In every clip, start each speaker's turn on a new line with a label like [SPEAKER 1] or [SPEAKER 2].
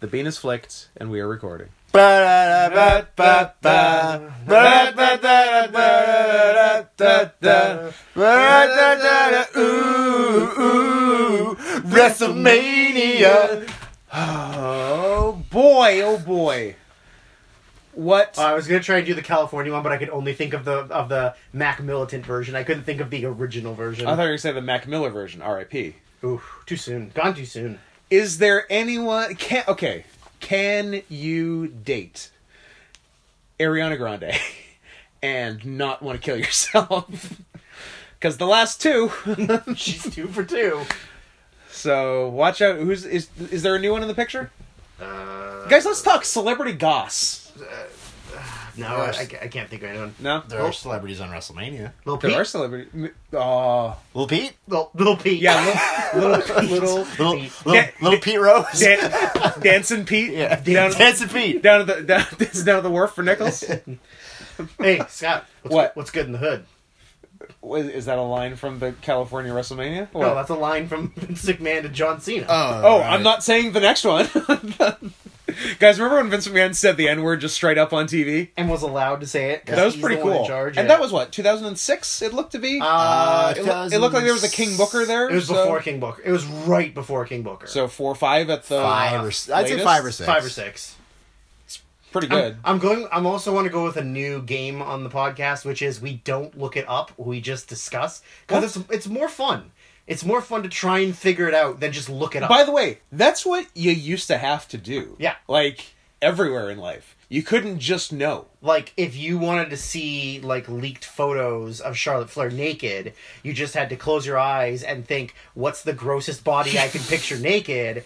[SPEAKER 1] The bean is flicked, and we are recording.
[SPEAKER 2] Ooh, WrestleMania.
[SPEAKER 1] Oh boy! Oh boy! What?
[SPEAKER 3] I was gonna try and do the California one, but I could only think of the of the Mac Militant version. I couldn't think of the original version.
[SPEAKER 1] I thought you were going to say the Mac Miller version, RIP.
[SPEAKER 3] Ooh, too soon. Gone too soon.
[SPEAKER 1] Is there anyone. Can, okay. Can you date Ariana Grande and not want to kill yourself? Because the last two.
[SPEAKER 3] She's two for two.
[SPEAKER 1] so watch out. Who's is? Is there a new one in the picture?
[SPEAKER 3] Uh,
[SPEAKER 1] Guys, let's talk celebrity goss.
[SPEAKER 3] no, I,
[SPEAKER 2] There's-
[SPEAKER 3] I ca- I can't think of anyone.
[SPEAKER 1] No,
[SPEAKER 2] There are celebrities on WrestleMania.
[SPEAKER 3] Little
[SPEAKER 1] There
[SPEAKER 3] Pete.
[SPEAKER 1] are celebrity. Oh,
[SPEAKER 2] Little Pete.
[SPEAKER 3] Little, little Pete.
[SPEAKER 1] yeah, little, little, little
[SPEAKER 2] Little
[SPEAKER 3] Pete.
[SPEAKER 2] little,
[SPEAKER 1] Yeah.
[SPEAKER 2] little Pete Rose.
[SPEAKER 1] Dan- dancing Pete.
[SPEAKER 2] Yeah.
[SPEAKER 1] down,
[SPEAKER 2] Dancing Pete.
[SPEAKER 1] down at the down, this is down at the wharf for Nichols.
[SPEAKER 3] Hey Scott. What's
[SPEAKER 1] What?
[SPEAKER 3] Good, what's good in the hood?
[SPEAKER 1] Was- is that a line from the California WrestleMania? Or-
[SPEAKER 3] No, that's a line from Vince McMahon to John Cena.
[SPEAKER 1] oh,
[SPEAKER 2] right.
[SPEAKER 1] I'm not saying the next one. Guys, remember when Vince McMahon said the N word just straight up on TV?
[SPEAKER 3] and was allowed to say it. 'cause
[SPEAKER 1] That was
[SPEAKER 3] he's
[SPEAKER 1] pretty
[SPEAKER 3] the one in
[SPEAKER 1] cool.
[SPEAKER 3] charge,
[SPEAKER 1] And
[SPEAKER 3] yeah.
[SPEAKER 1] that was what 2006. It looked to be.
[SPEAKER 3] Uh,
[SPEAKER 1] it, loo- it looked like there was a King Booker there.
[SPEAKER 3] it was
[SPEAKER 1] so,
[SPEAKER 3] before King Booker. It was right before King Booker.
[SPEAKER 1] So four or five at the
[SPEAKER 2] Five or s- I'd say
[SPEAKER 1] latest?
[SPEAKER 2] five or six.
[SPEAKER 3] five or six.
[SPEAKER 1] Pretty good.
[SPEAKER 3] I'm going. I'm also want to go with a new game on the podcast, which is we don't look it up. We just discuss because it's it's more fun. It's more fun to try and figure it out than just look it up.
[SPEAKER 1] By the way, that's what you used to have to do.
[SPEAKER 3] Yeah.
[SPEAKER 1] Like everywhere in life, you couldn't just know.
[SPEAKER 3] like if you wanted to see like leaked photos of Charlotte Flair naked, you just had to close your eyes and think, "What's the grossest body I can picture naked?"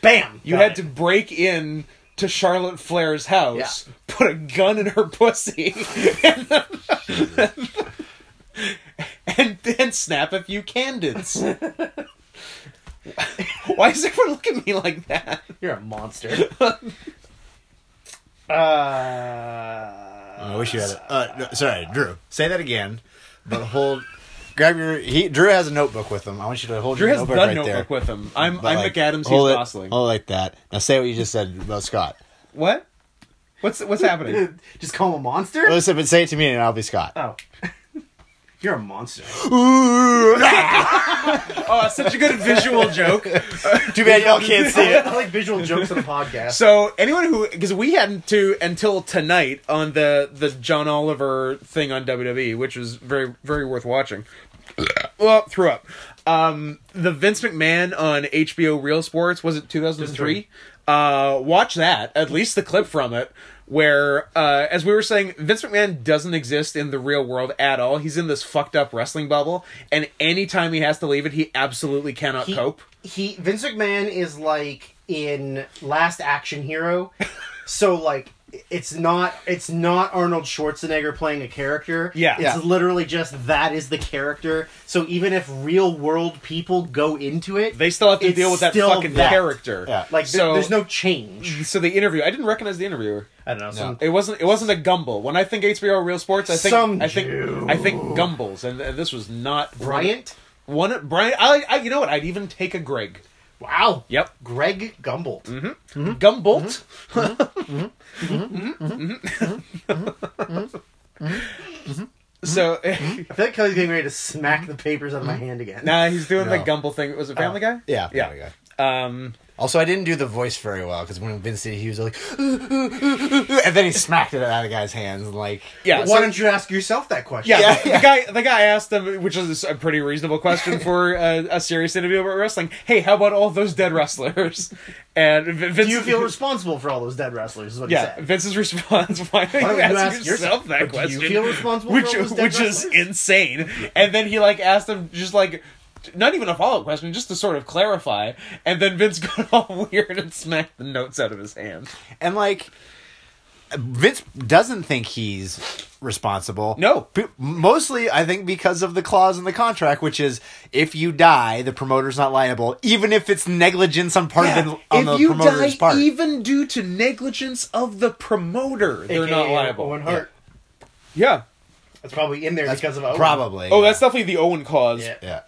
[SPEAKER 3] Bam!
[SPEAKER 1] You
[SPEAKER 3] got
[SPEAKER 1] had
[SPEAKER 3] it.
[SPEAKER 1] to break in to Charlotte Flair's house, put a gun in her pussy, and then, and then snap a few candids. Why does everyone look at me like that?
[SPEAKER 3] You're a monster. uh,
[SPEAKER 2] I wish you had it. Uh, no, sorry, Drew. Say that again, but hold. grab your. He, Drew has a notebook with him. I want you to hold
[SPEAKER 1] Drew
[SPEAKER 2] your
[SPEAKER 1] has the
[SPEAKER 2] notebook right
[SPEAKER 1] notebook
[SPEAKER 2] there.
[SPEAKER 1] with him. I'm
[SPEAKER 2] But,
[SPEAKER 1] I'm
[SPEAKER 2] like,
[SPEAKER 1] McAdams. He's
[SPEAKER 2] hold it-
[SPEAKER 1] Gosling.
[SPEAKER 2] Hold it like that. Now say what you just said about Scott.
[SPEAKER 1] What? What's what's happening?
[SPEAKER 3] just call him a monster.
[SPEAKER 2] Listen, but say it to me, and I'll be Scott.
[SPEAKER 3] Oh. You're a monster.
[SPEAKER 2] Ooh,
[SPEAKER 1] Oh, it's such a good visual joke.
[SPEAKER 2] too bad y'all can't see it.
[SPEAKER 3] I like visual jokes on the podcast.
[SPEAKER 1] So anyone who, because we hadn't to until tonight on the the John Oliver thing on WWE, which was very very worth watching. well, threw up. Um, the Vince McMahon on HBO Real Sports was it two thousand three? Uh, watch that at least the clip from it where, uh, as we were saying, Vince McMahon doesn't exist in the real world at all. He's in this fucked up wrestling bubble, and anytime he has to leave it, he absolutely cannot
[SPEAKER 3] he,
[SPEAKER 1] cope.
[SPEAKER 3] He Vince McMahon is like in Last Action Hero. so like it's not it's not Arnold Schwarzenegger playing a character.
[SPEAKER 1] Yeah.
[SPEAKER 3] It's
[SPEAKER 1] Yeah.
[SPEAKER 3] literally just that is the character. So even if real world people go into it,
[SPEAKER 1] They still have to
[SPEAKER 3] it's
[SPEAKER 1] deal with that
[SPEAKER 3] still
[SPEAKER 1] fucking
[SPEAKER 3] that.
[SPEAKER 1] character.
[SPEAKER 2] Yeah.
[SPEAKER 3] Like there-
[SPEAKER 1] So-
[SPEAKER 3] there's no change.
[SPEAKER 1] So the interview, I didn't recognize the interviewer.
[SPEAKER 3] I don't know. Some,
[SPEAKER 1] It wasn't. It wasn't a gumble. When I think HBO Real Sports, I think
[SPEAKER 3] Some
[SPEAKER 1] I think
[SPEAKER 3] Jew.
[SPEAKER 1] I think gumbles, and, and this was not
[SPEAKER 3] Bryant?
[SPEAKER 1] One Bryant. I, I. You know what? I'd even take a Greg.
[SPEAKER 3] Wow.
[SPEAKER 1] Yep.
[SPEAKER 3] Greg Gumbel.
[SPEAKER 1] Gumbolt. So
[SPEAKER 3] I feel like Kelly's getting ready to smack the papers out of my hand again.
[SPEAKER 1] now he's doing the
[SPEAKER 2] No.
[SPEAKER 1] gumble thing. Was it Family Guy?
[SPEAKER 2] Yeah,
[SPEAKER 1] Yeah.
[SPEAKER 2] yeah.
[SPEAKER 1] Um,
[SPEAKER 2] Also, I didn't do the voice very well because when Vince did, it, he was like, and then he smacked it out of the guy's hands, and like,
[SPEAKER 1] yeah.
[SPEAKER 3] Why
[SPEAKER 1] so-
[SPEAKER 3] don't you ask yourself that question?
[SPEAKER 1] Yeah,
[SPEAKER 2] Yeah,
[SPEAKER 1] the, the
[SPEAKER 2] yeah.
[SPEAKER 1] guy the guy asked them, which is a pretty reasonable question for a, a serious interview about wrestling. Hey, how about all those dead wrestlers? And Vin- Vince,
[SPEAKER 3] Do you feel responsible for all those dead wrestlers? Is what
[SPEAKER 1] yeah,
[SPEAKER 3] he said.
[SPEAKER 1] Vince's response. Why don't you,
[SPEAKER 3] don't
[SPEAKER 1] ask, yourself, that
[SPEAKER 3] but do you
[SPEAKER 1] question?
[SPEAKER 3] feel responsible
[SPEAKER 1] which
[SPEAKER 3] for all those dead
[SPEAKER 1] which is
[SPEAKER 3] wrestlers?
[SPEAKER 1] insane. And then he like asked him just like. Not even a follow up question, just to sort of clarify. And then Vince got all weird and smacked the notes out of his hand.
[SPEAKER 2] and like, Vince doesn't think he's responsible.
[SPEAKER 1] No.
[SPEAKER 2] P- mostly I think because of the clause in the contract, which is if you die, the promoter's not liable, even if it's negligence on part of the, on the promoter's part.
[SPEAKER 1] even due to negligence of the promoter, they're
[SPEAKER 3] AKA
[SPEAKER 1] not liable.
[SPEAKER 3] Owen Hart.
[SPEAKER 1] Yeah,
[SPEAKER 3] That's probably in there because of Owen.
[SPEAKER 2] probably.
[SPEAKER 1] Oh, that's definitely the Owen clause
[SPEAKER 3] Yeah.
[SPEAKER 2] yeah.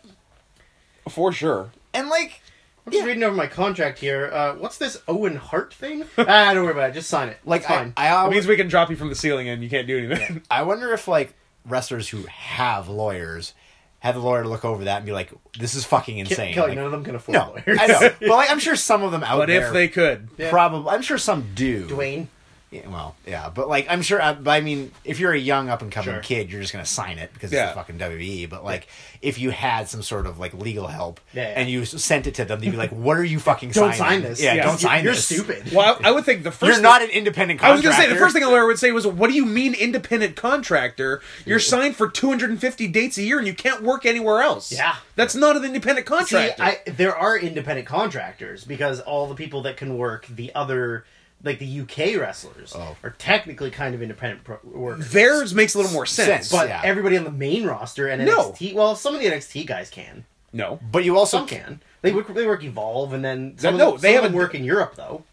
[SPEAKER 1] for sure.
[SPEAKER 2] And like
[SPEAKER 3] I'm just reading over my contract here. Uh, what's this Owen Hart thing? ah, don't worry about it. Just sign it.
[SPEAKER 2] Like
[SPEAKER 3] it's
[SPEAKER 2] I,
[SPEAKER 3] fine.
[SPEAKER 2] I,
[SPEAKER 1] That
[SPEAKER 2] always,
[SPEAKER 1] means we can drop you from the ceiling and you can't do anything.
[SPEAKER 2] I wonder if like wrestlers who have lawyers have the lawyer look over that and be like, "This is fucking
[SPEAKER 3] Ke-
[SPEAKER 2] insane."
[SPEAKER 3] Kelly,
[SPEAKER 2] Like,
[SPEAKER 3] none of them can afford
[SPEAKER 2] no,
[SPEAKER 3] lawyers.
[SPEAKER 2] I know, but like I'm sure some of them out
[SPEAKER 1] But
[SPEAKER 2] there.
[SPEAKER 1] if they could,
[SPEAKER 3] Yeah.
[SPEAKER 2] Probably, I'm sure some do.
[SPEAKER 3] Dwayne.
[SPEAKER 2] Yeah, well, yeah, but like I'm sure. I, but I mean, if you're a young up and coming
[SPEAKER 3] Sure.
[SPEAKER 2] kid, you're just gonna sign it because
[SPEAKER 1] Yeah.
[SPEAKER 2] it's the fucking WWE. But like, if you had some sort of like legal help
[SPEAKER 3] Yeah, yeah.
[SPEAKER 2] and you s- sent it to them, they'd be like, "What are you fucking?
[SPEAKER 3] Don't
[SPEAKER 2] signing?
[SPEAKER 3] sign this.
[SPEAKER 2] Yeah,
[SPEAKER 1] Yeah.
[SPEAKER 2] don't
[SPEAKER 1] You-
[SPEAKER 2] sign
[SPEAKER 3] You're
[SPEAKER 2] this.
[SPEAKER 3] stupid.
[SPEAKER 1] well, I, I would think the first.
[SPEAKER 2] You're
[SPEAKER 1] thing-
[SPEAKER 2] not an independent
[SPEAKER 1] I was
[SPEAKER 2] contractor.
[SPEAKER 1] going to say the first thing a lawyer would say was, "What do you mean independent contractor? You're signed for 250 dates a year and you can't work anywhere else.
[SPEAKER 3] Yeah.
[SPEAKER 1] that's not an independent
[SPEAKER 3] See,
[SPEAKER 1] contractor.
[SPEAKER 3] I, there are independent contractors because all the people that can work the other, like the UK wrestlers,
[SPEAKER 2] Oh.
[SPEAKER 3] are technically kind of independent pro- workers.
[SPEAKER 1] Theirs makes a little more sense.
[SPEAKER 2] Sense.
[SPEAKER 3] but
[SPEAKER 2] yeah.
[SPEAKER 3] everybody on the main roster and
[SPEAKER 1] No.
[SPEAKER 3] NXT, well, some of the NXT guys can.
[SPEAKER 1] No,
[SPEAKER 2] But you also
[SPEAKER 3] Some can. They work. They work Evolve, and then some
[SPEAKER 1] No,
[SPEAKER 3] of them,
[SPEAKER 1] they
[SPEAKER 3] some
[SPEAKER 1] haven't-
[SPEAKER 3] of them work in Europe though.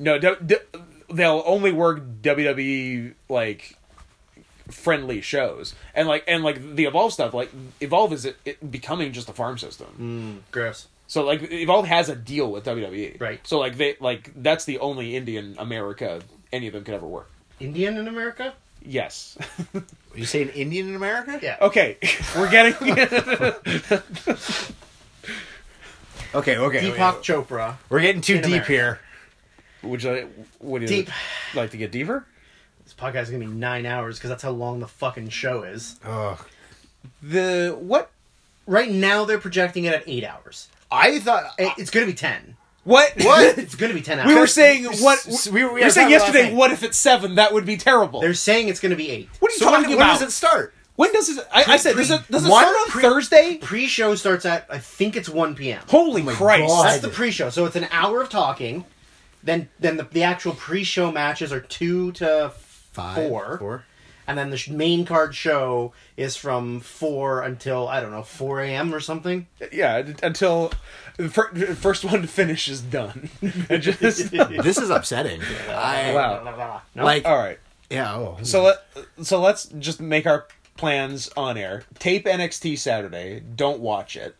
[SPEAKER 1] no, d- d- they'll only work WWE like friendly shows and like and like the evolve stuff. Like evolve is it, it becoming just a farm system.
[SPEAKER 3] Gross.
[SPEAKER 1] So like Evolve has a deal with WWE.
[SPEAKER 3] Right.
[SPEAKER 1] So like they like that's the only Indian America any of them could ever work.
[SPEAKER 3] Indian in America?
[SPEAKER 1] Yes.
[SPEAKER 2] you say an Indian in America.
[SPEAKER 3] Yeah.
[SPEAKER 1] okay. We're getting
[SPEAKER 2] Okay. Okay.
[SPEAKER 3] Deepak
[SPEAKER 1] Oh,
[SPEAKER 2] wait.
[SPEAKER 3] Chopra.
[SPEAKER 2] We're getting too
[SPEAKER 3] in
[SPEAKER 2] deep
[SPEAKER 3] America.
[SPEAKER 2] here.
[SPEAKER 1] Would you like would you
[SPEAKER 3] Deep.
[SPEAKER 1] like to get deeper?
[SPEAKER 3] This podcast is gonna be nine hours because that's how long the fucking show is.
[SPEAKER 2] Ugh.
[SPEAKER 1] The what
[SPEAKER 3] Right now they're projecting it at eight hours.
[SPEAKER 2] I thought
[SPEAKER 3] It- It's gonna be ten.
[SPEAKER 1] what
[SPEAKER 2] What?
[SPEAKER 3] It's gonna be ten hours.
[SPEAKER 1] we were saying what
[SPEAKER 2] S- we were- we
[SPEAKER 1] you were
[SPEAKER 2] were
[SPEAKER 1] saying
[SPEAKER 2] talking about last
[SPEAKER 1] yesterday
[SPEAKER 2] night.
[SPEAKER 1] what if it's 7 that would be terrible.
[SPEAKER 3] They're saying it's gonna be eight.
[SPEAKER 1] what are you
[SPEAKER 2] So when,
[SPEAKER 1] talking
[SPEAKER 2] when
[SPEAKER 1] about?
[SPEAKER 2] does it start?
[SPEAKER 1] when does it I, I said does it does it
[SPEAKER 2] One
[SPEAKER 1] start on
[SPEAKER 2] pre-
[SPEAKER 1] Thursday?
[SPEAKER 3] Pre-show starts at I think it's one p.m.
[SPEAKER 2] Oh
[SPEAKER 1] Holy Christ.
[SPEAKER 2] God.
[SPEAKER 3] That's the pre-show. So it's an hour of talking. Then then the, the actual pre-show matches are two to four.
[SPEAKER 2] Four.
[SPEAKER 3] And then the sh- main card show is from four until I don't know four a.m. or something.
[SPEAKER 1] Yeah, until the fir- first one to finish is done. It just
[SPEAKER 2] This is upsetting. I,
[SPEAKER 1] Wow.
[SPEAKER 3] No?
[SPEAKER 2] Like,
[SPEAKER 1] All right.
[SPEAKER 2] yeah. Oh.
[SPEAKER 1] So let so let's just make our plans on air. Tape NXT Saturday. Don't watch it.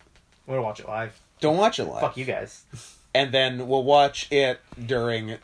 [SPEAKER 3] we're gonna watch it live.
[SPEAKER 1] Don't watch it live.
[SPEAKER 3] Fuck you guys.
[SPEAKER 1] And then we'll watch it during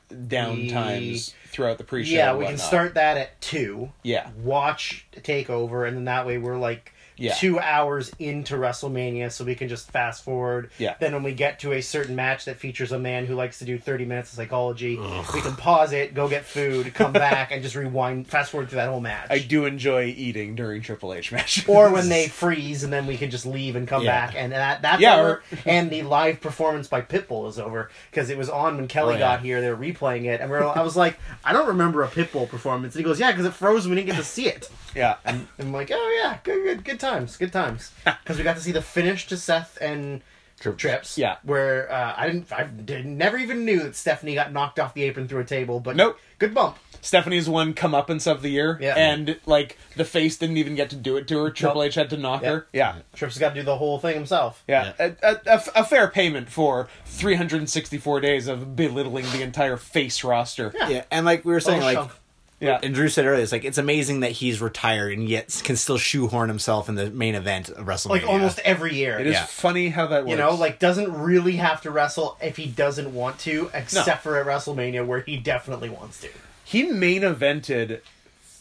[SPEAKER 1] downtimes throughout the pre-show.
[SPEAKER 3] yeah,
[SPEAKER 1] and
[SPEAKER 3] we can
[SPEAKER 1] whatnot.
[SPEAKER 3] start that at two.
[SPEAKER 1] Yeah.
[SPEAKER 3] watch Takeover, and then that way we're like
[SPEAKER 1] Yeah.
[SPEAKER 3] two hours into WrestleMania, so we can just fast forward.
[SPEAKER 1] Yeah.
[SPEAKER 3] Then when we get to a certain match that features a man who likes to do thirty minutes of psychology, we can pause it, go get food, come back, and just rewind, fast forward through that whole match.
[SPEAKER 1] I do enjoy eating during Triple H matches.
[SPEAKER 3] or when they freeze, and then we can just leave and come
[SPEAKER 2] Yeah.
[SPEAKER 3] back, and that that's
[SPEAKER 1] Yeah,
[SPEAKER 3] over.
[SPEAKER 1] or-
[SPEAKER 3] and the live performance by Pitbull is over because it was on when Kelly
[SPEAKER 2] Oh, yeah.
[SPEAKER 3] got here. They were replaying it, and we we're, I was like, I don't remember a Pitbull performance. And he goes, Yeah, because it froze, and we didn't get to see it.
[SPEAKER 1] yeah,
[SPEAKER 3] I'm like, oh yeah, good, good, good times, good times. Because we got to see the finish to Seth and Trips.
[SPEAKER 1] Yeah.
[SPEAKER 3] where uh, I didn't, I didn't, never even knew that Stephanie got knocked off the apron through a table. But
[SPEAKER 1] Nope.
[SPEAKER 3] good bump.
[SPEAKER 1] Stephanie's one comeuppance of the year,
[SPEAKER 3] Yeah.
[SPEAKER 1] and like the face didn't even get to do it to her. Triple
[SPEAKER 3] Nope.
[SPEAKER 1] H had to knock
[SPEAKER 3] Yeah.
[SPEAKER 1] her. Yeah,
[SPEAKER 3] Trips has got to do the whole thing himself.
[SPEAKER 1] yeah, A, a- a f- a fair payment for 364 days of belittling the entire face roster.
[SPEAKER 3] Yeah.
[SPEAKER 2] yeah, and like we were saying,
[SPEAKER 3] Oh,
[SPEAKER 2] like
[SPEAKER 3] shove.
[SPEAKER 1] yeah.
[SPEAKER 2] and Drew said earlier, it's like it's amazing that he's retired and yet can still shoehorn himself in the main event of WrestleMania.
[SPEAKER 3] like almost every year.
[SPEAKER 1] It is
[SPEAKER 2] Yeah.
[SPEAKER 1] funny how that works.
[SPEAKER 3] You know, like doesn't really have to wrestle if he doesn't want to, except
[SPEAKER 1] No.
[SPEAKER 3] for at WrestleMania where he definitely wants to.
[SPEAKER 1] he main evented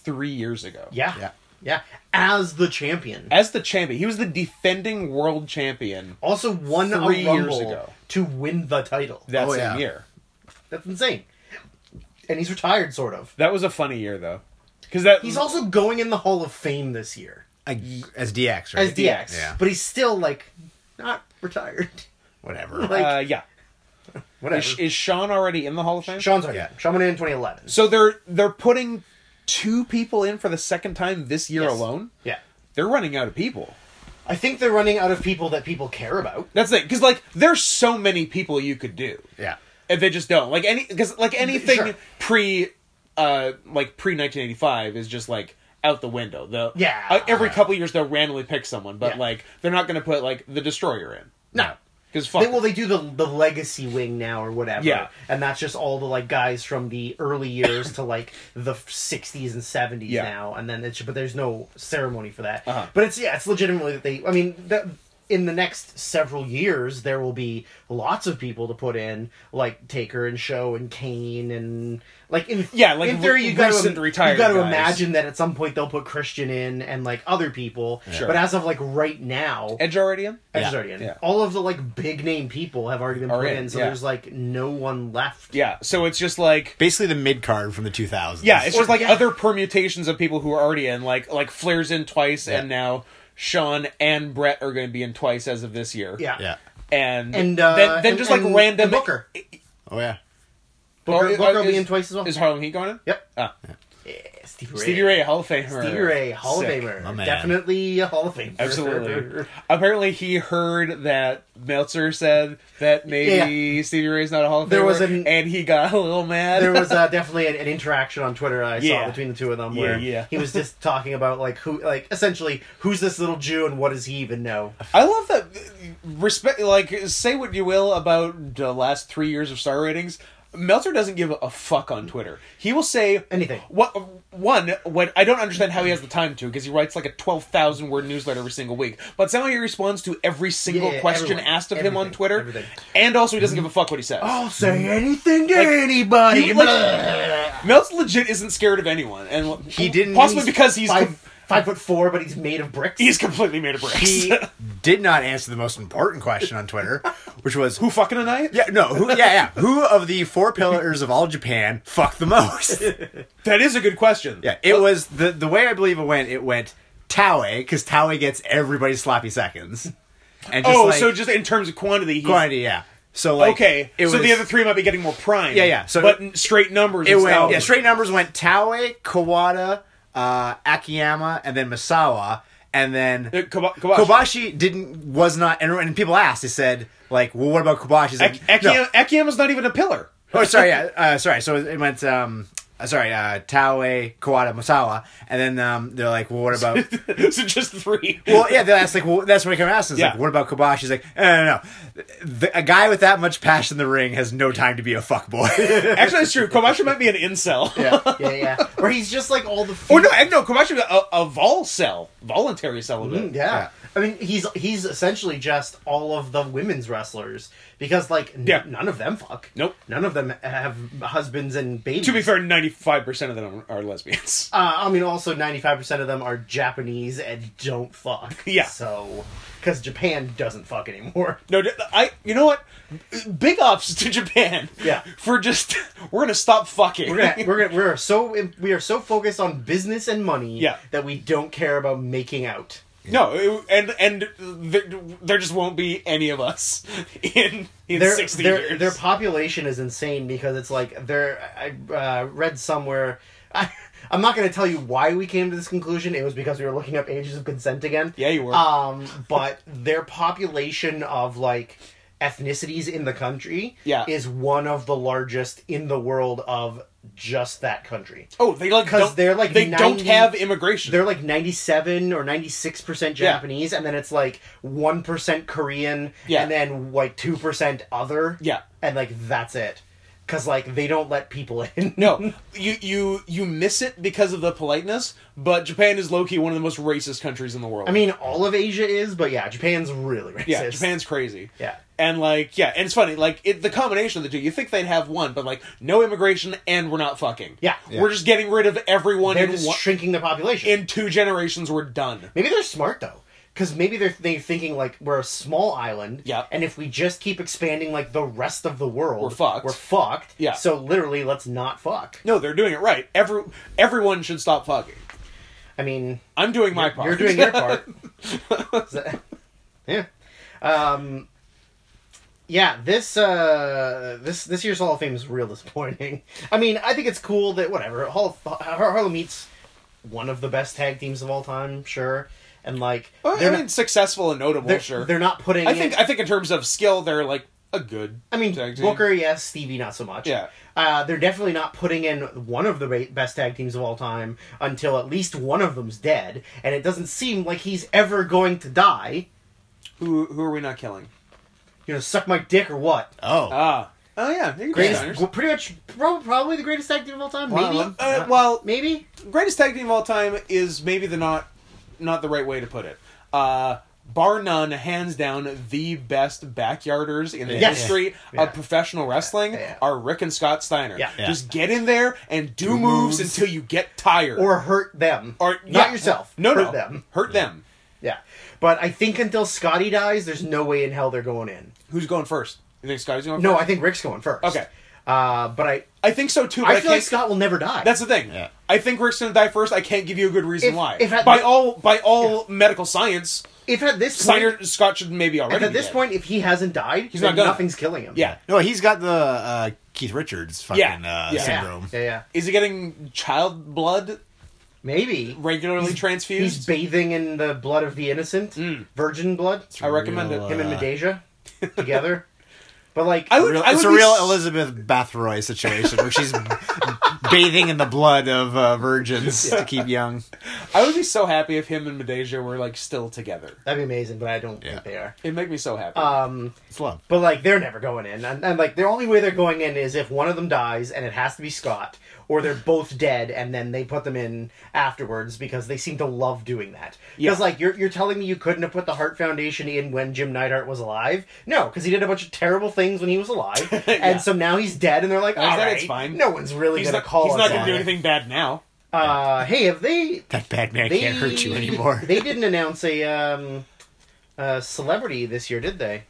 [SPEAKER 1] three years ago.
[SPEAKER 3] Yeah,
[SPEAKER 2] Yeah.
[SPEAKER 3] yeah. As the champion,
[SPEAKER 1] As the champion, he was the defending world champion
[SPEAKER 3] also won a
[SPEAKER 1] Three
[SPEAKER 3] rumble
[SPEAKER 1] years ago.
[SPEAKER 3] to win the title.
[SPEAKER 1] that
[SPEAKER 2] Oh,
[SPEAKER 1] same
[SPEAKER 2] yeah.
[SPEAKER 1] year.
[SPEAKER 3] That's insane. And he's retired, sort of.
[SPEAKER 1] That was a funny year though, because that
[SPEAKER 3] He's also going in the Hall of Fame this year
[SPEAKER 2] Like, as DX, right?
[SPEAKER 3] as DX,
[SPEAKER 2] Yeah.
[SPEAKER 3] but he's still like not retired.
[SPEAKER 2] Whatever.
[SPEAKER 3] like-
[SPEAKER 1] uh, yeah.
[SPEAKER 3] Whatever.
[SPEAKER 1] Is, is Sean already in the Hall of Fame?
[SPEAKER 3] Sean's already.
[SPEAKER 2] Yeah.
[SPEAKER 3] Sean went in in 2011.
[SPEAKER 1] So they're they're putting two people in for the second time this year
[SPEAKER 3] Yes.
[SPEAKER 1] alone.
[SPEAKER 3] Yeah,
[SPEAKER 1] They're running out of people.
[SPEAKER 3] I think they're running out of people that people care about.
[SPEAKER 1] That's it. Because like there's so many people you could do.
[SPEAKER 2] yeah.
[SPEAKER 1] If they just don't like any because like anything
[SPEAKER 3] Sure.
[SPEAKER 1] pre uh like pre 1985 is just like out the window the
[SPEAKER 3] Yeah.
[SPEAKER 1] uh, every couple years they'll randomly pick someone but
[SPEAKER 3] Yeah.
[SPEAKER 1] like they're not gonna put like the destroyer in
[SPEAKER 3] No.
[SPEAKER 1] because fuck
[SPEAKER 3] They, well, they do the the legacy wing now or whatever.
[SPEAKER 1] Yeah.
[SPEAKER 3] and that's just all the like guys from the early years to like the '60s and '70s
[SPEAKER 1] Yeah.
[SPEAKER 3] now, and then it's but there's no ceremony for that.
[SPEAKER 1] Uh-huh.
[SPEAKER 3] But it's yeah, it's legitimately that they. I mean, that, in the next several years, there will be lots of people to put in, like Taker and Show and Kane and like in
[SPEAKER 1] Yeah, like
[SPEAKER 3] in theory
[SPEAKER 1] re-
[SPEAKER 3] you got
[SPEAKER 1] recent
[SPEAKER 3] to
[SPEAKER 1] retired
[SPEAKER 3] you got to
[SPEAKER 1] guys.
[SPEAKER 3] imagine that at some point they'll put Christian in and like other people.
[SPEAKER 1] Sure.
[SPEAKER 3] But as of like right now,
[SPEAKER 1] Edge already in?
[SPEAKER 3] Edge
[SPEAKER 2] Yeah.
[SPEAKER 3] is already in.
[SPEAKER 1] Yeah.
[SPEAKER 3] all of the like big name people have already been
[SPEAKER 1] Are
[SPEAKER 3] put
[SPEAKER 1] in,
[SPEAKER 3] in, so
[SPEAKER 1] yeah.
[SPEAKER 3] there's like no one left.
[SPEAKER 1] Yeah, so it's just like
[SPEAKER 2] Basically, the mid card from the 2000s.
[SPEAKER 1] yeah, it's
[SPEAKER 3] Or-
[SPEAKER 1] just like
[SPEAKER 3] yeah.
[SPEAKER 1] other permutations of people who are already in, like like Flair's in twice, and now Sean and Brett are going to be in twice as of this year.
[SPEAKER 3] Yeah.
[SPEAKER 2] yeah.
[SPEAKER 1] and
[SPEAKER 3] And uh,
[SPEAKER 1] then, then just like
[SPEAKER 3] and-
[SPEAKER 1] random
[SPEAKER 3] and Booker.
[SPEAKER 2] Oh yeah.
[SPEAKER 3] Booker,
[SPEAKER 1] Oh,
[SPEAKER 3] Booker will
[SPEAKER 1] is-
[SPEAKER 3] be in twice as well.
[SPEAKER 1] Is Harlem Heat going in?
[SPEAKER 3] yep.
[SPEAKER 1] Ah.
[SPEAKER 3] Yeah, Stevie Ray.
[SPEAKER 1] Stevie Ray, Hall of Famer.
[SPEAKER 3] Stevie Ray, Hall
[SPEAKER 1] Sick.
[SPEAKER 3] of
[SPEAKER 2] My
[SPEAKER 3] Famer.
[SPEAKER 2] man.
[SPEAKER 3] Definitely a Hall of Famer.
[SPEAKER 1] Absolutely. Apparently, he heard that Meltzer said that maybe Stevie Ray's not a Hall of
[SPEAKER 3] There
[SPEAKER 1] Famer,
[SPEAKER 3] was an-
[SPEAKER 1] and he got a little mad.
[SPEAKER 3] there was uh, definitely an, an interaction on Twitter I
[SPEAKER 1] Yeah.
[SPEAKER 3] saw between the two of them
[SPEAKER 1] Yeah,
[SPEAKER 3] where
[SPEAKER 1] yeah.
[SPEAKER 3] he was just talking about like who, like essentially who's this little Jew and what does he even know?
[SPEAKER 1] I love that. Respect, like say what you will about the last three years of star ratings. Meltzer doesn't give a fuck on Twitter. He will say
[SPEAKER 3] Anything.
[SPEAKER 1] What one? What I don't understand how he has the time to because he writes like a twelve thousand word newsletter every single week. But somehow he responds to every single
[SPEAKER 3] Yeah,
[SPEAKER 1] question
[SPEAKER 3] everyone.
[SPEAKER 1] asked of him on
[SPEAKER 3] Everything.
[SPEAKER 1] Twitter,
[SPEAKER 3] Everything. Oh,
[SPEAKER 1] and also he doesn't give a fuck what he says.
[SPEAKER 3] I'll say anything to anybody.
[SPEAKER 1] He, like, Meltz legit isn't scared of anyone, and
[SPEAKER 2] He didn't-
[SPEAKER 1] possibly
[SPEAKER 2] he's
[SPEAKER 1] because he's
[SPEAKER 3] five
[SPEAKER 1] com-
[SPEAKER 3] five foot four, but he's made of bricks.
[SPEAKER 1] he's completely made of bricks.
[SPEAKER 2] He did not answer the most important question on Twitter, which was
[SPEAKER 1] Who fucking a night?
[SPEAKER 2] Yeah, no, who, yeah, yeah. Who of the four pillars of all Japan fucked the most?
[SPEAKER 1] that is a good question.
[SPEAKER 2] Yeah, it was the the way I believe it went. It went Taue because Taue gets everybody's sloppy seconds, and just
[SPEAKER 1] oh,
[SPEAKER 2] like,
[SPEAKER 1] so just in terms of quantity, he's,
[SPEAKER 2] quantity, yeah. So like,
[SPEAKER 1] okay,
[SPEAKER 2] it
[SPEAKER 1] so
[SPEAKER 2] was,
[SPEAKER 1] the other three might be getting more prime.
[SPEAKER 2] Yeah, yeah, so-
[SPEAKER 1] but n- straight numbers.
[SPEAKER 2] it
[SPEAKER 1] it's
[SPEAKER 2] went
[SPEAKER 1] thousand.
[SPEAKER 2] yeah, straight numbers went Taue, Kawada, uh, Akiyama, and then Misawa, and then
[SPEAKER 1] Uh, Koba- Kobashi.
[SPEAKER 2] Kobashi didn't was not and, and people asked. They said like, well, what about Kobashi? He's
[SPEAKER 1] Ak-
[SPEAKER 2] like,
[SPEAKER 1] Akiyama,
[SPEAKER 2] "No."
[SPEAKER 1] Akiyama's not even a pillar.
[SPEAKER 2] Oh, sorry. Yeah, uh, sorry. So it went. Um, uh, sorry, uh, Taue, Kawada, Masawa, and then um, they're like, "Well, what about?"
[SPEAKER 1] so just three.
[SPEAKER 2] well, yeah, they asked like, "Well, that's what he came out." and it's
[SPEAKER 1] Yeah.
[SPEAKER 2] like, "What about Kobashi?" He's like, "No, no, no. The, a guy with that much passion in the ring has no time to be a fuckboy."
[SPEAKER 1] Actually, that's true. Kobashi might be an incel.
[SPEAKER 2] yeah.
[SPEAKER 3] yeah, yeah. Or he's just like all the.
[SPEAKER 1] or no, eh, no, Kobashi a, a vol cell, voluntary celibate.
[SPEAKER 3] Mm, yeah. I mean, he's he's essentially just all of the women's wrestlers because like n-
[SPEAKER 1] Yeah.
[SPEAKER 3] none of them fuck.
[SPEAKER 1] Nope.
[SPEAKER 3] None of them have husbands and babies.
[SPEAKER 1] To be fair, ninety five percent of them are lesbians.
[SPEAKER 3] Uh, I mean, also ninety five percent of them are Japanese and don't fuck.
[SPEAKER 1] Yeah.
[SPEAKER 3] So, because Japan doesn't fuck anymore.
[SPEAKER 1] No, d- I. You know what? Big ups to Japan.
[SPEAKER 3] Yeah.
[SPEAKER 1] For just we're gonna stop fucking.
[SPEAKER 3] We're gonna, we're gonna, we're so we are so focused on business and money
[SPEAKER 1] Yeah.
[SPEAKER 3] that we don't care about making out.
[SPEAKER 1] no, it- and and th- there just won't be any of us in in
[SPEAKER 3] their,
[SPEAKER 1] sixty
[SPEAKER 3] their,
[SPEAKER 1] years.
[SPEAKER 3] Their population is insane because it's like they're. I uh, read somewhere. I, I'm not going to tell you why we came to this conclusion. It was because we were looking up ages of consent again.
[SPEAKER 1] Yeah, you were.
[SPEAKER 3] Um, but their population of like ethnicities in the country
[SPEAKER 1] Yeah.
[SPEAKER 3] is one of the largest in the world of just that country.
[SPEAKER 1] oh, they like
[SPEAKER 3] 'cause
[SPEAKER 1] don't-
[SPEAKER 3] they're, like,
[SPEAKER 1] they
[SPEAKER 3] 90
[SPEAKER 1] don't have immigration.
[SPEAKER 3] They're like 97 or 96% Japanese, and then it's like 1% Korean,
[SPEAKER 1] Yeah.
[SPEAKER 3] and then like 2% other.
[SPEAKER 1] Yeah.
[SPEAKER 3] And like that's it. Because like they don't let people in.
[SPEAKER 1] no, you you you miss it because of the politeness. But Japan is low key one of the most racist countries in the world.
[SPEAKER 3] I mean, all of Asia is, but yeah, Japan's really racist.
[SPEAKER 1] yeah, Japan's crazy.
[SPEAKER 3] Yeah.
[SPEAKER 1] And like yeah, and it's funny like it, the combination of the two. You think they'd have one, but like no immigration, and we're not fucking.
[SPEAKER 3] Yeah. Yeah.
[SPEAKER 1] we're just getting rid of everyone
[SPEAKER 3] They're
[SPEAKER 1] in
[SPEAKER 3] just
[SPEAKER 1] one,
[SPEAKER 3] shrinking their population.
[SPEAKER 1] in two generations we're done.
[SPEAKER 3] Maybe they're smart though, because maybe they're they're thinking like we're a small island.
[SPEAKER 1] Yeah.
[SPEAKER 3] And if we just keep expanding like the rest of the world,
[SPEAKER 1] We're fucked.
[SPEAKER 3] We're fucked.
[SPEAKER 1] Yeah.
[SPEAKER 3] So literally, let's not fuck.
[SPEAKER 1] No, they're doing it right. Every everyone should stop fucking.
[SPEAKER 3] I mean,
[SPEAKER 1] I'm doing my part.
[SPEAKER 3] you're doing your part. Is that- yeah. Um. Yeah, this uh, this this year's Hall of Fame is real disappointing. I mean, I think it's cool that whatever Hall of, Har- Harlem Heat's one of the best tag teams of all time, sure, and like
[SPEAKER 1] Well,
[SPEAKER 3] they're
[SPEAKER 1] I mean,
[SPEAKER 3] not,
[SPEAKER 1] successful and notable.
[SPEAKER 3] they're,
[SPEAKER 1] sure.
[SPEAKER 3] they're not putting.
[SPEAKER 1] I
[SPEAKER 3] in-
[SPEAKER 1] think I think in terms of skill, they're like a good.
[SPEAKER 3] I mean,
[SPEAKER 1] tag team.
[SPEAKER 3] Booker, yes. Stevie, not so much.
[SPEAKER 1] Yeah.
[SPEAKER 3] Uh, they're definitely not putting in one of the ba- best tag teams of all time until at least one of them's dead, and it doesn't seem like he's ever going to die.
[SPEAKER 1] Who who are we not killing?
[SPEAKER 3] You know, suck my dick or what?
[SPEAKER 2] oh,
[SPEAKER 1] Ah. Oh yeah, there you go,
[SPEAKER 3] Greatest,
[SPEAKER 1] Niners.
[SPEAKER 3] well, pretty much, prob- probably the greatest tag team of all time.
[SPEAKER 1] Well,
[SPEAKER 3] Maybe.
[SPEAKER 1] uh, well-
[SPEAKER 3] maybe.
[SPEAKER 1] greatest tag team of all time is maybe the not not the right way to put it. Uh, bar none, hands down, the best backyarders in the
[SPEAKER 3] Yes.
[SPEAKER 1] history
[SPEAKER 3] Yeah.
[SPEAKER 1] of professional wrestling
[SPEAKER 3] Yeah.
[SPEAKER 1] are Rick and Scott Steiner.
[SPEAKER 3] Yeah.
[SPEAKER 2] Yeah.
[SPEAKER 1] Just get in there and do, moves,
[SPEAKER 2] moves.
[SPEAKER 1] until you get tired.
[SPEAKER 3] or hurt them,
[SPEAKER 1] Or-
[SPEAKER 3] not
[SPEAKER 1] yeah.
[SPEAKER 3] yourself.
[SPEAKER 1] no,
[SPEAKER 3] hurt
[SPEAKER 1] no,
[SPEAKER 3] them.
[SPEAKER 1] hurt them.
[SPEAKER 3] Yeah, but I think until Scotty dies, there's no way in hell they're going in.
[SPEAKER 1] Who's going first? You think Scotty's going?
[SPEAKER 3] No,
[SPEAKER 1] first?
[SPEAKER 3] I think Rick's going first.
[SPEAKER 1] Okay.
[SPEAKER 3] uh, but I
[SPEAKER 1] I think so too. But I,
[SPEAKER 3] I feel like
[SPEAKER 1] can't.
[SPEAKER 3] Scott will never die.
[SPEAKER 1] that's the thing.
[SPEAKER 2] Yeah.
[SPEAKER 1] I think Rick's gonna die first. I can't give you a good reason
[SPEAKER 3] If-
[SPEAKER 1] why.
[SPEAKER 3] if at
[SPEAKER 1] by
[SPEAKER 3] the-
[SPEAKER 1] all by all medical science,
[SPEAKER 3] if at this point,
[SPEAKER 1] Steiner Scott should maybe
[SPEAKER 3] if
[SPEAKER 1] already.
[SPEAKER 3] at
[SPEAKER 1] be
[SPEAKER 3] this
[SPEAKER 1] dead.
[SPEAKER 3] point, if he hasn't died,
[SPEAKER 1] He's
[SPEAKER 3] then
[SPEAKER 1] not done.
[SPEAKER 3] nothing's killing him.
[SPEAKER 1] yeah.
[SPEAKER 2] No, he's got the uh, Keith Richards fucking
[SPEAKER 1] Yeah.
[SPEAKER 2] Uh,
[SPEAKER 1] Yeah.
[SPEAKER 3] yeah,
[SPEAKER 2] syndrome.
[SPEAKER 3] yeah, yeah.
[SPEAKER 1] Is he getting child blood
[SPEAKER 3] Maybe
[SPEAKER 1] regularly transfused?
[SPEAKER 3] he's bathing in the blood of the innocent, virgin blood.
[SPEAKER 1] Mm. I recommend
[SPEAKER 2] Real,
[SPEAKER 1] it.
[SPEAKER 3] Him and
[SPEAKER 2] uh,
[SPEAKER 3] Medeja together, but like
[SPEAKER 1] I would-
[SPEAKER 2] Real,
[SPEAKER 1] I
[SPEAKER 2] it's a
[SPEAKER 1] be
[SPEAKER 2] real
[SPEAKER 1] s-
[SPEAKER 2] Elizabeth Bathroy situation where she's bathing in the blood of uh, virgins to keep young.
[SPEAKER 1] I would be so happy if him and Medeja were like still together.
[SPEAKER 3] that'd be amazing. But I don't
[SPEAKER 2] Yeah.
[SPEAKER 3] think they are.
[SPEAKER 1] It'd make me so happy.
[SPEAKER 3] Um,
[SPEAKER 2] It's love.
[SPEAKER 3] But like they're never going in, and, and like the only way they're going in is if one of them dies, and it has to be Scott, or they're both dead, and then they put them in afterwards because they seem to love doing that.
[SPEAKER 1] Yeah.
[SPEAKER 3] Because like you're you're telling me you couldn't have put the Hart Foundation in when Jim Neidhart was alive? No, because he did a bunch of terrible things when he was alive,
[SPEAKER 1] Yeah.
[SPEAKER 3] and so now he's dead, and they're like,
[SPEAKER 1] I
[SPEAKER 3] all
[SPEAKER 1] said
[SPEAKER 3] right,
[SPEAKER 1] it's fine."
[SPEAKER 3] No one's really
[SPEAKER 1] he's
[SPEAKER 3] gonna
[SPEAKER 1] not,
[SPEAKER 3] call.
[SPEAKER 1] he's
[SPEAKER 3] us
[SPEAKER 1] not
[SPEAKER 3] on
[SPEAKER 1] gonna do
[SPEAKER 3] it."
[SPEAKER 1] anything bad now.
[SPEAKER 3] Uh, hey, have they?
[SPEAKER 2] That bad man
[SPEAKER 3] They
[SPEAKER 2] can't hurt you anymore.
[SPEAKER 3] they didn't announce a um, a celebrity this year, did they?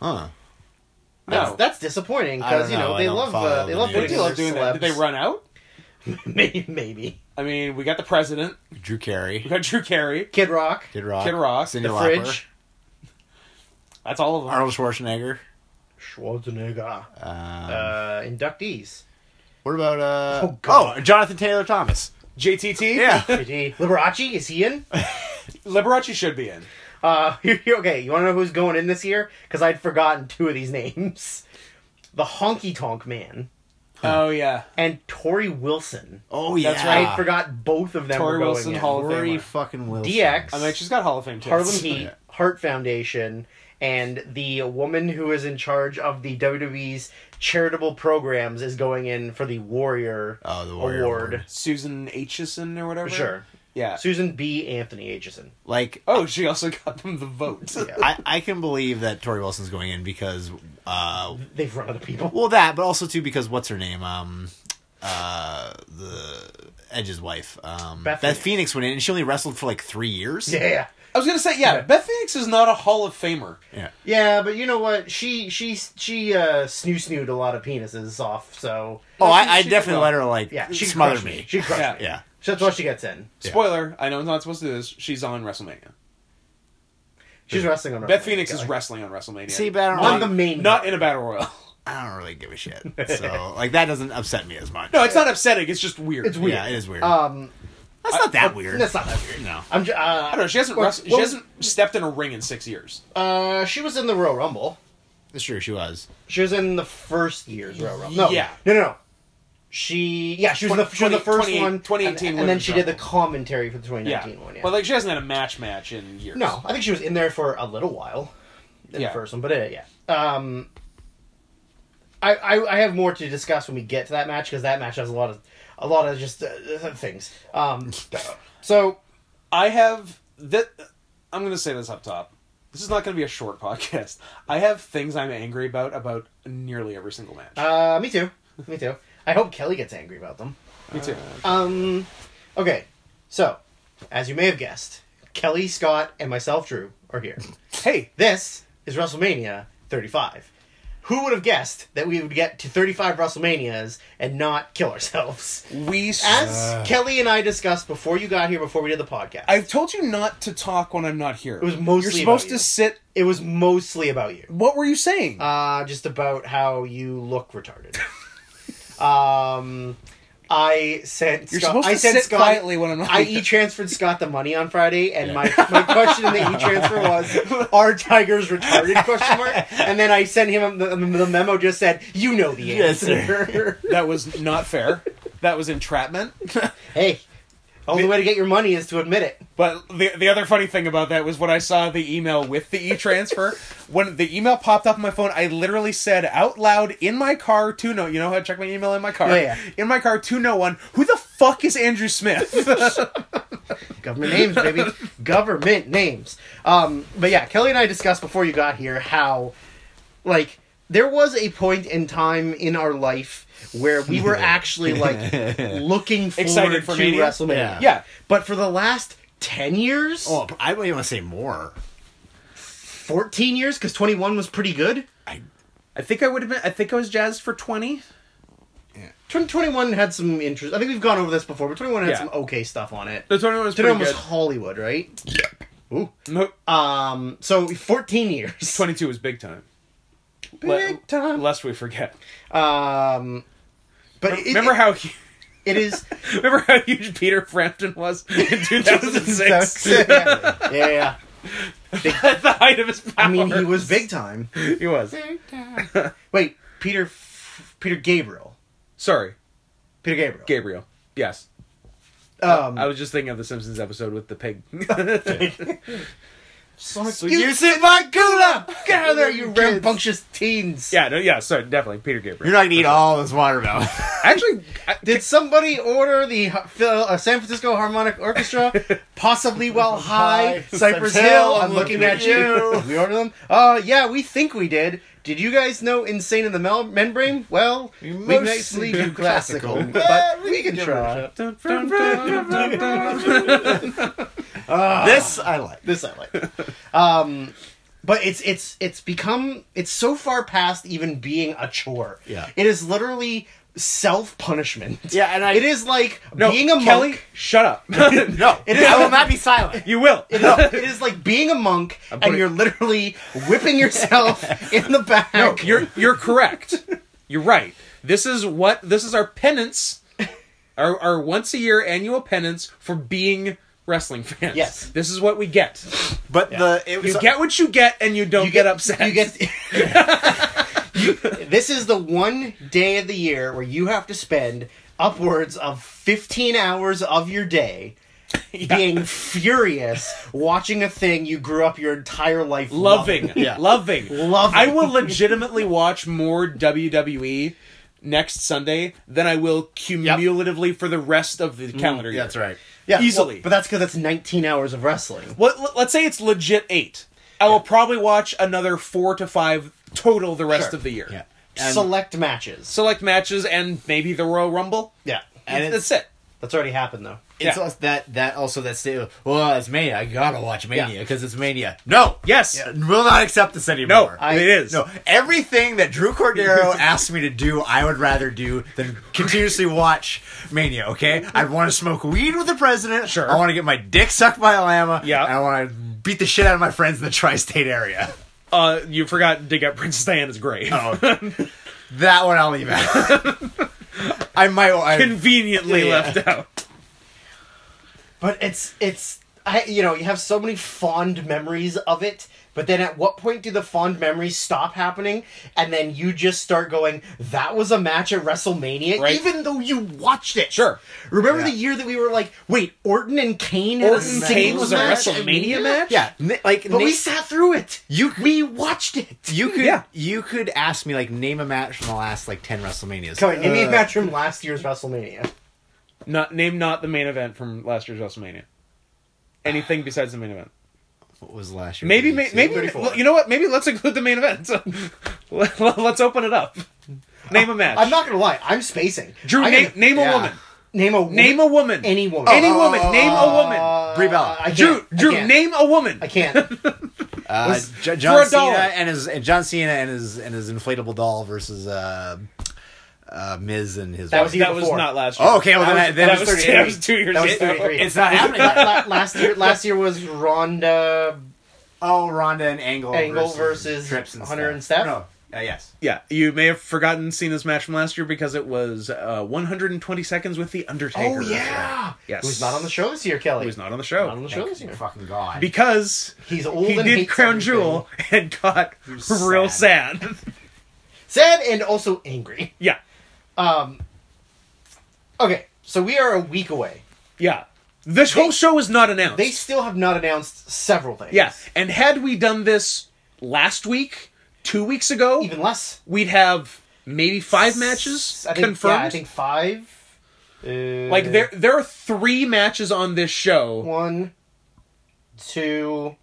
[SPEAKER 2] Huh.
[SPEAKER 1] No,
[SPEAKER 3] That's, that's disappointing
[SPEAKER 2] I don't
[SPEAKER 3] because you
[SPEAKER 2] know.
[SPEAKER 3] know
[SPEAKER 2] I
[SPEAKER 3] they
[SPEAKER 2] don't
[SPEAKER 3] love
[SPEAKER 2] follow
[SPEAKER 3] uh, they
[SPEAKER 2] the
[SPEAKER 3] love
[SPEAKER 2] news.
[SPEAKER 1] they
[SPEAKER 3] putting
[SPEAKER 1] do
[SPEAKER 3] in
[SPEAKER 1] love doing that. Did
[SPEAKER 3] their
[SPEAKER 1] they
[SPEAKER 3] celebs.
[SPEAKER 1] run out?
[SPEAKER 3] maybe, maybe
[SPEAKER 1] I mean, we got the president.
[SPEAKER 2] Drew Carey.
[SPEAKER 1] We got Drew Carey,
[SPEAKER 3] Kid Rock,
[SPEAKER 2] Kid Rock.
[SPEAKER 1] Kid Rock,
[SPEAKER 2] Cyndi
[SPEAKER 3] the
[SPEAKER 2] Lauper,
[SPEAKER 3] fridge,
[SPEAKER 1] That's all of them.
[SPEAKER 2] Arnold Schwarzenegger.
[SPEAKER 3] Schwarzenegger,
[SPEAKER 2] Um,
[SPEAKER 3] uh, inductees,
[SPEAKER 2] what about uh?
[SPEAKER 3] Oh, God.
[SPEAKER 2] oh, Jonathan Taylor Thomas.
[SPEAKER 1] JTT.
[SPEAKER 2] Yeah.
[SPEAKER 3] JD. Liberace is he in?
[SPEAKER 1] Liberace should be in.
[SPEAKER 3] Uh, okay, you want to know who's going in this year? Because I'd forgotten two of these names: the Honky Tonk Man
[SPEAKER 1] Oh yeah.
[SPEAKER 3] and Tori Wilson.
[SPEAKER 2] Oh yeah.
[SPEAKER 1] That's
[SPEAKER 3] I forgot both of them.
[SPEAKER 1] Tori
[SPEAKER 3] were going
[SPEAKER 1] Wilson,
[SPEAKER 3] in.
[SPEAKER 1] Hall of
[SPEAKER 2] Rory
[SPEAKER 1] Famer.
[SPEAKER 2] fucking Wilson.
[SPEAKER 3] DX.
[SPEAKER 1] I mean, she's got Hall of Fame too.
[SPEAKER 3] Harlem Heat,
[SPEAKER 2] Yeah.
[SPEAKER 3] Hart Foundation, and the woman who is in charge of the WWE's charitable programs is going in for the Warrior,
[SPEAKER 2] Oh, the Warrior
[SPEAKER 3] Award.
[SPEAKER 2] Award.
[SPEAKER 1] Susan Aitchison or whatever.
[SPEAKER 3] For sure.
[SPEAKER 1] Yeah.
[SPEAKER 3] Susan B. Anthony Aitchison.
[SPEAKER 2] Like
[SPEAKER 1] Oh, she also got them the vote.
[SPEAKER 3] Yeah.
[SPEAKER 2] I, I can believe that Tori Wilson's going in because uh
[SPEAKER 3] They've run out of people.
[SPEAKER 2] well that, but also too because what's her name? Um uh the Edge's wife. Um
[SPEAKER 3] Beth
[SPEAKER 2] Beth, Phoenix went in and she only wrestled for like three years.
[SPEAKER 3] Yeah.
[SPEAKER 1] I was gonna say, yeah,
[SPEAKER 3] Yeah.
[SPEAKER 1] Beth Phoenix is not a Hall of Famer.
[SPEAKER 2] Yeah.
[SPEAKER 3] Yeah, but you know what? She she she uh snoo snooed a lot of penises off, so
[SPEAKER 2] Oh,
[SPEAKER 1] No,
[SPEAKER 2] I,
[SPEAKER 1] she-
[SPEAKER 2] I
[SPEAKER 1] she
[SPEAKER 2] definitely
[SPEAKER 1] did
[SPEAKER 2] let
[SPEAKER 1] well.
[SPEAKER 2] her like
[SPEAKER 3] yeah, she
[SPEAKER 2] smother
[SPEAKER 3] crushed
[SPEAKER 2] me.
[SPEAKER 3] She crushed
[SPEAKER 1] Yeah.
[SPEAKER 3] me.
[SPEAKER 2] Yeah.
[SPEAKER 3] So that's why she gets in.
[SPEAKER 2] Yeah.
[SPEAKER 1] Spoiler: I know I'm not supposed to do this. She's on WrestleMania.
[SPEAKER 3] She's wrestling on
[SPEAKER 1] Beth
[SPEAKER 3] WrestleMania,
[SPEAKER 1] Phoenix
[SPEAKER 3] so
[SPEAKER 1] is
[SPEAKER 3] I-
[SPEAKER 1] wrestling on WrestleMania.
[SPEAKER 2] See, but I don't
[SPEAKER 3] on
[SPEAKER 2] really-
[SPEAKER 3] the main
[SPEAKER 1] not in a battle royal.
[SPEAKER 2] I don't really give a shit. So like that doesn't upset me as much.
[SPEAKER 1] No, it's not upsetting. It's just weird.
[SPEAKER 3] It's weird.
[SPEAKER 2] Yeah, it is weird.
[SPEAKER 3] um
[SPEAKER 2] that's not that
[SPEAKER 3] and
[SPEAKER 2] weird.
[SPEAKER 3] that's not that weird.
[SPEAKER 2] No.
[SPEAKER 3] I'm ju- uh,
[SPEAKER 1] I don't know. She hasn't
[SPEAKER 3] Well,
[SPEAKER 1] wrestled,
[SPEAKER 3] well-
[SPEAKER 1] she hasn't stepped in a ring in six years.
[SPEAKER 3] uh she was in the Royal Rumble.
[SPEAKER 2] That's true, she was.
[SPEAKER 3] She was in the first year's Royal Rumble. No,
[SPEAKER 1] Yeah.
[SPEAKER 3] no, no. no. She yeah, she was, in the, she was in the
[SPEAKER 1] 20
[SPEAKER 3] first
[SPEAKER 1] 20
[SPEAKER 3] one,
[SPEAKER 1] 2018
[SPEAKER 3] and, and then
[SPEAKER 1] Women's
[SPEAKER 3] she did the
[SPEAKER 1] Rumble.
[SPEAKER 3] commentary for the
[SPEAKER 1] Yeah.
[SPEAKER 3] 2019 one. Yeah.
[SPEAKER 1] But like, she hasn't had a match match in years.
[SPEAKER 3] no, I think she was in there for a little while in
[SPEAKER 1] Yeah.
[SPEAKER 3] the first one, but uh, yeah. Um, I, I I have more to discuss when we get to that match because that match has a lot of a lot of just uh, uh, things. Um, so
[SPEAKER 1] I have that. I'm gonna say this up top. This is not gonna be a short podcast. I have things I'm angry about about nearly every single match.
[SPEAKER 3] uh, me too, me too. I hope Kelly gets angry about them.
[SPEAKER 1] Me too.
[SPEAKER 3] Um, okay, so as you may have guessed, Kelly, Scott, and myself, Drew, are here.
[SPEAKER 1] hey,
[SPEAKER 3] This is WrestleMania 35. Who would have guessed that we would get to 35 WrestleManias and not kill ourselves?
[SPEAKER 1] we. s-
[SPEAKER 3] As
[SPEAKER 1] Uh.
[SPEAKER 3] Kelly and I discussed before you got here, before we did the podcast,
[SPEAKER 1] I've told you not to talk when I'm not here. It
[SPEAKER 3] was mostly
[SPEAKER 1] You're supposed to
[SPEAKER 3] about you.
[SPEAKER 1] sit.
[SPEAKER 3] it was mostly about you.
[SPEAKER 1] What were you saying?
[SPEAKER 3] Uh, just about how you look retarded. um, I sent
[SPEAKER 1] You're
[SPEAKER 3] Scott-
[SPEAKER 1] supposed
[SPEAKER 3] I
[SPEAKER 1] to
[SPEAKER 3] sent
[SPEAKER 1] sit
[SPEAKER 3] Scott,
[SPEAKER 1] quietly when I'm not
[SPEAKER 3] I
[SPEAKER 1] here.
[SPEAKER 3] e transferred Scott the money on Friday, and my, my question in the e transfer was, "Are tigers retarded?" Question mark. And then I sent him the, the memo. Just said, "You know the
[SPEAKER 2] Yes,
[SPEAKER 3] answer."
[SPEAKER 1] that was not fair. That was entrapment.
[SPEAKER 3] hey, only way to get your money is to admit it.
[SPEAKER 1] But the the other funny thing about that was when I saw the email with the e transfer, when the email popped up on my phone, I literally said out loud in my car to no, you know how I check my email in my car,
[SPEAKER 3] Yeah, yeah.
[SPEAKER 1] in my car to no one, who the fuck is Andrew Smith?
[SPEAKER 3] Government names, baby. government names. Um, but yeah, Kelly and I discussed before you got here how, like, there was a point in time in our life where we were actually like looking forward
[SPEAKER 1] Excited for
[SPEAKER 3] to
[SPEAKER 1] Mania?
[SPEAKER 3] WrestleMania.
[SPEAKER 2] Yeah.
[SPEAKER 1] Yeah.
[SPEAKER 3] But for the last ten years,
[SPEAKER 2] Oh, I don't even want to say more.
[SPEAKER 3] fourteen years, because twenty one was pretty good.
[SPEAKER 1] I think I would have been. I think I was jazzed for twenty.
[SPEAKER 3] 2021 had some interest. I think we've gone over this before, but 21 had
[SPEAKER 1] Yeah.
[SPEAKER 3] some okay stuff on it.
[SPEAKER 1] The twenty one Uh, was pretty
[SPEAKER 3] 21 was
[SPEAKER 1] good.
[SPEAKER 3] Hollywood, right?
[SPEAKER 1] No,
[SPEAKER 3] Um, so 14 years.
[SPEAKER 1] twenty two was big time.
[SPEAKER 3] Big time.
[SPEAKER 1] Lest we forget.
[SPEAKER 3] um, but it-
[SPEAKER 1] Remember
[SPEAKER 3] it-
[SPEAKER 1] how hu-
[SPEAKER 3] it is.
[SPEAKER 1] remember how huge Peter Frampton was in two thousand six.
[SPEAKER 3] yeah, yeah.
[SPEAKER 1] At the height of his power.
[SPEAKER 3] I mean, he was big time.
[SPEAKER 1] He was.
[SPEAKER 3] Wait, Peter, F- Peter Gabriel,
[SPEAKER 1] Sorry,
[SPEAKER 3] Peter Gabriel.
[SPEAKER 1] Gabriel. Yes,
[SPEAKER 3] um,
[SPEAKER 1] I was just thinking of the Simpsons episode with the pig.
[SPEAKER 3] Sonic
[SPEAKER 2] So
[SPEAKER 3] Youth.
[SPEAKER 2] you sit my gula.
[SPEAKER 3] Get out of there, you
[SPEAKER 2] Kids.
[SPEAKER 3] rambunctious teens!
[SPEAKER 1] yeah, no, yeah. Sorry, definitely Peter Gabriel.
[SPEAKER 2] You're not gonna eat all this watermelon.
[SPEAKER 1] actually. I,
[SPEAKER 3] Did somebody order the Ha- Phil- uh, San Francisco Harmonic Orchestra? Possibly while high,
[SPEAKER 2] High,
[SPEAKER 3] Cypress Hill. I'm looking at you. Did we order them. Uh, yeah, we think we did. Did you guys know Insane in the Mel- Membrane? Well, we,
[SPEAKER 2] mostly
[SPEAKER 3] mostly
[SPEAKER 2] do
[SPEAKER 3] do classical,
[SPEAKER 2] classical.
[SPEAKER 3] but we can try.
[SPEAKER 2] this I like.
[SPEAKER 3] This I like. Um, but it's it's it's become it's so far past even being a chore.
[SPEAKER 2] Yeah.
[SPEAKER 3] it is literally self punishment.
[SPEAKER 2] Yeah, and I
[SPEAKER 3] It is like
[SPEAKER 1] no,
[SPEAKER 3] being a
[SPEAKER 1] Kelly,
[SPEAKER 3] monk.
[SPEAKER 1] shut up.
[SPEAKER 2] no.
[SPEAKER 3] It is-
[SPEAKER 2] I will not be silent.
[SPEAKER 1] you will.
[SPEAKER 3] It is, it is like being a monk and
[SPEAKER 1] putting-
[SPEAKER 3] you're literally whipping yourself in the back.
[SPEAKER 1] No, you're you're correct. You're right. This is what this is our penance, our our once a year annual penance for being wrestling fans.
[SPEAKER 3] Yes.
[SPEAKER 1] this is what we get.
[SPEAKER 2] But the it
[SPEAKER 1] You
[SPEAKER 2] was
[SPEAKER 1] get what you get, and you don't
[SPEAKER 3] You
[SPEAKER 1] get, upset.
[SPEAKER 3] You get. You- this is the one day of the year where you have to spend upwards of 15 hours of your day being furious watching a thing you grew up your entire life
[SPEAKER 1] loving,
[SPEAKER 2] Yeah.
[SPEAKER 1] loving,
[SPEAKER 3] Loving.
[SPEAKER 1] I will legitimately watch more WWE next Sunday than I will cumulatively for the rest of the calendar year.
[SPEAKER 2] Mm, That's right.
[SPEAKER 3] Yeah, well,
[SPEAKER 1] easily.
[SPEAKER 3] but that's because that's 19 hours of wrestling.
[SPEAKER 1] Let- let- let's say it's legit eight. I will probably watch another four to five total the rest
[SPEAKER 3] Sure.
[SPEAKER 1] of the year.
[SPEAKER 2] Yeah.
[SPEAKER 3] Select matches.
[SPEAKER 1] select matches and maybe the Royal Rumble.
[SPEAKER 3] Yeah.
[SPEAKER 2] And it's,
[SPEAKER 1] That's it.
[SPEAKER 3] That's already happened though.
[SPEAKER 2] it's
[SPEAKER 1] yeah.
[SPEAKER 2] also that that also that statement. Well, it's Mania. I gotta watch Mania
[SPEAKER 3] Yeah.
[SPEAKER 2] because it's Mania. No.
[SPEAKER 1] Yes.
[SPEAKER 2] Will not accept this
[SPEAKER 1] No,
[SPEAKER 2] anymore.
[SPEAKER 1] it is.
[SPEAKER 2] No, everything that Drew Cordero asked me to do, I would rather do than continuously watch Mania. Okay, I'd want to smoke weed with the president.
[SPEAKER 1] Sure.
[SPEAKER 2] I want to get my dick sucked by a llama.
[SPEAKER 1] Yeah.
[SPEAKER 2] and I want to beat the shit out of my friends in the tri-state area.
[SPEAKER 1] Uh, you forgot to dig up Princess Diana's grave.
[SPEAKER 2] Oh, that one I'll leave out. I might. I,
[SPEAKER 1] Conveniently
[SPEAKER 2] Yeah, yeah.
[SPEAKER 1] left out.
[SPEAKER 3] But it's it's I you know you have so many fond memories of it, but then at what point do the fond memories stop happening, and then you just start going, "That was a match at WrestleMania,"
[SPEAKER 1] Right.
[SPEAKER 3] even though you watched it.
[SPEAKER 1] Sure.
[SPEAKER 3] Remember
[SPEAKER 2] Yeah.
[SPEAKER 3] the year that we were like, "Wait, Orton and Kane had a
[SPEAKER 1] Orton
[SPEAKER 3] singles
[SPEAKER 1] Kane was a
[SPEAKER 3] match at
[SPEAKER 1] WrestleMania
[SPEAKER 3] Mania?"
[SPEAKER 1] match.
[SPEAKER 2] yeah, na- like
[SPEAKER 3] But
[SPEAKER 2] na-
[SPEAKER 3] we sat through it.
[SPEAKER 2] You-
[SPEAKER 3] we watched it.
[SPEAKER 2] you could
[SPEAKER 1] Yeah.
[SPEAKER 2] you could ask me like name a match from the last like ten WrestleManias.
[SPEAKER 3] Come on, give me a
[SPEAKER 2] Uh,
[SPEAKER 3] match from last year's WrestleMania.
[SPEAKER 1] Not name not the main event from last year's WrestleMania. Anything besides the main event.
[SPEAKER 2] What was last year?
[SPEAKER 1] Maybe may-
[SPEAKER 2] 32?
[SPEAKER 1] maybe
[SPEAKER 3] 34.
[SPEAKER 1] you know what? Maybe let's include the main event. Let- let's open it up. Name a match.
[SPEAKER 3] I'm not gonna lie, I'm spacing.
[SPEAKER 1] Drew.
[SPEAKER 3] I
[SPEAKER 1] Name,
[SPEAKER 3] gotta-
[SPEAKER 1] name
[SPEAKER 2] yeah.
[SPEAKER 1] a woman.
[SPEAKER 3] name a woman.
[SPEAKER 1] Name a woman.
[SPEAKER 3] any woman.
[SPEAKER 1] Any
[SPEAKER 2] Oh,
[SPEAKER 1] woman.
[SPEAKER 2] oh, oh,
[SPEAKER 1] name
[SPEAKER 2] oh,
[SPEAKER 1] a woman.
[SPEAKER 3] Uh,
[SPEAKER 2] Brie Bella.
[SPEAKER 3] I can't.
[SPEAKER 1] Drew.
[SPEAKER 3] I
[SPEAKER 1] Drew.
[SPEAKER 3] can't.
[SPEAKER 1] Name a woman.
[SPEAKER 3] I can't.
[SPEAKER 2] Uh,
[SPEAKER 1] Was-
[SPEAKER 2] J- John
[SPEAKER 1] a dollar.
[SPEAKER 2] Cena and his and John Cena and his and his inflatable doll versus uh, uh, Miz and his.
[SPEAKER 3] That
[SPEAKER 2] wife.
[SPEAKER 3] was
[SPEAKER 1] that was
[SPEAKER 3] before.
[SPEAKER 1] not last year.
[SPEAKER 2] Oh, okay. Well,
[SPEAKER 3] That was-
[SPEAKER 2] then I- then
[SPEAKER 1] that
[SPEAKER 2] it's
[SPEAKER 1] was,
[SPEAKER 2] 38.
[SPEAKER 1] that was two years
[SPEAKER 3] That was
[SPEAKER 1] ago.
[SPEAKER 3] 33.
[SPEAKER 2] It's not happening.
[SPEAKER 3] La- la- last year, last year was Ronda.
[SPEAKER 2] oh, Ronda and Angle.
[SPEAKER 3] Angle versus Hunter and Steph?
[SPEAKER 2] No. Uh, yes.
[SPEAKER 1] Yeah, you may have forgotten Cena's match from last year because it was uh, 120 seconds with the Undertaker. Yes.
[SPEAKER 3] who's not on the show this year, Kelly?
[SPEAKER 1] He was not on the show
[SPEAKER 3] Oh, Not on the show this year?
[SPEAKER 2] Fucking god.
[SPEAKER 1] because
[SPEAKER 3] He's old
[SPEAKER 1] he
[SPEAKER 3] and
[SPEAKER 1] did
[SPEAKER 3] hates
[SPEAKER 1] Crown
[SPEAKER 3] everything.
[SPEAKER 1] Jewel and got
[SPEAKER 2] was
[SPEAKER 1] real sad.
[SPEAKER 3] Sad and also angry.
[SPEAKER 1] yeah,
[SPEAKER 3] Um. Okay, so we are a week away.
[SPEAKER 1] yeah. This whole show is not announced.
[SPEAKER 3] They still have not announced several things.
[SPEAKER 1] yeah, and had we done this last week, two weeks ago,
[SPEAKER 3] even less
[SPEAKER 1] we'd have maybe five matches
[SPEAKER 3] I think,
[SPEAKER 1] confirmed.
[SPEAKER 3] Yeah, I think five. Uh,
[SPEAKER 1] like there, there are three matches on this show.
[SPEAKER 3] one, two,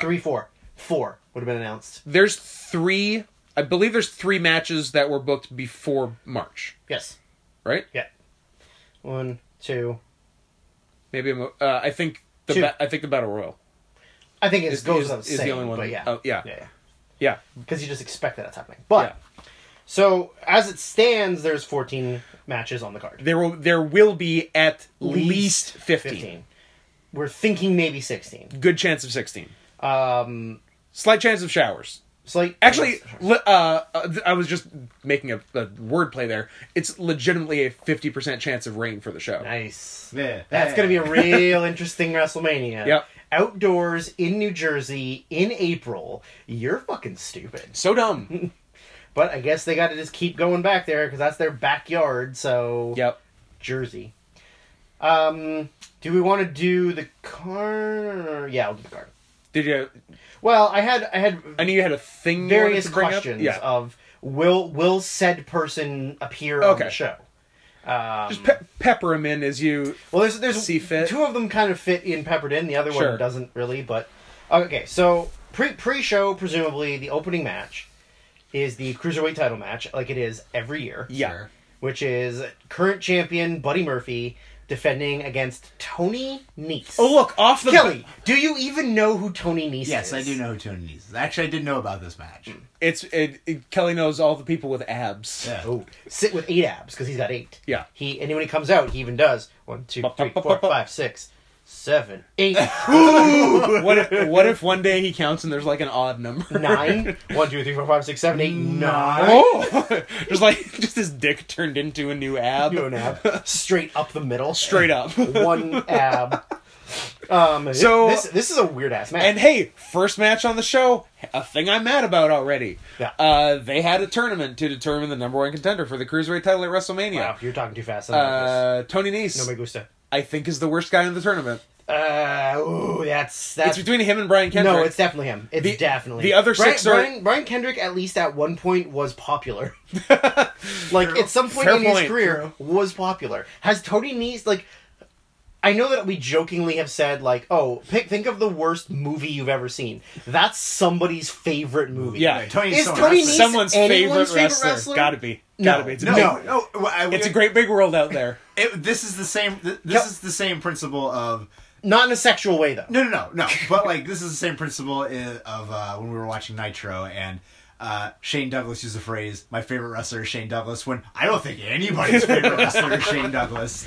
[SPEAKER 3] three, four. Four would have been announced.
[SPEAKER 1] There's three. I believe there's three matches that were booked before March,
[SPEAKER 3] Yes.
[SPEAKER 1] right?
[SPEAKER 3] Yeah. One, two.
[SPEAKER 1] Maybe I'm, uh, I think the
[SPEAKER 3] Two.
[SPEAKER 1] ba- I think the Battle Royal.
[SPEAKER 3] I think it
[SPEAKER 1] Is-
[SPEAKER 3] goes
[SPEAKER 1] is-
[SPEAKER 3] without
[SPEAKER 1] is the
[SPEAKER 3] saying,
[SPEAKER 1] only one-
[SPEAKER 3] But yeah.
[SPEAKER 1] oh, yeah.
[SPEAKER 3] Yeah.
[SPEAKER 1] Yeah,
[SPEAKER 3] Because you just expect that that's happening. But so as it stands, there's 14 matches on the card.
[SPEAKER 1] there will there will be at least 15.
[SPEAKER 3] We're thinking maybe 16.
[SPEAKER 1] Good chance of 16.
[SPEAKER 3] Um,
[SPEAKER 1] Slight chance of showers.
[SPEAKER 3] so like
[SPEAKER 1] Actually, le- uh, uh, th- I was just making a, a word play there. It's legitimately a 50% chance of rain for the show.
[SPEAKER 3] nice.
[SPEAKER 2] Yeah.
[SPEAKER 3] That's gonna be a real interesting WrestleMania.
[SPEAKER 1] Yep.
[SPEAKER 3] Outdoors in New Jersey in April. You're fucking stupid.
[SPEAKER 1] So dumb.
[SPEAKER 3] But I guess they got to just keep going back there because that's their backyard. So
[SPEAKER 1] yep.
[SPEAKER 3] Jersey. Um, do we want to do the card? Yeah, I'll do the card.
[SPEAKER 1] Did you?
[SPEAKER 3] Well, I had I had
[SPEAKER 1] I knew you had a thing. you wanted
[SPEAKER 3] various
[SPEAKER 1] to bring up.
[SPEAKER 3] questions
[SPEAKER 1] Yeah.
[SPEAKER 3] of will will said person appear on the
[SPEAKER 1] Okay.
[SPEAKER 3] show. Um,
[SPEAKER 1] just pe- pepper them in as you.
[SPEAKER 3] Well, there's there's
[SPEAKER 1] See fit.
[SPEAKER 3] two of them kind of fit in peppered in. The other one
[SPEAKER 1] Sure.
[SPEAKER 3] doesn't really. But okay, so pre pre show presumably the opening match is the cruiserweight title match, like it is every year,
[SPEAKER 1] Yeah.
[SPEAKER 2] Sure.
[SPEAKER 3] which is current champion Buddy Murphy defending against Tony Nese.
[SPEAKER 1] Oh look, off the
[SPEAKER 3] Kelly, do you even know who Tony Nese
[SPEAKER 2] Yes,
[SPEAKER 3] is?
[SPEAKER 2] I do know who Tony is. Actually, I did know about this match.
[SPEAKER 1] It's it, it- Kelly knows all the people with abs.
[SPEAKER 2] Yeah.
[SPEAKER 3] Oh, sit with eight abs because he's got eight.
[SPEAKER 1] Yeah.
[SPEAKER 3] He and when he comes out, he even does one, two,
[SPEAKER 1] Bop,
[SPEAKER 3] three,
[SPEAKER 1] bop,
[SPEAKER 3] four,
[SPEAKER 1] bop, bop.
[SPEAKER 3] five, six, seven, eight.
[SPEAKER 1] What if what if one day he counts and there's like an odd number?
[SPEAKER 3] nine. One, two, three, four, five, six, seven, eight, nine.
[SPEAKER 1] Oh, just like just his dick turned into a new ab.
[SPEAKER 3] You know, an ab. Straight up the middle.
[SPEAKER 1] Straight up.
[SPEAKER 3] One ab. Um,
[SPEAKER 1] So-
[SPEAKER 3] this this is a weird ass match.
[SPEAKER 1] And hey, first match on the show, a thing I'm mad about already.
[SPEAKER 3] Yeah.
[SPEAKER 1] Uh, they had a tournament to determine the number one contender for the cruiserweight title at
[SPEAKER 3] wow,
[SPEAKER 1] WrestleMania.
[SPEAKER 3] you're talking too fast. I'm nervous.
[SPEAKER 1] Uh, Tony Nese,
[SPEAKER 3] no me gusta.
[SPEAKER 1] I think, is the worst guy in the tournament.
[SPEAKER 3] Uh, ooh, that's that's.
[SPEAKER 1] it's between him and Brian Kendrick.
[SPEAKER 3] no, it's definitely him. It's
[SPEAKER 1] The-
[SPEAKER 3] definitely
[SPEAKER 1] the
[SPEAKER 3] him.
[SPEAKER 1] other
[SPEAKER 3] Brian,
[SPEAKER 1] six are-
[SPEAKER 3] Brian, Brian Kendrick. At least at one point was popular. like
[SPEAKER 2] True.
[SPEAKER 3] at some point
[SPEAKER 1] Fair
[SPEAKER 3] in his
[SPEAKER 1] point.
[SPEAKER 3] career was popular. Has Tony Nese like? I know that we jokingly have said like, "Oh, pick, think of the worst movie you've ever seen." That's somebody's favorite movie.
[SPEAKER 1] Yeah.
[SPEAKER 2] Right, Tony
[SPEAKER 3] Is
[SPEAKER 2] so
[SPEAKER 3] Tony
[SPEAKER 2] nice.
[SPEAKER 3] Nese-
[SPEAKER 1] someone's
[SPEAKER 3] anyone's
[SPEAKER 1] favorite,
[SPEAKER 3] favorite
[SPEAKER 1] wrestler.
[SPEAKER 3] wrestler?
[SPEAKER 1] Gotta be.
[SPEAKER 3] No.
[SPEAKER 1] Gotta be. It's a,
[SPEAKER 2] No,
[SPEAKER 1] big-
[SPEAKER 2] no. I-
[SPEAKER 1] it's a great big world out there.
[SPEAKER 2] it- this is the same. This is the same principle of
[SPEAKER 3] Not in a sexual way though.
[SPEAKER 2] No, no, no, no. But like this is the same principle i- of uh, when we were watching Nitro and uh, Shane Douglas used the phrase "my favorite wrestler is Shane Douglas" when I don't think anybody's favorite wrestler is Shane Douglas.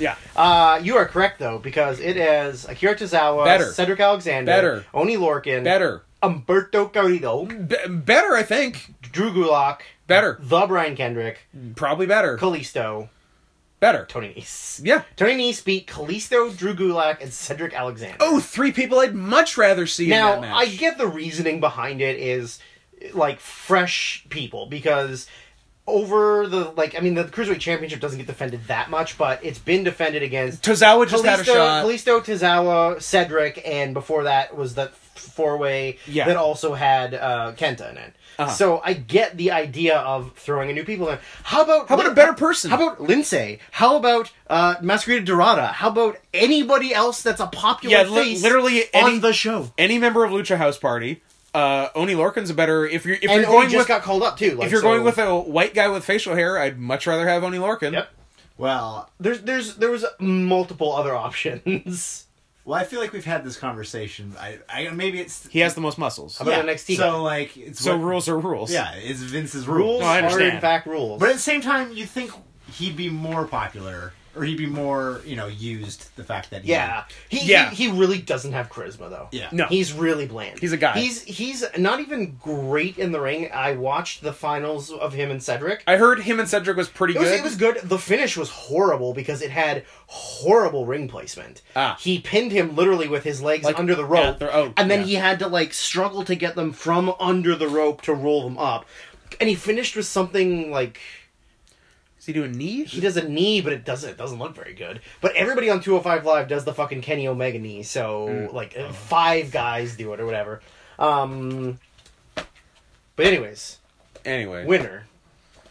[SPEAKER 1] Yeah.
[SPEAKER 3] Uh, you are correct though because it is Akira Tozawa,
[SPEAKER 1] Better.
[SPEAKER 3] Cedric Alexander,
[SPEAKER 1] Better.
[SPEAKER 3] Oni Lorkin,
[SPEAKER 1] Better.
[SPEAKER 3] Umberto Carrillo,
[SPEAKER 1] Be- better, I think.
[SPEAKER 3] Drew Gulak,
[SPEAKER 1] Better. Hmm.
[SPEAKER 3] the Brian Kendrick,
[SPEAKER 1] Probably better.
[SPEAKER 3] Kalisto,
[SPEAKER 1] Better.
[SPEAKER 3] Tony Nese.
[SPEAKER 1] Yeah.
[SPEAKER 3] Tony Nese beat Kalisto, Drew Gulak, and Cedric Alexander.
[SPEAKER 1] Oh, three people I'd much rather see
[SPEAKER 3] now
[SPEAKER 1] in that match.
[SPEAKER 3] I get the reasoning behind it is like fresh people because over the like I mean the cruiserweight championship doesn't get defended that much, but it's been defended against
[SPEAKER 1] Tozawa just had a
[SPEAKER 3] Kalisto,
[SPEAKER 1] shot.
[SPEAKER 3] Kalisto, Tozawa, Cedric, and before that was the four way
[SPEAKER 1] Yeah.
[SPEAKER 3] that also had uh, Kenta in it.
[SPEAKER 1] Uh-huh.
[SPEAKER 3] So I get the idea of throwing a new people in. How about
[SPEAKER 1] How about a better person?
[SPEAKER 3] How about Lindsay? How about uh, Masquerita Dorada? How about anybody else that's a popular
[SPEAKER 1] Yeah, li-
[SPEAKER 3] face
[SPEAKER 1] literally any-
[SPEAKER 3] on the show?
[SPEAKER 1] Any member of Lucha House Party, uh, Oni Lorcan's a better. If you're if
[SPEAKER 3] And
[SPEAKER 1] you're going
[SPEAKER 3] just
[SPEAKER 1] with
[SPEAKER 3] got called up too. like,
[SPEAKER 1] if you're
[SPEAKER 3] so-
[SPEAKER 1] going with a white guy with facial hair, I'd much rather have Oni Lorcan.
[SPEAKER 3] yep,
[SPEAKER 2] Well,
[SPEAKER 3] there's there's there was multiple other options.
[SPEAKER 2] well, I feel like we've had this conversation. I, I maybe it's
[SPEAKER 1] He has the most muscles.
[SPEAKER 3] How about NXT?
[SPEAKER 2] So like, it's
[SPEAKER 1] So
[SPEAKER 2] what-
[SPEAKER 1] rules are rules.
[SPEAKER 2] Yeah, it's Vince's rules.
[SPEAKER 3] rules
[SPEAKER 1] No, I
[SPEAKER 3] are in
[SPEAKER 1] understand.
[SPEAKER 3] fact rules.
[SPEAKER 2] But at the same time, you think he'd be more popular or he'd be more, you know, used. The fact that he,
[SPEAKER 3] Yeah. He,
[SPEAKER 1] Yeah.
[SPEAKER 3] He, he really doesn't have charisma though.
[SPEAKER 2] Yeah.
[SPEAKER 1] No.
[SPEAKER 3] He's really bland.
[SPEAKER 1] He's a guy.
[SPEAKER 3] He's he's not even great in the ring. I watched the finals of him and Cedric.
[SPEAKER 1] I heard him and Cedric was pretty
[SPEAKER 3] It was,
[SPEAKER 1] good.
[SPEAKER 3] it was good. The finish was horrible because it had horrible ring placement.
[SPEAKER 1] Ah.
[SPEAKER 3] He pinned him literally with his legs
[SPEAKER 1] Like,
[SPEAKER 3] under the rope.
[SPEAKER 1] yeah, they're- oh,
[SPEAKER 3] and then
[SPEAKER 1] yeah.
[SPEAKER 3] he had to like struggle to get them from under the rope to roll them up. And he finished with something like
[SPEAKER 1] Is he doing knees?
[SPEAKER 3] he does a knee, but it doesn't it doesn't look very good. But everybody on 205 Live does the fucking Kenny Omega knee, so
[SPEAKER 1] Mm.
[SPEAKER 3] like
[SPEAKER 1] Oh.
[SPEAKER 3] uh, five guys do it or whatever. Um But anyways,
[SPEAKER 1] Anyway,
[SPEAKER 3] winner.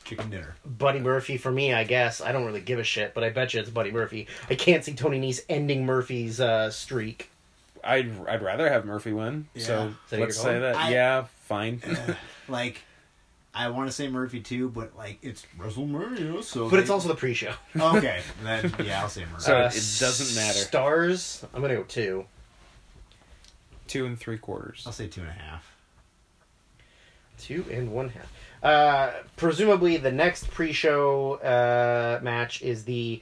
[SPEAKER 2] chicken dinner.
[SPEAKER 3] Buddy Murphy for me, I guess. I don't really give a shit, but I bet you it's Buddy Murphy. I can't see Tony Nese ending Murphy's uh, streak.
[SPEAKER 1] I'd I'd rather have Murphy win. So
[SPEAKER 3] So you're
[SPEAKER 1] let's say
[SPEAKER 3] going?
[SPEAKER 1] that.
[SPEAKER 2] I-
[SPEAKER 1] yeah, fine.
[SPEAKER 2] Like, I want to say Murphy too, but like it's WrestleMania, so.
[SPEAKER 3] But it's
[SPEAKER 2] they-
[SPEAKER 3] also the pre-show. Uh,
[SPEAKER 2] okay. Then yeah, I'll say Murphy.
[SPEAKER 1] So- it doesn't matter.
[SPEAKER 3] Stars. I'm gonna go two.
[SPEAKER 1] Two and three quarters.
[SPEAKER 2] I'll say two and a half.
[SPEAKER 3] Two and one half. Uh, presumably, the next pre-show uh, match is the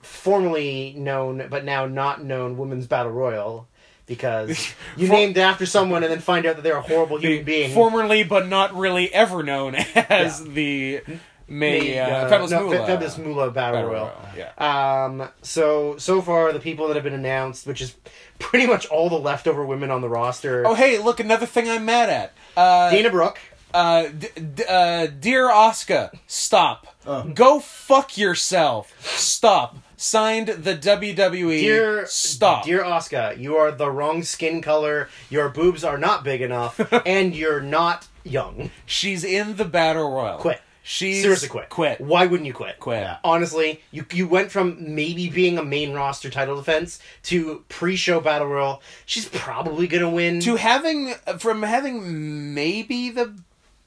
[SPEAKER 3] formerly known but now not known women's battle royal because you
[SPEAKER 1] For-
[SPEAKER 3] named after someone and then find out that they're a horrible human
[SPEAKER 1] The
[SPEAKER 3] being.
[SPEAKER 1] formerly, but not really ever known as the May
[SPEAKER 3] The,
[SPEAKER 1] uh,
[SPEAKER 3] uh,
[SPEAKER 1] Fabulous
[SPEAKER 3] no,
[SPEAKER 1] Moolah.
[SPEAKER 3] Fe- Fabulous Moolah battle,
[SPEAKER 1] Battle
[SPEAKER 3] royal.
[SPEAKER 1] Royal, yeah.
[SPEAKER 3] Um, so so far the people that have been announced, which is pretty much all the leftover women on the roster.
[SPEAKER 1] Oh hey, look another thing I'm mad at. Uh,
[SPEAKER 3] Dana Brooke.
[SPEAKER 1] uh, d- d- uh, dear Oscar, stop.
[SPEAKER 2] Oh.
[SPEAKER 1] Go fuck yourself. Stop. Signed the WWE.
[SPEAKER 3] Dear
[SPEAKER 1] stop.
[SPEAKER 3] Dear Oscar, you are the wrong skin color. Your boobs are not big enough, and you're not young.
[SPEAKER 1] She's in the battle royal.
[SPEAKER 3] Quit.
[SPEAKER 1] She's
[SPEAKER 3] Seriously, quit.
[SPEAKER 1] Quit.
[SPEAKER 3] Why wouldn't you quit?
[SPEAKER 1] Quit.
[SPEAKER 2] Yeah.
[SPEAKER 3] Honestly, you you went from maybe being a main roster title defense to pre-show battle royal. She's probably gonna win.
[SPEAKER 1] To having from having maybe the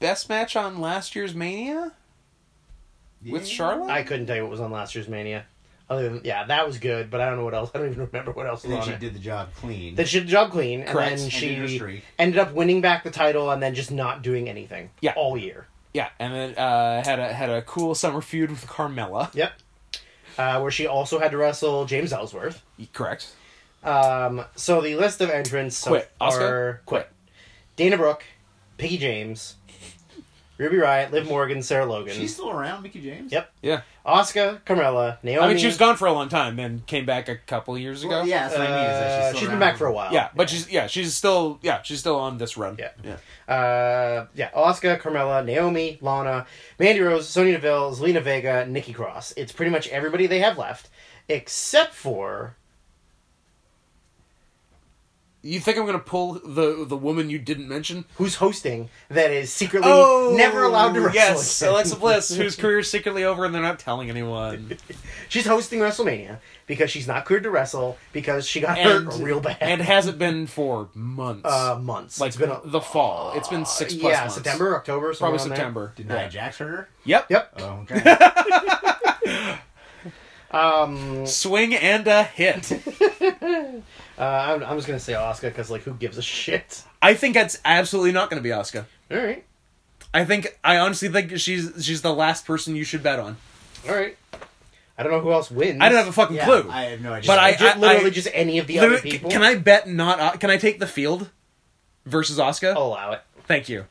[SPEAKER 1] best match on last year's Mania with
[SPEAKER 2] Yeah.
[SPEAKER 1] Charlotte.
[SPEAKER 3] I couldn't tell you what was on last year's Mania. Other than yeah, that was good, but I don't know what else. I don't even remember what else
[SPEAKER 2] And
[SPEAKER 3] was
[SPEAKER 2] then
[SPEAKER 3] on
[SPEAKER 2] she
[SPEAKER 3] it.
[SPEAKER 2] did the job clean.
[SPEAKER 3] Then she did the job clean,
[SPEAKER 1] Correct.
[SPEAKER 3] and then
[SPEAKER 1] And
[SPEAKER 2] did her
[SPEAKER 3] she
[SPEAKER 2] streak.
[SPEAKER 3] ended up winning back the title, and then just not doing anything.
[SPEAKER 1] Yeah.
[SPEAKER 3] all year.
[SPEAKER 1] yeah, and then uh, had a had a cool summer feud with Carmella.
[SPEAKER 3] Yep. Uh, where she also had to wrestle James Ellsworth.
[SPEAKER 1] Correct.
[SPEAKER 3] Um, so the list of entrants so
[SPEAKER 1] Quit.
[SPEAKER 3] are
[SPEAKER 1] Oscar. Quit.
[SPEAKER 3] Dana Brooke, Piggy James, Ruby Riot, Liv Morgan, Sarah Logan,
[SPEAKER 2] She's still around, Mickey James.
[SPEAKER 3] Yep.
[SPEAKER 1] Yeah.
[SPEAKER 3] Oscar, Carmella, Naomi.
[SPEAKER 1] I mean, she was gone for a long time, then came back a couple years ago.
[SPEAKER 2] Well, yeah, that's what I mean. Is that
[SPEAKER 3] Uh,
[SPEAKER 2] she's still
[SPEAKER 3] she's been
[SPEAKER 2] around.
[SPEAKER 3] back for a while.
[SPEAKER 1] yeah, but she's yeah, she's still yeah, she's still on this run.
[SPEAKER 3] Yeah.
[SPEAKER 1] yeah.
[SPEAKER 3] Uh, yeah, Oscar, Carmella, Naomi, Lana, Mandy Rose, Sonya Deville, Zelina Vega, Nikki Cross. It's pretty much everybody they have left, except for
[SPEAKER 1] You think I'm gonna pull the the woman you didn't mention?
[SPEAKER 3] who's hosting that is secretly never allowed to wrestle.
[SPEAKER 1] Oh, Yes,
[SPEAKER 3] again.
[SPEAKER 1] Alexa Bliss, whose career's secretly over and they're not telling anyone.
[SPEAKER 3] She's hosting WrestleMania because she's not cleared to wrestle because she got
[SPEAKER 1] And-
[SPEAKER 3] hurt real bad.
[SPEAKER 1] and hasn't been for months.
[SPEAKER 3] uh, months.
[SPEAKER 1] like
[SPEAKER 3] it's been a, Uh,
[SPEAKER 1] the fall. It's been six plus
[SPEAKER 3] yeah
[SPEAKER 1] months.
[SPEAKER 3] September, October, somewhere
[SPEAKER 1] probably
[SPEAKER 3] around there.
[SPEAKER 1] September.
[SPEAKER 2] Did
[SPEAKER 1] Yeah.
[SPEAKER 2] Nia Jax hurt her?
[SPEAKER 1] Yep.
[SPEAKER 3] Yep.
[SPEAKER 2] Oh, okay.
[SPEAKER 3] Um,
[SPEAKER 1] Swing and a hit.
[SPEAKER 3] uh, I'm, I'm just gonna say Oscar because like who gives a shit?
[SPEAKER 1] I think that's absolutely not going to be Oscar.
[SPEAKER 3] All right,
[SPEAKER 1] I think I honestly think she's she's the last person you should bet on.
[SPEAKER 3] all right. I don't know who else wins.
[SPEAKER 1] I don't have a fucking
[SPEAKER 2] Yeah,
[SPEAKER 1] clue.
[SPEAKER 2] I have no idea.
[SPEAKER 1] But I-
[SPEAKER 3] Ju- literally
[SPEAKER 1] I-
[SPEAKER 3] just any of the
[SPEAKER 1] Literally,
[SPEAKER 3] other
[SPEAKER 1] c-
[SPEAKER 3] people.
[SPEAKER 1] Can I bet not? O- Can I take the field versus Oscar?
[SPEAKER 3] I'll allow it.
[SPEAKER 1] Thank you.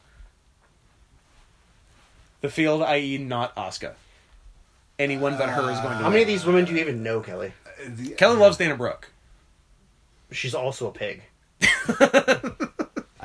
[SPEAKER 1] The field, i.e., not Oscar. Anyone but her is going to.
[SPEAKER 3] How many of these women do you even know, Kelly?
[SPEAKER 2] The-
[SPEAKER 1] Kelly loves Dana Brooke.
[SPEAKER 3] She's also a pig.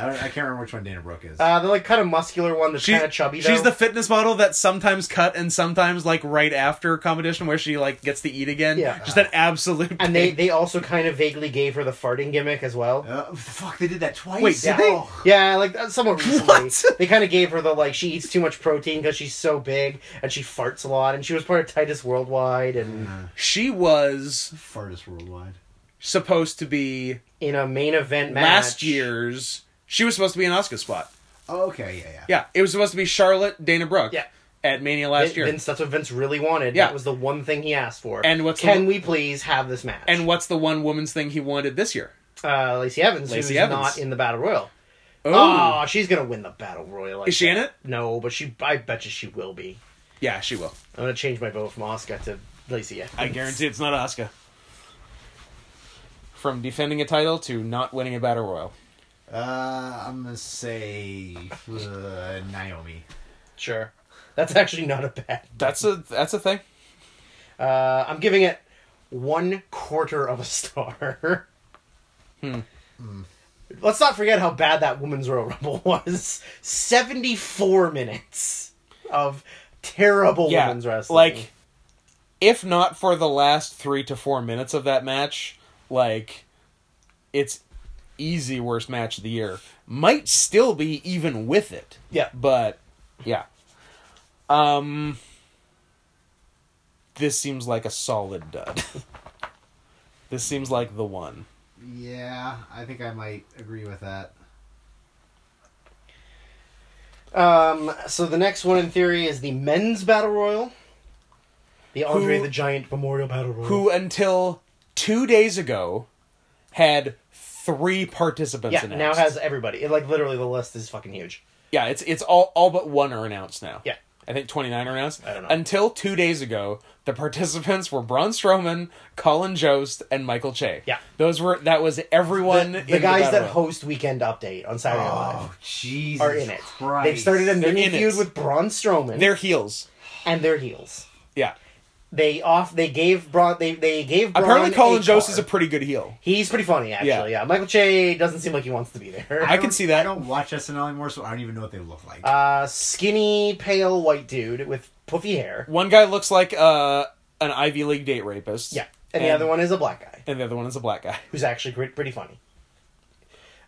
[SPEAKER 2] I, don't, I can't remember which one Dana Brooke is.
[SPEAKER 3] Uh, the like kind of muscular one that's
[SPEAKER 1] She-
[SPEAKER 3] kind of chubby.
[SPEAKER 1] She's
[SPEAKER 3] though.
[SPEAKER 1] the fitness model that's sometimes cut and sometimes like right after competition where she like gets to eat again.
[SPEAKER 3] Yeah.
[SPEAKER 1] just an absolute.
[SPEAKER 3] and they
[SPEAKER 1] pig.
[SPEAKER 3] they also kind of vaguely gave her the farting gimmick as well.
[SPEAKER 2] Uh, fuck, they did that twice.
[SPEAKER 1] Wait, did they?
[SPEAKER 2] Oh.
[SPEAKER 3] Yeah, like uh, somewhat recently.
[SPEAKER 1] What?
[SPEAKER 3] They kind of gave her the like she eats too much protein because she's so big and she farts a lot and she was part of Titus Worldwide and
[SPEAKER 1] she was
[SPEAKER 2] Fartest worldwide.
[SPEAKER 1] supposed to be
[SPEAKER 3] in a main event match
[SPEAKER 1] last year's. She was supposed to be an Oscar spot.
[SPEAKER 2] Oh, okay, yeah, yeah.
[SPEAKER 1] Yeah, it was supposed to be Charlotte Dana Brooke.
[SPEAKER 3] Yeah.
[SPEAKER 1] at Mania
[SPEAKER 3] Vin-
[SPEAKER 1] last year.
[SPEAKER 3] Vince, that's what Vince really wanted.
[SPEAKER 1] Yeah.
[SPEAKER 3] That was the one thing he asked for.
[SPEAKER 1] And what's the
[SPEAKER 3] can
[SPEAKER 1] one-
[SPEAKER 3] we please have this match?
[SPEAKER 1] and what's the one woman's thing he wanted this year?
[SPEAKER 3] uh, Lacey Evans,
[SPEAKER 1] Lacey
[SPEAKER 3] who's
[SPEAKER 1] Evans.
[SPEAKER 3] not in the battle royal.
[SPEAKER 1] Oh,
[SPEAKER 3] Oh, she's gonna win the battle royal. like
[SPEAKER 1] is she in
[SPEAKER 3] that.
[SPEAKER 1] it?
[SPEAKER 3] No, but she. I bet you she will be.
[SPEAKER 1] Yeah, she will.
[SPEAKER 3] I'm gonna change my vote from Oscar to Lacey Evans.
[SPEAKER 1] I guarantee it's not Oscar. From defending a title to not winning a battle royal.
[SPEAKER 2] Uh, I'm gonna say uh, Naomi.
[SPEAKER 3] Sure, that's actually not a bad
[SPEAKER 1] That's a that's a thing.
[SPEAKER 3] Uh, I'm giving it one quarter of a star.
[SPEAKER 1] Hmm.
[SPEAKER 3] Hmm. Let's not forget how bad that woman's Royal Rumble was. 74 minutes of terrible
[SPEAKER 1] yeah,
[SPEAKER 3] women's wrestling.
[SPEAKER 1] like if not for the last three to four minutes of that match, like it's easy worst match of the year. Might still be even with it.
[SPEAKER 3] Yeah.
[SPEAKER 1] but yeah. Um, this seems like a solid dud. this seems like the one.
[SPEAKER 2] Yeah, I think I might agree with that.
[SPEAKER 3] Um, so the next one in theory is the men's battle royal, the Andre the Giant Memorial Battle Royal.
[SPEAKER 1] Who until two days ago had three participants
[SPEAKER 3] yeah,
[SPEAKER 1] announced.
[SPEAKER 3] now has everybody. It, like literally, the list is fucking huge.
[SPEAKER 1] Yeah, it's it's all all but one are announced now.
[SPEAKER 3] Yeah.
[SPEAKER 1] I think twenty nine are announced.
[SPEAKER 3] I don't know.
[SPEAKER 1] Until two days ago, the participants were Braun Strowman, Colin Jost, and Michael Che.
[SPEAKER 3] Yeah.
[SPEAKER 1] those were that was everyone.
[SPEAKER 3] The,
[SPEAKER 1] in
[SPEAKER 3] the guys
[SPEAKER 1] Battle
[SPEAKER 3] that
[SPEAKER 1] Royal. Ah.
[SPEAKER 3] host Weekend Update on Saturday Night Live
[SPEAKER 2] Oh, Jesus
[SPEAKER 3] are in it.
[SPEAKER 2] Christ.
[SPEAKER 3] They've started a
[SPEAKER 1] They're
[SPEAKER 3] mini
[SPEAKER 1] in it.
[SPEAKER 3] feud with Braun Strowman
[SPEAKER 1] they're heels.
[SPEAKER 3] and their heels.
[SPEAKER 1] Yeah,
[SPEAKER 3] They off. They gave Braun. They they gave. Braun
[SPEAKER 1] apparently Colin
[SPEAKER 3] a
[SPEAKER 1] Jost
[SPEAKER 3] car.
[SPEAKER 1] is a pretty good heel.
[SPEAKER 3] He's pretty funny, actually. Yeah.
[SPEAKER 1] Yeah.
[SPEAKER 3] Michael Che doesn't seem like he wants to be there.
[SPEAKER 1] I can see
[SPEAKER 2] I
[SPEAKER 1] that.
[SPEAKER 2] don't watch SNL anymore, so I don't even know what they look like.
[SPEAKER 3] Uh, skinny, pale, white dude with puffy hair.
[SPEAKER 1] One guy looks like uh, an Ivy League date rapist.
[SPEAKER 3] Yeah, and, the other one is a black guy
[SPEAKER 1] and the other one is a black guy.
[SPEAKER 3] who's actually pretty, pretty funny.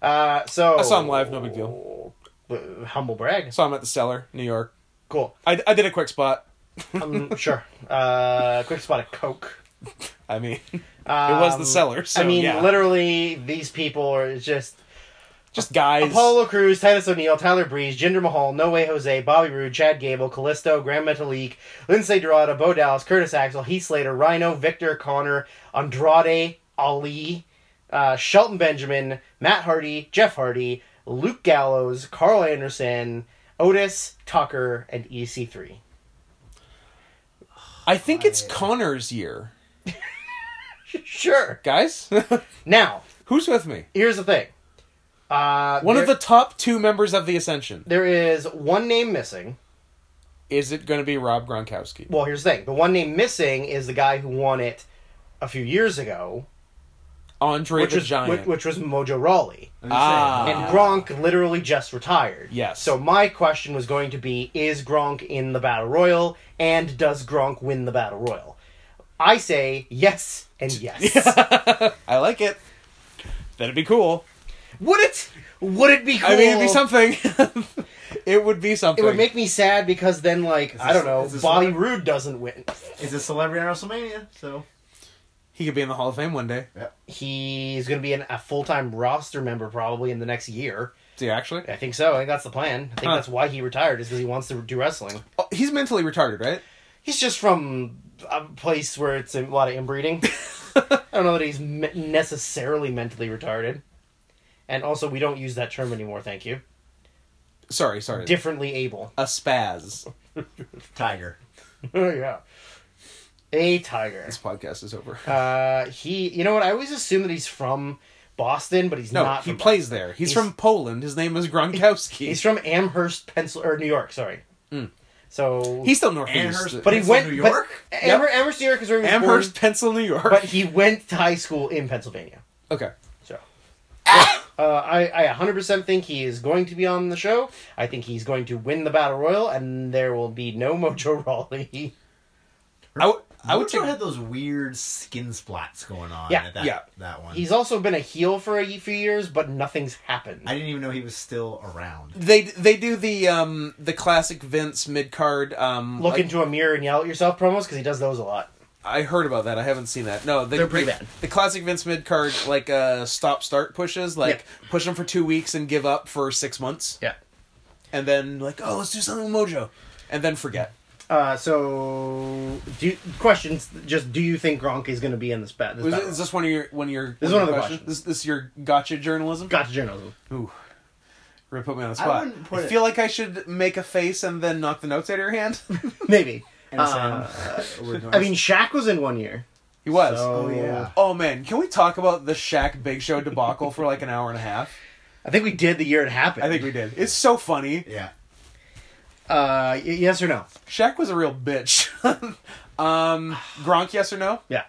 [SPEAKER 3] Uh, so
[SPEAKER 1] I saw him live, no big deal.
[SPEAKER 3] Uh, Humble brag.
[SPEAKER 1] Saw him at the cellar, New York.
[SPEAKER 3] Cool.
[SPEAKER 1] I, I did a quick spot.
[SPEAKER 3] Um, sure. Uh, quick spot of coke.
[SPEAKER 1] I mean, it was the cellar. So,
[SPEAKER 3] Um, I mean,
[SPEAKER 1] yeah.
[SPEAKER 3] literally, these people are just
[SPEAKER 1] just guys.
[SPEAKER 3] Apollo Cruz, Titus O'Neil, Tyler Breeze, Jinder Mahal, No Way Jose, Bobby Roode, Chad Gable, Callisto, Graham Metalik, Lindsay Dorada, Bo Dallas, Curtis Axel, Heath Slater, Rhino, Victor, Connor, Andrade, Ali, uh, Shelton Benjamin, Matt Hardy, Jeff Hardy, Luke Gallows, Carl Anderson, Otis, Tucker, and E EC3.
[SPEAKER 1] I think it's Connor's year,
[SPEAKER 3] Sure.
[SPEAKER 1] guys.
[SPEAKER 3] Now,
[SPEAKER 1] Who's with me?
[SPEAKER 3] here's the thing. Uh,
[SPEAKER 1] One of
[SPEAKER 3] there-
[SPEAKER 1] the top two members of the Ascension.
[SPEAKER 3] there is one name missing.
[SPEAKER 1] Is it going to be Rob Gronkowski?
[SPEAKER 3] Well, here's the thing. The one name missing is the guy who won it a few years ago,
[SPEAKER 1] Andre
[SPEAKER 3] which
[SPEAKER 1] the
[SPEAKER 3] was
[SPEAKER 1] Giant.
[SPEAKER 3] which, which was Mojo Rawley.
[SPEAKER 2] I'm just
[SPEAKER 1] ah.
[SPEAKER 2] saying.
[SPEAKER 3] And Gronk literally just retired.
[SPEAKER 1] Yes.
[SPEAKER 3] So my question was going to be is Gronk in the Battle Royal and does Gronk win the Battle Royal? I say yes and yes.
[SPEAKER 1] I like it. That'd be cool.
[SPEAKER 3] would it? Would it be cool?
[SPEAKER 1] I mean, it'd be something. it would be
[SPEAKER 3] It
[SPEAKER 1] something.
[SPEAKER 3] would make me sad because then, like, I don't know,
[SPEAKER 2] is this
[SPEAKER 3] Bobby
[SPEAKER 2] what-
[SPEAKER 3] Roode doesn't win.
[SPEAKER 2] Is a celebrity on WrestleMania, so.
[SPEAKER 1] he could be in the Hall of Fame one day.
[SPEAKER 3] He's going to be an, a full time roster member probably in the next year.
[SPEAKER 1] Do you actually?
[SPEAKER 3] I think so. I think that's the plan. I think
[SPEAKER 1] Huh.
[SPEAKER 3] that's why he retired is because he wants to do wrestling.
[SPEAKER 1] Oh, he's mentally retarded, right?
[SPEAKER 3] He's just from a place where it's a lot of inbreeding. I don't know that he's me- necessarily mentally retarded. And also, we don't use that term anymore. Thank you.
[SPEAKER 1] Sorry, sorry.
[SPEAKER 3] Differently able.
[SPEAKER 1] a spaz.
[SPEAKER 2] Tiger.
[SPEAKER 3] yeah. A tiger.
[SPEAKER 1] This podcast is over.
[SPEAKER 3] Uh, he. You know what? I always assume that he's from Boston, but he's
[SPEAKER 1] no,
[SPEAKER 3] not.
[SPEAKER 1] he
[SPEAKER 3] from
[SPEAKER 1] plays there. He's,
[SPEAKER 3] He's-
[SPEAKER 1] from Poland. His name is Gronkowski.
[SPEAKER 3] Boston. He's
[SPEAKER 1] He's,
[SPEAKER 3] from Amherst, Pencil or New York. Sorry.
[SPEAKER 1] Hmm.
[SPEAKER 3] So
[SPEAKER 1] still northeast.
[SPEAKER 2] Amherst,
[SPEAKER 3] But he
[SPEAKER 2] Pencil,
[SPEAKER 3] went.
[SPEAKER 2] New
[SPEAKER 3] but-
[SPEAKER 2] York?
[SPEAKER 3] Amher- Amherst, New York is where he was born.
[SPEAKER 1] Amherst, Pencil, New York.
[SPEAKER 3] but he went to high school in Pennsylvania.
[SPEAKER 1] okay.
[SPEAKER 3] So, uh, I, I 100% think he is going to be on the show. I think he's going to win the battle royal, and there will be no Mojo Rawley.
[SPEAKER 1] I would- I would
[SPEAKER 2] Mojo
[SPEAKER 1] take-
[SPEAKER 2] had those weird skin splats going on.
[SPEAKER 3] Yeah,
[SPEAKER 2] at that,
[SPEAKER 1] yeah.
[SPEAKER 2] that one.
[SPEAKER 3] He's also been a heel for a few years, but nothing's happened.
[SPEAKER 2] I didn't even know he was still around.
[SPEAKER 1] They they do the um the classic Vince mid card um
[SPEAKER 3] Look
[SPEAKER 1] like-
[SPEAKER 3] into a mirror and yell at yourself promos because he does those a lot.
[SPEAKER 1] I heard about that. I haven't seen that. No, the,
[SPEAKER 3] They're pretty
[SPEAKER 1] the,
[SPEAKER 3] bad.
[SPEAKER 1] The classic Vince mid card like uh stop start pushes like push them for two weeks and give up for six months
[SPEAKER 3] Yeah.
[SPEAKER 1] and then like oh let's do something with Mojo and then forget.
[SPEAKER 3] Uh, so, do you, questions? Just do you think Gronk is going to be in this bat? This
[SPEAKER 1] Is,
[SPEAKER 3] battle
[SPEAKER 1] is this one of your one of your
[SPEAKER 3] This is
[SPEAKER 1] your
[SPEAKER 3] one of the
[SPEAKER 1] questions?
[SPEAKER 3] questions.
[SPEAKER 1] This this your gotcha journalism?
[SPEAKER 3] royal? Got to journalism.
[SPEAKER 1] Ooh. Really put me on the spot.
[SPEAKER 2] wouldn't put
[SPEAKER 1] I
[SPEAKER 2] it-
[SPEAKER 1] feel like I should make a face and then knock the notes out of your hand.
[SPEAKER 3] Maybe.
[SPEAKER 2] And
[SPEAKER 3] Uh,
[SPEAKER 2] Sam, were
[SPEAKER 3] I mean, Shaq was in one year.
[SPEAKER 1] He was.
[SPEAKER 3] So- uh,
[SPEAKER 2] oh yeah.
[SPEAKER 1] Oh man, can we talk about the Shaq Big Show debacle for like an hour and a half?
[SPEAKER 3] I think we did the year it happened.
[SPEAKER 1] I think we did. It's so funny.
[SPEAKER 2] Yeah.
[SPEAKER 3] Uh, y- yes or no?
[SPEAKER 1] Shaq was a real bitch. um, Gronk, yes or no?
[SPEAKER 3] Yeah.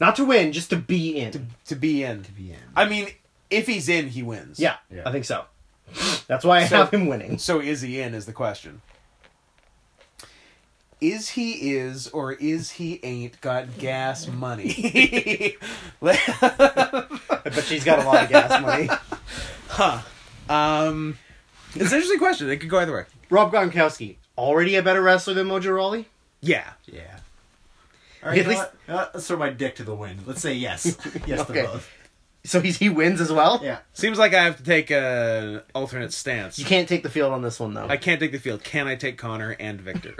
[SPEAKER 3] Not to win, just to be in.
[SPEAKER 1] To be in.
[SPEAKER 2] Yeah.
[SPEAKER 1] I mean, if he's in, he wins.
[SPEAKER 3] yeah,
[SPEAKER 2] Yeah.
[SPEAKER 3] I think so. That's why I
[SPEAKER 1] So-
[SPEAKER 3] have him winning.
[SPEAKER 1] So is he in is the question. Is he is or is he ain't got gas money?
[SPEAKER 3] But she's got a lot of gas money.
[SPEAKER 1] um, it's an interesting question. It could go either way.
[SPEAKER 3] Rob Gronkowski, already a better wrestler than Mojo Rawley?
[SPEAKER 1] Yeah.
[SPEAKER 2] Yeah. All
[SPEAKER 3] At
[SPEAKER 2] right, you know
[SPEAKER 3] least-
[SPEAKER 2] what? You know what? Let's throw my dick to the wind. Let's say yes. yes
[SPEAKER 3] Okay.
[SPEAKER 2] to both.
[SPEAKER 3] So he's he wins as well.
[SPEAKER 2] Yeah.
[SPEAKER 1] Seems like I have to take an alternate stance.
[SPEAKER 3] You can't take the field on this one though.
[SPEAKER 1] I can't take the field. Can I take Connor and Victor?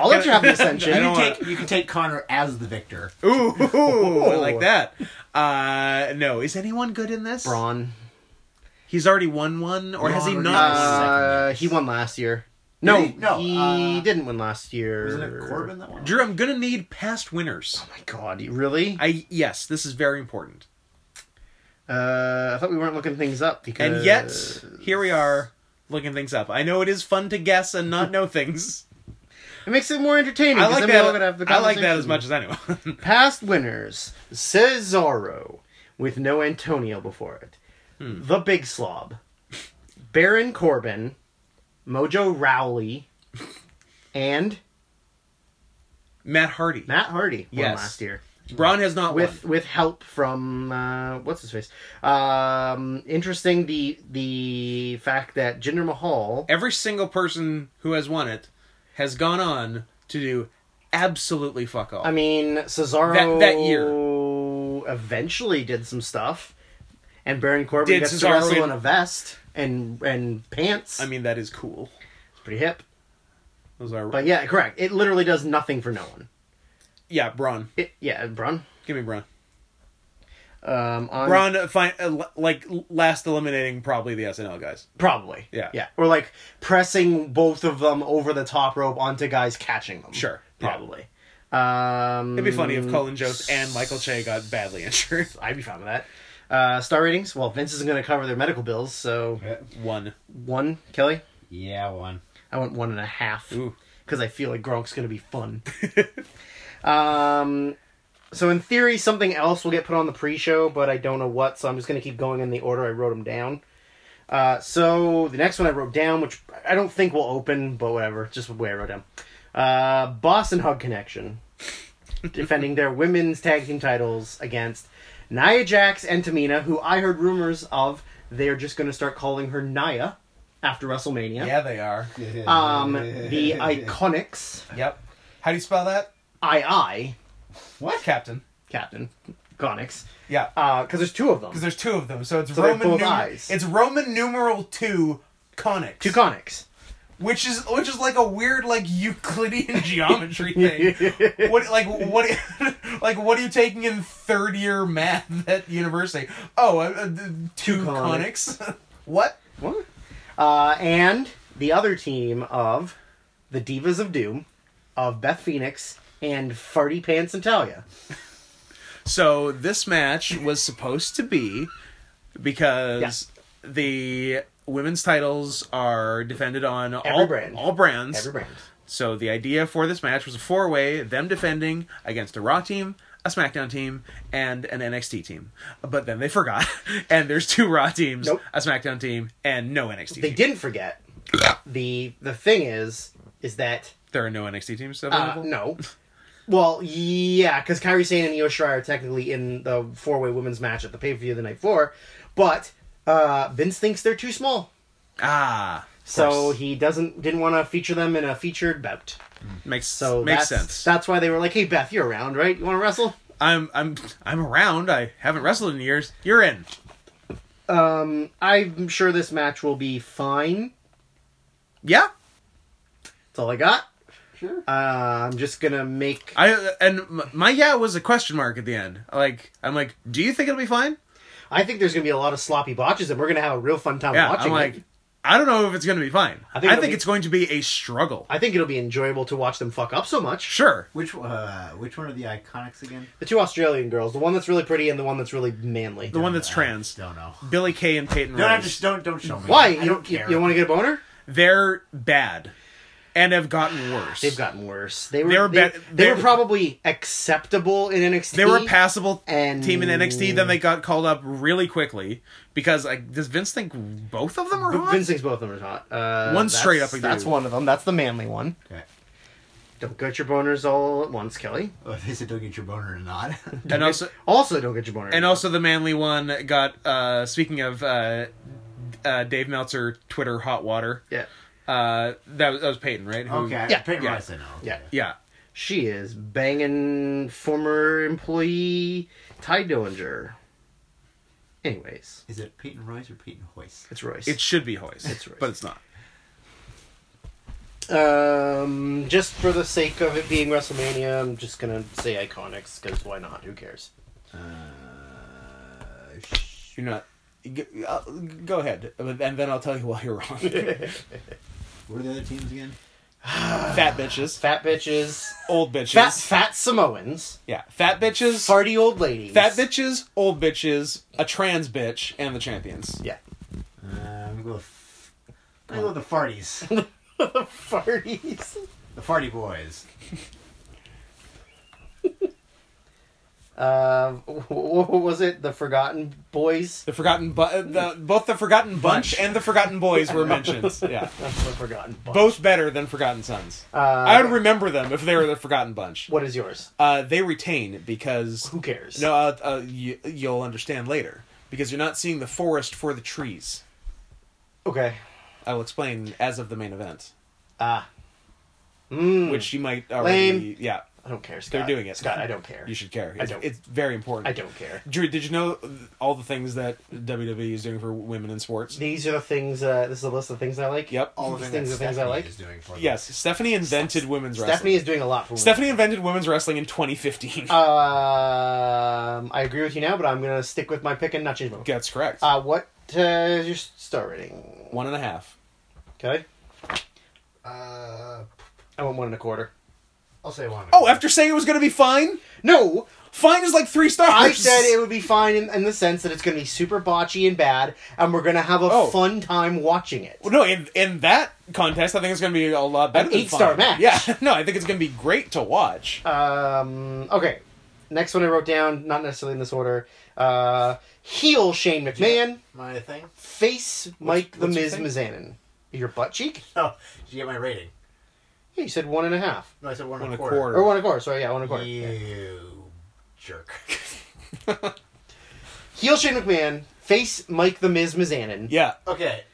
[SPEAKER 3] I'll let you have the ascension.
[SPEAKER 1] I
[SPEAKER 2] You
[SPEAKER 1] don't
[SPEAKER 2] can,
[SPEAKER 1] wanna-
[SPEAKER 2] take, you can take Connor as the victor.
[SPEAKER 1] Ooh, I like that. Uh, no, is anyone good in this?
[SPEAKER 3] Braun.
[SPEAKER 1] He's already won one, or has he
[SPEAKER 2] Braun
[SPEAKER 1] not?
[SPEAKER 2] already-
[SPEAKER 3] Uh,
[SPEAKER 2] Second.
[SPEAKER 3] he won last year. No,
[SPEAKER 2] he? No,
[SPEAKER 3] he
[SPEAKER 2] uh,
[SPEAKER 3] didn't win last year.
[SPEAKER 2] Isn't it Corbin that one?
[SPEAKER 1] Drew, I'm gonna need past winners.
[SPEAKER 3] Oh my god, you- really?
[SPEAKER 1] I yes, this is very important.
[SPEAKER 3] Uh, I thought we weren't looking things up because.
[SPEAKER 1] And yet, here we are looking things up. I know it is fun to guess and not know things.
[SPEAKER 3] it makes it more entertaining.
[SPEAKER 1] I
[SPEAKER 3] 'cause
[SPEAKER 1] like
[SPEAKER 3] then we all gotta
[SPEAKER 1] that.
[SPEAKER 3] have the
[SPEAKER 1] I like that as
[SPEAKER 3] conversation.
[SPEAKER 1] much as anyone.
[SPEAKER 3] Past winners: Cesaro, with no Antonio before it.
[SPEAKER 1] Hmm.
[SPEAKER 3] The Big Slob, Baron Corbin, Mojo Rowley, and
[SPEAKER 1] Matt Hardy.
[SPEAKER 3] Matt Hardy won
[SPEAKER 1] Yes.
[SPEAKER 3] last year
[SPEAKER 1] Braun has not
[SPEAKER 3] with
[SPEAKER 1] won.
[SPEAKER 3] with help from uh, what's his face. Um, interesting the the fact that Jinder Mahal
[SPEAKER 1] Every single person who has won it has gone on to do absolutely fuck all.
[SPEAKER 3] I mean, Cesaro
[SPEAKER 1] That- that year.
[SPEAKER 3] eventually did some stuff, and Baron Corbin
[SPEAKER 1] Did
[SPEAKER 3] gets to
[SPEAKER 1] Cesaro
[SPEAKER 3] wrestle
[SPEAKER 1] in-
[SPEAKER 3] in a vest and and pants.
[SPEAKER 1] I mean, that is cool.
[SPEAKER 3] it's pretty hip.
[SPEAKER 1] Those are
[SPEAKER 3] But yeah, correct. It literally does nothing for no one.
[SPEAKER 1] yeah, Braun.
[SPEAKER 3] It, yeah, Braun.
[SPEAKER 1] Give me Braun.
[SPEAKER 3] Um, on,
[SPEAKER 1] Braun, uh, fi- uh, l- like l- last eliminating probably the SNL guys.
[SPEAKER 3] probably.
[SPEAKER 1] Yeah.
[SPEAKER 3] yeah, or like pressing both of them over the top rope onto guys catching them.
[SPEAKER 1] Sure.
[SPEAKER 3] probably. Um,
[SPEAKER 1] It'd be funny if Colin Jost and Michael Che got badly injured.
[SPEAKER 3] I'd be fine with that. Uh, star ratings. Well, Vince isn't going to cover their medical bills, so
[SPEAKER 1] One.
[SPEAKER 3] one Kelly.
[SPEAKER 2] Yeah, one.
[SPEAKER 3] I went one and a half
[SPEAKER 1] Ooh.
[SPEAKER 3] because I feel like Gronk's going to be fun. um, so in theory, something else will get put on the pre-show, but I don't know what. So I'm just going to keep going in the order I wrote them down. Uh, so the next one I wrote down, which I don't think will open, but whatever, just the way I wrote down. Uh, Boston Hug Connection defending their women's tag team titles against Nia Jax and Tamina, who I heard rumors of. They're just going to start calling her Nia after WrestleMania.
[SPEAKER 1] they are.
[SPEAKER 3] Um, the Iconics,
[SPEAKER 1] Yep. How do you spell that?
[SPEAKER 3] II,
[SPEAKER 1] What, Captain?
[SPEAKER 3] Captain Iconics,
[SPEAKER 1] Yeah.
[SPEAKER 3] because there's two of them.
[SPEAKER 1] there's two of them, so it's
[SPEAKER 3] So they're both eyes.
[SPEAKER 1] It's Roman numeral two, conics.
[SPEAKER 3] Two conics.
[SPEAKER 1] which is which is like a weird like Euclidean geometry thing. what like what like what are you taking in third year math at university? Oh, uh, uh, two, two
[SPEAKER 3] conics.
[SPEAKER 1] conics. what?
[SPEAKER 3] What? Uh, and the other team of the Divas of Doom, of Beth Phoenix and Farty Pants and Talia.
[SPEAKER 1] So this match was supposed to be because the women's titles are defended on all
[SPEAKER 3] brand.
[SPEAKER 1] all brands.
[SPEAKER 3] Every brand.
[SPEAKER 1] So the idea for this match was a four way, them defending against a Raw team, a SmackDown team, and an NXT team. But then they forgot, and there's two Raw teams,
[SPEAKER 3] Nope.
[SPEAKER 1] a SmackDown team, and no NXT.
[SPEAKER 3] They
[SPEAKER 1] team.
[SPEAKER 3] didn't forget. the The thing is, is that
[SPEAKER 1] There are no NXT teams
[SPEAKER 3] uh,
[SPEAKER 1] available.
[SPEAKER 3] no. Well, yeah, because Kyrie Sane and Io Shirai are technically in the four way women's match at the pay per view the night before, but uh, Vince thinks they're too small.
[SPEAKER 1] Ah,
[SPEAKER 3] So he doesn't didn't want to feature them in a featured bout.
[SPEAKER 1] makes
[SPEAKER 3] So
[SPEAKER 1] makes
[SPEAKER 3] that's,
[SPEAKER 1] sense.
[SPEAKER 3] That's why they were like, "Hey Beth, you're around, right? You want to wrestle?"
[SPEAKER 1] I'm I'm I'm around. I haven't wrestled in years. You're in.
[SPEAKER 3] Um, I'm sure this match will be fine.
[SPEAKER 1] Yeah.
[SPEAKER 3] That's all I got.
[SPEAKER 2] Sure.
[SPEAKER 3] Uh, I'm just gonna make.
[SPEAKER 1] I and m- my yeah was a question mark at the end. Like I'm like, do you think it'll be fine?
[SPEAKER 3] I think there's gonna be a lot of sloppy botches, and we're gonna have a real fun time
[SPEAKER 1] Yeah,
[SPEAKER 3] watching.
[SPEAKER 1] I'm like,
[SPEAKER 3] it.
[SPEAKER 1] I don't know if it's going to be fine. I
[SPEAKER 3] I
[SPEAKER 1] think,
[SPEAKER 3] think it'll be-
[SPEAKER 1] it's going to be a struggle.
[SPEAKER 3] I think it'll be enjoyable to watch them fuck up so much.
[SPEAKER 1] Sure.
[SPEAKER 2] Which uh, which one are the iconics again?
[SPEAKER 3] The two Australian girls, the one that's really pretty and the one that's really manly.
[SPEAKER 1] The one that's trans.
[SPEAKER 2] Don't know.
[SPEAKER 1] Billy Kay and Peyton
[SPEAKER 2] Don't have
[SPEAKER 1] Royce.
[SPEAKER 2] to, don't don't show me.
[SPEAKER 3] Why?
[SPEAKER 2] I
[SPEAKER 3] You
[SPEAKER 2] don't
[SPEAKER 3] you-
[SPEAKER 2] care.
[SPEAKER 3] You, want to get a boner?
[SPEAKER 1] They're bad. And have gotten worse.
[SPEAKER 3] They've gotten worse. They were.
[SPEAKER 1] They
[SPEAKER 3] They
[SPEAKER 1] were
[SPEAKER 3] were, they,
[SPEAKER 1] bet-
[SPEAKER 3] they
[SPEAKER 1] they
[SPEAKER 3] were
[SPEAKER 1] were-
[SPEAKER 3] probably acceptable in NXT.
[SPEAKER 1] they were a passable
[SPEAKER 3] And-
[SPEAKER 1] team in NXT, then they got called up really quickly because like does Vince think both of them are hot?
[SPEAKER 3] Vince thinks both of them are hot. Uh,
[SPEAKER 1] One
[SPEAKER 3] that's-
[SPEAKER 1] straight up a
[SPEAKER 3] That's
[SPEAKER 1] dude.
[SPEAKER 3] one of them. That's the manly one.
[SPEAKER 2] Okay.
[SPEAKER 3] Don't get your boners all at once, Kelly.
[SPEAKER 2] Oh, they said don't get your boner or not.
[SPEAKER 1] and also
[SPEAKER 3] Also, don't get your boner.
[SPEAKER 1] and also the manly one got uh speaking of uh uh, Dave Meltzer Twitter hot water.
[SPEAKER 3] yeah,
[SPEAKER 1] Uh, that was that was Peyton, right? Who-
[SPEAKER 2] okay.
[SPEAKER 3] Yeah.
[SPEAKER 2] Peyton
[SPEAKER 1] Yeah.
[SPEAKER 2] Royce, I know. Okay.
[SPEAKER 3] Yeah.
[SPEAKER 1] Yeah.
[SPEAKER 3] she is banging former employee Ty Dillinger. Anyways,
[SPEAKER 2] Is it Peyton Royce or Peyton Hoyce?
[SPEAKER 3] it's Royce.
[SPEAKER 1] It should be Hoist,
[SPEAKER 3] It's Hoist.
[SPEAKER 1] but it's not.
[SPEAKER 3] Um, just for the sake of it being WrestleMania, I'm just gonna say Iconics because why not? Who cares?
[SPEAKER 2] Uh,
[SPEAKER 1] You're not. g- uh, Go ahead, and then I'll tell you why you're wrong.
[SPEAKER 2] What are the other teams again?
[SPEAKER 1] fat bitches,
[SPEAKER 3] Fat bitches,
[SPEAKER 1] old bitches,
[SPEAKER 3] fat fat Samoans,
[SPEAKER 1] yeah, fat bitches,
[SPEAKER 3] farty old ladies,
[SPEAKER 1] fat bitches, old bitches, a trans bitch, and the champions.
[SPEAKER 3] Yeah,
[SPEAKER 2] Uh, I'm gonna go with, I'm gonna go with the Farties.
[SPEAKER 3] farties.
[SPEAKER 2] the Farty Boys.
[SPEAKER 3] Uh, wh- wh- what was it? The Forgotten Boys.
[SPEAKER 1] The forgotten, bu- uh, the both the forgotten bunch
[SPEAKER 2] Bunch.
[SPEAKER 1] and the forgotten boys were mentioned. Yeah,
[SPEAKER 3] That's the Forgotten Bunch.
[SPEAKER 1] both better than forgotten sons.
[SPEAKER 3] Uh,
[SPEAKER 1] I would remember them if they were the forgotten bunch.
[SPEAKER 3] What is yours?
[SPEAKER 1] Uh, they retain because
[SPEAKER 3] Who cares?
[SPEAKER 1] no, uh, uh, you, you'll understand later because you're not seeing the forest for the trees.
[SPEAKER 3] Okay.
[SPEAKER 1] I will explain as of the main event,
[SPEAKER 3] Ah. Mm,
[SPEAKER 1] which you might already.
[SPEAKER 3] Lame.
[SPEAKER 1] Yeah,
[SPEAKER 3] I don't care. Scott.
[SPEAKER 1] they're doing it.
[SPEAKER 3] Scott. I don't care.
[SPEAKER 1] You should care.
[SPEAKER 3] I
[SPEAKER 1] It's,
[SPEAKER 3] don't.
[SPEAKER 1] it's very important.
[SPEAKER 3] I don't care.
[SPEAKER 1] Drew, did you know all the things that WWE is doing for women in sports?
[SPEAKER 3] These are the things. Uh, this is a list of things I like.
[SPEAKER 1] Yep.
[SPEAKER 2] All
[SPEAKER 3] These
[SPEAKER 2] the
[SPEAKER 3] things
[SPEAKER 2] things,
[SPEAKER 3] are things I
[SPEAKER 2] Stephanie
[SPEAKER 3] like.
[SPEAKER 2] Is doing for them.
[SPEAKER 1] Yes, Stephanie invented women's
[SPEAKER 3] Stephanie
[SPEAKER 1] wrestling.
[SPEAKER 3] is doing Uh, a lot for women.
[SPEAKER 1] Stephanie invented women's wrestling in 2015.
[SPEAKER 3] Um, I agree with you now, but I'm gonna stick with my pick and not change my.
[SPEAKER 1] That's correct.
[SPEAKER 3] Uh, what uh, is your star rating?
[SPEAKER 1] One and a half.
[SPEAKER 3] Okay,
[SPEAKER 2] Uh,
[SPEAKER 3] I want one and a quarter.
[SPEAKER 2] I'll say one.
[SPEAKER 1] Oh, after saying it was going to be fine,
[SPEAKER 3] No,
[SPEAKER 1] fine is like three stars.
[SPEAKER 3] I said it would be fine in, in the sense that it's gonna be super botchy and bad, and we're gonna have a
[SPEAKER 1] Oh.
[SPEAKER 3] fun time watching it.
[SPEAKER 1] Well, no, in in that contest, I think it's going to be a lot better
[SPEAKER 3] An
[SPEAKER 1] than
[SPEAKER 3] eight-star
[SPEAKER 1] fine.
[SPEAKER 3] match.
[SPEAKER 1] Yeah, no, I think it's going to be great to watch.
[SPEAKER 3] Um, okay, next one I wrote down, not necessarily in this order. Uh, heel Shane McMahon,
[SPEAKER 2] My thing?
[SPEAKER 3] face Mike the
[SPEAKER 1] what's your
[SPEAKER 3] Miz
[SPEAKER 1] thing?
[SPEAKER 3] Mizanin. Your butt cheek?
[SPEAKER 2] Oh, did you get my rating?
[SPEAKER 3] Yeah, you said one and a half.
[SPEAKER 2] No, I said one,
[SPEAKER 1] One
[SPEAKER 2] and
[SPEAKER 1] and
[SPEAKER 2] a
[SPEAKER 1] a
[SPEAKER 2] quarter.
[SPEAKER 3] Or one and a quarter, sorry, yeah, one and a quarter.
[SPEAKER 2] You jerk.
[SPEAKER 3] Heel Shane McMahon, face Mike the Miz Mizanin.
[SPEAKER 1] yeah,
[SPEAKER 2] Okay.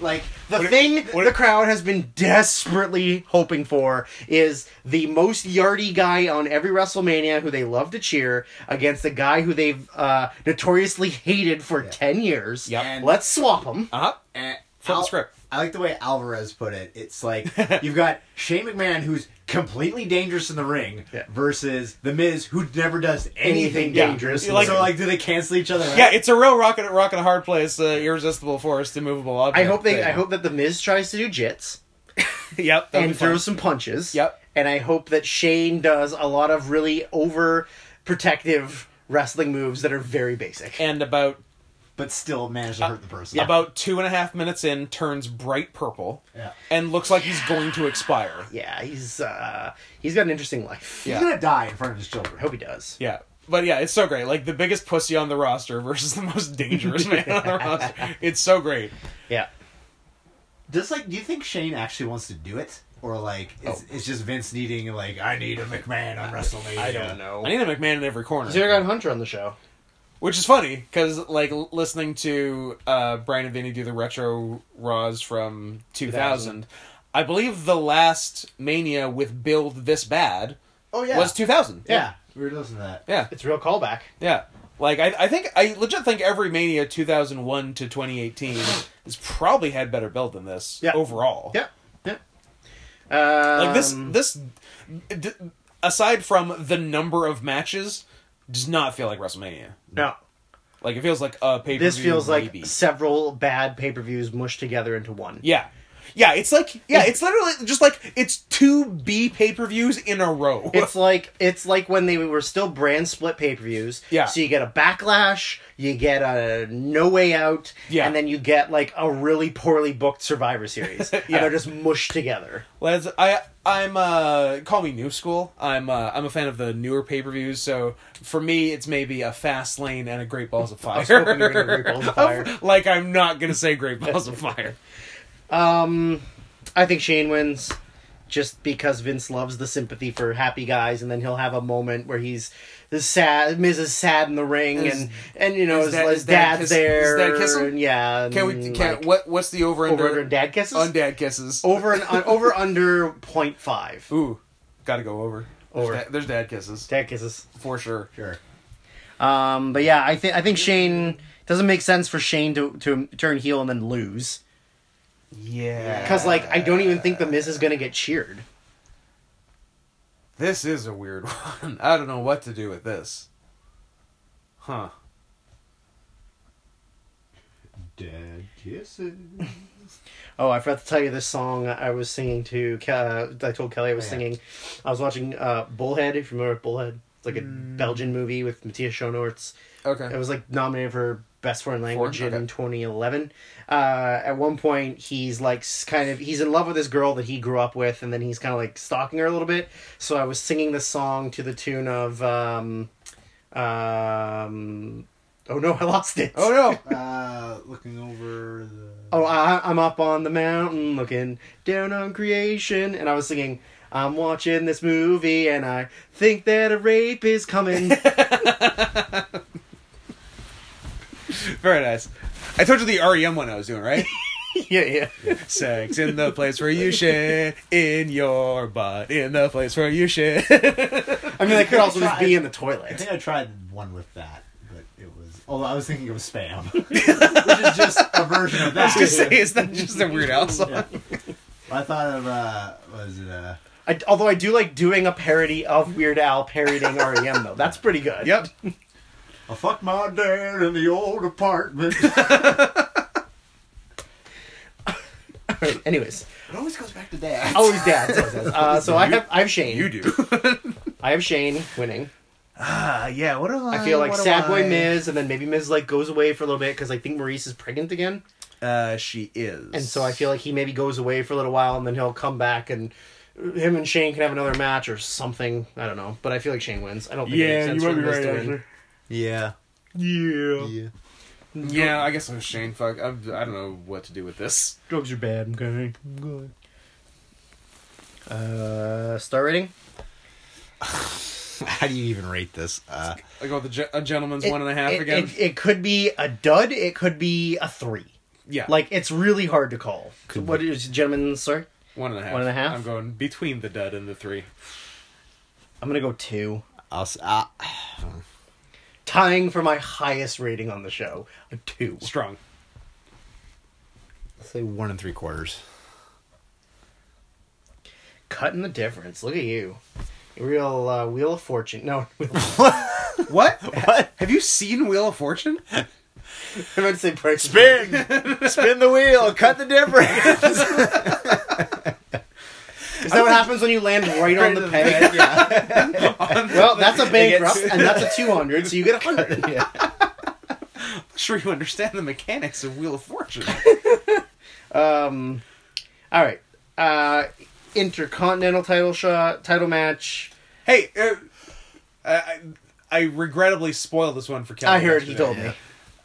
[SPEAKER 2] like,
[SPEAKER 3] The thing the crowd has been desperately hoping for is the most yardy guy on every WrestleMania who they love to cheer against a guy who they've uh, notoriously hated for 10 years.
[SPEAKER 1] Yep.
[SPEAKER 2] And-
[SPEAKER 3] Let's swap them.
[SPEAKER 1] uh huh.
[SPEAKER 2] eh,
[SPEAKER 1] Flip the
[SPEAKER 2] Al-
[SPEAKER 1] script.
[SPEAKER 2] I like the way Alvarez put it. It's like you've got Shane McMahon who's completely dangerous in the ring
[SPEAKER 3] Yeah.
[SPEAKER 2] versus The Miz who never does anything
[SPEAKER 3] Yeah.
[SPEAKER 2] dangerous.
[SPEAKER 1] You like-
[SPEAKER 2] so like do they cancel each other? out?
[SPEAKER 1] Yeah, it's a real rock and rock and a hard place. Uh, irresistible force, immovable
[SPEAKER 3] I
[SPEAKER 1] object.
[SPEAKER 3] hope they
[SPEAKER 1] thing.
[SPEAKER 3] I hope that the Miz tries to do jits
[SPEAKER 1] Yep. that'd
[SPEAKER 3] and
[SPEAKER 1] be fun.
[SPEAKER 3] throws some punches.
[SPEAKER 1] Yep.
[SPEAKER 3] And I hope that Shane does a lot of really over protective wrestling moves that are very basic.
[SPEAKER 1] And about
[SPEAKER 2] but still manage to hurt the person.
[SPEAKER 1] about two and a half minutes in, turns bright purple,
[SPEAKER 2] Yeah.
[SPEAKER 1] and looks like he's going to expire.
[SPEAKER 3] yeah, he's uh he's got an interesting life.
[SPEAKER 1] Yeah.
[SPEAKER 2] He's gonna die in front of his children.
[SPEAKER 3] I hope he does.
[SPEAKER 1] Yeah. But yeah, it's so great. Like the biggest pussy on the roster versus the most dangerous man on the roster. It's so great.
[SPEAKER 3] Yeah.
[SPEAKER 2] Does like do you think Shane actually wants to do it? Or like it's, it's just Vince needing like I need a McMahon on WrestleMania.
[SPEAKER 3] I don't know.
[SPEAKER 1] I need a McMahon in every corner.
[SPEAKER 3] He's already got Hunter on the show.
[SPEAKER 1] Which is funny because like l- listening to uh, Brian and Vinny do the retro Raws from 2000, I believe the last Mania with build this bad
[SPEAKER 2] Oh yeah.
[SPEAKER 1] was 2000.
[SPEAKER 2] yeah. We were listening to that.
[SPEAKER 1] Yeah.
[SPEAKER 3] It's a real callback.
[SPEAKER 1] Yeah. Like I, I think I legit think every Mania 2001 to 2018 has probably had better build than this
[SPEAKER 3] Yeah.
[SPEAKER 1] overall.
[SPEAKER 3] Yeah. Um, Yeah. Um,
[SPEAKER 1] Like this this d- aside from the number of matches does not feel like WrestleMania.
[SPEAKER 3] No.
[SPEAKER 1] Like it feels like a pay-per-view
[SPEAKER 3] This feels like
[SPEAKER 1] maybe.
[SPEAKER 3] several bad pay per views mushed together into one.
[SPEAKER 1] Yeah. Yeah, it's like yeah, it's literally just like it's two B pay-per-views in a row.
[SPEAKER 3] It's like it's like when they were still brand split pay per views.
[SPEAKER 1] Yeah.
[SPEAKER 3] So you get a backlash, you get a no way out,
[SPEAKER 1] Yeah.
[SPEAKER 3] and then you get like a really poorly booked Survivor Series, and
[SPEAKER 1] Yeah.
[SPEAKER 3] they're just mushed together.
[SPEAKER 1] Let's- I I'm uh call me new school. I'm uh, I'm a fan of the newer pay-per-views, so for me it's maybe a fast lane and a great balls of fire.
[SPEAKER 3] was hoping you were gonna Great Balls of Fire.
[SPEAKER 1] like I'm not going to say great balls of fire.
[SPEAKER 3] Um, I think Shane wins just because Vince loves the sympathy for happy guys, and then he'll have a moment where he's is sad. Miz is sad in the ring,
[SPEAKER 1] Is-
[SPEAKER 3] and and you know his,
[SPEAKER 1] is that-
[SPEAKER 3] his
[SPEAKER 1] is that
[SPEAKER 3] dad's
[SPEAKER 1] kiss-
[SPEAKER 3] there.
[SPEAKER 1] is that kissing?
[SPEAKER 3] and yeah.
[SPEAKER 1] Can we
[SPEAKER 3] and,
[SPEAKER 1] can
[SPEAKER 3] Mm, like,
[SPEAKER 1] what what's the over
[SPEAKER 3] over
[SPEAKER 1] under
[SPEAKER 3] under and dad kisses?
[SPEAKER 1] on dad kisses?
[SPEAKER 3] over and on, over under point five.
[SPEAKER 1] Ooh, got to go over. There's
[SPEAKER 3] Over.
[SPEAKER 1] dad, there's dad kisses
[SPEAKER 3] Dad kisses.
[SPEAKER 1] for sure.
[SPEAKER 2] Sure.
[SPEAKER 3] Um, but yeah, I think I think Shane it doesn't make sense for Shane to to turn heel and then lose
[SPEAKER 4] Yeah.
[SPEAKER 3] because like I don't even think the Miz is gonna get cheered.
[SPEAKER 1] This is a weird one. I don't know what to do with this. Huh.
[SPEAKER 2] Dead kisses.
[SPEAKER 3] Oh, I forgot to tell you this song I was singing to. Ke- Uh, I told Kelly I was
[SPEAKER 1] Oh,
[SPEAKER 2] Yeah.
[SPEAKER 3] singing. I was watching uh, Bullhead. If you remember Bullhead, it's like a
[SPEAKER 1] Mm.
[SPEAKER 3] Belgian movie with Matthias Schoenaerts. It
[SPEAKER 1] Okay.
[SPEAKER 3] was like nominated for best foreign language
[SPEAKER 1] Foreign?
[SPEAKER 3] in
[SPEAKER 1] Okay.
[SPEAKER 3] 2011. Uh, at one point, he's like s- kind of he's in love with this girl that he grew up with, and then he's kind of like stalking her a little bit. So I was singing this song to the tune of, um, um, oh no, I lost it.
[SPEAKER 1] Oh no.
[SPEAKER 2] Uh, looking over the.
[SPEAKER 3] Oh, I, I'm up on the mountain looking down on creation. And I was singing, I'm watching this movie and I think that a rape is coming.
[SPEAKER 1] Very nice. I told you the REM one I was doing, right?
[SPEAKER 3] yeah, yeah.
[SPEAKER 1] Sex in the place where you shit, in your butt, in the place where you shit.
[SPEAKER 3] I mean, I could also just be in the toilet.
[SPEAKER 2] think I tried one with that, but it was. Although I was thinking it was spam, which is just a version of that.
[SPEAKER 1] I was gonna say, is that just a weird house song?
[SPEAKER 2] Yeah. I thought of uh, was it uh,
[SPEAKER 3] I, although I do like doing a parody of Weird Al parodying REM, though. That's pretty good.
[SPEAKER 1] Yep.
[SPEAKER 2] I fucked my dad in the old apartment.
[SPEAKER 3] Right, anyways,
[SPEAKER 2] It always goes back to dad.
[SPEAKER 3] always dads. always dads. Uh, so I have I have Shane.
[SPEAKER 1] You do.
[SPEAKER 3] I have Shane winning.
[SPEAKER 1] Ah, yeah. What do
[SPEAKER 3] I feel like Sad Boy Miz, and then maybe Miz like goes away for a little bit because I think Maurice is pregnant again.
[SPEAKER 1] Uh, she is.
[SPEAKER 3] And so I feel like he maybe goes away for a little while and then he'll come back and him and Shane can have another match or something. I don't know. But I feel like Shane wins. I don't think it makes
[SPEAKER 1] Yeah, you
[SPEAKER 3] sense
[SPEAKER 1] might
[SPEAKER 3] for
[SPEAKER 1] be
[SPEAKER 3] Miz
[SPEAKER 1] right.
[SPEAKER 3] to win.
[SPEAKER 1] Actually.
[SPEAKER 2] Yeah.
[SPEAKER 3] Yeah.
[SPEAKER 1] Yeah, I guess I'm Shane. Fuck. I'm, I don't know what to do with this.
[SPEAKER 3] Drugs are bad, okay? Uh, star rating?
[SPEAKER 2] How do you even rate this? Uh,
[SPEAKER 1] I go with oh, the ge- a gentleman's one and a half
[SPEAKER 3] it,
[SPEAKER 1] again.
[SPEAKER 3] It, it could be a dud. It could be a three.
[SPEAKER 1] yeah,
[SPEAKER 3] Like, it's really hard to call.
[SPEAKER 2] Could
[SPEAKER 3] what is, gentlemen, sorry?
[SPEAKER 1] one and a half.
[SPEAKER 3] one and a half?
[SPEAKER 1] I'm going between the dud and the three.
[SPEAKER 3] I'm going to go two.
[SPEAKER 2] I'll, s- uh,
[SPEAKER 3] Tying for my highest rating on the show, a two.
[SPEAKER 1] Strong.
[SPEAKER 2] say one and three quarters.
[SPEAKER 3] Cutting the difference. Look at you. Real uh, Wheel of Fortune. No, Wheel of
[SPEAKER 1] What? what? Have you seen Wheel of Fortune?
[SPEAKER 3] I meant to say Price is
[SPEAKER 2] Spin, spin the wheel, cut the difference.
[SPEAKER 3] Right. Is that what happens when you land right on the peg?
[SPEAKER 2] yeah.
[SPEAKER 3] Well, that's a bankrupt,
[SPEAKER 1] gets-
[SPEAKER 3] and that's a 200, so you get a 100.
[SPEAKER 1] sure you understand the mechanics of Wheel of Fortune.
[SPEAKER 3] Um, all right. Uh, intercontinental title shot, title match.
[SPEAKER 1] hey, uh, I, I I regrettably spoiled this one for Kelly.
[SPEAKER 3] I heard he
[SPEAKER 1] yesterday.
[SPEAKER 3] told me.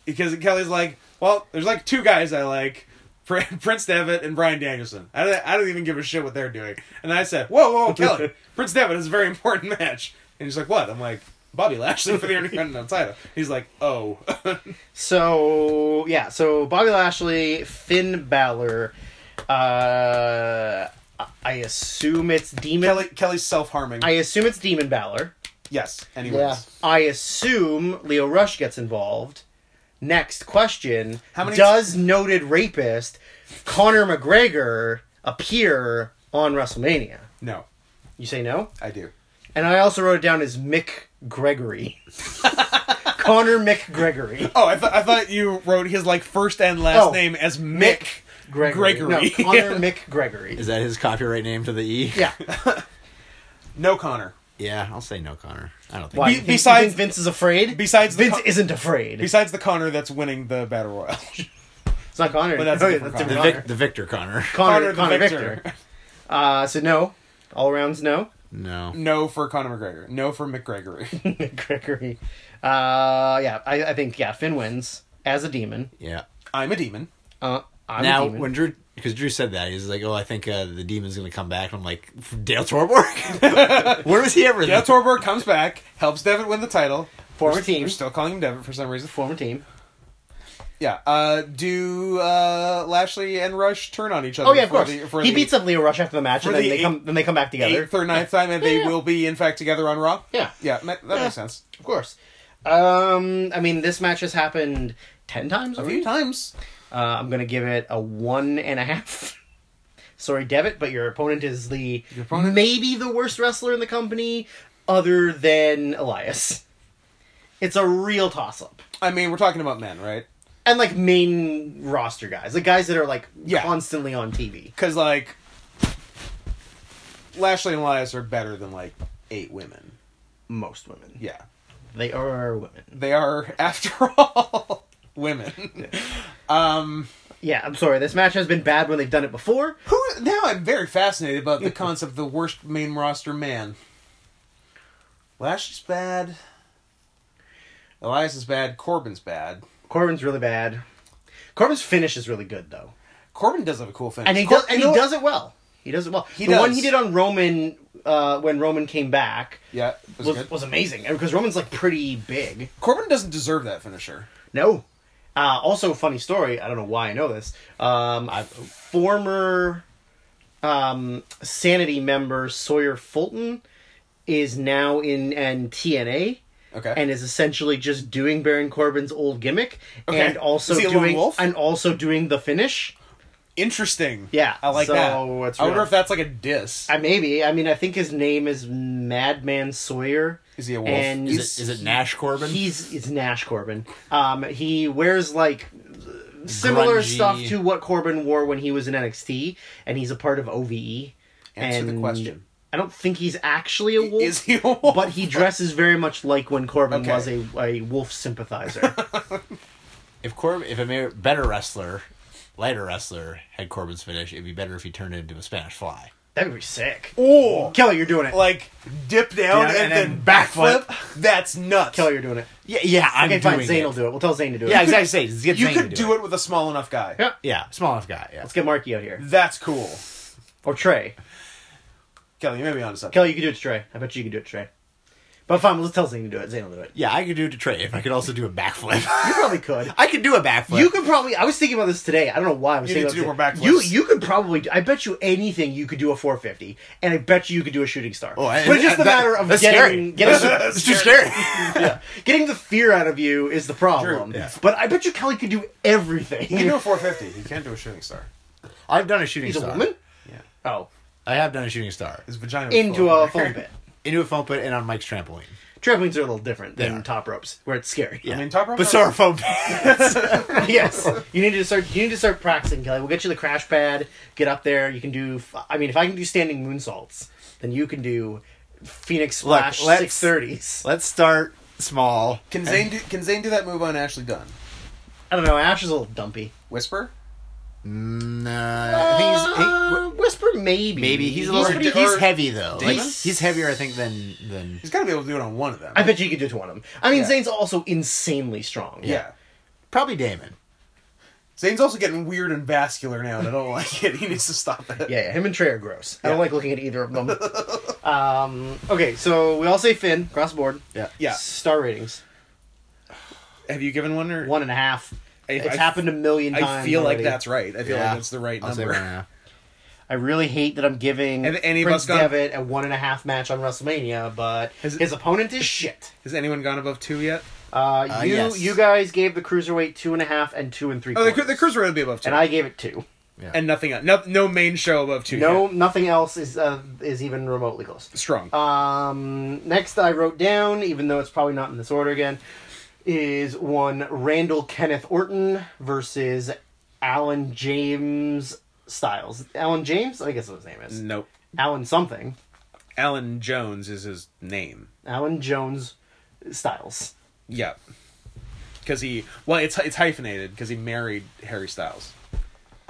[SPEAKER 1] because Kelly's like, well, there's like two guys I like. Prin- Prince Devitt and Brian Danielson. I don't, I don't even give a shit what they're doing. And I said, whoa, whoa, Kelly, Prince Devitt is a very important match. And he's like, what? I'm like, Bobby Lashley for the Intercontinental title. He's like, oh.
[SPEAKER 3] So, yeah, so Bobby Lashley, Finn Balor. Uh, I assume it's Demon.
[SPEAKER 1] Kelly, Kelly's self-harming.
[SPEAKER 3] I assume it's Demon Balor.
[SPEAKER 1] yes. Anyways.
[SPEAKER 4] Yeah.
[SPEAKER 3] I assume Leo Rush gets involved. Next question:
[SPEAKER 1] How many-
[SPEAKER 3] Does noted rapist Conor McGregor appear on WrestleMania?
[SPEAKER 1] No,
[SPEAKER 3] You say no,
[SPEAKER 1] I do.
[SPEAKER 3] and I also wrote it down as Mick Gregory, Conor Mick Gregory,
[SPEAKER 1] Oh, I, th- I thought you wrote his like first and last
[SPEAKER 3] Oh.
[SPEAKER 1] name as Mick.
[SPEAKER 3] Mick Gregory,
[SPEAKER 1] Gregory.
[SPEAKER 3] no, Conor Mick Gregory.
[SPEAKER 2] Is that his copyright name to the E?
[SPEAKER 3] Yeah.
[SPEAKER 1] No Connor.
[SPEAKER 2] Yeah, I'll say no, Connor. I don't think.
[SPEAKER 3] Why?
[SPEAKER 1] Be-
[SPEAKER 3] you think- you
[SPEAKER 1] besides-
[SPEAKER 3] think Vince is afraid.
[SPEAKER 1] besides the
[SPEAKER 3] Vince
[SPEAKER 1] Con-
[SPEAKER 3] isn't afraid.
[SPEAKER 1] Besides the Connor that's winning the battle royal.
[SPEAKER 3] it's not Conor.
[SPEAKER 1] But that's a
[SPEAKER 3] Oh, yeah,
[SPEAKER 1] different
[SPEAKER 3] that's
[SPEAKER 2] The,
[SPEAKER 1] Connor.
[SPEAKER 3] different
[SPEAKER 2] Vic, the Victor Connor.
[SPEAKER 3] Connor, Connor,
[SPEAKER 1] Conor the
[SPEAKER 3] Victor.
[SPEAKER 1] victor.
[SPEAKER 3] Uh, so no, all rounds no.
[SPEAKER 2] No.
[SPEAKER 1] No for Conor McGregor. No for McGregory.
[SPEAKER 3] Gregory. Uh, yeah, I, I think yeah, Finn wins as a demon.
[SPEAKER 2] Yeah.
[SPEAKER 1] I'm a demon.
[SPEAKER 3] Uh, I'm
[SPEAKER 2] now
[SPEAKER 3] a demon.
[SPEAKER 2] when Drew, because Drew said that, he's like, "Oh, I think uh, the demon's gonna come back." And I'm like, "Dale Torborg? Where was he ever?"
[SPEAKER 1] Dale Torborg comes back, helps Devitt win the title.
[SPEAKER 3] former team,
[SPEAKER 1] We're still calling him Devitt for some reason.
[SPEAKER 3] former team.
[SPEAKER 1] Yeah. Uh, do uh, Lashley and Rush turn on each other?
[SPEAKER 3] Oh yeah, of
[SPEAKER 1] for
[SPEAKER 3] course.
[SPEAKER 1] the- for
[SPEAKER 3] he
[SPEAKER 1] the
[SPEAKER 3] beats up Leo Rush after the match,
[SPEAKER 1] for
[SPEAKER 3] and then
[SPEAKER 1] the
[SPEAKER 3] they
[SPEAKER 1] eight-
[SPEAKER 3] come then they come back together.
[SPEAKER 1] eighth or ninth time, and they will be in fact together on Raw.
[SPEAKER 3] Yeah.
[SPEAKER 1] Yeah, ma- that
[SPEAKER 3] Yeah.
[SPEAKER 1] makes sense.
[SPEAKER 3] Of course. Um, I mean, this match has happened ten times.
[SPEAKER 1] A
[SPEAKER 3] already?
[SPEAKER 1] few times.
[SPEAKER 3] Uh, I'm gonna give it a one and a half. Sorry, Devitt, but your opponent is the
[SPEAKER 1] opponent-
[SPEAKER 3] maybe the worst wrestler in the company, other than Elias. It's a real toss up,
[SPEAKER 1] I mean, we're talking about men, right?
[SPEAKER 3] and like main roster guys, the guys that are like
[SPEAKER 1] Yeah.
[SPEAKER 3] constantly on TV.
[SPEAKER 1] Because like, Lashley and Elias are better than like eight women.
[SPEAKER 3] Most women,
[SPEAKER 1] Yeah,
[SPEAKER 3] they are women.
[SPEAKER 1] they are after all women. Um,
[SPEAKER 3] Yeah, I'm sorry. This match has been bad when they've done it before.
[SPEAKER 1] who now I'm very fascinated about the concept of the worst main roster man. Lashley's bad. Elias is bad. Corbin's bad.
[SPEAKER 3] Corbin's really bad. Corbin's finish is really good though,
[SPEAKER 1] Corbin does have a cool finish,
[SPEAKER 3] and he
[SPEAKER 1] Cor-
[SPEAKER 3] does, and
[SPEAKER 1] you know
[SPEAKER 3] he
[SPEAKER 1] what?
[SPEAKER 3] does it well. He does it well.
[SPEAKER 1] He
[SPEAKER 3] the one
[SPEAKER 1] does.
[SPEAKER 3] he did on Roman uh, when Roman came back
[SPEAKER 1] Yeah, it was
[SPEAKER 3] was,
[SPEAKER 1] good.
[SPEAKER 3] was, amazing because Roman's like pretty big.
[SPEAKER 1] Corbin doesn't deserve that finisher.
[SPEAKER 3] No. Uh, also, funny story. I don't know why I know this. Um, a former um, Sanity member Sawyer Fulton is now in and TNA
[SPEAKER 1] Okay.
[SPEAKER 3] and is essentially just doing Baron Corbin's old gimmick
[SPEAKER 1] Okay.
[SPEAKER 3] and also
[SPEAKER 1] Is he a lone
[SPEAKER 3] doing
[SPEAKER 1] wolf?
[SPEAKER 3] and also doing the finish.
[SPEAKER 1] Interesting.
[SPEAKER 3] Yeah,
[SPEAKER 1] I like
[SPEAKER 3] so
[SPEAKER 1] that.
[SPEAKER 3] it's
[SPEAKER 1] I wonder
[SPEAKER 3] real.
[SPEAKER 1] if that's like a diss.
[SPEAKER 3] I maybe. I mean, I think his name is Madman Sawyer.
[SPEAKER 1] Is he a wolf?
[SPEAKER 3] And
[SPEAKER 1] Is
[SPEAKER 2] Is it, is it Nash Corbin?
[SPEAKER 3] He's it's Nash Corbin. Um, he wears like similar
[SPEAKER 2] Grungy.
[SPEAKER 3] stuff to what Corbin wore when he was in NXT, and he's a part of OVE.
[SPEAKER 1] Answer the
[SPEAKER 3] And
[SPEAKER 1] question.
[SPEAKER 3] I don't think he's actually a wolf,
[SPEAKER 1] Is he a wolf?
[SPEAKER 3] but he dresses very much like when Corbin
[SPEAKER 1] Okay.
[SPEAKER 3] was a, a wolf sympathimer.
[SPEAKER 2] If Corbin, if a mer- better wrestler, lighter wrestler had Corbin's finish, it'd be better if he turned it into a Spanish fly.
[SPEAKER 3] That'd be sick.
[SPEAKER 1] Oh,
[SPEAKER 3] Kelly, you're doing it.
[SPEAKER 1] like dip down
[SPEAKER 2] Down
[SPEAKER 1] and,
[SPEAKER 2] and
[SPEAKER 1] then
[SPEAKER 2] then
[SPEAKER 1] backflip. That's nuts.
[SPEAKER 3] Kelly, you're doing it.
[SPEAKER 2] Yeah, yeah, I'm
[SPEAKER 3] Okay, fine.
[SPEAKER 2] doing
[SPEAKER 3] Zane
[SPEAKER 2] it.
[SPEAKER 3] will do it. We'll tell Zane to do it.
[SPEAKER 2] Yeah, exactly. Zane, just get
[SPEAKER 1] you
[SPEAKER 2] Zane
[SPEAKER 1] could
[SPEAKER 2] to
[SPEAKER 1] do it with a small enough guy.
[SPEAKER 3] Yeah.
[SPEAKER 2] Yeah, small enough guy. Yeah,
[SPEAKER 3] Let's get Marky out here
[SPEAKER 1] That's cool.
[SPEAKER 3] or Trey.
[SPEAKER 1] Kelly, you may be onto something.
[SPEAKER 3] Kelly, you can do it to Trey. I bet you can do it to Trey. But fine, let's tell Zane to do it. Zane will do it.
[SPEAKER 2] yeah, I could do it to Trey if I could also do a backflip.
[SPEAKER 3] You probably could.
[SPEAKER 2] I could do a backflip.
[SPEAKER 3] You could probably. I was thinking about this today. I don't know why. I was
[SPEAKER 1] You
[SPEAKER 3] thinking
[SPEAKER 1] need to
[SPEAKER 3] about
[SPEAKER 1] do
[SPEAKER 3] this-
[SPEAKER 1] more backflips.
[SPEAKER 3] You you could probably. do- I bet you anything you could do a 450, and I bet you you could do a shooting star.
[SPEAKER 2] Oh, I-
[SPEAKER 3] but it's just
[SPEAKER 2] I-
[SPEAKER 3] a
[SPEAKER 2] that-
[SPEAKER 3] matter of
[SPEAKER 2] that's
[SPEAKER 3] getting
[SPEAKER 2] scary.
[SPEAKER 3] getting,
[SPEAKER 2] It's too scary.
[SPEAKER 3] yeah, getting the fear out of you is the problem.
[SPEAKER 2] True, yeah.
[SPEAKER 3] But I bet you Kelly could do everything.
[SPEAKER 1] You can do a 450. You can't do a shooting star.
[SPEAKER 2] I've done a shooting
[SPEAKER 3] He's a
[SPEAKER 2] star.
[SPEAKER 3] woman.
[SPEAKER 1] Yeah.
[SPEAKER 3] Oh,
[SPEAKER 2] I have done a shooting star
[SPEAKER 1] His vagina was
[SPEAKER 3] into
[SPEAKER 1] full of
[SPEAKER 3] a
[SPEAKER 1] it.
[SPEAKER 3] foam pit.
[SPEAKER 2] into a foam pit and on Mike's trampoline.
[SPEAKER 3] Trampolines are a little different
[SPEAKER 2] They
[SPEAKER 3] than
[SPEAKER 2] are.
[SPEAKER 3] top ropes, where it's scary.
[SPEAKER 1] I mean, top rope.
[SPEAKER 2] But so are foam pits.
[SPEAKER 3] yes, you need to start. You need to start practicing, Kelly. We'll get you the crash pad. Get up there. You can do. I mean, if I can do standing moonsaults, then you can do Phoenix
[SPEAKER 2] Look,
[SPEAKER 3] Splash
[SPEAKER 2] let's-
[SPEAKER 3] six thirties.
[SPEAKER 2] Let's start small.
[SPEAKER 1] can Zane do? Can Zane do that move on Ashley Dunn?
[SPEAKER 3] I don't know. Ash is a little dumpy.
[SPEAKER 1] Whisper.
[SPEAKER 2] Nah, Mm, uh, I think he's, I think-
[SPEAKER 3] Uh, Whisper maybe.
[SPEAKER 2] maybe he's a little.
[SPEAKER 1] pretty-
[SPEAKER 2] He's,
[SPEAKER 1] or-
[SPEAKER 2] heavy though. Like,
[SPEAKER 1] Damon?
[SPEAKER 2] he's heavier, I think, than than.
[SPEAKER 1] He's got to be able to do it on one of them.
[SPEAKER 3] I bet you could do it to one of them. I mean,
[SPEAKER 1] Yeah.
[SPEAKER 3] Zane's also insanely strong.
[SPEAKER 1] yeah.
[SPEAKER 2] Probably Damon.
[SPEAKER 1] Zane's also getting weird and vascular now, and I don't like it. He needs to stop that.
[SPEAKER 3] Yeah, yeah, him and Trey are gross. I don't like looking at either of them. um, okay, so we all say Finn, cross the board.
[SPEAKER 2] Yeah.
[SPEAKER 1] Yeah.
[SPEAKER 3] Star ratings.
[SPEAKER 1] Have you given one or
[SPEAKER 3] One and a half.
[SPEAKER 1] I-
[SPEAKER 3] it's
[SPEAKER 1] I-
[SPEAKER 3] happened a million times.
[SPEAKER 1] I feel like
[SPEAKER 3] already.
[SPEAKER 1] that's right. I feel
[SPEAKER 2] Yeah.
[SPEAKER 1] like that's the right
[SPEAKER 2] I'll say
[SPEAKER 1] number.
[SPEAKER 2] one and a half.
[SPEAKER 3] I really hate that I'm giving
[SPEAKER 1] Have any of
[SPEAKER 3] Prince
[SPEAKER 1] us gone-
[SPEAKER 3] Devitt a one and a half match on WrestleMania, but
[SPEAKER 1] Has-
[SPEAKER 3] his opponent is shit.
[SPEAKER 1] Has anyone gone above two yet?
[SPEAKER 3] Uh,
[SPEAKER 2] Uh,
[SPEAKER 3] you
[SPEAKER 2] yes.
[SPEAKER 3] you guys gave the cruiserweight two and a half and two and three.
[SPEAKER 1] Oh, the, cru-
[SPEAKER 3] quarters.
[SPEAKER 1] the cruiserweight would be above two,
[SPEAKER 3] and I gave it two.
[SPEAKER 1] And nothing else. No, no main show above two.
[SPEAKER 3] No,
[SPEAKER 1] yet.
[SPEAKER 3] nothing else is uh, is even remotely close.
[SPEAKER 1] strong.
[SPEAKER 3] Um, next I wrote down, even though it's probably not in this order again, is one Randall Kenneth Orton versus Alan James Styles. Alan James, I guess that's what his name is.
[SPEAKER 1] nope.
[SPEAKER 3] Alan something.
[SPEAKER 1] Alan Jones is his name.
[SPEAKER 3] Alan Jones Styles.
[SPEAKER 1] Yeah, because he well, it's it's hyphenated because he married Harry Styles.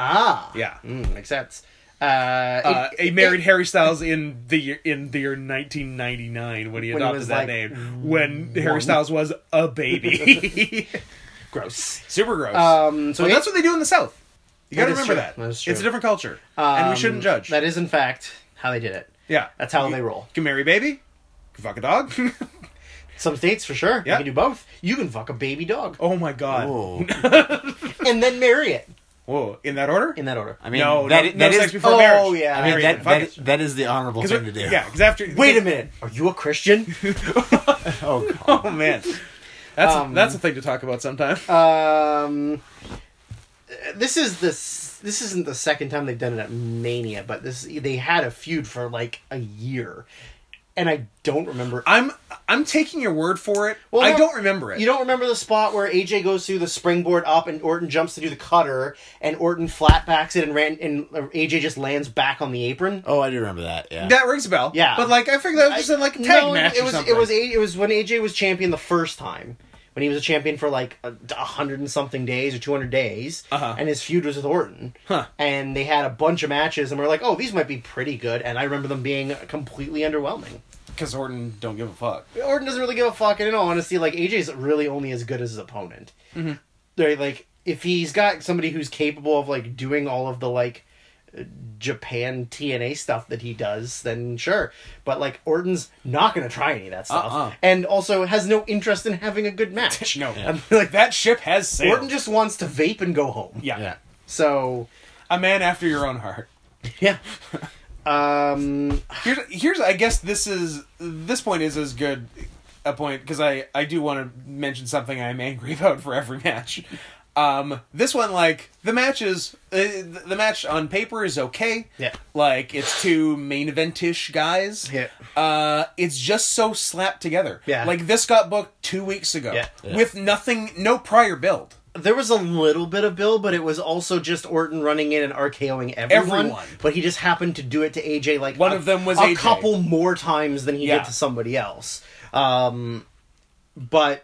[SPEAKER 3] Ah.
[SPEAKER 1] Yeah,
[SPEAKER 3] Mm, makes sense. Uh,
[SPEAKER 1] uh,
[SPEAKER 3] it-
[SPEAKER 1] he married Harry Styles in the year in the year 1999 when he
[SPEAKER 3] When he
[SPEAKER 1] adopted
[SPEAKER 3] was,
[SPEAKER 1] that
[SPEAKER 3] like,
[SPEAKER 1] name when Harry Styles was a baby.
[SPEAKER 3] Gross.
[SPEAKER 1] Super gross.
[SPEAKER 3] Um, so
[SPEAKER 1] but
[SPEAKER 3] it-
[SPEAKER 1] that's what they do in the South. You
[SPEAKER 3] That
[SPEAKER 1] gotta
[SPEAKER 3] is
[SPEAKER 1] remember
[SPEAKER 3] true.
[SPEAKER 1] that.
[SPEAKER 3] That is true.
[SPEAKER 1] It's a different culture, and we
[SPEAKER 3] um,
[SPEAKER 1] shouldn't judge.
[SPEAKER 3] That is, in fact, how they did it.
[SPEAKER 1] yeah,
[SPEAKER 3] That's how
[SPEAKER 1] You
[SPEAKER 3] they roll.
[SPEAKER 1] Can marry a baby, you can fuck a dog.
[SPEAKER 3] Some states, for sure.
[SPEAKER 1] Yeah.
[SPEAKER 3] You can do both. You can fuck a baby dog
[SPEAKER 1] oh my god!
[SPEAKER 2] Whoa.
[SPEAKER 3] and then marry it
[SPEAKER 1] Whoa, in that order?
[SPEAKER 3] in that order.
[SPEAKER 2] I mean,
[SPEAKER 1] no,
[SPEAKER 2] that
[SPEAKER 1] no,
[SPEAKER 2] i-
[SPEAKER 1] no
[SPEAKER 2] that
[SPEAKER 1] sex
[SPEAKER 2] is-
[SPEAKER 1] before
[SPEAKER 3] oh,
[SPEAKER 1] marriage.
[SPEAKER 3] yeah. I
[SPEAKER 2] I mean,
[SPEAKER 1] Marry
[SPEAKER 2] that,
[SPEAKER 1] it, fuck
[SPEAKER 2] that,
[SPEAKER 1] it.
[SPEAKER 2] that is the honorable
[SPEAKER 1] 'Cause
[SPEAKER 2] thing
[SPEAKER 1] we're-
[SPEAKER 2] to do.
[SPEAKER 1] Yeah, because after
[SPEAKER 3] Wait a minute. Are you a Christian?
[SPEAKER 2] Oh, God.
[SPEAKER 1] Oh man, That's
[SPEAKER 3] Um,
[SPEAKER 1] that's a thing to talk about sometime.
[SPEAKER 3] Um, this is the s- this isn't the second time they've done it at Mania, but this they had a feud for like a year, and I don't remember.
[SPEAKER 1] I'm I'm taking your word for it.
[SPEAKER 3] Well,
[SPEAKER 1] I
[SPEAKER 3] no,
[SPEAKER 1] don't remember it.
[SPEAKER 3] You don't remember the spot where AJ goes through the springboard up and Orton jumps to do the cutter, and Orton flat backs it and ran, and uh, AJ just lands back on the apron.
[SPEAKER 2] Oh, I do remember that. Yeah.
[SPEAKER 1] that rings a bell.
[SPEAKER 3] Yeah.
[SPEAKER 1] but like I figured that was just in like a tag
[SPEAKER 3] no,
[SPEAKER 1] match
[SPEAKER 3] it
[SPEAKER 1] or
[SPEAKER 3] was
[SPEAKER 1] something.
[SPEAKER 3] it was A- it was when AJ was champion the first time. When he was a champion for like a a hundred and something days or two hundred days,
[SPEAKER 1] Uh-huh.
[SPEAKER 3] and his feud was with Orton,
[SPEAKER 1] Huh.
[SPEAKER 3] and they had a bunch of matches, and we are like, oh, these might be pretty good, and I remember them being completely underwhelming.
[SPEAKER 1] because Orton don't give a fuck.
[SPEAKER 3] Orton doesn't really give a fuck, and in all honesty, like AJ's really only as good as his opponent.
[SPEAKER 1] Mm-hmm.
[SPEAKER 3] They're like, if he's got somebody who's capable of like doing all of the like uh, Japan TNA stuff that he does, then sure. But like Orton's not gonna try any of that stuff,
[SPEAKER 1] Uh-uh.
[SPEAKER 3] and also has no interest in having a good match.
[SPEAKER 1] No,
[SPEAKER 3] I'm like
[SPEAKER 1] that ship has sailed.
[SPEAKER 3] Orton just wants to vape and go home.
[SPEAKER 1] yeah.
[SPEAKER 2] Yeah.
[SPEAKER 3] So
[SPEAKER 1] a man after your own heart.
[SPEAKER 3] yeah, um,
[SPEAKER 1] Here's here's I guess this is this point is as good a point because I I do want to mention something I'm angry about for every match. Um, this one like the match is uh, the the match on paper is okay.
[SPEAKER 3] Yeah.
[SPEAKER 1] like it's two main eventish guys.
[SPEAKER 3] Yeah.
[SPEAKER 1] uh, it's just so slapped together.
[SPEAKER 3] Yeah.
[SPEAKER 1] like this got booked two weeks ago.
[SPEAKER 3] Yeah.
[SPEAKER 2] Yeah.
[SPEAKER 1] with nothing, no prior build.
[SPEAKER 3] There was a little bit of Bill, but it was also just Orton running in and RKOing everyone.
[SPEAKER 1] Everyone.
[SPEAKER 3] But he just happened to do it to AJ like
[SPEAKER 1] One
[SPEAKER 3] a-
[SPEAKER 1] of them was
[SPEAKER 3] a
[SPEAKER 1] AJ.
[SPEAKER 3] couple more times than he
[SPEAKER 1] Yeah.
[SPEAKER 3] did to somebody else. Um, but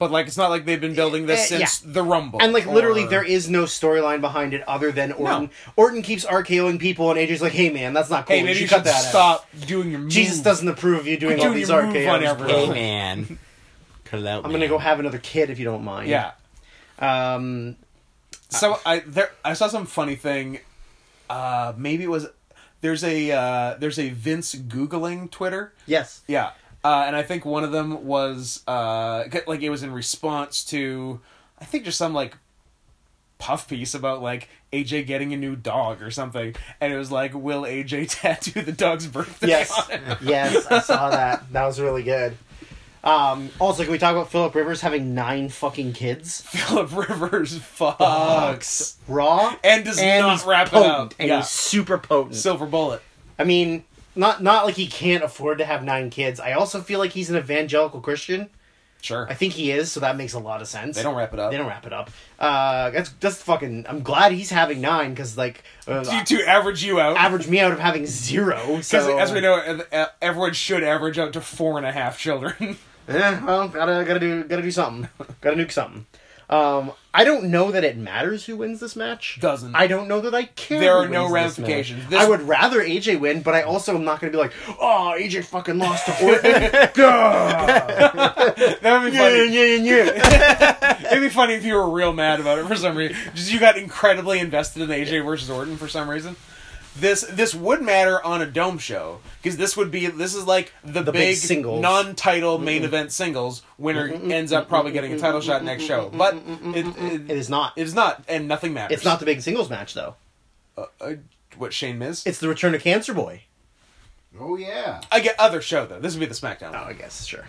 [SPEAKER 1] But like, it's not like they've been building this
[SPEAKER 3] Eh, eh, yeah.
[SPEAKER 1] since the Rumble.
[SPEAKER 3] and like literally,
[SPEAKER 1] or-
[SPEAKER 3] there is no storyline behind it other than Orton. Orton keeps RKOing people, and AJ's like, "Hey man, that's not cool.
[SPEAKER 1] Hey,
[SPEAKER 3] you
[SPEAKER 1] maybe
[SPEAKER 3] should
[SPEAKER 1] you
[SPEAKER 3] cut
[SPEAKER 1] should
[SPEAKER 3] that out."
[SPEAKER 1] stop doing your.
[SPEAKER 3] Jesus
[SPEAKER 1] move.
[SPEAKER 3] doesn't approve of you doing all
[SPEAKER 1] Doing
[SPEAKER 3] these
[SPEAKER 1] your move on
[SPEAKER 3] RKOs.
[SPEAKER 1] everyone.
[SPEAKER 3] bro.
[SPEAKER 2] Hey man, cut it out.
[SPEAKER 3] I'm gonna go have another kid if you don't mind.
[SPEAKER 1] Yeah.
[SPEAKER 3] Um,
[SPEAKER 1] So I there I saw some funny thing. Uh, maybe it was there's a uh, there's a Vince googling Twitter.
[SPEAKER 3] yes.
[SPEAKER 1] Yeah. Uh, and I think one of them was uh, g- like it was in response to I think just some like puff piece about like AJ getting a new dog or something, and it was like, will AJ tattoo the dog's birthday?
[SPEAKER 3] Yes,
[SPEAKER 1] on it?
[SPEAKER 3] yes, I saw that. That was really good. Um, also, can we talk about Philip Rivers having nine fucking kids?
[SPEAKER 1] Philip Rivers fucks
[SPEAKER 3] Raw
[SPEAKER 1] and does not
[SPEAKER 3] he's
[SPEAKER 1] wrap it
[SPEAKER 3] potent,
[SPEAKER 1] up.
[SPEAKER 3] and
[SPEAKER 1] yeah.
[SPEAKER 3] he's super potent. So
[SPEAKER 1] Silver bullet.
[SPEAKER 3] I mean, not not like he can't afford to have nine kids. I also feel like he's an evangelical Christian.
[SPEAKER 1] Sure.
[SPEAKER 3] I think he is, so that makes a lot of sense.
[SPEAKER 1] they don't wrap it up.
[SPEAKER 3] They don't wrap it up. Uh, that's that's fucking. I'm glad he's having nine because like uh,
[SPEAKER 1] you two average you out.
[SPEAKER 3] average me out of having zero.
[SPEAKER 1] Because
[SPEAKER 3] So
[SPEAKER 1] as we know, ev- ev- everyone should average out to four and a half children.
[SPEAKER 3] Yeah, Eh, well, gotta gotta do gotta do something. gotta nuke something. Um, I don't know that it matters who wins this match.
[SPEAKER 1] Doesn't.
[SPEAKER 3] I don't know that I care.
[SPEAKER 1] There
[SPEAKER 3] who
[SPEAKER 1] are no
[SPEAKER 3] wins this
[SPEAKER 1] ramifications.
[SPEAKER 3] match.
[SPEAKER 1] This-
[SPEAKER 3] I would rather AJ win, but I also am not gonna be like, oh, AJ fucking lost to Orton. Gah."
[SPEAKER 1] That would be
[SPEAKER 3] yeah,
[SPEAKER 1] funny.
[SPEAKER 3] yeah, yeah, yeah.
[SPEAKER 1] It'd be funny if you were real mad about it for some reason. Just you got incredibly invested in AJ versus Orton for some reason. This this would matter on a dome show because this would be this is like the,
[SPEAKER 3] The big
[SPEAKER 1] big,
[SPEAKER 3] singles.
[SPEAKER 1] non-title main event singles winner ends up probably getting a title shot next show, but it, it,
[SPEAKER 3] it is not.
[SPEAKER 1] it is not and nothing matters.
[SPEAKER 3] It's not the big singles match though.
[SPEAKER 1] uh, what Shane Miz.
[SPEAKER 3] It's the return of Cancer Boy.
[SPEAKER 2] Oh yeah.
[SPEAKER 1] I get other show though. This would be the SmackDown.
[SPEAKER 3] Oh,
[SPEAKER 1] one.
[SPEAKER 3] I guess sure.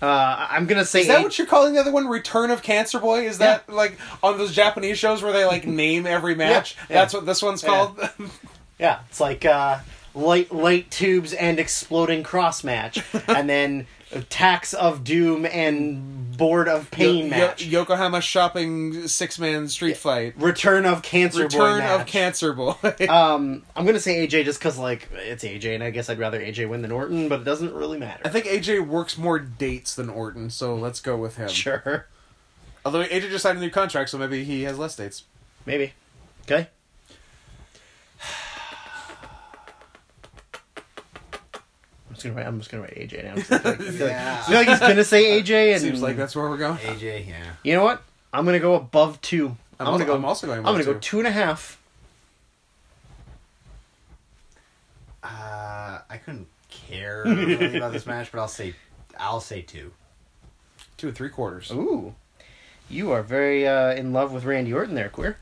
[SPEAKER 3] Uh, I- I'm gonna say
[SPEAKER 1] Is that
[SPEAKER 3] A-
[SPEAKER 1] what you're calling the other one? Return of Cancer Boy? Is that like on those Japanese shows where they like name every match?
[SPEAKER 3] yeah.
[SPEAKER 1] That's what this one's called.
[SPEAKER 3] Yeah, it's like uh, light light tubes and exploding cross match, and then tax of doom and board of pain
[SPEAKER 1] Yo-
[SPEAKER 3] match.
[SPEAKER 1] Yo- Yokohama shopping six man street fight.
[SPEAKER 3] Return of cancer. boy
[SPEAKER 1] Return
[SPEAKER 3] match.
[SPEAKER 1] of Cancer Boy.
[SPEAKER 3] Um, I'm gonna say AJ just because like it's AJ, and I guess I'd rather AJ win than Orton, but it doesn't really matter.
[SPEAKER 1] I think AJ works more dates than Orton, so let's go with him.
[SPEAKER 3] sure,
[SPEAKER 1] Although AJ just signed a new contract, so maybe he has less dates.
[SPEAKER 3] maybe. Okay. I'm just gonna write. I'm just gonna write AJ now. 'cause I feel like- I feel like- I feel
[SPEAKER 2] Yeah.
[SPEAKER 3] like he's gonna say AJ, and
[SPEAKER 1] Seems like that's where we're going.
[SPEAKER 2] AJ. Yeah.
[SPEAKER 3] You know what? I'm gonna go above two. I'm,
[SPEAKER 1] I'm,
[SPEAKER 3] gonna go.
[SPEAKER 1] I'm also going.
[SPEAKER 3] I'm gonna
[SPEAKER 1] with
[SPEAKER 3] go
[SPEAKER 1] two.
[SPEAKER 3] two and a half.
[SPEAKER 2] Uh, I couldn't care really about this match, but I'll say, I'll say two.
[SPEAKER 1] two and three quarters.
[SPEAKER 3] Ooh, you are very uh, in love with Randy Orton there, queer.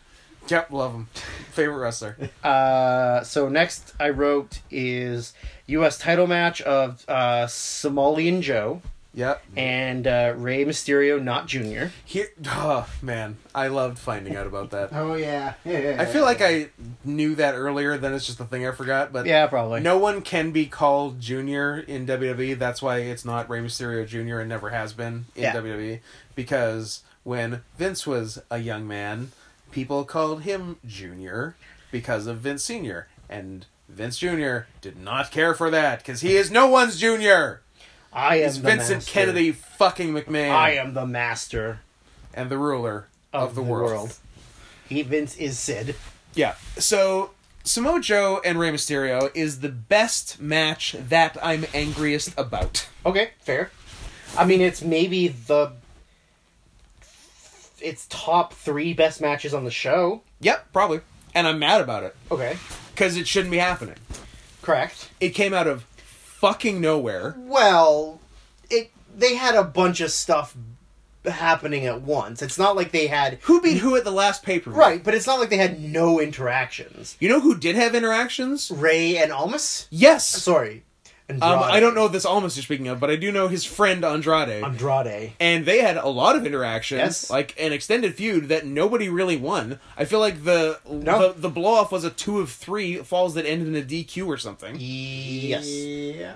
[SPEAKER 1] Yep, love him. Favorite wrestler.
[SPEAKER 3] Uh, so next I wrote is U.S. title match of uh, Somalian Joe
[SPEAKER 1] Yep.
[SPEAKER 3] and uh, Ray Mysterio, not Junior.
[SPEAKER 1] Here, oh man, I loved finding out about that.
[SPEAKER 2] Oh yeah, yeah. yeah,
[SPEAKER 1] I feel
[SPEAKER 2] yeah.
[SPEAKER 1] like I knew that earlier. Then it's just the thing I forgot. But
[SPEAKER 3] Yeah, probably.
[SPEAKER 1] no one can be called Junior in WWE. That's why it's not Rey Mysterio Junior and never has been in
[SPEAKER 3] Yeah.
[SPEAKER 1] WWE because when Vince was a young man, people called him Junior because of Vince Senior and. Vince Jr. did not care for that because he is no one's junior.
[SPEAKER 3] I am
[SPEAKER 1] It's
[SPEAKER 3] the
[SPEAKER 1] Vincent
[SPEAKER 3] master.
[SPEAKER 1] Kennedy fucking McMahon
[SPEAKER 3] I am the master
[SPEAKER 1] and the ruler
[SPEAKER 3] of,
[SPEAKER 1] of, the, world.
[SPEAKER 3] He Vince is Sid.
[SPEAKER 1] Yeah. So Samoa Joe and Rey Mysterio is the best match that I'm angriest about.
[SPEAKER 3] Okay, fair. I mean, it's maybe the it's top three best matches on the show.
[SPEAKER 1] Yep, probably. And I'm mad about it
[SPEAKER 3] Okay,
[SPEAKER 1] because it shouldn't be happening.
[SPEAKER 3] correct.
[SPEAKER 1] It came out of fucking nowhere.
[SPEAKER 3] Well, it they had a bunch of stuff happening at once. It's not like they had
[SPEAKER 1] Who beat who at the last pay per view?
[SPEAKER 3] right, but it's not like they had no interactions.
[SPEAKER 1] You know who did have interactions?
[SPEAKER 3] Ray and Almas.
[SPEAKER 1] Yes.
[SPEAKER 3] Sorry,
[SPEAKER 1] Um,
[SPEAKER 3] Andrade.
[SPEAKER 1] I don't know this Almas you're speaking of, but I do know his friend Andrade.
[SPEAKER 3] Andrade.
[SPEAKER 1] and they had a lot of interactions,
[SPEAKER 3] Yes.
[SPEAKER 1] like an extended feud that nobody really won. I feel like the
[SPEAKER 3] No.
[SPEAKER 1] the, the blow off was a two of three falls that ended in a DQ or something,
[SPEAKER 3] Yes.
[SPEAKER 2] Yeah.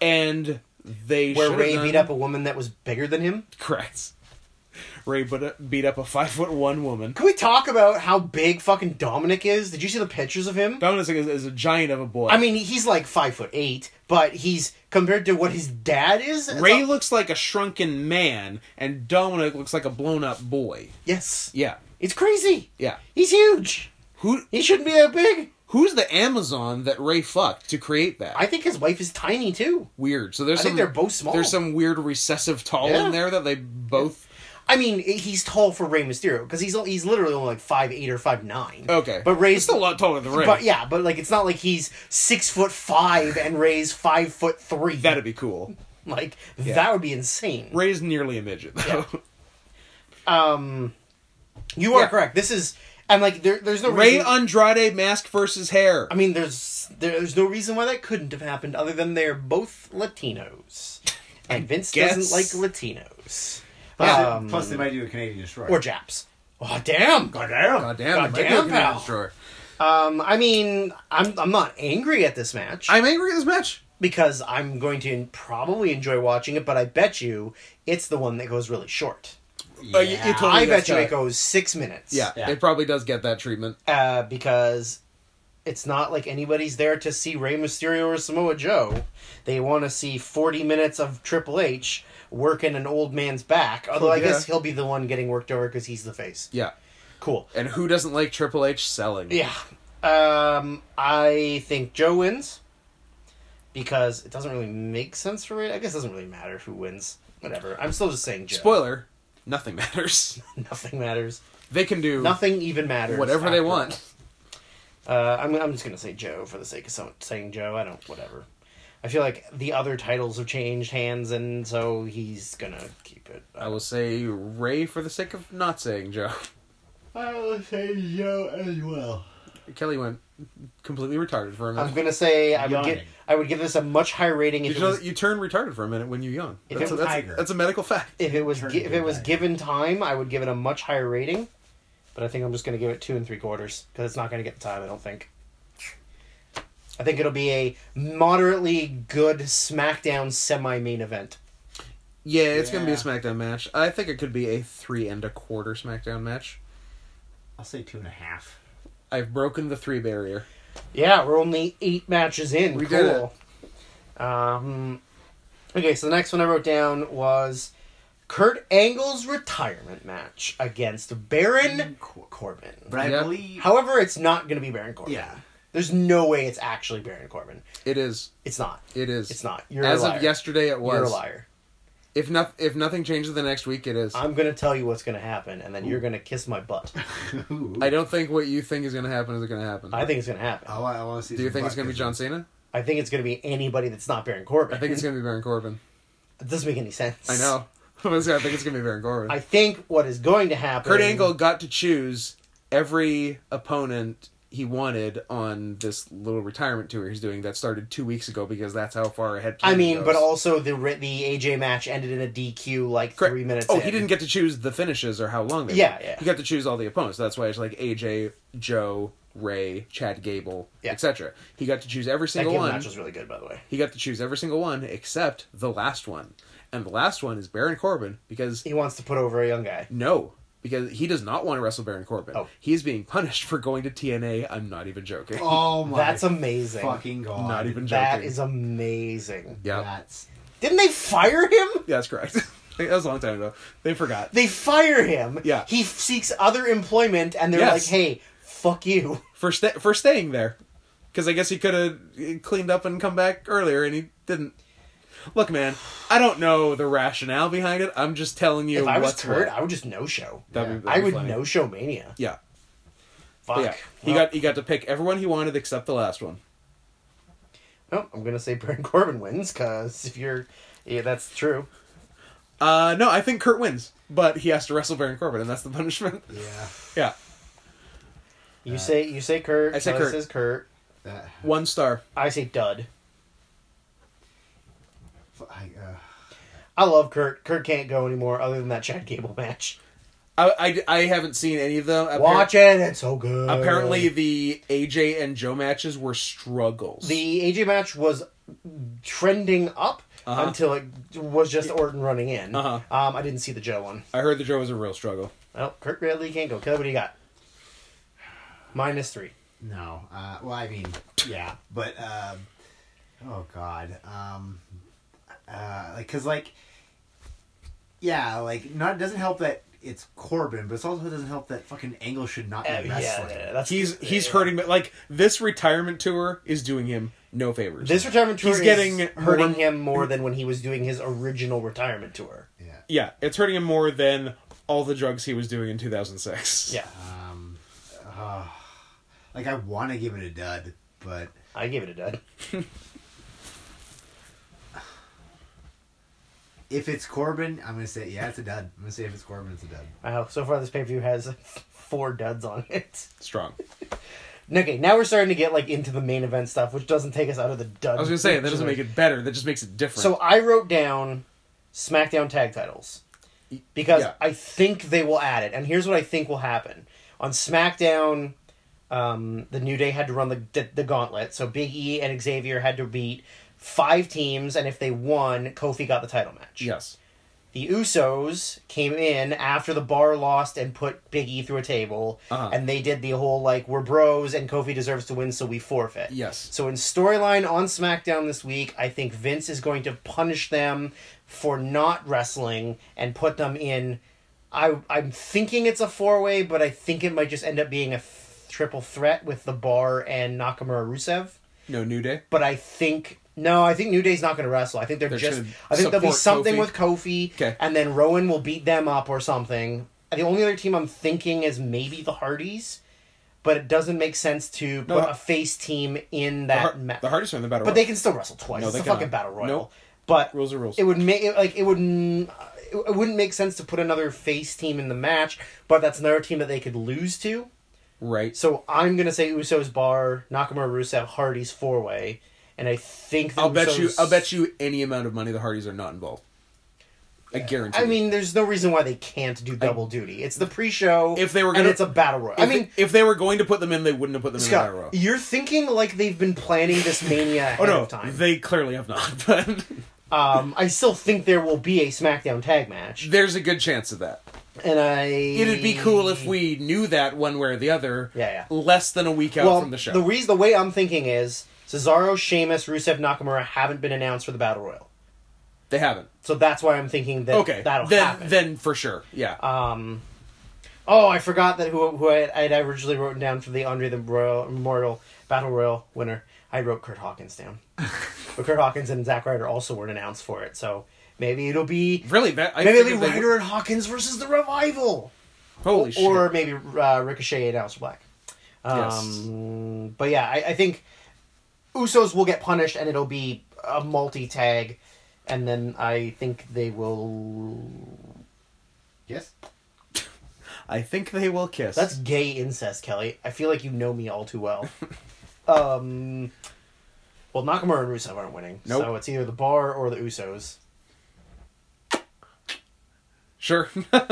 [SPEAKER 1] and they
[SPEAKER 3] Where
[SPEAKER 1] should've
[SPEAKER 3] Ray
[SPEAKER 1] done-
[SPEAKER 3] beat up a woman that was bigger than him.
[SPEAKER 1] correct. Ray beat up, beat up a five foot one woman.
[SPEAKER 3] Can we talk about how big fucking Dominic is? Did you see the pictures of him?
[SPEAKER 1] Dominic is, is a giant of a boy.
[SPEAKER 3] I mean, he's like five foot eight, but he's compared to what his dad is. it's
[SPEAKER 1] Ray
[SPEAKER 3] not-
[SPEAKER 1] looks like a shrunken man, and Dominic looks like a blown up boy.
[SPEAKER 3] yes,
[SPEAKER 1] Yeah,
[SPEAKER 3] it's crazy.
[SPEAKER 1] yeah.
[SPEAKER 3] He's huge.
[SPEAKER 1] Who
[SPEAKER 3] He shouldn't be that big.
[SPEAKER 1] who's the Amazon that Ray fucked to create that?
[SPEAKER 3] I think his wife is tiny too.
[SPEAKER 1] weird. So there's
[SPEAKER 3] I
[SPEAKER 1] some
[SPEAKER 3] think they're both small.
[SPEAKER 1] There's some weird recessive tall
[SPEAKER 3] Yeah.
[SPEAKER 1] in there that they both.
[SPEAKER 3] I mean, eh, he's tall for Ray Mysterio because he's o- he's literally only like five eight or five nine.
[SPEAKER 1] Okay,
[SPEAKER 3] but Ray's
[SPEAKER 1] It's still a lot taller than Ray.
[SPEAKER 3] But yeah, but like it's not like he's six foot five and Ray's five foot three.
[SPEAKER 1] that'd be cool.
[SPEAKER 3] like that would be insane.
[SPEAKER 1] Ray's nearly a midget though.
[SPEAKER 3] Um, you are
[SPEAKER 1] Yeah.
[SPEAKER 3] correct. This is and like there, there's no
[SPEAKER 1] Ray
[SPEAKER 3] reason,
[SPEAKER 1] Andrade mask versus hair.
[SPEAKER 3] I mean, there's there's no reason why that couldn't have happened other than they're both Latinos, and Vince
[SPEAKER 1] guess.
[SPEAKER 3] doesn't like Latinos
[SPEAKER 2] Plus, they-
[SPEAKER 3] Um,
[SPEAKER 2] plus they might do a Canadian destroyer.
[SPEAKER 1] uh,
[SPEAKER 3] or Japs. Oh damn! God damn!
[SPEAKER 1] God damn,
[SPEAKER 3] God
[SPEAKER 1] it, Ray
[SPEAKER 3] damn,
[SPEAKER 1] Andrade
[SPEAKER 3] pal.
[SPEAKER 1] destroyer.
[SPEAKER 3] Um, I mean, I'm I'm not angry at this match
[SPEAKER 1] I'm angry at this match.
[SPEAKER 3] because I'm going to probably enjoy watching it, but I bet you it's the one that goes really short.
[SPEAKER 2] yeah.
[SPEAKER 1] Uh, you- you told- Totally
[SPEAKER 3] I bet
[SPEAKER 1] gets
[SPEAKER 3] you
[SPEAKER 1] that.
[SPEAKER 3] it goes six minutes.
[SPEAKER 1] Yeah,
[SPEAKER 2] Yeah.
[SPEAKER 1] it probably does get that treatment.
[SPEAKER 3] uh, because it's not like anybody's there to see Rey Mysterio or Samoa Joe. They want to see 40 minutes of Triple H working an old man's back. Although I
[SPEAKER 1] yeah.
[SPEAKER 3] guess he'll be the one getting worked over because he's the face.
[SPEAKER 1] Yeah,
[SPEAKER 3] Cool.
[SPEAKER 1] and who doesn't like Triple H selling?
[SPEAKER 3] Yeah. Um, I think Joe wins because it doesn't really make sense for Rey. I guess it doesn't really matter who wins. Whatever. I'm still just saying Joe.
[SPEAKER 1] Spoiler: nothing matters.
[SPEAKER 3] Nothing matters.
[SPEAKER 1] they can do
[SPEAKER 3] Nothing even matters.
[SPEAKER 1] whatever they
[SPEAKER 3] after
[SPEAKER 1] want.
[SPEAKER 3] Uh, I'm, I'm just gonna say Joe for the sake of so, saying Joe. I don't whatever. I feel like the other titles have changed hands, and so he's gonna keep it.
[SPEAKER 1] I will say Ray for the sake of not saying Joe.
[SPEAKER 2] I will say Joe as well.
[SPEAKER 1] Kelly went completely retarded for a minute.
[SPEAKER 3] I'm gonna say I would
[SPEAKER 2] Yawning.
[SPEAKER 3] give I would give this a much higher rating if
[SPEAKER 1] Did
[SPEAKER 3] it
[SPEAKER 1] you know
[SPEAKER 3] was,
[SPEAKER 1] that you turn retarded for a minute when you yawn?
[SPEAKER 3] If
[SPEAKER 1] That's,
[SPEAKER 3] it was
[SPEAKER 1] that's,
[SPEAKER 2] Tiger.
[SPEAKER 1] that's a medical fact.
[SPEAKER 3] if it was
[SPEAKER 2] Turn
[SPEAKER 3] gi- if
[SPEAKER 2] it
[SPEAKER 3] it was
[SPEAKER 2] back.
[SPEAKER 3] given time. I would give it a much higher rating, but I think I'm just gonna give it two and three quarters because it's not gonna get the time. I don't think. I think it'll be a moderately good SmackDown semi-main event.
[SPEAKER 1] Yeah, it's gonna be a
[SPEAKER 2] Yeah.
[SPEAKER 1] SmackDown match. I think it could be a three and a quarter SmackDown match.
[SPEAKER 2] I'll say two and a half.
[SPEAKER 1] I've broken the three barrier.
[SPEAKER 3] Yeah, we're only eight matches in.
[SPEAKER 1] We
[SPEAKER 3] cool.
[SPEAKER 1] did
[SPEAKER 3] Um, okay, so the next one I wrote down was Kurt Angle's retirement match against Baron
[SPEAKER 2] Cor-
[SPEAKER 3] Corbin.
[SPEAKER 2] But I
[SPEAKER 1] Yeah.
[SPEAKER 2] believe.
[SPEAKER 3] However, it's not going to be Baron Corbin.
[SPEAKER 2] Yeah.
[SPEAKER 3] There's no way it's actually Baron Corbin.
[SPEAKER 1] It is.
[SPEAKER 3] It's not.
[SPEAKER 1] It is.
[SPEAKER 3] It's not. You're
[SPEAKER 1] As
[SPEAKER 3] a liar.
[SPEAKER 1] of yesterday, it was.
[SPEAKER 3] You're a liar.
[SPEAKER 1] If not, if nothing changes the next week, it is.
[SPEAKER 3] I'm going to tell you what's going to happen, and then you're going to kiss my butt.
[SPEAKER 2] Ooh.
[SPEAKER 1] I don't think what you think is gonna happen is gonna happen.
[SPEAKER 3] I think it's going to happen.
[SPEAKER 2] I want, I want to see.
[SPEAKER 1] Do you
[SPEAKER 2] some
[SPEAKER 1] think it's gonna be
[SPEAKER 2] butt-
[SPEAKER 1] John Cena?
[SPEAKER 3] I think it's going to be anybody that's not Baron Corbin.
[SPEAKER 1] I think it's gonna be Baron Corbin.
[SPEAKER 3] it doesn't make any sense.
[SPEAKER 1] I know. I was gonna- I think it's gonna be Baron Corbin.
[SPEAKER 3] I think what is going to happen.
[SPEAKER 1] Kurt Angle got to choose every opponent he wanted on this little retirement tour he's doing that started two weeks ago because that's how far ahead.
[SPEAKER 3] I
[SPEAKER 1] planning
[SPEAKER 3] mean,
[SPEAKER 1] goes.
[SPEAKER 3] but also the ri- the AJ match ended in a DQ like
[SPEAKER 1] Correct.
[SPEAKER 3] three minutes.
[SPEAKER 1] Oh,
[SPEAKER 3] in.
[SPEAKER 1] he didn't get to choose the finishes or how long they.
[SPEAKER 3] Yeah,
[SPEAKER 1] were.
[SPEAKER 3] yeah.
[SPEAKER 1] He got to choose all the opponents. That's why it's like AJ, Joe, Ray, Chad Gable,
[SPEAKER 3] Yeah.
[SPEAKER 1] etc. He got to choose every
[SPEAKER 3] That
[SPEAKER 1] single
[SPEAKER 3] game
[SPEAKER 1] one.
[SPEAKER 3] match was really good, by the way.
[SPEAKER 1] He got to choose every single one except the last one, and the last one is Baron Corbin because
[SPEAKER 3] He wants to put over a young guy.
[SPEAKER 1] no. Because he does not want to wrestle Baron Corbin.
[SPEAKER 3] Oh.
[SPEAKER 1] He is being punished for going to TNA. I'm not even joking.
[SPEAKER 2] Oh my
[SPEAKER 3] That's amazing.
[SPEAKER 2] fucking god.
[SPEAKER 1] Not even joking.
[SPEAKER 3] That is amazing.
[SPEAKER 1] Yeah.
[SPEAKER 2] That's
[SPEAKER 3] Didn't they fire him?
[SPEAKER 1] Yeah, that's correct. that was a long time ago. They forgot.
[SPEAKER 3] They fire him.
[SPEAKER 1] Yeah.
[SPEAKER 3] He f- seeks other employment, and they're
[SPEAKER 1] Yes.
[SPEAKER 3] like, "Hey, fuck you."
[SPEAKER 1] for sta- for staying there, because I guess he could have cleaned up and come back earlier, and he didn't. Look, man, I don't know the rationale behind it. I'm just telling you
[SPEAKER 3] If I was
[SPEAKER 1] what's what.
[SPEAKER 3] Turd, I would just no show.
[SPEAKER 1] That'd be-
[SPEAKER 3] I
[SPEAKER 1] that'd be
[SPEAKER 3] would
[SPEAKER 1] funny.
[SPEAKER 3] no show Mania.
[SPEAKER 1] Yeah,
[SPEAKER 3] Fuck.
[SPEAKER 1] but yeah. He
[SPEAKER 3] Well,
[SPEAKER 1] got he got to pick everyone he wanted except the last one.
[SPEAKER 3] well, oh, I'm gonna say Baron Corbin wins because if you're, yeah, that's true.
[SPEAKER 1] Uh, no, I think Kurt wins, but he has to wrestle Baron Corbin, and that's the punishment.
[SPEAKER 2] yeah.
[SPEAKER 1] yeah,
[SPEAKER 3] You say you say Kurt.
[SPEAKER 1] Uh, I say
[SPEAKER 3] Kelly
[SPEAKER 1] Kurt.
[SPEAKER 3] Says Kurt.
[SPEAKER 2] That
[SPEAKER 1] one star.
[SPEAKER 3] I say Dud.
[SPEAKER 2] I, uh,
[SPEAKER 3] I love Kurt. Kurt can't go anymore other than that Chad Gable match.
[SPEAKER 1] I I, I haven't seen any of them. Appar-
[SPEAKER 3] Watch it. It's so good.
[SPEAKER 1] Apparently, the AJ and Joe matches were struggles.
[SPEAKER 3] the AJ match was trending up
[SPEAKER 1] Uh-huh.
[SPEAKER 3] until it was just Orton running in.
[SPEAKER 1] Uh-huh.
[SPEAKER 3] Um, I didn't see the Joe one.
[SPEAKER 1] I heard the Joe was a real struggle.
[SPEAKER 3] Well, Kirk Bradley can't go. Kelly, what do you got? Minus three.
[SPEAKER 2] no. Uh, well, I mean, yeah, but um, oh god, um, uh, like, cause like, yeah, like, not it doesn't help that it's Corbin, but it also doesn't help that fucking Angle should not be
[SPEAKER 3] Uh, yeah,
[SPEAKER 2] wrestling.
[SPEAKER 3] that's
[SPEAKER 1] He's he's
[SPEAKER 3] yeah.
[SPEAKER 1] hurting. Like this retirement tour is doing him no favors.
[SPEAKER 3] This retirement tour
[SPEAKER 1] He's
[SPEAKER 3] is
[SPEAKER 1] getting
[SPEAKER 3] hurting
[SPEAKER 1] more-
[SPEAKER 3] him more than when he was doing his original retirement tour.
[SPEAKER 2] yeah.
[SPEAKER 1] yeah, it's hurting him more than all the drugs he was doing in 2006.
[SPEAKER 3] Yeah,
[SPEAKER 2] Um, uh, like I want to give it a dud, but
[SPEAKER 3] I gave it a dud.
[SPEAKER 2] if it's Corbin, I'm gonna say yeah, it's a dud. I'm gonna say if it's Corbin, it's a dud.
[SPEAKER 3] Wow, so far this pay per view has four duds on it.
[SPEAKER 1] strong.
[SPEAKER 3] Okay, now we're starting to get like into the main event stuff, which doesn't take us out of the dud.
[SPEAKER 1] I was gonna say that doesn't make it better. That just makes it different.
[SPEAKER 3] So I wrote down SmackDown tag titles because
[SPEAKER 1] yeah.
[SPEAKER 3] I think they will add it. And here's what I think will happen on SmackDown. Um, the New Day had to run the, the the gauntlet, so Big E and Xavier had to beat five teams, and if they won, Kofi got the title match.
[SPEAKER 1] yes,
[SPEAKER 3] The Usos came in after the bar lost and put Big E through a table,
[SPEAKER 1] Uh-huh.
[SPEAKER 3] and they did the whole like we're bros and Kofi deserves to win, so we forfeit.
[SPEAKER 1] Yes.
[SPEAKER 3] So in storyline on SmackDown this week, I think Vince is going to punish them for not wrestling and put them in. I I'm thinking it's a four way, but I think it might just end up being a th- triple threat with the bar and Nakamura Rusev
[SPEAKER 1] no New Day.
[SPEAKER 3] but I think no, I think New Day's not going to wrestle. I think they're,
[SPEAKER 1] They're
[SPEAKER 3] just.
[SPEAKER 1] gonna
[SPEAKER 3] I think there'll be
[SPEAKER 1] support
[SPEAKER 3] something
[SPEAKER 1] Kofi.
[SPEAKER 3] with Kofi,
[SPEAKER 1] Okay.
[SPEAKER 3] and then Rowan will beat them up or something. And The only other team I'm thinking is maybe the Hardys, but it doesn't make sense to put
[SPEAKER 1] No,
[SPEAKER 3] a face team in
[SPEAKER 1] The,
[SPEAKER 3] that
[SPEAKER 1] har-
[SPEAKER 3] match.
[SPEAKER 1] the hardest one in the battle.
[SPEAKER 3] but they can still wrestle twice.
[SPEAKER 1] No,
[SPEAKER 3] it's
[SPEAKER 1] they
[SPEAKER 3] a fucking
[SPEAKER 1] cannot.
[SPEAKER 3] battle royal.
[SPEAKER 1] Nope.
[SPEAKER 3] But
[SPEAKER 1] rules are rules.
[SPEAKER 3] it would make it like it wouldn't it wouldn't make sense to put another face team in the match. But that's another team that they could lose to.
[SPEAKER 1] right.
[SPEAKER 3] So I'm gonna say Usos bar Nakamura Rusev Hardy's four way, and I think the
[SPEAKER 1] I'll bet you.
[SPEAKER 3] Usos-
[SPEAKER 1] I'll bet you any amount of money the Hardys are not involved. I guarantee.
[SPEAKER 3] I
[SPEAKER 1] you.
[SPEAKER 3] mean, there's no reason why they can't do double duty. It's the pre-show.
[SPEAKER 1] If they were
[SPEAKER 3] and
[SPEAKER 1] gonna-
[SPEAKER 3] it's a battle royal. I
[SPEAKER 1] If-
[SPEAKER 3] mean,
[SPEAKER 1] if they were going to put them in, they wouldn't have put them in the battle royal.
[SPEAKER 3] Scott, you're thinking like they've been planning this mania ahead
[SPEAKER 1] Oh no,
[SPEAKER 3] of time.
[SPEAKER 1] they clearly have not. But
[SPEAKER 3] um, I still think there will be a SmackDown tag match,
[SPEAKER 1] there's a good chance of that.
[SPEAKER 3] and I
[SPEAKER 1] It'd be cool if we knew that one way or the other.
[SPEAKER 3] Yeah, yeah.
[SPEAKER 1] Less than a week out
[SPEAKER 3] well,
[SPEAKER 1] from the show.
[SPEAKER 3] reason, the way I'm thinking is Cesaro, Sheamus, Rusev, Nakamura haven't been announced for the battle royal,
[SPEAKER 1] they haven't.
[SPEAKER 3] so that's why I'm thinking that
[SPEAKER 1] Okay.
[SPEAKER 3] that'll
[SPEAKER 1] then,
[SPEAKER 3] happen.
[SPEAKER 1] then for sure. Yeah.
[SPEAKER 3] Um, oh, I forgot that who who I, I had originally written down for the Andre the Royal Immortal Battle Royal winner. I wrote Kurt Hawkins down, but Kurt Hawkins and Zack Ryder also weren't announced for it. So maybe it'll be
[SPEAKER 1] really? That, I
[SPEAKER 3] maybe it'll be
[SPEAKER 1] figured they-
[SPEAKER 3] Ryder and Hawkins versus the Revival,
[SPEAKER 1] Holy shit.
[SPEAKER 3] or maybe uh, Ricochet and Alistair Black. Um, But yeah, I, I think Usos will get punished, and it'll be a multi tag, and then I think they will
[SPEAKER 2] Yes.
[SPEAKER 1] I think they will kiss.
[SPEAKER 3] That's gay incest, Kelly. I feel like you know me all too well. um, well, Nakamura and Rusev aren't winning, so
[SPEAKER 1] Nope.
[SPEAKER 3] it's either the Bar or the Usos.
[SPEAKER 1] sure.
[SPEAKER 2] Yeah.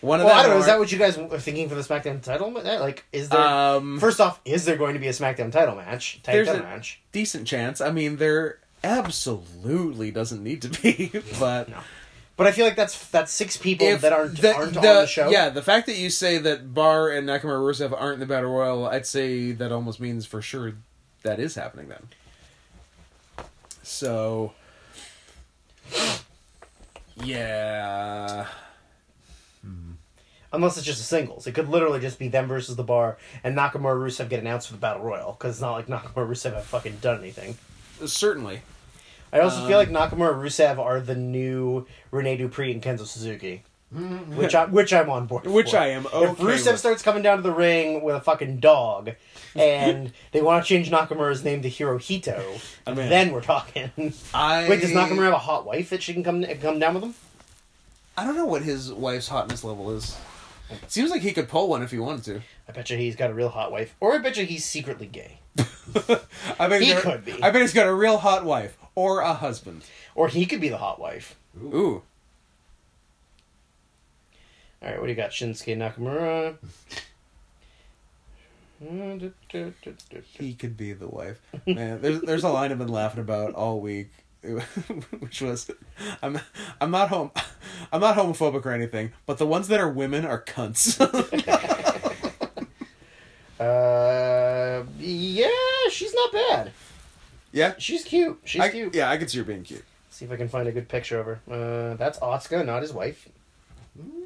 [SPEAKER 1] One of
[SPEAKER 3] Well, I
[SPEAKER 1] them
[SPEAKER 3] don't know. Is
[SPEAKER 1] are-
[SPEAKER 3] that what you guys are thinking for the SmackDown title? ma- eh, Like, is there?
[SPEAKER 1] Um,
[SPEAKER 3] first off, is there going to be a SmackDown title match? Tag
[SPEAKER 1] There's
[SPEAKER 3] title
[SPEAKER 1] a-
[SPEAKER 3] match?
[SPEAKER 1] decent chance. I mean, there absolutely doesn't need to be, but
[SPEAKER 3] No. But I feel like that's that's six people
[SPEAKER 1] if
[SPEAKER 3] that aren't
[SPEAKER 1] the-
[SPEAKER 3] aren't
[SPEAKER 1] the-
[SPEAKER 3] on the show.
[SPEAKER 1] Yeah, the fact that you say that Barr and Nakamura Rusev aren't in the Battle Royal, I'd say that almost means for sure that is happening then. So, yeah,
[SPEAKER 3] Unless it's just a singles, it could literally just be them versus the Bar and Nakamura Rusev get announced for the Battle Royal because it's not like Nakamura Rusev have fucking done anything.
[SPEAKER 1] certainly.
[SPEAKER 3] I also feel like
[SPEAKER 1] Um,
[SPEAKER 3] Nakamura and Rusev are the new Rene Dupree and Kenzo Suzuki, which I which I'm on board.
[SPEAKER 1] Mm-hmm. Which
[SPEAKER 3] for.
[SPEAKER 1] I am
[SPEAKER 3] If
[SPEAKER 1] okay
[SPEAKER 3] Rusev
[SPEAKER 1] with.
[SPEAKER 3] starts coming down to the ring with a fucking dog, and they want to change Nakamura's name to Hirohito,
[SPEAKER 1] I'm in.
[SPEAKER 3] then we're talking.
[SPEAKER 1] I
[SPEAKER 3] Wait, does Nakamura have a hot wife that she can come come down with him?
[SPEAKER 1] I don't know what his wife's hotness level is. Seems like he could pull one if he wanted to.
[SPEAKER 3] I bet you he's got a real hot wife, or I bet you he's secretly gay,
[SPEAKER 1] I bet
[SPEAKER 3] He
[SPEAKER 1] he's got-
[SPEAKER 3] could be.
[SPEAKER 1] I bet he's got a real hot wife or a husband.
[SPEAKER 3] or he could be the hot wife.
[SPEAKER 1] Ooh.
[SPEAKER 3] All right, what do you got? Shinsuke Nakamura.
[SPEAKER 1] He could be the wife. Man, there's there's a line I've been laughing about all week, which was, I'm I'm not home, I'm not homophobic or anything, but the ones that are women are cunts.
[SPEAKER 3] Uh, yeah, she's not bad.
[SPEAKER 1] yeah,
[SPEAKER 3] She's cute. She's
[SPEAKER 1] I,
[SPEAKER 3] cute.
[SPEAKER 1] yeah, I could see her being cute.
[SPEAKER 3] See if I can find a good picture of her. Uh, that's Oscar, not his wife.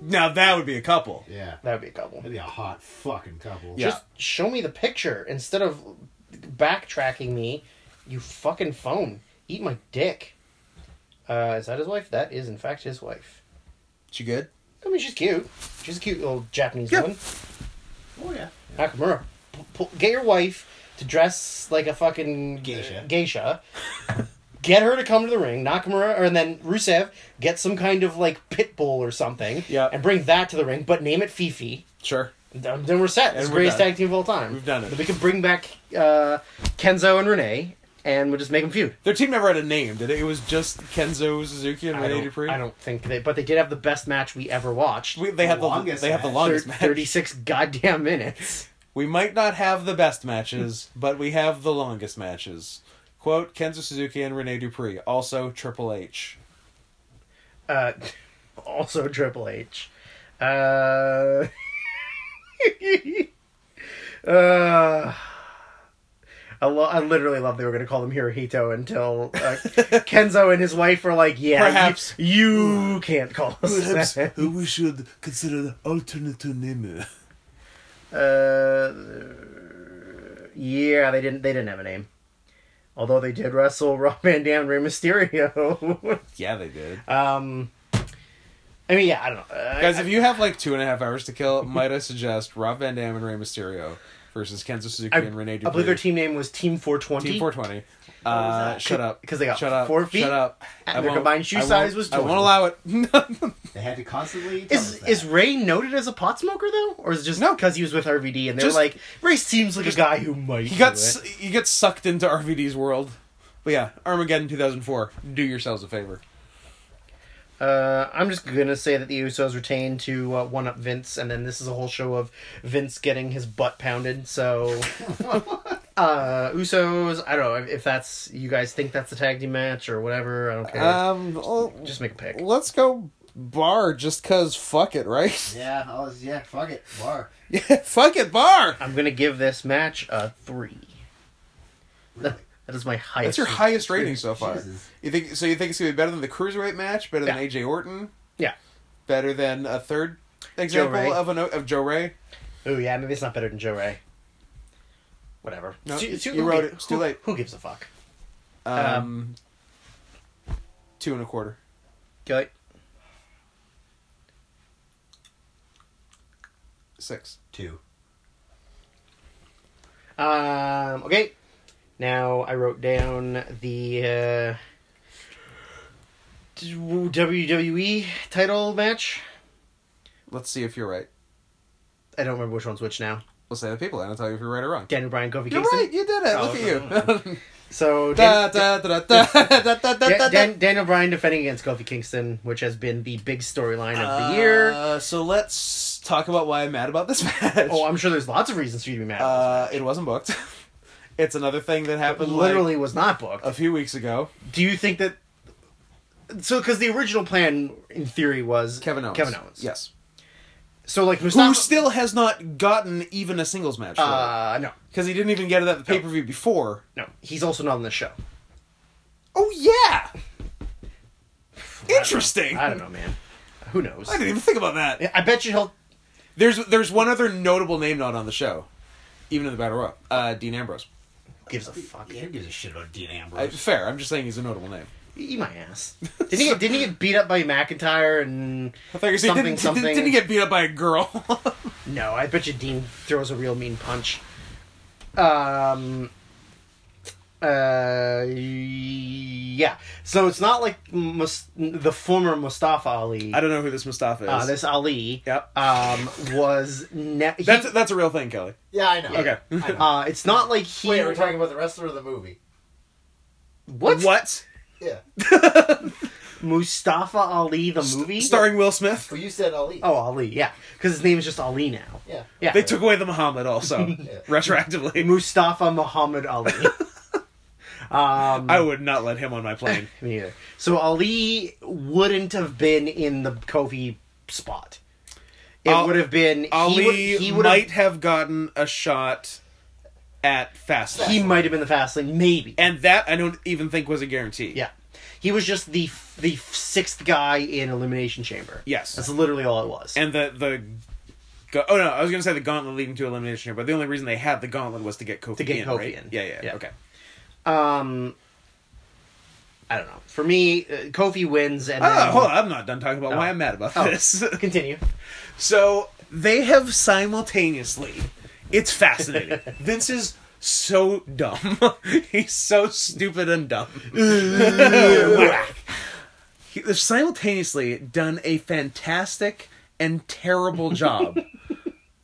[SPEAKER 1] Now that would be a couple.
[SPEAKER 2] Yeah.
[SPEAKER 3] That would be a couple.
[SPEAKER 2] That'd be a hot fucking couple.
[SPEAKER 1] Yeah.
[SPEAKER 3] Just show me the picture instead of backtracking me. You fucking phone. Eat my dick. Uh, is that his wife? That is in fact his wife.
[SPEAKER 1] She good?
[SPEAKER 3] I mean, she's cute. She's a cute little Japanese
[SPEAKER 1] Yeah.
[SPEAKER 3] woman.
[SPEAKER 2] Oh yeah.
[SPEAKER 3] Nakamura, p- p- get your wife to dress like a fucking uh,
[SPEAKER 2] Geisha.
[SPEAKER 3] Geisha. Get her to come to the ring, Nakamura, or and then Rusev. Get some kind of like pit bull or something,
[SPEAKER 1] Yeah.
[SPEAKER 3] and bring that to the ring. But name it Fifi.
[SPEAKER 1] Sure.
[SPEAKER 3] Then then we're set. It's
[SPEAKER 1] And
[SPEAKER 3] the
[SPEAKER 1] we're
[SPEAKER 3] greatest
[SPEAKER 1] done.
[SPEAKER 3] tag team of all time.
[SPEAKER 1] We've done it.
[SPEAKER 3] Then we can bring back uh, Kenzo and Renee, and we'll just make them feud.
[SPEAKER 1] Their team never had a name, did it? It was just Kenzo Suzuki and
[SPEAKER 3] I
[SPEAKER 1] Rene
[SPEAKER 3] don't,
[SPEAKER 1] Dupree.
[SPEAKER 3] I don't think they, but they did have the best match we ever watched.
[SPEAKER 1] We, they had the
[SPEAKER 2] Longest
[SPEAKER 1] they had the
[SPEAKER 2] match.
[SPEAKER 1] longest
[SPEAKER 3] Thir-
[SPEAKER 1] match.
[SPEAKER 3] Thirty-six goddamn minutes.
[SPEAKER 1] We might not have the best matches, but we have the longest matches. Quote Kenzo Suzuki and Rene Dupree, also Triple H.
[SPEAKER 3] uh, also Triple H. Uh, uh, I, lo- I literally love they were going to call him Hirohito until uh, Kenzo and his wife were like, "Yeah, you-
[SPEAKER 1] Perhaps.
[SPEAKER 3] you, can't call us." that."
[SPEAKER 1] we should consider the alternative name.
[SPEAKER 3] uh, yeah, they didn't. They didn't have a name. Although they did wrestle Rob Van Dam and Rey Mysterio.
[SPEAKER 1] Yeah, they did.
[SPEAKER 3] um, I mean, yeah, I don't know. Uh,
[SPEAKER 1] Guys, if you have like two and a half hours to kill, might I suggest Rob Van Dam and Rey Mysterio versus Kenzo Suzuki
[SPEAKER 3] I,
[SPEAKER 1] and Rene
[SPEAKER 3] I
[SPEAKER 1] Dupree.
[SPEAKER 3] believe their team name was Team 420.
[SPEAKER 1] Team 420.
[SPEAKER 3] was
[SPEAKER 1] Uh,
[SPEAKER 3] that?
[SPEAKER 1] shut up.
[SPEAKER 3] 'Cause they got
[SPEAKER 1] shut up.
[SPEAKER 3] four feet,
[SPEAKER 1] Shut up.
[SPEAKER 3] and
[SPEAKER 1] I
[SPEAKER 3] their
[SPEAKER 1] won't-
[SPEAKER 3] combined shoe
[SPEAKER 1] I won't-
[SPEAKER 3] size was
[SPEAKER 1] I
[SPEAKER 3] 20.
[SPEAKER 1] won't allow it.
[SPEAKER 2] They had to constantly tell us
[SPEAKER 3] Is
[SPEAKER 2] that.
[SPEAKER 3] is Ray noted as a pot smoker though, or is it just
[SPEAKER 1] No.
[SPEAKER 3] because he was with RVD and they're
[SPEAKER 1] Just-
[SPEAKER 3] like Ray seems like a guy who might.
[SPEAKER 1] He got
[SPEAKER 3] do
[SPEAKER 1] s
[SPEAKER 3] it.
[SPEAKER 1] he gets sucked into RVD's world. But yeah, Armageddon 2004. Do yourselves a favor.
[SPEAKER 3] Uh, I'm just gonna say that the Usos retain to uh, one up Vince, and then this is a whole show of Vince getting his butt pounded. So, uh, Usos. I don't know if- if that's you guys think that's the tag team match or whatever. I don't care.
[SPEAKER 1] Um, well,
[SPEAKER 3] just make a pick.
[SPEAKER 1] let's go bar just cause fuck it, right?
[SPEAKER 2] Yeah, I was yeah, fuck it. Bar.
[SPEAKER 1] Yeah, fuck it, bar.
[SPEAKER 3] I'm gonna give this match a three.
[SPEAKER 2] Really?
[SPEAKER 3] That is my highest.
[SPEAKER 1] That's your highest rating so far.
[SPEAKER 2] Jesus.
[SPEAKER 1] You think so? You think it's gonna be better than the cruiserweight match? Better than
[SPEAKER 3] Yeah.
[SPEAKER 1] AJ Orton?
[SPEAKER 3] Yeah.
[SPEAKER 1] Better than a third example
[SPEAKER 3] Ray.
[SPEAKER 1] of an o- of Joe Ray?
[SPEAKER 3] Oh yeah, maybe it's not better than Joe Ray. Whatever.
[SPEAKER 1] No,
[SPEAKER 3] It's- it's-
[SPEAKER 1] you
[SPEAKER 3] who
[SPEAKER 1] wrote
[SPEAKER 3] gi-
[SPEAKER 1] it. It's too
[SPEAKER 3] who-
[SPEAKER 1] late.
[SPEAKER 3] Who gives a fuck?
[SPEAKER 1] Um,
[SPEAKER 3] Um,
[SPEAKER 1] two and a quarter.
[SPEAKER 3] Go-
[SPEAKER 1] Six.
[SPEAKER 2] Two.
[SPEAKER 3] Um, okay. Now I wrote down the uh, WWE title match. E
[SPEAKER 1] Let's see if you're right.
[SPEAKER 3] I don't remember which one's which now.
[SPEAKER 1] We'll say the people, and I'll tell you if you're right or wrong.
[SPEAKER 3] Daniel Bryan, Kofi
[SPEAKER 1] You're
[SPEAKER 3] Kingston.
[SPEAKER 1] right. You did it.
[SPEAKER 3] Oh,
[SPEAKER 1] Look at you.
[SPEAKER 3] So
[SPEAKER 1] Da,
[SPEAKER 3] Dan-
[SPEAKER 1] da, da, da, da, da, da, da, da.
[SPEAKER 3] Dan- Dan- Daniel Bryan defending against Kofi Kingston, which has been the big storyline of the year.
[SPEAKER 1] Uh, so let's talk about why I'm mad about this match.
[SPEAKER 3] Oh, I'm sure there's lots of reasons for you to be mad. about
[SPEAKER 1] uh, it wasn't booked. it's another thing that
[SPEAKER 3] this.
[SPEAKER 1] happened literally
[SPEAKER 3] Literally was not booked.
[SPEAKER 1] a few weeks ago.
[SPEAKER 3] Do you think that? So, because the original plan in theory was
[SPEAKER 1] Kevin Owens.
[SPEAKER 3] Kevin Owens.
[SPEAKER 1] Yes.
[SPEAKER 3] So like
[SPEAKER 1] Who
[SPEAKER 3] Mustafa.
[SPEAKER 1] still has not gotten even a singles match because
[SPEAKER 3] uh, no,
[SPEAKER 1] he didn't even get it at the pay per view before.
[SPEAKER 3] no, he's also not on the show.
[SPEAKER 1] Oh yeah. Interesting.
[SPEAKER 3] I don't know, man. Who knows?
[SPEAKER 1] I didn't even think about that.
[SPEAKER 3] I bet you he'll.
[SPEAKER 1] There's there's one other notable name not on the show, even in the battle royal. Uh, Dean Ambrose.
[SPEAKER 3] Gives a fuck.
[SPEAKER 2] Yeah, who gives a shit about Dean
[SPEAKER 1] I,
[SPEAKER 2] Ambrose?
[SPEAKER 1] fair. I'm just saying he's a notable name.
[SPEAKER 3] Eat my ass. Didn't he get, didn't he get beat up by McIntyre and
[SPEAKER 1] I thought you said
[SPEAKER 3] something
[SPEAKER 1] didn't,
[SPEAKER 3] something?
[SPEAKER 1] didn't, didn't he get beat up by a girl.
[SPEAKER 3] No, I bet you Dean throws a real mean punch. Um. Uh. Yeah. So it's not like Mus- the former Mustafa Ali.
[SPEAKER 1] I don't know who this Mustafa is.
[SPEAKER 3] Uh, this Ali.
[SPEAKER 1] Yep.
[SPEAKER 3] Um. Was ne- he-
[SPEAKER 1] that's that's a real thing, Kelly.
[SPEAKER 2] yeah, I know.
[SPEAKER 1] Okay.
[SPEAKER 2] I know.
[SPEAKER 3] uh. It's not like he.
[SPEAKER 2] Wait, we're talking about the wrestler or the movie?
[SPEAKER 3] what?
[SPEAKER 1] What?
[SPEAKER 2] Yeah.
[SPEAKER 3] Mustafa Ali the movie?
[SPEAKER 1] Starring Will Smith.
[SPEAKER 2] Well, you said Ali.
[SPEAKER 3] Oh, Ali. Yeah. Because his name is just Ali now.
[SPEAKER 2] Yeah.
[SPEAKER 3] Yeah.
[SPEAKER 1] They took away the Muhammad also retroactively.
[SPEAKER 3] Mustafa Muhammad Ali. um.
[SPEAKER 1] I would not let him on my plane.
[SPEAKER 3] Me neither. So Ali wouldn't have been in the Kofi spot. It
[SPEAKER 1] Al-
[SPEAKER 3] would have been he
[SPEAKER 1] Ali
[SPEAKER 3] would- he would
[SPEAKER 1] might
[SPEAKER 3] Have,
[SPEAKER 1] have... gotten a shot at Fastlane,
[SPEAKER 3] he might have been the fast lane, maybe.
[SPEAKER 1] and that I don't even think was a guarantee.
[SPEAKER 3] yeah, he was just the the sixth guy in Elimination Chamber.
[SPEAKER 1] Yes.
[SPEAKER 3] that's literally all it was.
[SPEAKER 1] And the the. Ga- Oh no! I was gonna say the gauntlet leading to elimination Chamber, but the only reason they had the gauntlet was to get Kofi
[SPEAKER 3] To get
[SPEAKER 1] in,
[SPEAKER 3] Kofi
[SPEAKER 1] right?
[SPEAKER 3] in.
[SPEAKER 1] Yeah, yeah,
[SPEAKER 3] Yeah.
[SPEAKER 1] Okay.
[SPEAKER 3] um, I don't know. For me, uh, Kofi wins, and
[SPEAKER 1] Oh,
[SPEAKER 3] then,
[SPEAKER 1] hold on! I'm not done talking about why
[SPEAKER 3] Oh.
[SPEAKER 1] I'm mad about
[SPEAKER 3] Oh.
[SPEAKER 1] this.
[SPEAKER 3] Continue.
[SPEAKER 1] So they have simultaneously. It's fascinating. Vince is so dumb. He's so stupid and dumb. He- They've simultaneously done a fantastic and terrible job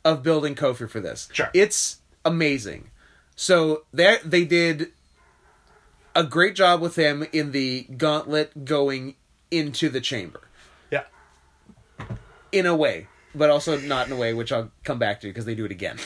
[SPEAKER 1] of building Kofi for this.
[SPEAKER 3] Sure.
[SPEAKER 1] It's amazing. So there they did a great job with him in the gauntlet going into the chamber
[SPEAKER 3] Yeah.
[SPEAKER 1] in a way, but also not in a way, which I'll come back to because they do it again.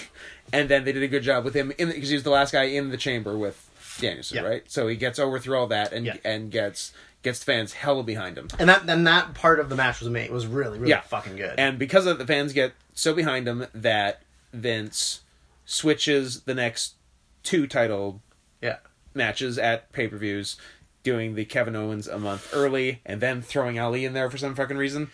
[SPEAKER 1] And then they did a good job with him because he was the last guy in the chamber with Danielson,
[SPEAKER 3] Yeah.
[SPEAKER 1] right? So he gets over through all that and
[SPEAKER 3] Yeah.
[SPEAKER 1] and gets gets fans hella behind him.
[SPEAKER 3] And that and that part of the match was made was really really
[SPEAKER 1] Yeah.
[SPEAKER 3] fucking good.
[SPEAKER 1] And because of it, the fans get so behind him that Vince switches the next two title
[SPEAKER 3] yeah,
[SPEAKER 1] matches at pay per views. Doing the Kevin Owens a month early, and then throwing Ali in there for some fucking reason,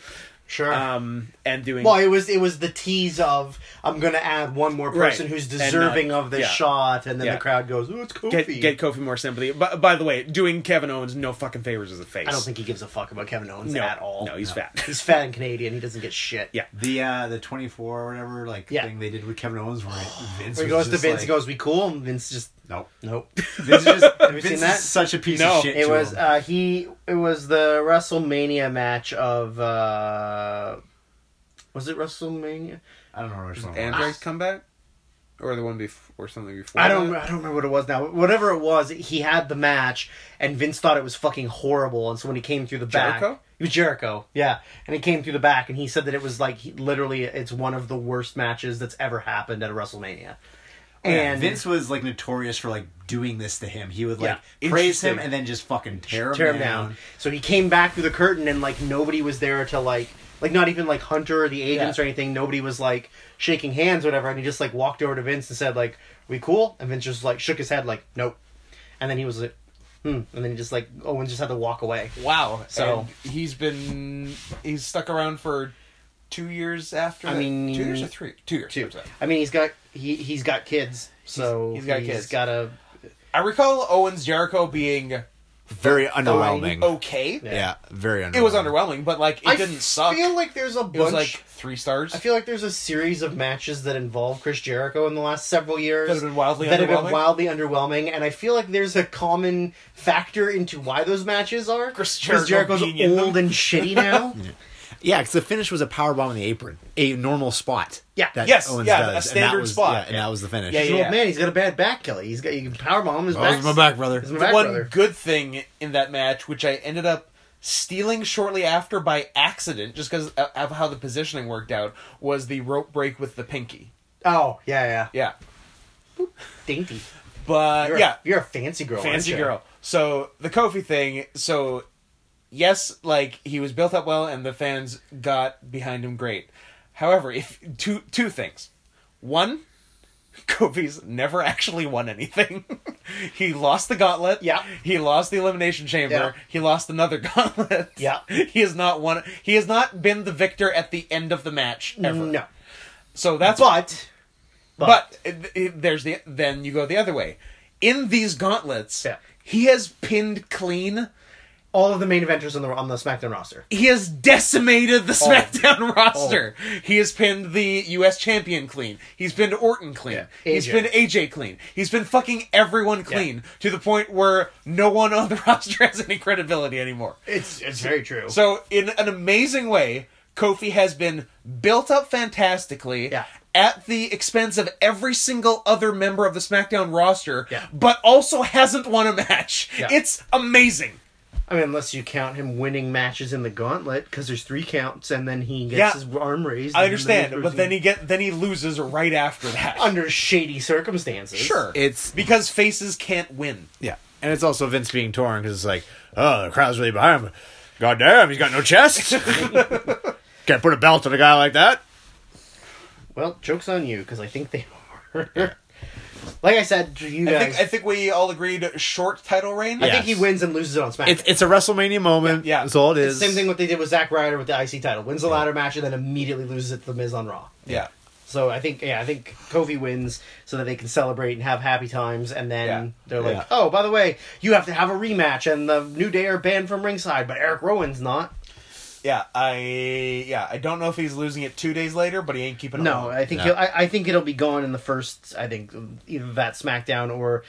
[SPEAKER 3] sure.
[SPEAKER 1] um, and doing
[SPEAKER 3] Well, it was it was the tease of I'm going to add one more person
[SPEAKER 1] Right.
[SPEAKER 3] who's
[SPEAKER 1] And not-
[SPEAKER 3] deserving of this
[SPEAKER 1] yeah.
[SPEAKER 3] shot, and then
[SPEAKER 1] Yeah.
[SPEAKER 3] the crowd goes, "Oh, it's Kofi."
[SPEAKER 1] get get Kofi more sympathy. By, by the way, doing Kevin Owens no fucking favors as a face.
[SPEAKER 3] I don't think he gives a fuck about Kevin Owens
[SPEAKER 1] No.
[SPEAKER 3] at all.
[SPEAKER 1] No, he's fat.
[SPEAKER 3] He's fat and Canadian. He doesn't get shit.
[SPEAKER 1] Yeah.
[SPEAKER 2] The uh, the twenty four or whatever like
[SPEAKER 3] Yeah.
[SPEAKER 2] thing they did with Kevin Owens where Vince
[SPEAKER 3] So he goes
[SPEAKER 2] was
[SPEAKER 3] to
[SPEAKER 2] just
[SPEAKER 3] Vince.
[SPEAKER 2] like,
[SPEAKER 3] he goes, "We cool." And Vince just
[SPEAKER 2] nope.
[SPEAKER 3] nope.
[SPEAKER 2] Vince is just
[SPEAKER 3] you
[SPEAKER 2] Vince
[SPEAKER 3] seen
[SPEAKER 2] is
[SPEAKER 3] that?
[SPEAKER 2] such a piece
[SPEAKER 1] No.
[SPEAKER 2] of shit.
[SPEAKER 3] it
[SPEAKER 2] to
[SPEAKER 3] was
[SPEAKER 2] him.
[SPEAKER 3] uh, he. It was the WrestleMania match of. uh Was it WrestleMania?
[SPEAKER 2] I don't know which one. it was.
[SPEAKER 1] Andre's comeback, or the one before, or something before.
[SPEAKER 3] I don't.
[SPEAKER 1] that?
[SPEAKER 3] I don't remember what it was now. Whatever it was, he had the match, and Vince thought it was fucking horrible. And so when he came through the back,
[SPEAKER 1] Jericho?
[SPEAKER 3] it was Jericho. Yeah, and he came through the back, and he said that it was like he, literally, it's one of the worst matches that's ever happened at a WrestleMania.
[SPEAKER 2] Oh, Yeah,
[SPEAKER 3] And
[SPEAKER 2] Vince was like notorious for like doing this to him. He would like
[SPEAKER 1] Yeah.
[SPEAKER 2] praise him
[SPEAKER 1] Interesting.
[SPEAKER 2] and then just fucking tear him,
[SPEAKER 3] tear him
[SPEAKER 2] down.
[SPEAKER 3] down. So he came back through the curtain, and like nobody was there to like. Like not even like Hunter or the agents
[SPEAKER 1] Yeah.
[SPEAKER 3] or anything. Nobody was like shaking hands or whatever. And he just like walked over to Vince and said like, "We cool?" And Vince just like shook his head like, "Nope." And then he was like, "Hmm." And then he just like Owen just had to walk away.
[SPEAKER 1] Wow.
[SPEAKER 3] So-
[SPEAKER 1] And he's been he's stuck around for two years after.
[SPEAKER 3] I
[SPEAKER 1] that?
[SPEAKER 3] mean-
[SPEAKER 1] two years or three? Two years.
[SPEAKER 3] too.
[SPEAKER 1] I'm sorry.
[SPEAKER 3] I mean, he's got he he's got kids, so
[SPEAKER 1] he's got kids.
[SPEAKER 3] Got a
[SPEAKER 1] I recall Owens Jericho being
[SPEAKER 2] Very
[SPEAKER 3] Oh.
[SPEAKER 1] okay.
[SPEAKER 3] Yeah.
[SPEAKER 2] very underwhelming.
[SPEAKER 1] It was underwhelming, but like it didn't suck.
[SPEAKER 3] feel like there's a
[SPEAKER 1] it was
[SPEAKER 3] bunch.
[SPEAKER 1] like three stars.
[SPEAKER 3] I feel like there's a series of matches that involve Chris Jericho in the last several years
[SPEAKER 1] That have been wildly
[SPEAKER 3] that have been
[SPEAKER 1] underwhelming?
[SPEAKER 3] wildly underwhelming, and I feel like there's a common factor into why those matches are.
[SPEAKER 1] Chris Jericho
[SPEAKER 3] Jericho's
[SPEAKER 1] being in them.
[SPEAKER 3] old and shitty now.
[SPEAKER 5] Yeah, because the finish was a power bomb on the apron, a normal spot.
[SPEAKER 3] Yeah.
[SPEAKER 5] that
[SPEAKER 1] Yes, yeah, a
[SPEAKER 5] and that
[SPEAKER 1] standard
[SPEAKER 5] was,
[SPEAKER 1] spot.
[SPEAKER 5] Yeah, and that was the finish.
[SPEAKER 1] yeah,
[SPEAKER 3] He's an
[SPEAKER 1] yeah. Oh,
[SPEAKER 3] old Oh, man. He's got a bad back, Kelly. He's got you can power bomb his
[SPEAKER 5] That
[SPEAKER 3] back.
[SPEAKER 5] was my back, brother.
[SPEAKER 3] He's my
[SPEAKER 1] The
[SPEAKER 3] back
[SPEAKER 1] one
[SPEAKER 3] brother.
[SPEAKER 1] good thing in that match, which I ended up stealing shortly after by accident, just because of how the positioning worked out, was the rope break with the pinky.
[SPEAKER 3] Oh yeah, yeah.
[SPEAKER 1] Yeah,
[SPEAKER 3] Dainty.
[SPEAKER 1] but
[SPEAKER 3] You're
[SPEAKER 1] yeah,
[SPEAKER 3] A, you're a fancy girl. aren't
[SPEAKER 1] fancy
[SPEAKER 3] you?
[SPEAKER 1] girl. So the Kofi thing. So yes, like he was built up well, and the fans got behind him great. However, if two two things, one. Kofi's never actually won anything. he lost the gauntlet.
[SPEAKER 3] Yeah.
[SPEAKER 1] He lost the elimination chamber.
[SPEAKER 3] Yeah.
[SPEAKER 1] He lost another gauntlet.
[SPEAKER 3] Yeah.
[SPEAKER 1] He has not won. He has not been the victor at the end of the match ever.
[SPEAKER 3] No,
[SPEAKER 1] So that's
[SPEAKER 3] but
[SPEAKER 1] but it- it- there's the then you go the other way. In these gauntlets,
[SPEAKER 3] Yeah.
[SPEAKER 1] he has pinned clean.
[SPEAKER 3] all of the main eventers on the on the SmackDown roster.
[SPEAKER 1] He has decimated
[SPEAKER 3] Oh.
[SPEAKER 1] the SmackDown roster. He has pinned the U.S. champion clean. He's pinned Orton clean.
[SPEAKER 3] Yeah.
[SPEAKER 1] He's
[SPEAKER 3] AJ.
[SPEAKER 1] pinned AJ clean. He's been fucking everyone clean to the point where no one on the roster has any credibility anymore.
[SPEAKER 3] It's it's very true.
[SPEAKER 1] So, in an amazing way, Kofi has been built up fantastically
[SPEAKER 3] Yeah.
[SPEAKER 1] at the expense of every single other member of the SmackDown roster,
[SPEAKER 3] Yeah.
[SPEAKER 1] but also hasn't won a match.
[SPEAKER 3] Yeah.
[SPEAKER 1] It's amazing.
[SPEAKER 3] I mean, unless you count him winning matches in the gauntlet, because there's three counts, and then he gets
[SPEAKER 1] Yeah.
[SPEAKER 3] his arm raised.
[SPEAKER 1] I
[SPEAKER 3] and
[SPEAKER 1] understand,
[SPEAKER 3] then
[SPEAKER 1] but then he get then he loses right after that.
[SPEAKER 3] under shady circumstances.
[SPEAKER 1] sure,
[SPEAKER 5] It's-
[SPEAKER 1] because faces can't win.
[SPEAKER 5] Yeah, and it's also Vince being torn because it's like, oh, the crowd's really behind him. God damn, he's got no chest. Can't put a belt on a guy like that.
[SPEAKER 3] Well, joke's on you, because I think they are. like I said, you guys.
[SPEAKER 1] I think I think we all agreed short title reign.
[SPEAKER 5] Yeah.
[SPEAKER 3] he wins and loses it on SmackDown.
[SPEAKER 5] It's it's a WrestleMania moment.
[SPEAKER 1] Yeah, yeah.
[SPEAKER 5] that's all it
[SPEAKER 3] It's
[SPEAKER 5] is.
[SPEAKER 3] the same thing what they did with Zack Ryder with the IC title. Wins the ladder match and then immediately loses it to The Miz on Raw.
[SPEAKER 1] yeah.
[SPEAKER 3] So I think yeah, I think Kofi wins so that they can celebrate and have happy times, and then
[SPEAKER 1] Yeah.
[SPEAKER 3] they're like,
[SPEAKER 5] Yeah.
[SPEAKER 3] oh, by the way, you have to have a rematch, and the New Day are banned from ringside, but Eric Rowan's not.
[SPEAKER 1] Yeah, I yeah, I don't know if he's losing it two days later, but he ain't keeping it
[SPEAKER 3] No,
[SPEAKER 1] on
[SPEAKER 3] I think
[SPEAKER 5] Oh, No.
[SPEAKER 3] he'll, I, I think it'll be gone in the first. I think either that SmackDown or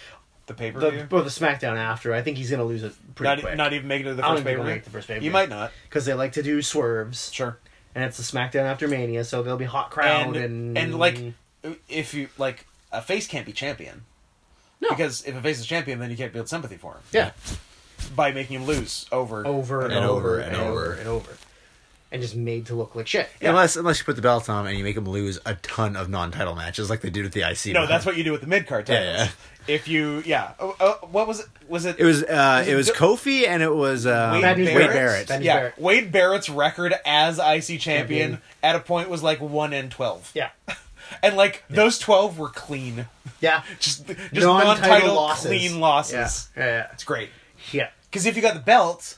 [SPEAKER 1] the paper.
[SPEAKER 3] the or the SmackDown after. I think he's gonna lose it pretty
[SPEAKER 1] not, e-,
[SPEAKER 3] quick.
[SPEAKER 1] not even making it to the
[SPEAKER 3] I don't
[SPEAKER 1] first
[SPEAKER 3] think he'll
[SPEAKER 1] paper.
[SPEAKER 3] make the first pay-per-view.
[SPEAKER 1] You might not.
[SPEAKER 3] because they like to do swerves,
[SPEAKER 1] Sure.
[SPEAKER 3] and it's the SmackDown after Mania, so there'll be hot crowd
[SPEAKER 1] And,
[SPEAKER 3] and
[SPEAKER 1] and like if you like a face can't be champion.
[SPEAKER 3] No.
[SPEAKER 1] Because if a face is champion, then you can't build sympathy for him
[SPEAKER 3] yeah.
[SPEAKER 1] by making him lose over.
[SPEAKER 3] over and,
[SPEAKER 5] And
[SPEAKER 3] over
[SPEAKER 5] over
[SPEAKER 3] and
[SPEAKER 5] and
[SPEAKER 3] over
[SPEAKER 5] over.
[SPEAKER 3] and over. And just made to look like shit.
[SPEAKER 5] Unless unless you put the belt on him and you make him lose a ton of non-title matches like they did with the IC.
[SPEAKER 1] No, that's what you do with the mid card titles.
[SPEAKER 5] Yeah,
[SPEAKER 1] If you yeah, oh, oh, what was it? Was it?
[SPEAKER 5] It was uh,
[SPEAKER 1] Was it
[SPEAKER 5] it was
[SPEAKER 1] Di-
[SPEAKER 5] Kofi and it was uh,
[SPEAKER 2] um,
[SPEAKER 1] Wade Bad News
[SPEAKER 5] Wade
[SPEAKER 1] Barrett?
[SPEAKER 5] Barrett.
[SPEAKER 3] Bad News
[SPEAKER 1] yeah,
[SPEAKER 3] Barrett.
[SPEAKER 1] Wade Barrett's record as IC champion
[SPEAKER 3] Champion.
[SPEAKER 1] at a point was like one and twelve.
[SPEAKER 3] Yeah.
[SPEAKER 1] and like those twelve were clean,
[SPEAKER 3] Yeah.
[SPEAKER 1] just just
[SPEAKER 3] Non-title
[SPEAKER 1] non-title
[SPEAKER 3] losses.
[SPEAKER 1] clean
[SPEAKER 3] Yeah.
[SPEAKER 1] losses.
[SPEAKER 3] Yeah.
[SPEAKER 1] It's great
[SPEAKER 3] yeah.
[SPEAKER 1] because if you got the belt,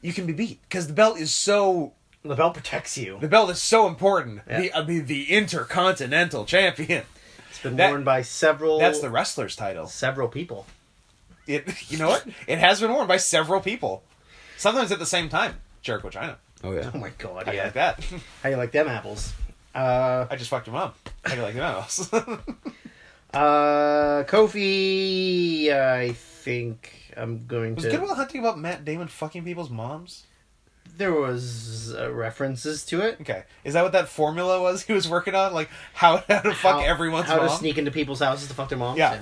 [SPEAKER 1] you can be beat because the belt is so
[SPEAKER 3] The belt protects you.
[SPEAKER 1] The belt is so important.
[SPEAKER 3] Yeah.
[SPEAKER 1] The, I mean, the Intercontinental Champion.
[SPEAKER 3] It's been
[SPEAKER 1] that-
[SPEAKER 3] worn by several
[SPEAKER 1] That's the wrestler's title.
[SPEAKER 3] several people.
[SPEAKER 1] It, you know what? It has been worn by several people, sometimes at the same time. Jericho China.
[SPEAKER 5] Oh yeah.
[SPEAKER 3] Oh my god,
[SPEAKER 1] How do you
[SPEAKER 3] yeah.
[SPEAKER 1] like that?
[SPEAKER 3] How you like them apples? Uh
[SPEAKER 1] I just fucked your mom. How do you like that? else?
[SPEAKER 3] uh Kofi I think I'm going
[SPEAKER 1] was
[SPEAKER 3] to
[SPEAKER 1] Goodwill Hunting about Matt Damon fucking people's moms?
[SPEAKER 3] There was uh, references to it.
[SPEAKER 1] Okay, is that what that formula was he was working on? Like how, how to fuck
[SPEAKER 3] How-
[SPEAKER 1] everyone's
[SPEAKER 3] How
[SPEAKER 1] mom?
[SPEAKER 3] to sneak into people's houses to fuck their moms.
[SPEAKER 1] Yeah.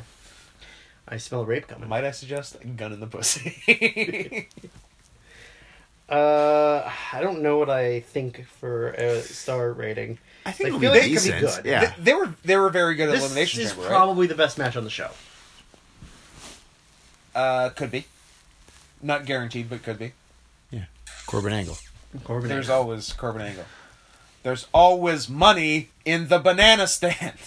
[SPEAKER 3] I smell rape coming.
[SPEAKER 1] Might I suggest gun in the pussy?
[SPEAKER 3] Uh, I don't know what I think for a star rating.
[SPEAKER 5] I think
[SPEAKER 3] Like,
[SPEAKER 5] it'll
[SPEAKER 3] feel
[SPEAKER 5] be
[SPEAKER 3] like it could be
[SPEAKER 5] decent.
[SPEAKER 3] good.
[SPEAKER 5] Yeah.
[SPEAKER 1] they, they were they were very good at
[SPEAKER 3] This
[SPEAKER 1] elimination
[SPEAKER 3] is
[SPEAKER 1] chamber, right?
[SPEAKER 3] probably the best match on the show.
[SPEAKER 1] Uh, could be, not guaranteed, but could be.
[SPEAKER 5] yeah. Corbin Angle.
[SPEAKER 3] Corbin
[SPEAKER 1] There's
[SPEAKER 3] Angle.
[SPEAKER 1] always Corbin Angle. There's always money in the banana stand.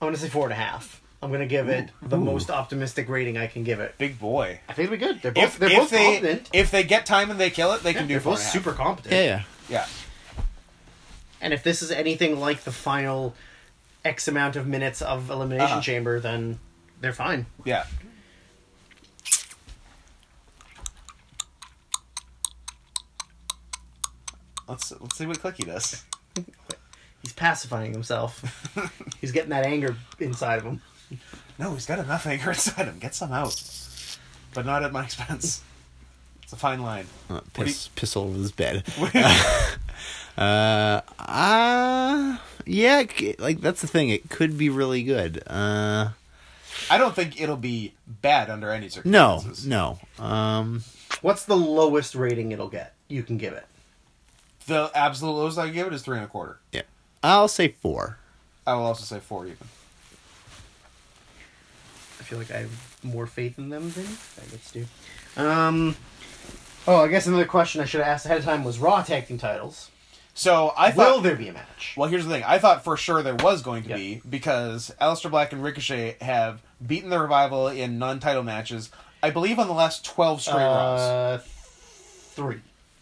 [SPEAKER 3] I'm gonna say four and a half. I'm gonna give it the most optimistic rating I can give it.
[SPEAKER 1] Big boy.
[SPEAKER 3] I think it'll be good. They're both
[SPEAKER 1] If,
[SPEAKER 3] they're
[SPEAKER 1] if
[SPEAKER 3] both
[SPEAKER 1] they
[SPEAKER 3] competent.
[SPEAKER 1] if they get time and they kill it, they
[SPEAKER 3] Yeah,
[SPEAKER 1] can do
[SPEAKER 3] they're
[SPEAKER 1] four
[SPEAKER 3] both
[SPEAKER 1] and a half.
[SPEAKER 3] super competent.
[SPEAKER 5] Yeah, yeah.
[SPEAKER 1] Yeah,
[SPEAKER 3] And if this is anything like the final X amount of minutes of elimination
[SPEAKER 1] Uh-huh.
[SPEAKER 3] chamber, then they're fine.
[SPEAKER 1] yeah. Let's let's see what Clicky does.
[SPEAKER 3] He's pacifying himself. He's getting that anger inside of him.
[SPEAKER 1] No, he's got enough anger inside him. Get some out, but not at my expense. It's a fine line.
[SPEAKER 5] Uh, piss, piss all over his bed. uh, uh, yeah, it c- like that's the thing. It could be really good. Uh,
[SPEAKER 1] I don't think it'll be bad under any
[SPEAKER 5] no,
[SPEAKER 1] circumstances.
[SPEAKER 5] no. Um,
[SPEAKER 3] What's the lowest rating it'll get? You can give it.
[SPEAKER 1] The absolute lowest I can give it is three and a quarter.
[SPEAKER 5] yeah, I'll say four.
[SPEAKER 1] I will also say four even.
[SPEAKER 3] I feel like I have more faith in them than I guess do. Um. Oh, I guess another question I should have asked ahead of time was Raw tag team titles.
[SPEAKER 1] So I thought.
[SPEAKER 3] Will there be a match?
[SPEAKER 1] Well, here's the thing. I thought for sure there was going to
[SPEAKER 3] Yeah.
[SPEAKER 1] be because Aleister Black and Ricochet have beaten the Revival in non-title matches. I believe on the last twelve straight rounds.
[SPEAKER 3] Uh, three.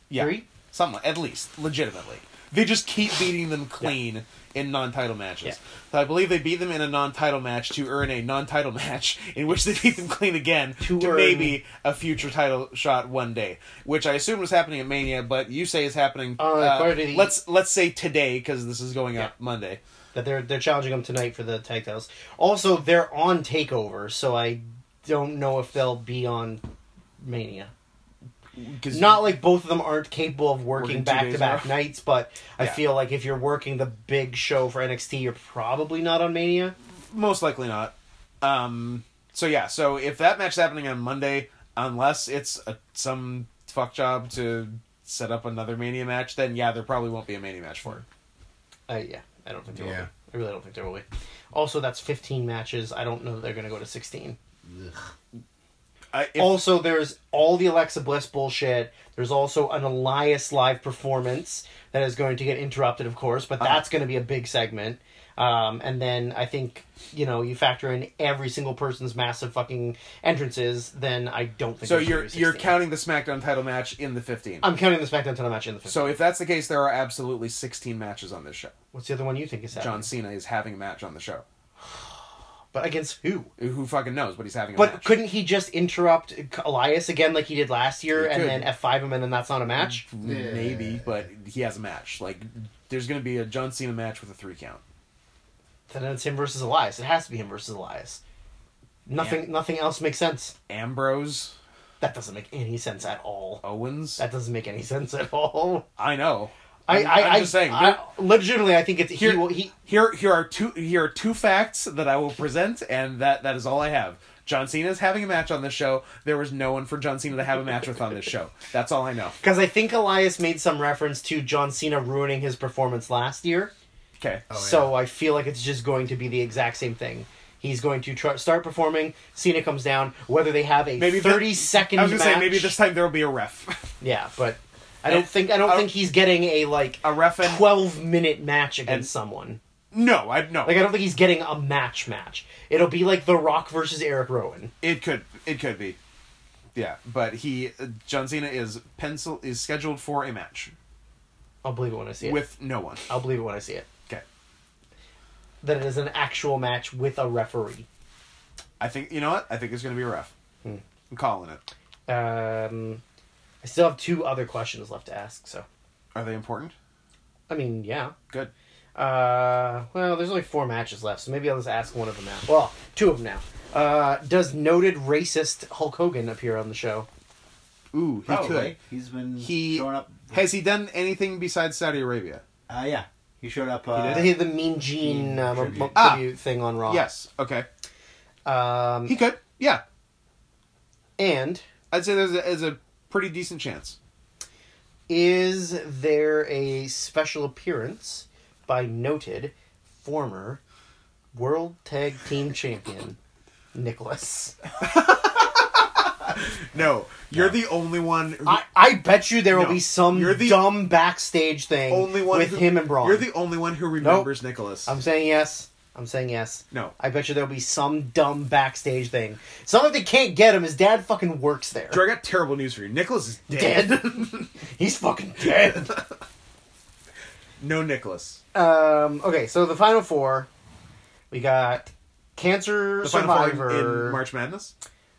[SPEAKER 1] Yeah,
[SPEAKER 3] three?
[SPEAKER 1] something at least legitimately. They just keep beating them clean in non-title matches.
[SPEAKER 3] Yeah.
[SPEAKER 1] So I believe they beat them in a non-title match to earn a non-title match in which they beat them clean again to,
[SPEAKER 3] To earn-
[SPEAKER 1] maybe a future title shot one day, which I assume was happening at Mania, but you say is happening.
[SPEAKER 3] On
[SPEAKER 1] uh,
[SPEAKER 3] Friday the-
[SPEAKER 1] let's let's say today because this is going up
[SPEAKER 3] Yeah.
[SPEAKER 1] Monday.
[SPEAKER 3] That they're they're challenging them tonight for the tag titles. Also, they're on Takeover, so I don't know if they'll be on Mania.
[SPEAKER 1] Cause
[SPEAKER 3] Not like both of them aren't capable of
[SPEAKER 1] Working two
[SPEAKER 3] working back
[SPEAKER 1] days
[SPEAKER 3] to
[SPEAKER 1] in
[SPEAKER 3] back
[SPEAKER 1] a
[SPEAKER 3] nights, but I
[SPEAKER 1] Yeah.
[SPEAKER 3] feel like if you're working the big show for NXT, you're probably not on Mania.
[SPEAKER 1] most likely not. Um, so yeah, so if that match's happening on Monday, unless it's a, some fuck job to set up another Mania match, then yeah, there probably won't be a Mania match for it.
[SPEAKER 3] Uh, yeah, I don't think there will
[SPEAKER 2] Yeah.
[SPEAKER 3] be. I really don't think there will be. Also, that's 15 matches. I don't know that they're going to go to 16.
[SPEAKER 1] I, if,
[SPEAKER 3] also, there's all the Alexa Bliss bullshit. There's also an Elias live performance that is going to get interrupted, of course,
[SPEAKER 1] Uh-huh.
[SPEAKER 3] but that's going to be a big segment. Um, and then I think, you know, you factor in every single person's massive fucking entrances, then I don't think
[SPEAKER 1] so
[SPEAKER 3] they should
[SPEAKER 1] you're
[SPEAKER 3] do
[SPEAKER 1] you're
[SPEAKER 3] 16.
[SPEAKER 1] counting the SmackDown title match in the 15.
[SPEAKER 3] I'm counting the SmackDown title match in the 15.
[SPEAKER 1] so if that's the case, there are absolutely 16 matches on this show.
[SPEAKER 3] What's the other one you think is happening?
[SPEAKER 1] John Cena is having a match on the show.
[SPEAKER 3] But against who?
[SPEAKER 1] Who fucking knows? But he's having a
[SPEAKER 3] But
[SPEAKER 1] match.
[SPEAKER 3] couldn't he just interrupt Elias again like he did last year
[SPEAKER 1] He
[SPEAKER 3] and
[SPEAKER 1] could. Mm-hmm.
[SPEAKER 3] then F5 him and then that's not a match?
[SPEAKER 1] Maybe, but he has a match. Like there's gonna be a John Cena match with a three count.
[SPEAKER 3] Then it's him versus Elias. It has to be him versus Elias. Nothing
[SPEAKER 1] Yeah.
[SPEAKER 3] nothing else makes sense.
[SPEAKER 1] Ambrose,
[SPEAKER 3] That doesn't make any sense at all.
[SPEAKER 1] Owens.
[SPEAKER 3] That doesn't make any sense at all.
[SPEAKER 1] I know.
[SPEAKER 3] I,
[SPEAKER 1] I'm-
[SPEAKER 3] I,
[SPEAKER 1] I'm
[SPEAKER 3] I
[SPEAKER 1] just saying.
[SPEAKER 3] I, legitimately, I think it's
[SPEAKER 1] Here-
[SPEAKER 3] he. Will, he
[SPEAKER 1] Here, here are two. Here are two facts that I will present, and that that is all I have. John Cena is having a match on this show. There was no one for John Cena to have a match with on this show. That's all I know.
[SPEAKER 3] because I think Elias made some reference to John Cena ruining his performance last year.
[SPEAKER 1] Okay.
[SPEAKER 3] so I feel like it's just going to be the exact same thing. He's going to try, start performing. Cena comes down. Whether they have a
[SPEAKER 1] Maybe
[SPEAKER 3] maybe
[SPEAKER 1] the-
[SPEAKER 3] thirty second
[SPEAKER 1] I was gonna
[SPEAKER 3] match,
[SPEAKER 1] say maybe this time there will be a ref,
[SPEAKER 3] Yeah, but I don't
[SPEAKER 1] And-
[SPEAKER 3] think I don't
[SPEAKER 1] I-
[SPEAKER 3] think he's getting a like
[SPEAKER 1] a ref and
[SPEAKER 3] twelve minute match against
[SPEAKER 1] and-
[SPEAKER 3] someone.
[SPEAKER 1] no, I no.
[SPEAKER 3] Like I don't think he's getting a match match. It'll be like The Rock versus Eric Rowan.
[SPEAKER 1] It could it could be, yeah. But he uh, John Cena is pencil is scheduled for a match
[SPEAKER 3] I'll believe it when I see it.
[SPEAKER 1] with no one.
[SPEAKER 3] I'll believe it when I see it.
[SPEAKER 1] Okay.
[SPEAKER 3] That it is an actual match with a referee.
[SPEAKER 1] I think you know what I think it's gonna be a ref.
[SPEAKER 3] Hmm.
[SPEAKER 1] I'm calling it.
[SPEAKER 3] Um, I still have two other questions left to ask. So
[SPEAKER 1] Are they important?
[SPEAKER 3] I mean, yeah.
[SPEAKER 1] Good.
[SPEAKER 3] Uh, well, there's only four matches left, so maybe I'll just ask one of them now. Well, two of them now. Uh, does noted racist Hulk Hogan appear on the show?
[SPEAKER 1] Ooh, he
[SPEAKER 2] Probably.
[SPEAKER 1] could.
[SPEAKER 2] He's been
[SPEAKER 1] He-
[SPEAKER 2] Mm, showing up.
[SPEAKER 1] Has he done anything besides Saudi Arabia?
[SPEAKER 2] Uh, yeah, he showed up. Uh,
[SPEAKER 3] They had the Mean Gene
[SPEAKER 2] Mean
[SPEAKER 3] um,
[SPEAKER 2] tribute.
[SPEAKER 3] mo-
[SPEAKER 1] Ah.
[SPEAKER 3] tribute thing on Raw.
[SPEAKER 1] Yes. Okay.
[SPEAKER 3] Um,
[SPEAKER 1] He could. Yeah.
[SPEAKER 3] and
[SPEAKER 1] I'd say there's a, there's a pretty decent chance.
[SPEAKER 3] is there a special appearance by noted former World Tag Team Champion Nicholas?
[SPEAKER 1] No, you're the only one. Who,
[SPEAKER 3] I, I bet you there will
[SPEAKER 1] No,
[SPEAKER 3] be some
[SPEAKER 1] you're the
[SPEAKER 3] dumb backstage thing
[SPEAKER 1] only one
[SPEAKER 3] with
[SPEAKER 1] who-
[SPEAKER 3] him and Braun.
[SPEAKER 1] You're the only one who remembers Nicholas.
[SPEAKER 3] I'm saying yes. I'm saying yes.
[SPEAKER 1] no,
[SPEAKER 3] I bet you there'll be some dumb backstage thing. It's not like they can't get him. His dad fucking works there.
[SPEAKER 1] Drew, I got terrible news for you. Nicholas is dead.
[SPEAKER 3] Dead. He's fucking dead.
[SPEAKER 1] no Nicholas.
[SPEAKER 3] um, okay, so the final four, we got cancer
[SPEAKER 1] The
[SPEAKER 3] survivor.
[SPEAKER 1] final four in, in March Madness.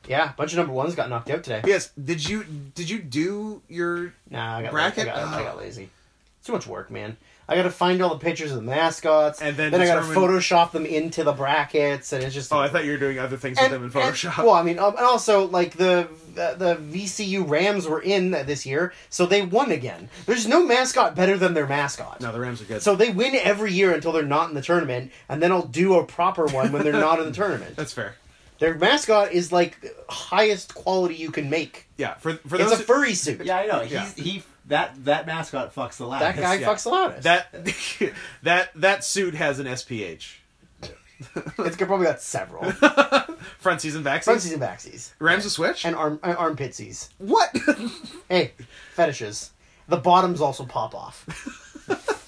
[SPEAKER 3] Yeah, a bunch of number ones got knocked out today.
[SPEAKER 1] Yes. Did you did you do your
[SPEAKER 3] Nah, I got,
[SPEAKER 1] Bracket? Oh.
[SPEAKER 3] I got, I got lazy. It's too much work, man. I got to find all the pictures of the mascots,
[SPEAKER 1] And then
[SPEAKER 3] I got to
[SPEAKER 1] determine-
[SPEAKER 3] Photoshop them into the brackets, and it's just
[SPEAKER 1] Oh, I thought you were doing other things with them in Photoshop.
[SPEAKER 3] well, I mean, um, and also like the, the the VCU Rams were in this year, so they won again. There's no mascot better than their mascot.
[SPEAKER 1] no, the Rams are good.
[SPEAKER 3] So they win every year until they're not in the tournament, and then I'll do a proper one when they're not in the tournament.
[SPEAKER 1] That's fair.
[SPEAKER 3] Their mascot is like the highest quality you can make.
[SPEAKER 1] Yeah, for for
[SPEAKER 3] It's
[SPEAKER 1] those
[SPEAKER 3] a furry suit.
[SPEAKER 2] Yeah, I know. He's,
[SPEAKER 1] Yeah.
[SPEAKER 2] He that that mascot fucks the
[SPEAKER 3] that
[SPEAKER 2] loudest.
[SPEAKER 3] guy
[SPEAKER 1] yeah.
[SPEAKER 3] fucks the loudest.
[SPEAKER 1] that that that suit has an SPH.
[SPEAKER 3] it's probably got several
[SPEAKER 1] Front season vaccine.
[SPEAKER 3] frontsies and backsies
[SPEAKER 1] Rams a switch.
[SPEAKER 3] and arm uh, armpitsies.
[SPEAKER 1] what?
[SPEAKER 3] Hey, fetishes. The bottoms also pop off.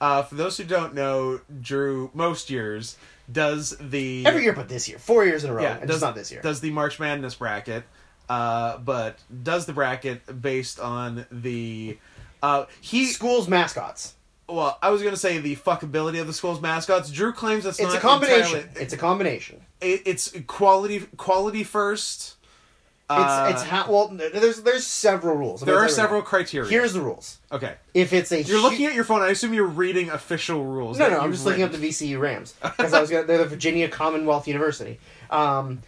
[SPEAKER 1] uh, for those who don't know, Drew most years does the
[SPEAKER 3] Every year, but this year, four years in a row,
[SPEAKER 1] Yeah,
[SPEAKER 3] and just not this year.
[SPEAKER 1] Does the March Madness bracket, uh, but does the bracket based on the uh, he?
[SPEAKER 3] School's mascots.
[SPEAKER 1] Well, I was gonna say the fuckability of the school's mascots. Drew claims that's
[SPEAKER 3] It's
[SPEAKER 1] not
[SPEAKER 3] a combination.
[SPEAKER 1] entirely-
[SPEAKER 3] It's a combination.
[SPEAKER 1] it, it's quality quality first. Uh,
[SPEAKER 3] It's it's ha- well. There's there's several rules. I'm
[SPEAKER 1] there
[SPEAKER 3] gonna
[SPEAKER 1] are
[SPEAKER 3] tell you right
[SPEAKER 1] several
[SPEAKER 3] now.
[SPEAKER 1] criteria.
[SPEAKER 3] Here's the rules.
[SPEAKER 1] okay.
[SPEAKER 3] If it's a
[SPEAKER 1] You're
[SPEAKER 3] hu-
[SPEAKER 1] looking at your phone. I assume you're reading official rules.
[SPEAKER 3] No,
[SPEAKER 1] that
[SPEAKER 3] no, I'm
[SPEAKER 1] you've
[SPEAKER 3] just looking up
[SPEAKER 1] written.
[SPEAKER 3] the VCU Rams because I was gonna, they're the Virginia Commonwealth University. Um,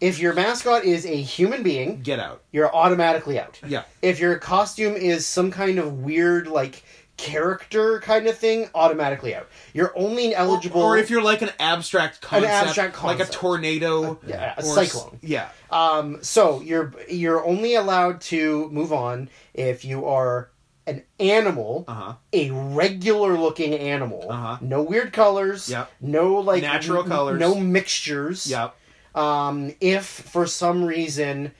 [SPEAKER 3] if your mascot is a human being,
[SPEAKER 1] Get out.
[SPEAKER 3] you're automatically out.
[SPEAKER 1] Yeah.
[SPEAKER 3] If your costume is some kind of weird like character kind of thing, automatically out. You're only eligible.
[SPEAKER 1] Or if you're like an abstract concept,
[SPEAKER 3] abstract
[SPEAKER 1] like a
[SPEAKER 3] concept.
[SPEAKER 1] tornado,
[SPEAKER 3] yeah, a
[SPEAKER 1] or s-
[SPEAKER 3] cyclone.
[SPEAKER 1] Yeah,
[SPEAKER 3] um, so you're you're only allowed to move on if you are an animal,
[SPEAKER 1] uh huh.
[SPEAKER 3] a regular looking animal,
[SPEAKER 1] Uh-huh.
[SPEAKER 3] no weird colors,
[SPEAKER 1] Yep.
[SPEAKER 3] no like
[SPEAKER 1] Natural colors.
[SPEAKER 3] no mixtures,
[SPEAKER 1] Yep.
[SPEAKER 3] um, if for some reason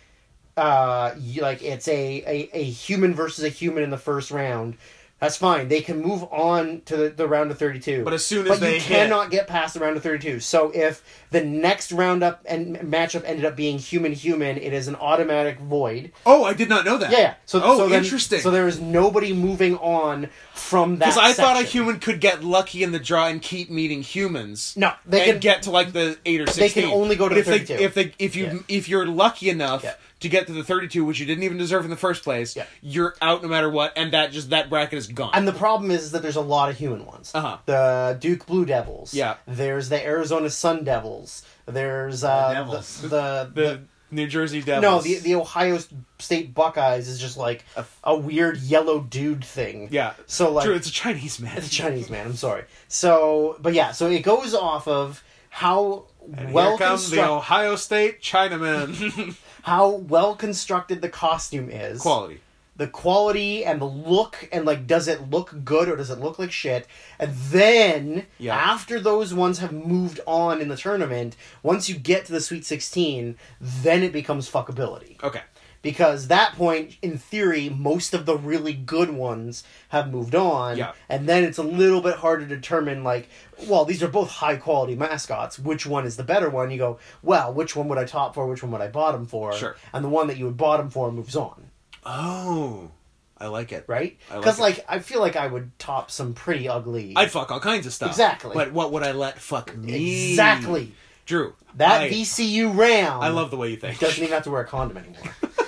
[SPEAKER 3] uh, you, like it's a, a, a human versus a human in the first round that's fine they can move on to the, the round of 32
[SPEAKER 1] But as soon as
[SPEAKER 3] but
[SPEAKER 1] they
[SPEAKER 3] you
[SPEAKER 1] hit-
[SPEAKER 3] cannot get past the round of 32 so if the next round up and matchup ended up being human human it is an automatic void
[SPEAKER 1] Oh, I did not know that.
[SPEAKER 3] yeah, yeah. so
[SPEAKER 1] oh,
[SPEAKER 3] so then-
[SPEAKER 1] interesting.
[SPEAKER 3] so there is nobody moving on from that
[SPEAKER 1] Because I thought a
[SPEAKER 3] section.
[SPEAKER 1] human could get lucky in the draw and keep meeting humans.
[SPEAKER 3] No, they
[SPEAKER 1] and
[SPEAKER 3] can-
[SPEAKER 1] get to like the eight or
[SPEAKER 3] They
[SPEAKER 1] sixteen.
[SPEAKER 3] can only go to
[SPEAKER 1] But if
[SPEAKER 3] the 32.
[SPEAKER 1] They, if they if you
[SPEAKER 3] Yeah.
[SPEAKER 1] if you're lucky enough
[SPEAKER 3] Yeah.
[SPEAKER 1] to get to the thirty-two, which you didn't even deserve in the first place,
[SPEAKER 3] Yeah.
[SPEAKER 1] you're out no matter what, and that just that bracket is gone.
[SPEAKER 3] And the problem is that there's a lot of human ones.
[SPEAKER 1] Uh-huh.
[SPEAKER 3] The Duke Blue Devils.
[SPEAKER 1] Yeah.
[SPEAKER 3] There's the Arizona Sun Devils. There's uh,
[SPEAKER 2] The Devils.
[SPEAKER 3] The, the,
[SPEAKER 1] the New Jersey
[SPEAKER 3] the-
[SPEAKER 1] Devils.
[SPEAKER 3] no the the Ohio State Buckeyes is just like a, weird yellow dude thing.
[SPEAKER 1] yeah.
[SPEAKER 3] So like
[SPEAKER 1] True, it's a Chinese man.
[SPEAKER 3] it's a Chinese man. I'm sorry. So but yeah, so it goes off of how well
[SPEAKER 1] Here comes the
[SPEAKER 3] constructed
[SPEAKER 1] Ohio State Chinaman.
[SPEAKER 3] how well constructed the costume is.
[SPEAKER 1] Quality.
[SPEAKER 3] the quality and the look and like does it look good or does it look like shit and then
[SPEAKER 1] Yeah.
[SPEAKER 3] after those ones have moved on in the tournament once you get to the sweet 16 then it becomes fuckability
[SPEAKER 1] Okay.
[SPEAKER 3] because that point in theory most of the really good ones have moved on
[SPEAKER 1] Yeah.
[SPEAKER 3] and then it's a little bit harder to determine like well these are both high quality mascots which one is the better one you go well which one would i top for which one would i bottom for
[SPEAKER 1] Sure.
[SPEAKER 3] and the one that you would bottom for moves on
[SPEAKER 1] Oh, I like it.
[SPEAKER 3] right?
[SPEAKER 1] I like
[SPEAKER 3] Because
[SPEAKER 1] it.
[SPEAKER 3] like, I feel like I would top some pretty ugly.
[SPEAKER 1] I'd fuck all kinds of stuff.
[SPEAKER 3] Exactly.
[SPEAKER 1] But what would I let fuck me?
[SPEAKER 3] exactly
[SPEAKER 1] Drew.
[SPEAKER 3] that
[SPEAKER 1] I,
[SPEAKER 3] VCU round.
[SPEAKER 1] I love the way you think.
[SPEAKER 3] Doesn't even have to wear a condom anymore.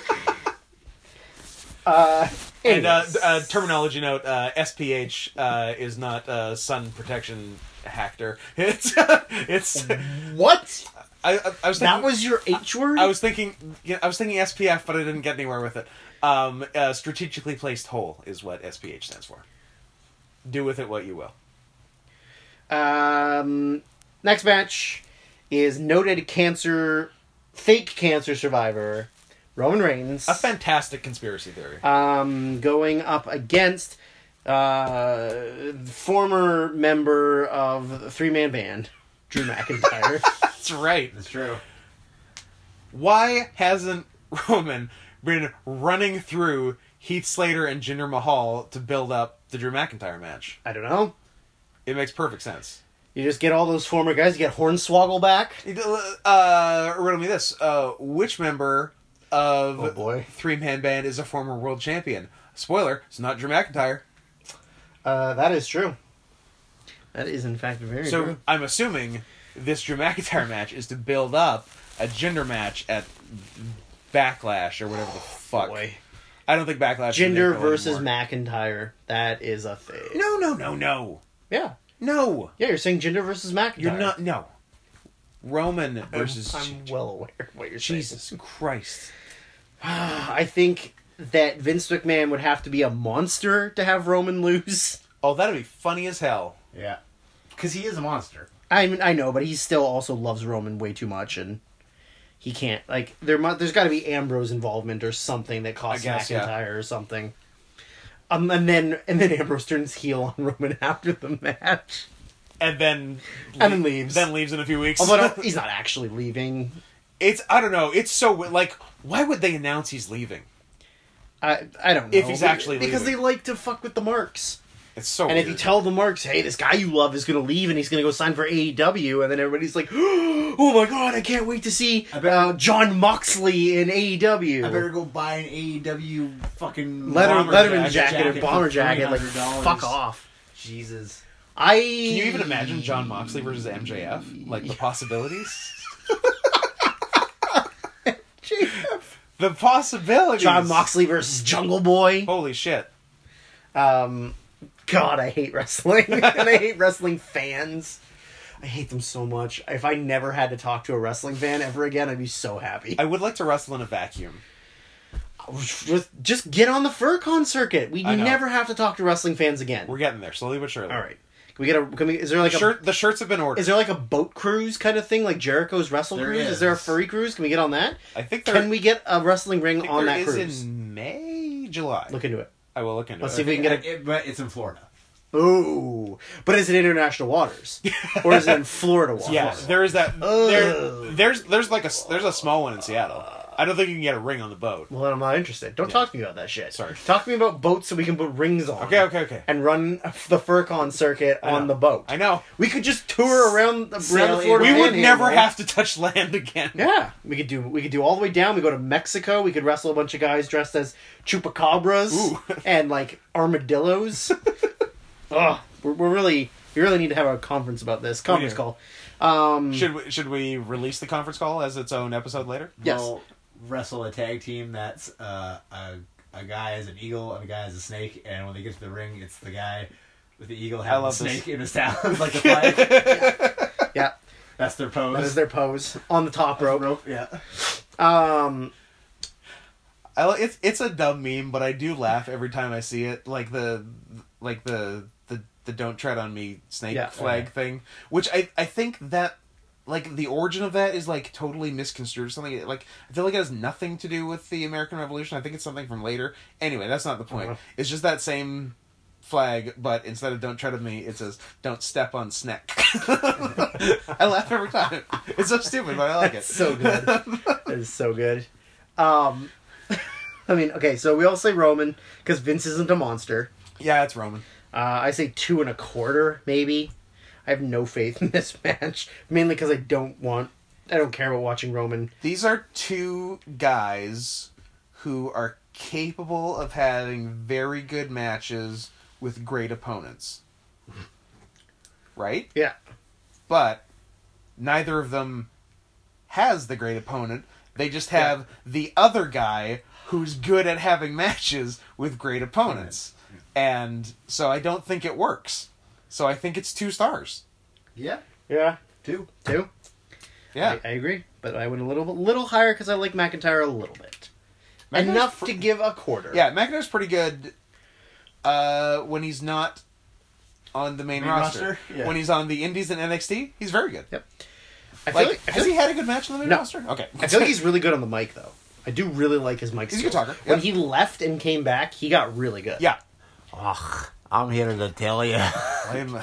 [SPEAKER 3] uh,
[SPEAKER 1] and uh,
[SPEAKER 3] anyways.
[SPEAKER 1] th- uh, terminology note: uh, SPH uh, is not uh, sun protection hacker. It's it's.
[SPEAKER 3] what?
[SPEAKER 1] I, I, I was thinking,
[SPEAKER 3] That was your H word.
[SPEAKER 1] I was thinking. Yeah, I was thinking SPF, but I didn't get anywhere with it. Um, uh, strategically placed hole is what SPH stands for. Do with it what you will.
[SPEAKER 3] Um, next match is noted cancer, fake cancer survivor, Roman Reigns.
[SPEAKER 1] A fantastic conspiracy theory.
[SPEAKER 3] um, going up against uh, former member of the three man band, Drew McIntyre.
[SPEAKER 1] That's right.
[SPEAKER 2] That's true.
[SPEAKER 1] Why hasn't Roman been running through Heath Slater and Jinder Mahal to build up the Drew McIntyre match?
[SPEAKER 3] I don't know.
[SPEAKER 1] It makes perfect sense.
[SPEAKER 3] You just get all those former guys. You get Hornswoggle back.
[SPEAKER 1] Uh, riddle me this: uh, which member of
[SPEAKER 3] Oh, boy.
[SPEAKER 1] Three Man Band is a former world champion? Spoiler: It's not Drew McIntyre.
[SPEAKER 3] Uh, that is true. That is in fact very
[SPEAKER 1] So
[SPEAKER 3] true.
[SPEAKER 1] I'm assuming this Drew McIntyre match is to build up a gender match at Backlash or whatever the fuck.
[SPEAKER 3] Oh, Boy.
[SPEAKER 1] I don't think backlash. is
[SPEAKER 3] Gender
[SPEAKER 1] big deal
[SPEAKER 3] versus
[SPEAKER 1] anymore.
[SPEAKER 3] McIntyre. That is a thing.
[SPEAKER 1] No, no, no, no,
[SPEAKER 3] Yeah.
[SPEAKER 1] no.
[SPEAKER 3] Yeah, you're saying gender versus McIntyre.
[SPEAKER 1] You're not. No. Roman versus
[SPEAKER 3] I'm, I'm well aware of what you're saying. Ah,
[SPEAKER 1] Jesus Christ.
[SPEAKER 3] I think that Vince McMahon would have to be a monster to have Roman lose.
[SPEAKER 1] Oh, that'd be funny as hell.
[SPEAKER 2] Yeah. Because he is a monster.
[SPEAKER 3] I mean, I know, but he still also loves Roman way too much, and he can't like there. Mu- there's got to be Ambrose involvement or something that costs
[SPEAKER 1] I guess,
[SPEAKER 3] McIntyre
[SPEAKER 1] yeah.
[SPEAKER 3] or something. Um, and then and then Ambrose turns heel on Roman after the match.
[SPEAKER 1] And then
[SPEAKER 3] And then leaves. Oh,
[SPEAKER 1] Then leaves in a few weeks.
[SPEAKER 3] Although I don't- he's not actually leaving.
[SPEAKER 1] it's I don't know. It's so we- like why would they announce he's leaving?
[SPEAKER 3] I I don't know
[SPEAKER 1] If he's actually
[SPEAKER 3] because
[SPEAKER 1] leaving.
[SPEAKER 3] they like to fuck with the marks.
[SPEAKER 1] It's so
[SPEAKER 3] And if you
[SPEAKER 1] weird.
[SPEAKER 3] tell the marks, hey, this guy you love is going to leave and he's going to go sign for AEW, and then everybody's like, oh my god, I can't wait to see
[SPEAKER 2] I bet-
[SPEAKER 3] uh, John Moxley in E AEW.
[SPEAKER 2] I better go buy an AEW fucking
[SPEAKER 3] Letter,
[SPEAKER 1] Bomber jacket,
[SPEAKER 3] Letterman jacket,
[SPEAKER 1] jacket
[SPEAKER 3] or bomber
[SPEAKER 2] for
[SPEAKER 3] jacket, like
[SPEAKER 2] $300.
[SPEAKER 3] fuck off.
[SPEAKER 2] Jesus.
[SPEAKER 3] I
[SPEAKER 1] Can you even imagine John Moxley versus MJF? Like the possibilities? the possibilities.
[SPEAKER 3] John Moxley versus Jungle Boy?
[SPEAKER 1] Holy shit.
[SPEAKER 3] Um, God, I hate wrestling, and I hate wrestling fans. I hate them so much. If I never had to talk to a wrestling fan ever again, I'd be so happy.
[SPEAKER 1] I would like to wrestle in a vacuum.
[SPEAKER 3] Just, just get on the FurCon circuit. We
[SPEAKER 1] I know.
[SPEAKER 3] never have to talk to wrestling fans again.
[SPEAKER 1] We're getting there, slowly but surely.
[SPEAKER 3] All right. Can we get a? Can we? Is there like
[SPEAKER 1] The, shirt, the shirts have been
[SPEAKER 3] a?
[SPEAKER 1] ordered.
[SPEAKER 3] Is there like a boat cruise kind of thing, like Jericho's wrestle
[SPEAKER 2] There
[SPEAKER 3] cruise? Is. there a
[SPEAKER 2] is.
[SPEAKER 3] furry cruise? Can we get on that?
[SPEAKER 1] I think there,
[SPEAKER 3] Can we get a wrestling
[SPEAKER 1] I
[SPEAKER 3] ring
[SPEAKER 1] think
[SPEAKER 3] on
[SPEAKER 1] there
[SPEAKER 3] that
[SPEAKER 1] is
[SPEAKER 3] cruise?
[SPEAKER 1] in May, July.
[SPEAKER 3] Look into it.
[SPEAKER 1] I will look into
[SPEAKER 3] Let's
[SPEAKER 1] it.
[SPEAKER 3] see if we can get a.
[SPEAKER 2] It- but it's in Florida.
[SPEAKER 3] Ooh, but is it international waters or is it in Florida waters?
[SPEAKER 1] yeah, there is that. There,
[SPEAKER 3] Ugh.
[SPEAKER 1] there's there's like a s- there's a small one in Seattle. I don't think you can get a ring on the boat.
[SPEAKER 3] Well, then I'm not interested. Don't talk to me about that shit.
[SPEAKER 1] Sorry.
[SPEAKER 3] Talk to me about boats so we can put rings on.
[SPEAKER 1] Okay, okay, okay.
[SPEAKER 3] And run the Furcon circuit
[SPEAKER 1] I know.
[SPEAKER 3] on the boat.
[SPEAKER 1] I know.
[SPEAKER 3] We could just tour around the,
[SPEAKER 2] Sail
[SPEAKER 3] around the Florida.
[SPEAKER 1] We would
[SPEAKER 3] Panhandle.
[SPEAKER 1] never have to touch land again.
[SPEAKER 3] Yeah, we could do we could do all the way down. We go to Mexico. We could wrestle a bunch of guys dressed as chupacabras
[SPEAKER 1] Ooh.
[SPEAKER 3] and like armadillos. Ugh, we're, we're really we really need to have a conference about this conference
[SPEAKER 1] do.
[SPEAKER 3] call. Um,
[SPEAKER 1] Should we, should we release the conference call as its own episode later?
[SPEAKER 3] Yes.
[SPEAKER 2] They'll wrestle a tag team that's uh, a, a guy as an eagle and a guy as a snake, and when they get to the ring, it's the guy with the eagle having a
[SPEAKER 1] love this.
[SPEAKER 2] snake in his talons like a flag.
[SPEAKER 3] yeah,
[SPEAKER 2] that's their pose.
[SPEAKER 3] that is their pose on the top rope.
[SPEAKER 2] rope. Yeah.
[SPEAKER 3] Um,
[SPEAKER 1] I, li- it's it's a dumb meme, but I do laugh every time I see it. Like the like the the, the don't tread on me snake
[SPEAKER 3] Yeah.
[SPEAKER 1] flag thing, which I I think that like the origin of that is like totally misconstrued. Something like I feel like it has nothing to do with the American Revolution. I think it's something from later. Anyway, that's not the point.
[SPEAKER 3] Uh-huh.
[SPEAKER 1] It's just that same flag, but instead of "Don't tread on me," it says "Don't step on snake." I laugh every time. It's so stupid, but I like it.
[SPEAKER 3] that's so good. that is so good. Um, I mean, okay, so we all say Roman because Vince isn't a monster.
[SPEAKER 1] yeah, it's Roman.
[SPEAKER 3] Uh, I say two and a quarter, maybe. I have no faith in this match, mainly because I don't want, I don't care about watching Roman.
[SPEAKER 1] These are two guys who are capable of having very good matches with great opponents. Right?
[SPEAKER 3] Yeah,
[SPEAKER 1] But neither of them has the great opponent. They just have the other guy who's good at having matches with great opponents. And so I don't think it works. So I think it's two stars.
[SPEAKER 2] Yeah.
[SPEAKER 3] yeah,
[SPEAKER 2] Two.
[SPEAKER 3] two.
[SPEAKER 1] Yeah.
[SPEAKER 3] I, I agree, but I went a little, little higher because I like McIntyre a little bit.
[SPEAKER 1] McIntyre's
[SPEAKER 3] Enough
[SPEAKER 1] fr-
[SPEAKER 3] to give a quarter.
[SPEAKER 1] Yeah, McIntyre's pretty good uh, when he's not on the main,
[SPEAKER 2] Main
[SPEAKER 1] roster.
[SPEAKER 2] roster? Yeah.
[SPEAKER 1] When he's on the Indies and NXT, he's very good.
[SPEAKER 3] Yep. I feel
[SPEAKER 1] Like,
[SPEAKER 3] like, I feel
[SPEAKER 1] has he had a good match on the main
[SPEAKER 3] No.
[SPEAKER 1] roster? Okay.
[SPEAKER 3] I feel like he's really good on the mic, though. I do really like his mic.
[SPEAKER 1] He's a good
[SPEAKER 3] skills.
[SPEAKER 1] talker,
[SPEAKER 3] When
[SPEAKER 1] yeah.
[SPEAKER 3] he left and came back, he got really good.
[SPEAKER 1] yeah.
[SPEAKER 5] Ugh, I'm here to tell you.
[SPEAKER 1] I'm,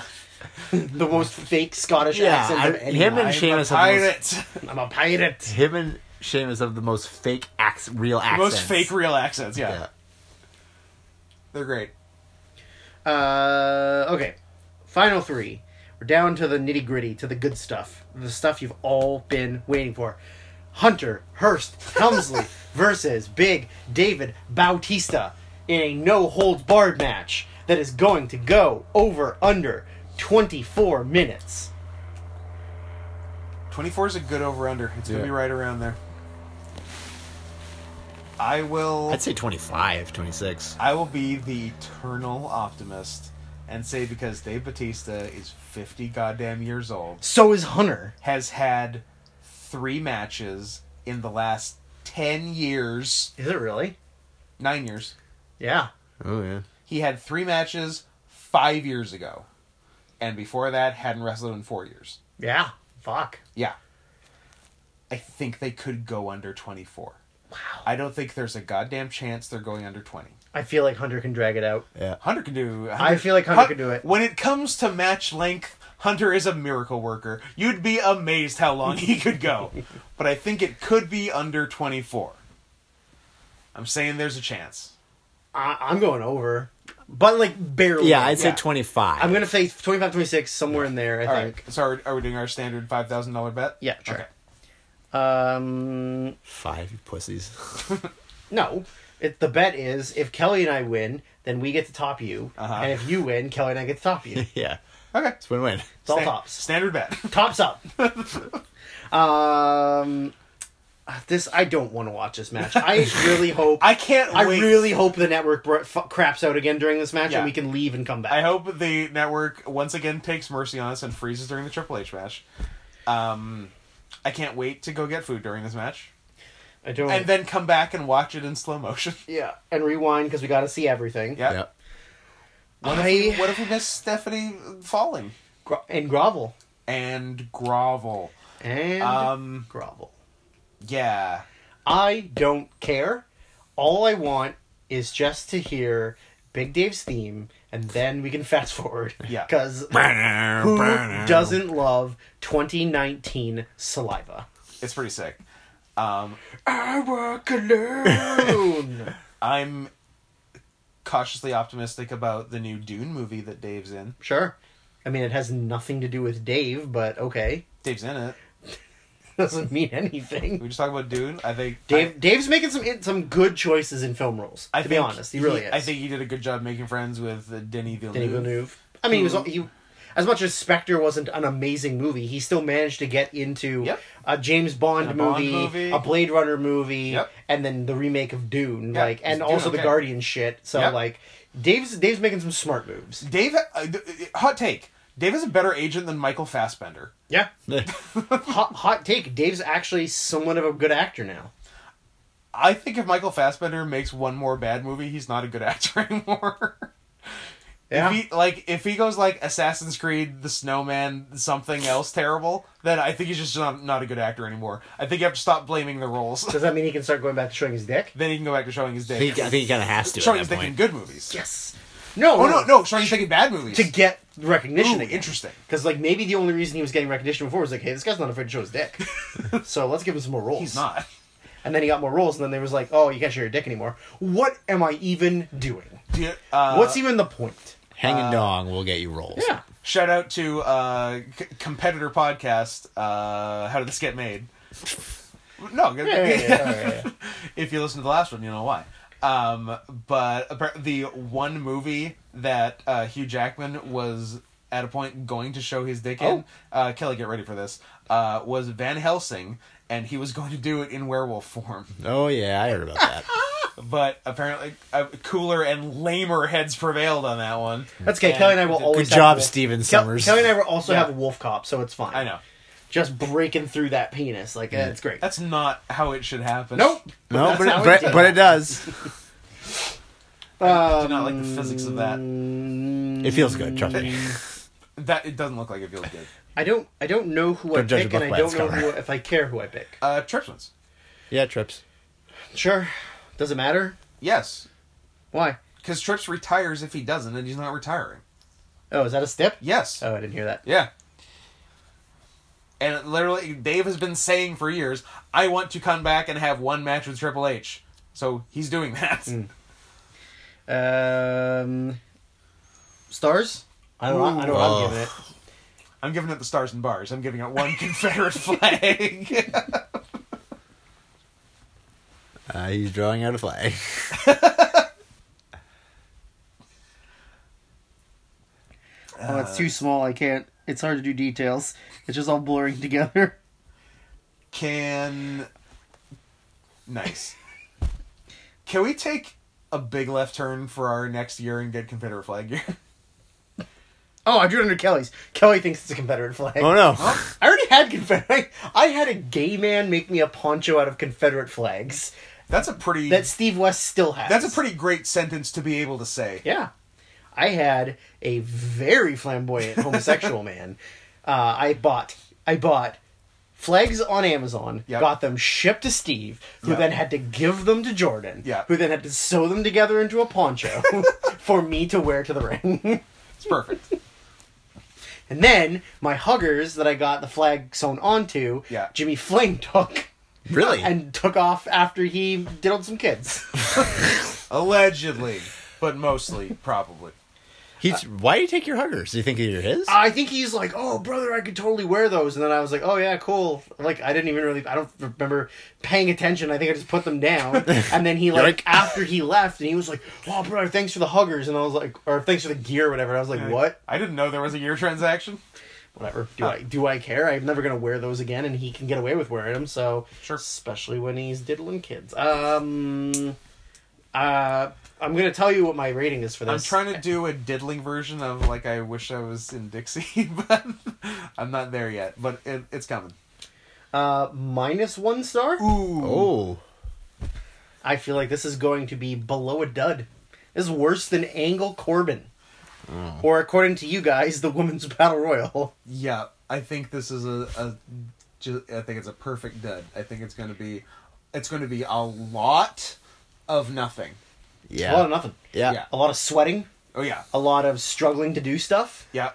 [SPEAKER 3] the most fake Scottish
[SPEAKER 5] Yeah,
[SPEAKER 3] accent
[SPEAKER 5] I-
[SPEAKER 3] of any.
[SPEAKER 5] him
[SPEAKER 1] I'm
[SPEAKER 5] and
[SPEAKER 3] guy.
[SPEAKER 1] a
[SPEAKER 5] Sheamus have the most-
[SPEAKER 1] pirate.
[SPEAKER 3] I'm a pirate.
[SPEAKER 5] Him and Sheamus have the most fake acts, real accents.
[SPEAKER 1] Most fake real accents, yeah.
[SPEAKER 5] Yeah.
[SPEAKER 1] They're great.
[SPEAKER 3] Uh, okay, final three. We're down to the nitty gritty, to the good stuff, the stuff you've all been waiting for. Hunter Hurst Helmsley versus Big David Bautista in a no holds barred match that is going to go over under 24 minutes.
[SPEAKER 1] 24 is a good over under. It's going
[SPEAKER 5] Yeah.
[SPEAKER 1] to be right around there. I will
[SPEAKER 5] I'd say 25, 26.
[SPEAKER 1] I will be the eternal optimist and say because Dave Batista is 50 goddamn years old,
[SPEAKER 3] So is Hunter.
[SPEAKER 1] has had three matches in the last 10 years,
[SPEAKER 3] Is it really?
[SPEAKER 1] 9 years.
[SPEAKER 3] Yeah.
[SPEAKER 5] Oh yeah.
[SPEAKER 1] He had three matches 5 years ago. And before that hadn't wrestled in 4 years.
[SPEAKER 3] Yeah. Fuck.
[SPEAKER 1] Yeah. I think they could go under 24. Wow. I don't think there's a goddamn chance they're going under 20.
[SPEAKER 3] I feel like Hunter can drag it out.
[SPEAKER 1] Hunter can do.
[SPEAKER 3] I feel like Hunter
[SPEAKER 1] Hun-
[SPEAKER 3] can do it.
[SPEAKER 1] When it comes to match length, Hunter is a miracle worker. You'd be amazed how long he could go. but I think it could be under 24. I'm saying there's a chance.
[SPEAKER 3] I, I'm going over. But like barely.
[SPEAKER 5] Yeah, I'd say
[SPEAKER 1] Yeah.
[SPEAKER 5] 25.
[SPEAKER 3] I'm going to say 25, 26, somewhere in there, I
[SPEAKER 1] All right.
[SPEAKER 3] think.
[SPEAKER 1] So are, are we doing our standard $5,000 bet?
[SPEAKER 3] Yeah, sure.
[SPEAKER 1] Okay.
[SPEAKER 3] Um,
[SPEAKER 5] five you pussies.
[SPEAKER 3] no. It, the bet is if Kelly and I win, then we get to top you.
[SPEAKER 1] Uh-huh.
[SPEAKER 3] And if you win, Kelly and I get to top you.
[SPEAKER 5] yeah.
[SPEAKER 1] Okay.
[SPEAKER 5] It's win-win.
[SPEAKER 3] It's all
[SPEAKER 1] Stan-
[SPEAKER 3] tops.
[SPEAKER 1] Standard bet.
[SPEAKER 3] Tops up. um, this I don't want to watch this match. I really hope.
[SPEAKER 1] I can't
[SPEAKER 3] I
[SPEAKER 1] wait.
[SPEAKER 3] really hope the network br- f- craps out again during this match,
[SPEAKER 1] Yeah.
[SPEAKER 3] and we can leave and come back.
[SPEAKER 1] I hope the network once again takes mercy on us and freezes during the Triple H match. Um, I can't wait to go get food during this match.
[SPEAKER 3] I don't.
[SPEAKER 1] And then come back and watch it in slow motion.
[SPEAKER 3] yeah, and rewind because we got to see everything.
[SPEAKER 1] Yeah.
[SPEAKER 5] Yep.
[SPEAKER 1] What,
[SPEAKER 3] I-
[SPEAKER 1] if we, what if we miss Stephanie falling?
[SPEAKER 3] Gro- and grovel
[SPEAKER 1] And grovel.
[SPEAKER 3] and
[SPEAKER 1] Um,
[SPEAKER 3] grovel.
[SPEAKER 1] yeah.
[SPEAKER 3] I don't care. All I want is just to hear Big Dave's theme, and then we can fast forward.
[SPEAKER 1] Yeah.
[SPEAKER 3] because who doesn't love 2019 saliva?
[SPEAKER 1] It's pretty sick. Um,
[SPEAKER 3] I work alone.
[SPEAKER 1] I'm cautiously optimistic about the new Dune movie that Dave's in.
[SPEAKER 3] sure. I mean, it has nothing to do with Dave, but okay.
[SPEAKER 1] Dave's in it.
[SPEAKER 3] Doesn't mean anything.
[SPEAKER 1] We just talk about Dune. I think
[SPEAKER 3] Dave, Dave's making some some good good choices in film roles.
[SPEAKER 1] I, I
[SPEAKER 3] to be
[SPEAKER 1] think
[SPEAKER 3] honest, he really is.
[SPEAKER 1] I think he did a good job making friends with uh, Denis Villeneuve.
[SPEAKER 3] Denis Villeneuve. I mean, he
[SPEAKER 1] Hmm.
[SPEAKER 3] was he, as much as Spectre wasn't an amazing movie, he still managed to get into
[SPEAKER 1] Yep.
[SPEAKER 3] a James Bond,
[SPEAKER 1] A Bond
[SPEAKER 3] movie,
[SPEAKER 1] movie.
[SPEAKER 3] a Blade Runner movie,
[SPEAKER 1] Yep.
[SPEAKER 3] and then the remake of Dune,
[SPEAKER 1] Yeah,
[SPEAKER 3] like, and
[SPEAKER 1] Dune,
[SPEAKER 3] also the
[SPEAKER 1] okay.
[SPEAKER 3] Guardian shit. So
[SPEAKER 1] Yep.
[SPEAKER 3] like, Dave's Dave's making some smart moves.
[SPEAKER 1] Dave, uh, d- hot take. Dave is a better agent than Michael Fassbender.
[SPEAKER 3] Yeah, hot, hot take. Dave's actually somewhat of a good actor now.
[SPEAKER 1] I think if Michael Fassbender makes one more bad movie, he's not a good actor anymore.
[SPEAKER 3] Yeah.
[SPEAKER 1] If he like if he goes like Assassin's Creed, The Snowman, something else terrible, then I think he's just not, not a good actor anymore. I think you have to stop blaming the roles.
[SPEAKER 3] Does that mean he can start going back to showing his dick?
[SPEAKER 1] then he can go back to showing his
[SPEAKER 5] I
[SPEAKER 1] dick.
[SPEAKER 5] think, I think he kind of has to
[SPEAKER 1] showing
[SPEAKER 5] at
[SPEAKER 1] his
[SPEAKER 5] that
[SPEAKER 1] dick in
[SPEAKER 5] point.
[SPEAKER 1] good movies.
[SPEAKER 3] Yes. No.
[SPEAKER 1] Oh no, no, showing his dick in bad movies.
[SPEAKER 3] To get
[SPEAKER 1] Ooh,
[SPEAKER 3] recognition. again.
[SPEAKER 1] interesting.
[SPEAKER 3] Because like maybe the only reason he was getting recognition before was like, hey, this guy's not afraid to show his dick, so let's give him some more roles.
[SPEAKER 1] He's not.
[SPEAKER 3] And then he got more roles, and then they was like, oh, you can't show your dick anymore. What am I even doing?
[SPEAKER 1] Do you- uh,
[SPEAKER 3] What's even the point?
[SPEAKER 5] Hanging dong will get you rolls.
[SPEAKER 1] Shout out to uh, c- competitor podcast. Uh, How did this get made? No, good-
[SPEAKER 3] Yeah, yeah, yeah, yeah, yeah.
[SPEAKER 1] if you listen to the last one, you know why. Um, but appar- the one movie that uh, Hugh Jackman was at a point going to show his dick in, uh, Kelly, get ready for this, uh, was Van Helsing, and he was going to do it in werewolf form.
[SPEAKER 5] Oh yeah, I heard about that.
[SPEAKER 1] But apparently, uh, cooler and lamer heads prevailed on that one.
[SPEAKER 3] That's okay.
[SPEAKER 1] And-
[SPEAKER 3] Kelly and I will always.
[SPEAKER 5] Good job,
[SPEAKER 3] have wolf-
[SPEAKER 5] Steven
[SPEAKER 3] Kel-
[SPEAKER 5] Summers.
[SPEAKER 3] Kelly and I will also
[SPEAKER 1] Yeah.
[SPEAKER 3] have wolf cop, so it's fine.
[SPEAKER 1] I know.
[SPEAKER 3] Just breaking through that penis, like
[SPEAKER 5] Mm.
[SPEAKER 3] eh, it's great.
[SPEAKER 1] That's not how it should happen.
[SPEAKER 3] nope.
[SPEAKER 5] no,
[SPEAKER 3] That's
[SPEAKER 5] but
[SPEAKER 3] how
[SPEAKER 5] it,
[SPEAKER 3] we do
[SPEAKER 5] but, but
[SPEAKER 3] it.
[SPEAKER 5] it does.
[SPEAKER 1] I do not like the physics of that.
[SPEAKER 3] Mm,
[SPEAKER 5] It feels good. Trust me.
[SPEAKER 1] That it doesn't look like it feels good.
[SPEAKER 3] I don't. I don't know who
[SPEAKER 5] Don't
[SPEAKER 3] I
[SPEAKER 5] judge a
[SPEAKER 3] pick,
[SPEAKER 5] book
[SPEAKER 3] and I
[SPEAKER 5] by
[SPEAKER 3] don't
[SPEAKER 5] its
[SPEAKER 3] know who,
[SPEAKER 5] cover.
[SPEAKER 3] if I care who I pick.
[SPEAKER 1] Uh, Tripsons.
[SPEAKER 5] Yeah, trips.
[SPEAKER 3] Sure. Does it matter?
[SPEAKER 1] Yes,
[SPEAKER 3] Why?
[SPEAKER 1] because Trips retires if he doesn't, and he's not retiring.
[SPEAKER 3] Oh, is that a step?
[SPEAKER 1] Yes.
[SPEAKER 3] Oh, I didn't hear that.
[SPEAKER 1] Yeah. And it literally, Dave has been saying for years, I want to come back and have one match with Triple H. So he's doing that.
[SPEAKER 3] Um, stars. Oh. I don't. know. I don't. know
[SPEAKER 5] Oh,
[SPEAKER 3] what I'm giving it.
[SPEAKER 1] I'm giving it the stars and bars. I'm giving it one Confederate flag.
[SPEAKER 5] Uh, he's drawing out a flag.
[SPEAKER 3] Oh, it's too small. I can't. It's hard to do details. It's just all blurring together.
[SPEAKER 1] Can. Nice. Can we take a big left turn for our next year and get Confederate flag year?
[SPEAKER 3] Oh, I drew it under Kelly's. Kelly thinks it's a Confederate flag.
[SPEAKER 5] Oh no.
[SPEAKER 3] I already had Confederate. I had a gay man make me a poncho out of Confederate flags
[SPEAKER 1] That's a pretty.
[SPEAKER 3] that Steve West still has.
[SPEAKER 1] that's a pretty great sentence to be able to say.
[SPEAKER 3] Yeah. I had a very flamboyant homosexual man. Uh, I bought I bought flags on Amazon,
[SPEAKER 1] Yep.
[SPEAKER 3] got them shipped to Steve, who
[SPEAKER 1] Yep.
[SPEAKER 3] then had to give them to Jordan,
[SPEAKER 1] Yeah.
[SPEAKER 3] who then had to sew them together into a poncho for me to wear to the ring.
[SPEAKER 1] It's perfect.
[SPEAKER 3] and then my huggers that I got the flag sewn onto,
[SPEAKER 1] Yeah.
[SPEAKER 3] Jimmy Flame took
[SPEAKER 5] Really?
[SPEAKER 3] and took off after he diddled some kids.
[SPEAKER 1] Allegedly, but mostly probably.
[SPEAKER 3] uh,
[SPEAKER 5] He's, why do you take your huggers? Do you think you're his?
[SPEAKER 3] I think he's like, oh, brother, I could totally wear those. And then I was like, oh, yeah, cool. Like, I didn't even really, I don't remember paying attention. I think I just put them down. And then he,
[SPEAKER 5] Yoink.
[SPEAKER 3] like, after he left, and he was like, oh, brother, thanks for the huggers. And I was like, or thanks for the gear or whatever. And I was like, what?
[SPEAKER 1] I didn't know there was a year transaction.
[SPEAKER 3] Whatever. Do I do I care? I'm never going to wear those again. And he can get away with wearing them. So,
[SPEAKER 1] Sure.
[SPEAKER 3] especially when he's diddling kids. Um, uh, I'm going to tell you what my rating is for this.
[SPEAKER 1] I'm trying to do a diddling version of like I wish I was in Dixie, but I'm not there yet. But it, it's coming.
[SPEAKER 3] Uh, minus one star?
[SPEAKER 1] Ooh.
[SPEAKER 5] oh.
[SPEAKER 3] I feel like this is going to be below a dud. This is worse than Angle Corbin.
[SPEAKER 5] Mm.
[SPEAKER 3] Or according to you guys, the women's battle royal.
[SPEAKER 1] Yeah, I think this is a, a ju- I think it's a perfect dud. I think it's going to be it's going to be a lot of nothing.
[SPEAKER 5] Yeah.
[SPEAKER 3] A lot of nothing.
[SPEAKER 5] yeah.
[SPEAKER 1] yeah.
[SPEAKER 3] A lot of sweating.
[SPEAKER 1] Oh yeah.
[SPEAKER 3] A lot of struggling to do stuff.
[SPEAKER 1] Yeah.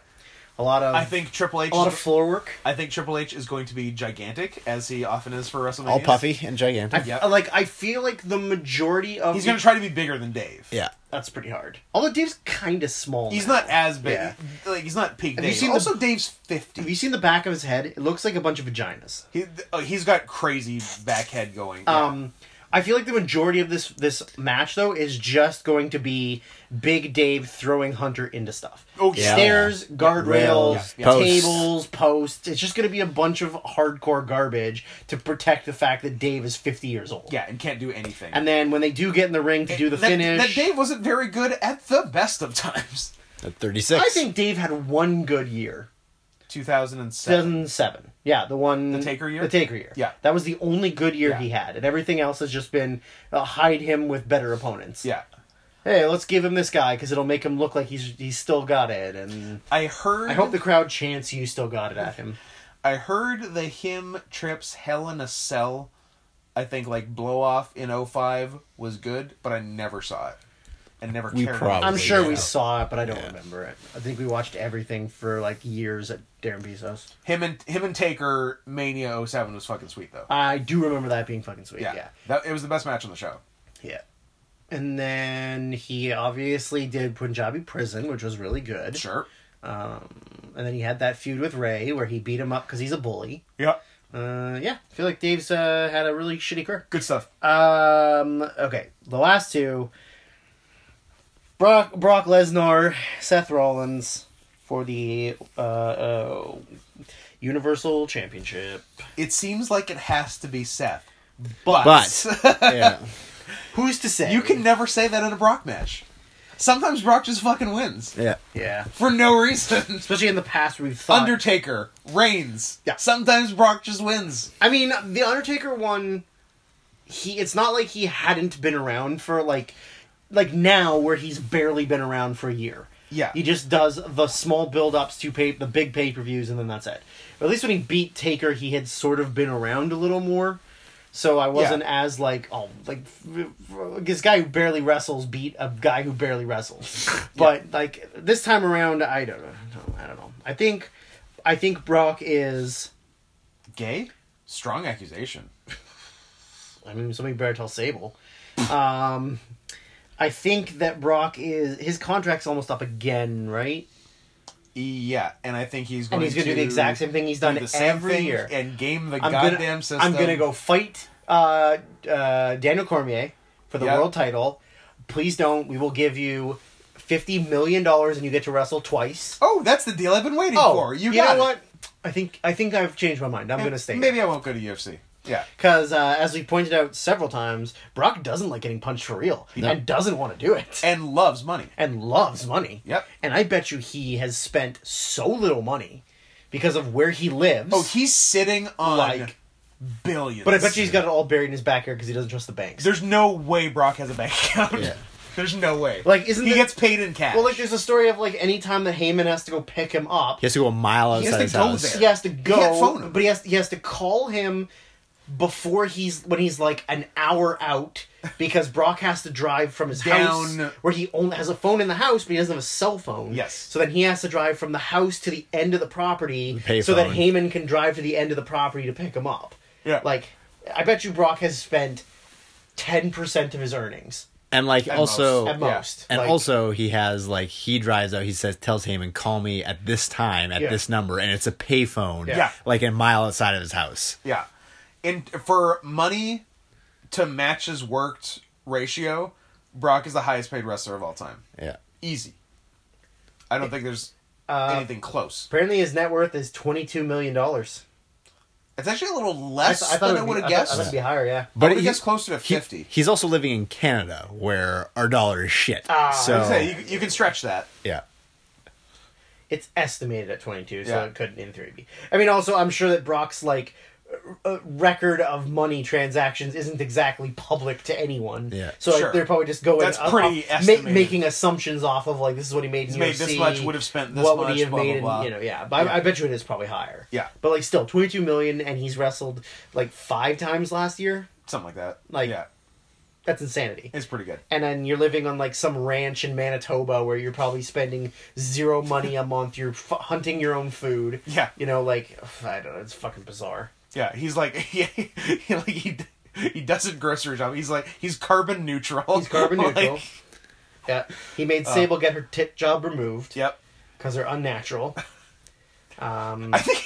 [SPEAKER 3] A lot of
[SPEAKER 1] I think Triple H
[SPEAKER 3] a lot of floor work.
[SPEAKER 1] I think Triple H is going to be gigantic as he often is for WrestleMania.
[SPEAKER 5] All puffy and gigantic.
[SPEAKER 3] I,
[SPEAKER 1] Yep.
[SPEAKER 3] Like I feel like the majority of
[SPEAKER 1] He's going to try to be bigger than Dave.
[SPEAKER 5] yeah.
[SPEAKER 3] That's pretty hard. Although Dave's kind of small.
[SPEAKER 1] He's
[SPEAKER 3] now.
[SPEAKER 1] not as big.
[SPEAKER 3] Yeah.
[SPEAKER 1] Like he's not peak
[SPEAKER 3] Have you
[SPEAKER 1] Dave.
[SPEAKER 3] seen the-
[SPEAKER 1] also Dave's
[SPEAKER 3] Have
[SPEAKER 1] 50.
[SPEAKER 3] you seen the back of his head? It looks like a bunch of vaginas.
[SPEAKER 1] He, oh, he's got crazy back head going.
[SPEAKER 3] Um, I feel like the majority of this this match though is just going to be Big Dave throwing Hunter into stuff.
[SPEAKER 1] Oh, yeah.
[SPEAKER 3] Stairs, guardrails,
[SPEAKER 5] Rails, yeah. Posts.
[SPEAKER 3] tables, posts. It's just going to be a bunch of hardcore garbage to protect the fact that Dave is fifty years old.
[SPEAKER 1] yeah, and can't do anything.
[SPEAKER 3] And then when they do get in the ring to do the
[SPEAKER 1] that,
[SPEAKER 3] finish,
[SPEAKER 1] That Dave wasn't very good at the best of times.
[SPEAKER 5] At 36.
[SPEAKER 3] I think Dave had one good year.
[SPEAKER 1] 2007.
[SPEAKER 3] 2007. Yeah, the one. The
[SPEAKER 1] Taker year?
[SPEAKER 3] The Taker year.
[SPEAKER 1] Yeah.
[SPEAKER 3] That was the only good year
[SPEAKER 1] Yeah.
[SPEAKER 3] he had. And everything else has just been uh, hide him with better opponents.
[SPEAKER 1] Yeah.
[SPEAKER 3] hey, let's give him this guy because it'll make him look like he's he's still got it. And
[SPEAKER 1] I heard
[SPEAKER 3] I hope the crowd chants you still got it at him.
[SPEAKER 1] I heard the him trips Hell in a Cell I think like blow off in 05 was good, but I never saw it. And never
[SPEAKER 5] We
[SPEAKER 1] cared.
[SPEAKER 5] probably-
[SPEAKER 1] about
[SPEAKER 3] I'm
[SPEAKER 1] it.
[SPEAKER 3] sure we
[SPEAKER 5] yeah.
[SPEAKER 3] saw it, but I don't remember it. I think we watched everything for like years at Darren Bezos.
[SPEAKER 1] him and him and Taker Mania 07 was fucking sweet though.
[SPEAKER 3] I do remember that being fucking sweet.
[SPEAKER 1] yeah.
[SPEAKER 3] Uh, yeah.
[SPEAKER 1] That it was the best match on the show.
[SPEAKER 3] Yeah. And then he obviously did Punjabi Prison, which was really good. Um,
[SPEAKER 1] Sure.
[SPEAKER 3] And then he had that feud with Ray where he beat him up because he's a bully.
[SPEAKER 1] Yeah.
[SPEAKER 3] Uh, yeah, I feel like Dave's uh, had a really shitty career.
[SPEAKER 1] Good stuff.
[SPEAKER 3] Um, okay, the last two. Brock Brock Lesnar, Seth Rollins for the uh, uh, Universal Championship.
[SPEAKER 1] It seems like it has to be Seth. But,
[SPEAKER 5] But- yeah.
[SPEAKER 3] Who's to say?
[SPEAKER 1] you can never say that in a Brock match. Sometimes Brock just fucking wins.
[SPEAKER 5] Yeah.
[SPEAKER 3] yeah,
[SPEAKER 1] For no reason.
[SPEAKER 3] especially in the past we've thought.
[SPEAKER 1] Undertaker reigns.
[SPEAKER 3] Yeah.
[SPEAKER 1] Sometimes Brock just wins.
[SPEAKER 3] I mean, the Undertaker one. He it's not like he hadn't been around for like, like now where he's barely been around for a year.
[SPEAKER 1] Yeah.
[SPEAKER 3] He just does the small build ups to pay the big pay per views and then that's it. But at least when he beat Taker, he had sort of been around a little more. So I wasn't as like oh like f- f- this guy who barely wrestles beat a guy who barely wrestles, but like this time around I don't know I don't know I think I think Brock is
[SPEAKER 1] Gay? Strong accusation.
[SPEAKER 3] I mean, somebody better tell Sable. Um, I think that Brock is his contract's almost up again, right?
[SPEAKER 1] Yeah, and I think he's going
[SPEAKER 3] And he's
[SPEAKER 1] to
[SPEAKER 3] gonna do the exact same thing he's done
[SPEAKER 1] do the same
[SPEAKER 3] every
[SPEAKER 1] thing
[SPEAKER 3] year.
[SPEAKER 1] and game the
[SPEAKER 3] I'm
[SPEAKER 1] goddamn
[SPEAKER 3] gonna,
[SPEAKER 1] system.
[SPEAKER 3] I'm gonna go fight uh, uh, Daniel Cormier for the
[SPEAKER 1] Yeah.
[SPEAKER 3] world title. Please don't. We will give you fifty million dollars, and you get to wrestle twice. Oh,
[SPEAKER 1] Oh, that's the deal I've been waiting for. You,
[SPEAKER 3] know
[SPEAKER 1] got it.
[SPEAKER 3] what? I think I think I've changed my mind. I'm gonna stay.
[SPEAKER 1] Maybe I won't go to UFC. Yeah.
[SPEAKER 3] Because uh, as we pointed out several times, Brock doesn't like getting punched for real and doesn't want to do it
[SPEAKER 1] and loves money.
[SPEAKER 3] and loves money.
[SPEAKER 1] Yep.
[SPEAKER 3] And I bet you he has spent so little money because of where he lives.
[SPEAKER 1] Oh, he's sitting on
[SPEAKER 3] Like-
[SPEAKER 1] billions.
[SPEAKER 3] but I bet you he's got it all buried in his backyard because he doesn't trust the banks.
[SPEAKER 1] There's no way Brock has a bank account.
[SPEAKER 2] Yeah.
[SPEAKER 1] There's no way.
[SPEAKER 3] Like, isn't
[SPEAKER 1] he
[SPEAKER 3] the-
[SPEAKER 1] gets paid in cash?
[SPEAKER 3] Well, like there's a story of like any time that Heyman has to go pick him up,
[SPEAKER 5] He has to go a mile outside
[SPEAKER 1] has to
[SPEAKER 5] his
[SPEAKER 1] go
[SPEAKER 5] house.
[SPEAKER 1] there.
[SPEAKER 3] he has to go,
[SPEAKER 1] can't phone him.
[SPEAKER 3] but he has he has to call him before he's when he's like an hour out because Brock has to drive from his
[SPEAKER 1] Down-
[SPEAKER 3] house where he only has a phone in the house, but he doesn't have a cell phone.
[SPEAKER 1] Yes.
[SPEAKER 3] So then he has to drive from the house to the end of the property,
[SPEAKER 5] pay
[SPEAKER 3] so that
[SPEAKER 5] phone.
[SPEAKER 3] Heyman can drive to the end of the property to pick him up.
[SPEAKER 1] Yeah.
[SPEAKER 3] Like, I bet you Brock has spent ten percent of his earnings
[SPEAKER 5] And like
[SPEAKER 1] At
[SPEAKER 5] also
[SPEAKER 3] at
[SPEAKER 1] Yeah.
[SPEAKER 3] most,
[SPEAKER 5] And
[SPEAKER 3] Like,
[SPEAKER 5] also, he has like he drives out. He says, tells Heyman, "Call me at this time at
[SPEAKER 3] Yeah.
[SPEAKER 5] this number," and it's a payphone,
[SPEAKER 1] Yeah.
[SPEAKER 5] like a mile outside of his house.
[SPEAKER 1] yeah. And for money to matches worked ratio, Brock is the highest paid wrestler of all time.
[SPEAKER 5] Yeah,
[SPEAKER 1] Easy. I don't think there's
[SPEAKER 3] uh,
[SPEAKER 1] anything close.
[SPEAKER 3] apparently his net worth is twenty two million dollars.
[SPEAKER 1] It's actually a little less than I
[SPEAKER 3] it'd
[SPEAKER 1] would
[SPEAKER 3] be-
[SPEAKER 1] have
[SPEAKER 3] I thought it'd
[SPEAKER 1] guessed.
[SPEAKER 3] be higher, yeah.
[SPEAKER 1] But he
[SPEAKER 5] he-
[SPEAKER 1] gets closer to
[SPEAKER 5] he-
[SPEAKER 1] fifty.
[SPEAKER 5] he's also living in Canada, where our dollar is shit.
[SPEAKER 3] Ah,
[SPEAKER 5] so
[SPEAKER 1] Say, you, you can stretch that.
[SPEAKER 5] yeah,
[SPEAKER 3] It's estimated at 22, so
[SPEAKER 1] Yeah.
[SPEAKER 3] it could in theory be. I mean, also, I'm sure that Brock's like uh, uh, record of money transactions isn't exactly public to anyone.
[SPEAKER 5] Yeah.
[SPEAKER 3] So like,
[SPEAKER 1] Sure.
[SPEAKER 3] they're probably just going.
[SPEAKER 1] That's
[SPEAKER 3] up-
[SPEAKER 1] pretty
[SPEAKER 3] up- ma-
[SPEAKER 1] estimated.
[SPEAKER 3] making assumptions off of like this is what he made.
[SPEAKER 1] He's
[SPEAKER 3] in
[SPEAKER 1] made this
[SPEAKER 3] UFC,
[SPEAKER 1] much, would have spent this
[SPEAKER 3] What would
[SPEAKER 1] much,
[SPEAKER 3] he have
[SPEAKER 1] blah,
[SPEAKER 3] made?
[SPEAKER 1] blah, blah.
[SPEAKER 3] In, you know, yeah. But
[SPEAKER 1] Yeah.
[SPEAKER 3] I, I bet you it is probably higher.
[SPEAKER 1] Yeah.
[SPEAKER 3] But like still, 22 million, and he's wrestled like five times last year.
[SPEAKER 1] Something like that.
[SPEAKER 3] Like-
[SPEAKER 1] yeah,
[SPEAKER 3] That's insanity.
[SPEAKER 1] it's pretty good.
[SPEAKER 3] and then you're living on like some ranch in Manitoba where you're probably spending zero money a month. You're f- hunting your own food.
[SPEAKER 1] Yeah.
[SPEAKER 3] you know, like ugh, I don't know, it's fucking bizarre.
[SPEAKER 1] Yeah, he's like he, he like he he doesn't grocery shop. He's like he's carbon neutral. Oh.
[SPEAKER 3] He's carbon
[SPEAKER 1] Like,
[SPEAKER 3] neutral. yeah, he made Sable get her tit job removed
[SPEAKER 1] Yep.
[SPEAKER 3] because they're unnatural. Um,
[SPEAKER 1] I think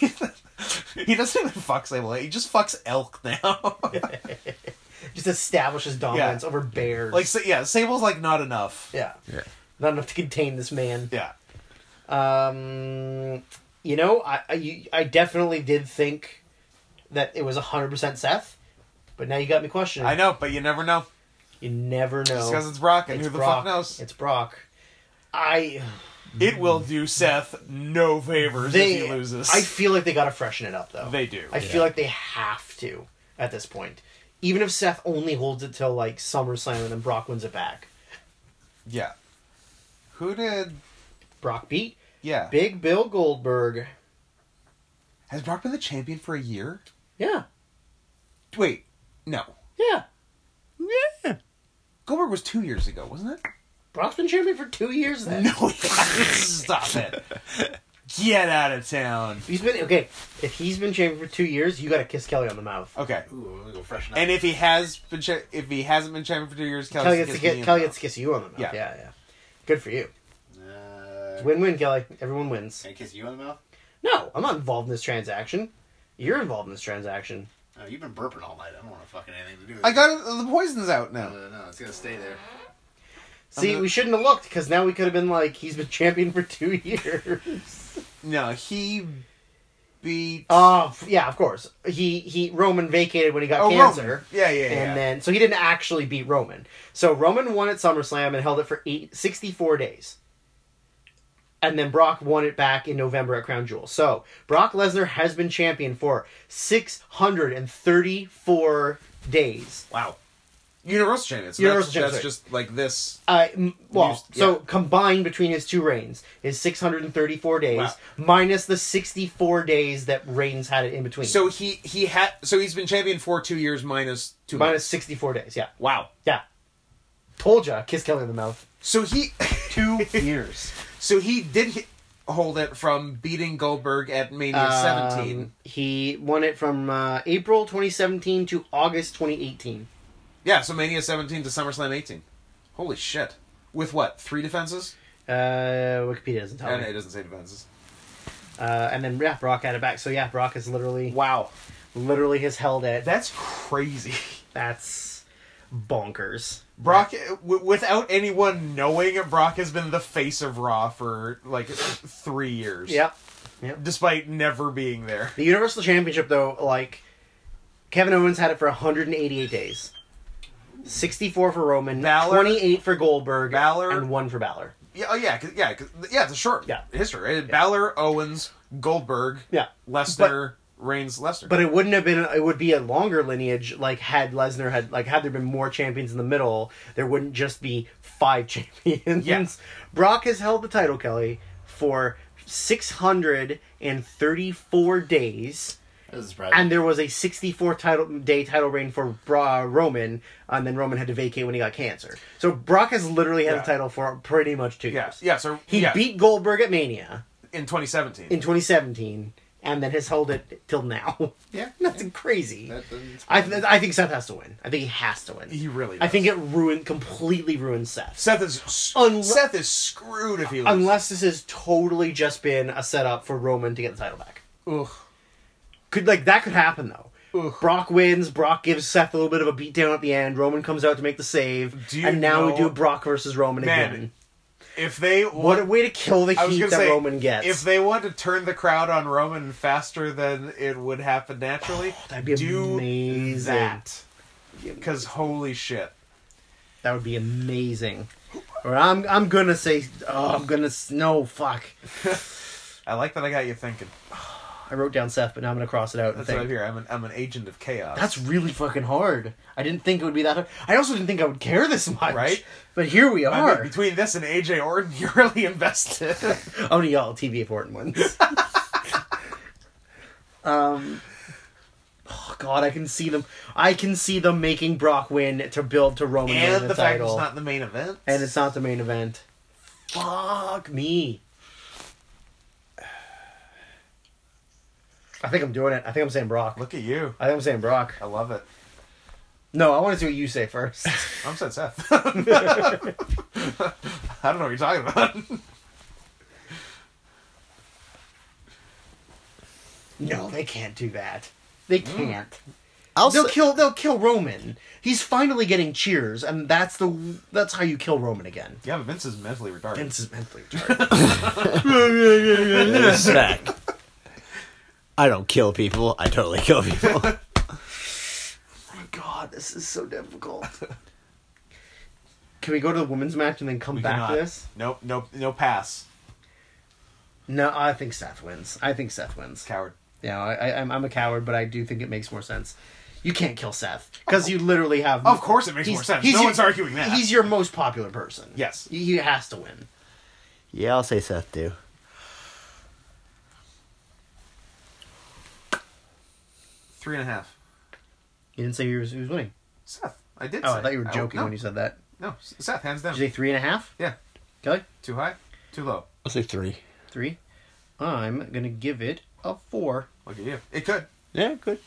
[SPEAKER 1] he, he doesn't even fuck Sable. He just fucks elk now.
[SPEAKER 3] just establishes dominance over bears.
[SPEAKER 1] like so, yeah, Sable's like not enough.
[SPEAKER 3] yeah. not enough to contain this man.
[SPEAKER 1] Yeah.
[SPEAKER 3] Um, you know, I I, you, I definitely did think that it was hundred percent Seth, but now you got me questioning.
[SPEAKER 1] I know, but you never know.
[SPEAKER 3] You never know.
[SPEAKER 1] Just because it's Brock and who the
[SPEAKER 3] Brock.
[SPEAKER 1] fuck knows.
[SPEAKER 3] It's Brock. I
[SPEAKER 1] It will do Seth no favors
[SPEAKER 3] they
[SPEAKER 1] if he loses.
[SPEAKER 3] I feel like they got to freshen it up though.
[SPEAKER 1] They do,
[SPEAKER 3] I feel like they have to at this point. Even if Seth only holds it till like SummerSlam and then Brock wins it back.
[SPEAKER 1] yeah. Who did?
[SPEAKER 3] Brock beat
[SPEAKER 1] Yeah.
[SPEAKER 3] Big Bill Goldberg.
[SPEAKER 1] Has Brock been the champion for a year?
[SPEAKER 3] Yeah.
[SPEAKER 1] Wait, no.
[SPEAKER 3] Yeah.
[SPEAKER 1] Goldberg was two years ago, wasn't it?
[SPEAKER 3] Brock's been champion for 2 years then.
[SPEAKER 1] No, stop it. Get out of town.
[SPEAKER 3] He's been okay. If he's been champion for 2 years, you got to kiss Kelly on the mouth.
[SPEAKER 1] Okay.
[SPEAKER 2] Ooh, let me go freshen up.
[SPEAKER 1] And if he has been, cha- if he hasn't been champion for two years, Kelly
[SPEAKER 3] Kelly
[SPEAKER 1] gets
[SPEAKER 3] gets to
[SPEAKER 1] me in
[SPEAKER 3] get Kelly
[SPEAKER 1] the
[SPEAKER 3] gets to kiss you on the mouth.
[SPEAKER 1] Yeah.
[SPEAKER 3] Yeah, yeah. Good for you.
[SPEAKER 2] Uh,
[SPEAKER 3] Win-win, Kelly. Everyone wins.
[SPEAKER 2] can I kiss you on the mouth?
[SPEAKER 3] No, I'm not involved in this transaction. You're involved in this transaction.
[SPEAKER 2] Oh, you've been burping all night. I don't want to fucking anything to do with
[SPEAKER 1] mouth. I
[SPEAKER 2] it.
[SPEAKER 1] got it, the poison's out
[SPEAKER 2] Uh,
[SPEAKER 1] now.
[SPEAKER 2] no, it's gonna stay there.
[SPEAKER 3] See,
[SPEAKER 1] not-
[SPEAKER 3] we shouldn't have looked because now we could have been like, he's been champion for two years.
[SPEAKER 1] No, he beat
[SPEAKER 3] Oh, f- yeah, of course. He he Roman vacated when he got
[SPEAKER 1] oh
[SPEAKER 3] cancer.
[SPEAKER 1] Roman. Yeah, yeah, yeah.
[SPEAKER 3] And then, so he didn't actually beat Roman. So Roman won at SummerSlam and held it for eight, 64 days. And then Brock won it back in November at Crown Jewel. So Brock Lesnar has been champion for 634 days.
[SPEAKER 1] wow, Universal champion. So
[SPEAKER 3] Universal
[SPEAKER 1] that's,
[SPEAKER 3] champion,
[SPEAKER 1] that's
[SPEAKER 3] sorry.
[SPEAKER 1] just like this.
[SPEAKER 3] Uh, m- well,
[SPEAKER 1] Used-
[SPEAKER 3] so
[SPEAKER 1] yeah.
[SPEAKER 3] combined between his two reigns is 634 days,
[SPEAKER 1] Wow.
[SPEAKER 3] minus the 64 days that Reigns had it in between.
[SPEAKER 1] So he he had so he's been champion for two years minus two
[SPEAKER 3] minus 64 days, yeah.
[SPEAKER 1] Wow.
[SPEAKER 3] Yeah. Told ya, kiss Kelly in the mouth.
[SPEAKER 1] So he
[SPEAKER 3] Two years.
[SPEAKER 1] so he did hit, hold it from beating Goldberg at Mania
[SPEAKER 3] Um,
[SPEAKER 1] 17.
[SPEAKER 3] He won it from uh, April 2017 to August 2018.
[SPEAKER 1] Yeah, so Mania 17 to SummerSlam 18. Holy shit. With what? Three defenses?
[SPEAKER 3] Uh, Wikipedia doesn't tell
[SPEAKER 1] And
[SPEAKER 3] me.
[SPEAKER 1] it doesn't say defenses.
[SPEAKER 3] Uh, and then yeah, Brock had it back. So yeah, Brock is literally,
[SPEAKER 1] Wow.
[SPEAKER 3] literally has held it.
[SPEAKER 1] That's crazy.
[SPEAKER 3] That's bonkers.
[SPEAKER 1] Brock, w- without anyone knowing, Brock has been the face of Raw for like three years.
[SPEAKER 3] Yep.
[SPEAKER 1] Despite never being there.
[SPEAKER 3] The Universal Championship, though, like Kevin Owens had it for 188 days. 64 for Roman,
[SPEAKER 1] Balor-
[SPEAKER 3] 28 for Goldberg,
[SPEAKER 1] Balor-
[SPEAKER 3] and 1 for Balor.
[SPEAKER 1] Yeah, oh yeah, 'cause- yeah, 'cause- yeah. It's a short
[SPEAKER 3] Yeah.
[SPEAKER 1] history. Right? Balor, Owens, Goldberg,
[SPEAKER 3] Yeah.
[SPEAKER 1] Lesnar, Reigns, Lesnar.
[SPEAKER 3] But it wouldn't have been. It would be a longer lineage. Like had Lesnar had like had there been more champions in the middle, there wouldn't just be five champions.
[SPEAKER 1] Yeah.
[SPEAKER 3] Brock has held the title, Kelly, for six hundred and thirty-four days,
[SPEAKER 5] This is probably
[SPEAKER 3] and there was a sixty-four title day title reign for Bra- Roman, and then Roman had to vacate when he got cancer. So Brock has literally had
[SPEAKER 1] Yeah.
[SPEAKER 3] the title for pretty much two
[SPEAKER 1] yeah,
[SPEAKER 3] years.
[SPEAKER 1] yeah. So
[SPEAKER 3] He
[SPEAKER 1] yeah,
[SPEAKER 3] beat Goldberg at Mania
[SPEAKER 1] in 2017.
[SPEAKER 3] in 2017, and then has held it till now.
[SPEAKER 2] Yeah.
[SPEAKER 3] That's crazy.
[SPEAKER 2] That- that's-
[SPEAKER 3] I, th- I think Seth has to win. I think he has to win.
[SPEAKER 1] he really. Does.
[SPEAKER 3] I think it ruined completely ruined Seth.
[SPEAKER 1] Seth is
[SPEAKER 3] Unle-
[SPEAKER 1] Seth is screwed if he loses.
[SPEAKER 3] Unless this has totally just been a setup for Roman to get the title back.
[SPEAKER 1] Ugh.
[SPEAKER 3] Could like that could happen though.
[SPEAKER 1] Ugh.
[SPEAKER 3] Brock wins. Brock gives Seth a little bit of a beatdown at the end. Roman comes out to make the save,
[SPEAKER 1] Do you
[SPEAKER 3] and now we
[SPEAKER 1] know-
[SPEAKER 3] do Brock versus Roman
[SPEAKER 1] Man,
[SPEAKER 3] again.
[SPEAKER 1] if they
[SPEAKER 3] What a
[SPEAKER 1] want-
[SPEAKER 3] way to kill the
[SPEAKER 1] I was
[SPEAKER 3] heat
[SPEAKER 1] gonna
[SPEAKER 3] that
[SPEAKER 1] say
[SPEAKER 3] Roman gets.
[SPEAKER 1] if they want to turn the crowd on Roman faster than it would happen naturally,
[SPEAKER 3] Oh, that'd be
[SPEAKER 1] do
[SPEAKER 3] amazing.
[SPEAKER 1] that. Because holy shit.
[SPEAKER 3] That would be amazing. Or I'm I'm gonna say oh I'm gonna s- no fuck.
[SPEAKER 1] I like that I got you thinking.
[SPEAKER 3] I wrote down Seth, but now I'm gonna cross it out. and
[SPEAKER 1] That's
[SPEAKER 3] think.
[SPEAKER 1] what I'm here. I'm an, I'm an agent of chaos.
[SPEAKER 3] That's really fucking hard. I didn't think it would be that hard. I also didn't think I would care this much.
[SPEAKER 1] Right?
[SPEAKER 3] But here we
[SPEAKER 1] I mean,
[SPEAKER 3] are.
[SPEAKER 1] between this and AJ Orton, you're really invested.
[SPEAKER 3] Only y'all TV important ones. um oh God, I can see them. I can see them making Brock win to build to Roman winning
[SPEAKER 1] and
[SPEAKER 3] the,
[SPEAKER 1] the fact
[SPEAKER 3] title,
[SPEAKER 1] it's not the main event.
[SPEAKER 3] and it's not the main event. Fuck me. I think I'm doing it. I think I'm saying Brock.
[SPEAKER 1] Look at you.
[SPEAKER 3] I think I'm saying Brock.
[SPEAKER 1] I love it.
[SPEAKER 3] No, I want to see what you say first.
[SPEAKER 1] I'm said Seth. I don't know what you're talking about.
[SPEAKER 3] No, they can't do that. They
[SPEAKER 1] Mm.
[SPEAKER 3] can't.
[SPEAKER 5] I'll
[SPEAKER 3] they'll
[SPEAKER 5] say-
[SPEAKER 3] kill. They'll kill Roman. He's finally getting cheers, and that's the that's how you kill Roman again.
[SPEAKER 1] Yeah, but Vince is mentally retarded.
[SPEAKER 3] Vince is mentally retarded.
[SPEAKER 5] smack. I don't kill people. I totally kill people.
[SPEAKER 3] oh my god, this is so difficult. Can we go to the women's match and then come
[SPEAKER 1] We
[SPEAKER 3] back
[SPEAKER 1] cannot.
[SPEAKER 3] to this?
[SPEAKER 1] Nope, nope, no pass.
[SPEAKER 3] No, I think Seth wins. I think Seth wins.
[SPEAKER 1] Coward.
[SPEAKER 3] Yeah, I, I, I'm, I'm a coward, but I do think it makes more sense. You can't kill Seth because you literally have.
[SPEAKER 1] Of course it makes more sense. No
[SPEAKER 3] your-
[SPEAKER 1] one's arguing that.
[SPEAKER 3] He's your most popular person.
[SPEAKER 1] Yes.
[SPEAKER 3] he, he has to win.
[SPEAKER 5] yeah, I'll say Seth too.
[SPEAKER 1] Three and a half.
[SPEAKER 3] You didn't say who was, who was winning.
[SPEAKER 1] Seth. I did
[SPEAKER 3] Oh,
[SPEAKER 1] say.
[SPEAKER 3] I thought you were
[SPEAKER 1] w-
[SPEAKER 3] joking
[SPEAKER 1] no,
[SPEAKER 3] when you said that.
[SPEAKER 1] No, S- Seth, hands down.
[SPEAKER 3] Did you say three and a half?
[SPEAKER 1] Yeah.
[SPEAKER 3] Kelly?
[SPEAKER 1] Too high? Too low?
[SPEAKER 5] I'll say three.
[SPEAKER 3] Three. I'm gonna give it a four.
[SPEAKER 1] Look at you. It could.
[SPEAKER 5] Yeah, good.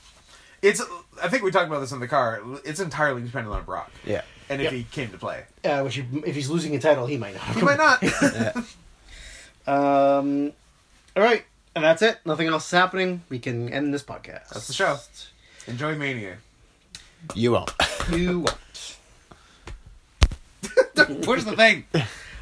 [SPEAKER 1] It's. I think we talked about this in the car. It's entirely dependent on Brock.
[SPEAKER 5] Yeah.
[SPEAKER 1] And if
[SPEAKER 3] Yep.
[SPEAKER 1] he came to play.
[SPEAKER 3] Uh, which, he- if he's losing a title, he might not.
[SPEAKER 1] He might not.
[SPEAKER 3] Um. All right, and that's it. Nothing else is happening. We can end this podcast.
[SPEAKER 1] That's the show. Enjoy Mania.
[SPEAKER 5] You won't.
[SPEAKER 3] You won't.
[SPEAKER 1] Where's the thing?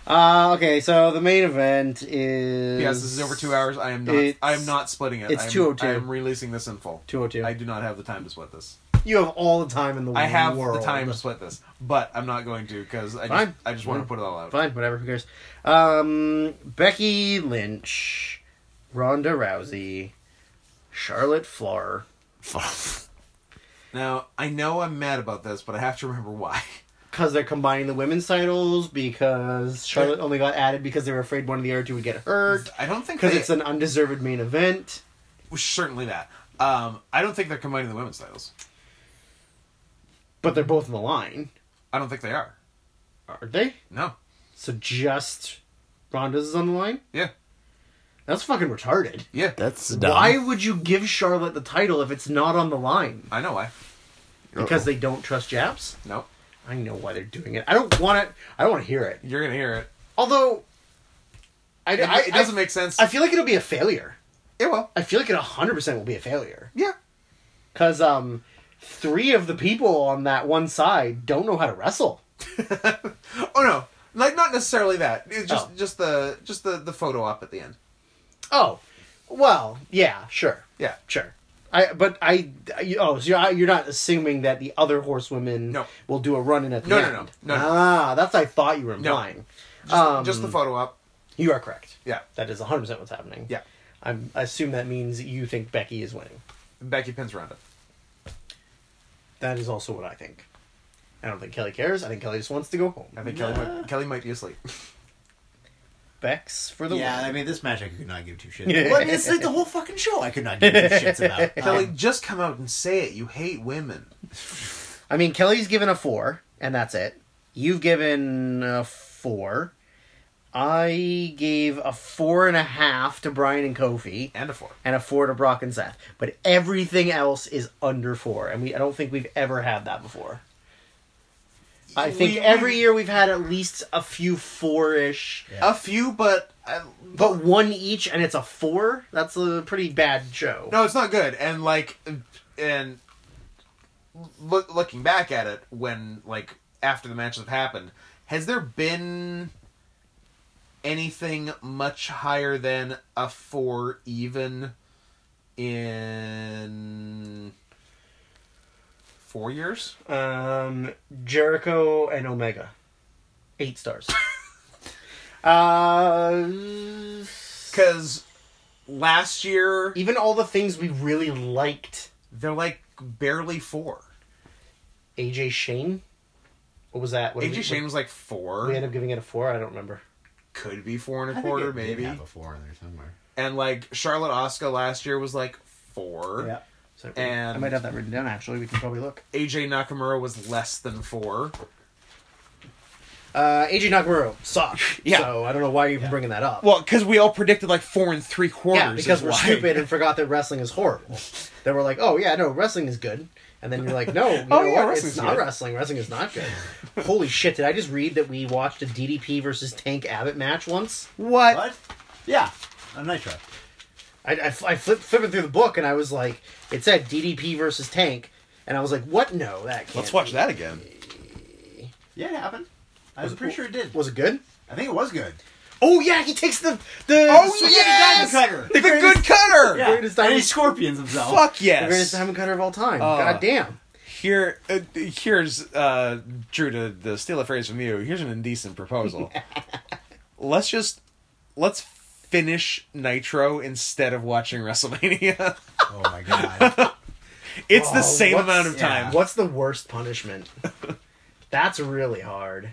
[SPEAKER 3] Uh, okay, so the main event is.
[SPEAKER 1] Yes, this is over two hours. I am not.
[SPEAKER 3] It's-
[SPEAKER 1] I am not splitting it.
[SPEAKER 3] it's
[SPEAKER 1] I am-
[SPEAKER 3] 2:02.
[SPEAKER 1] I am releasing this in full.
[SPEAKER 3] 2:02.
[SPEAKER 1] I do not have the time to split this.
[SPEAKER 3] You have all the time in the world.
[SPEAKER 1] I have the time to split this, but I'm not going to because I just,
[SPEAKER 3] Fine.
[SPEAKER 1] I just want to put it all out.
[SPEAKER 3] Fine, whatever. Who cares? Um, Becky Lynch, Ronda Rousey, Charlotte Flair.
[SPEAKER 1] Now I know I'm mad about this, but I have to remember why.
[SPEAKER 3] Because they're combining the women's titles. Because Charlotte only got added because they were afraid one of the other two would get hurt.
[SPEAKER 1] I don't think
[SPEAKER 3] Because
[SPEAKER 1] they-
[SPEAKER 3] it's an undeserved main event.
[SPEAKER 1] certainly that. Um, I don't think they're combining the women's titles.
[SPEAKER 3] But they're both in the line,
[SPEAKER 1] I don't think they are.
[SPEAKER 3] aren't they?
[SPEAKER 1] No.
[SPEAKER 3] So just Ronda's is on the line.
[SPEAKER 1] Yeah.
[SPEAKER 3] That's fucking retarded.
[SPEAKER 1] Yeah.
[SPEAKER 5] That's dumb.
[SPEAKER 3] Why would you give Charlotte the title if it's not on the line?
[SPEAKER 1] I know why.
[SPEAKER 3] Because they don't trust Japs.
[SPEAKER 1] No.
[SPEAKER 3] I know why they're doing it. I don't want it. I don't want to hear it.
[SPEAKER 1] You're gonna hear it.
[SPEAKER 3] Although, I,
[SPEAKER 1] It,
[SPEAKER 3] I,
[SPEAKER 1] it doesn't make sense.
[SPEAKER 3] I feel like it'll be a failure.
[SPEAKER 1] it will.
[SPEAKER 3] I feel like it 100% will be a failure.
[SPEAKER 1] Yeah.
[SPEAKER 3] Because um, three of the people on that one side don't know how to wrestle.
[SPEAKER 1] Oh no. Like not necessarily that. It's just
[SPEAKER 3] Oh.
[SPEAKER 1] just the just the the photo op at the end.
[SPEAKER 3] Oh, well, yeah, sure.
[SPEAKER 1] Yeah.
[SPEAKER 3] Sure. I but I, I- oh so you're, you're not assuming that the other horsewomen
[SPEAKER 1] No.
[SPEAKER 3] will do a run in at the
[SPEAKER 1] No, no,
[SPEAKER 3] end.
[SPEAKER 1] no, no, no.
[SPEAKER 3] Ah, that's what I thought you were implying.
[SPEAKER 1] Just,
[SPEAKER 3] Um,
[SPEAKER 1] just the photo op.
[SPEAKER 3] You are correct.
[SPEAKER 1] Yeah.
[SPEAKER 3] That is 100 percent what's happening.
[SPEAKER 1] Yeah.
[SPEAKER 3] I'm, I assume that means you think Becky is winning.
[SPEAKER 1] Becky pins Ronda.
[SPEAKER 3] That is also what I think. I don't think Kelly cares. I think Kelly just wants to go home.
[SPEAKER 1] I think Kelly, might, Kelly might be asleep.
[SPEAKER 3] Bex for the
[SPEAKER 2] yeah,
[SPEAKER 3] win.
[SPEAKER 2] I mean, this match I could not give two shits. about. Well, it's like the whole fucking show I could not give two shits about.
[SPEAKER 1] Kelly,
[SPEAKER 2] Um,
[SPEAKER 1] just come out and say it. You hate women.
[SPEAKER 3] I mean, Kelly's given a four, and that's it. You've given a four. I gave a four and a half to Brian and Kofi,
[SPEAKER 1] And a four.
[SPEAKER 3] and a four to Brock and Seth. But everything else is under four, and we I don't think we've ever had that before. I think
[SPEAKER 1] We-
[SPEAKER 3] every year we've had at least a few four-ish,
[SPEAKER 1] A few, but uh,
[SPEAKER 3] but one each, and it's a four. That's a pretty bad show.
[SPEAKER 1] no, it's not good. And like, and look, looking back at it, when like after the matches have happened, has there been anything much higher than a four even in four years?
[SPEAKER 3] Um, Jericho and Omega, eight stars. uh,
[SPEAKER 1] Because last year
[SPEAKER 3] even all the things we really liked,
[SPEAKER 1] they're like barely four.
[SPEAKER 3] AJ Shane. What was that? What did we-
[SPEAKER 1] AJ Shane was like
[SPEAKER 3] We ended
[SPEAKER 1] four.
[SPEAKER 3] up giving it a four. I don't remember.
[SPEAKER 1] Could be four
[SPEAKER 2] I
[SPEAKER 1] and a
[SPEAKER 2] think
[SPEAKER 1] quarter,
[SPEAKER 2] it did
[SPEAKER 1] maybe.
[SPEAKER 2] have a four in there somewhere.
[SPEAKER 1] and like Charlotte Oscar last year was like four.
[SPEAKER 2] Yeah.
[SPEAKER 3] So
[SPEAKER 1] And-
[SPEAKER 3] I might have that written down. Actually, we can probably look.
[SPEAKER 1] AJ Nakamura was less than four.
[SPEAKER 3] Uh, AJ Nakamura sucked.
[SPEAKER 1] Yeah.
[SPEAKER 3] So I don't know why you're even bringing that up.
[SPEAKER 1] Well, because we all predicted like four and three quarters.
[SPEAKER 3] yeah, because we're stupid and forgot that wrestling is horrible. They were like, "Oh yeah, no, wrestling is good," and then you're like, "No, you know
[SPEAKER 1] Oh, yeah,
[SPEAKER 3] what? it's
[SPEAKER 1] wrestling's
[SPEAKER 3] not
[SPEAKER 1] good."
[SPEAKER 3] wrestling. Wrestling is not good." Holy shit! Did I just read that we watched a DDP versus Tank Abbott match once?
[SPEAKER 1] What?
[SPEAKER 2] What? Yeah, on Nitro.
[SPEAKER 3] I, I, I flipped flipping through the book and I was like, "It said DDP versus Tank," and I was like, "What? No, that can't."
[SPEAKER 1] Let's watch
[SPEAKER 3] be."
[SPEAKER 1] that again.
[SPEAKER 2] Yeah, it happened. I was,
[SPEAKER 3] it
[SPEAKER 2] pretty
[SPEAKER 3] cool?
[SPEAKER 2] sure it did.
[SPEAKER 3] Was it good?
[SPEAKER 2] I think it was good.
[SPEAKER 3] Oh yeah, he takes the the
[SPEAKER 1] Oh,
[SPEAKER 3] the
[SPEAKER 1] yes!
[SPEAKER 3] diamond
[SPEAKER 2] Cutter.
[SPEAKER 1] The, good cutter.
[SPEAKER 2] Yeah.
[SPEAKER 3] greatest
[SPEAKER 2] And he
[SPEAKER 3] diamond-
[SPEAKER 2] scorpions himself.
[SPEAKER 1] Fuck
[SPEAKER 3] cutter. the
[SPEAKER 1] yes.
[SPEAKER 3] greatest diamond cutter of all time.
[SPEAKER 1] Oh.
[SPEAKER 3] God damn.
[SPEAKER 1] Here, uh, here's uh, Drew to the steal a phrase from you. Here's an indecent proposal. let's just let's finish Nitro instead of watching WrestleMania.
[SPEAKER 2] Oh my god.
[SPEAKER 1] it's the
[SPEAKER 3] Oh,
[SPEAKER 1] same
[SPEAKER 3] what's-
[SPEAKER 1] amount of
[SPEAKER 2] yeah.
[SPEAKER 1] time.
[SPEAKER 3] What's the worst punishment? That's really hard.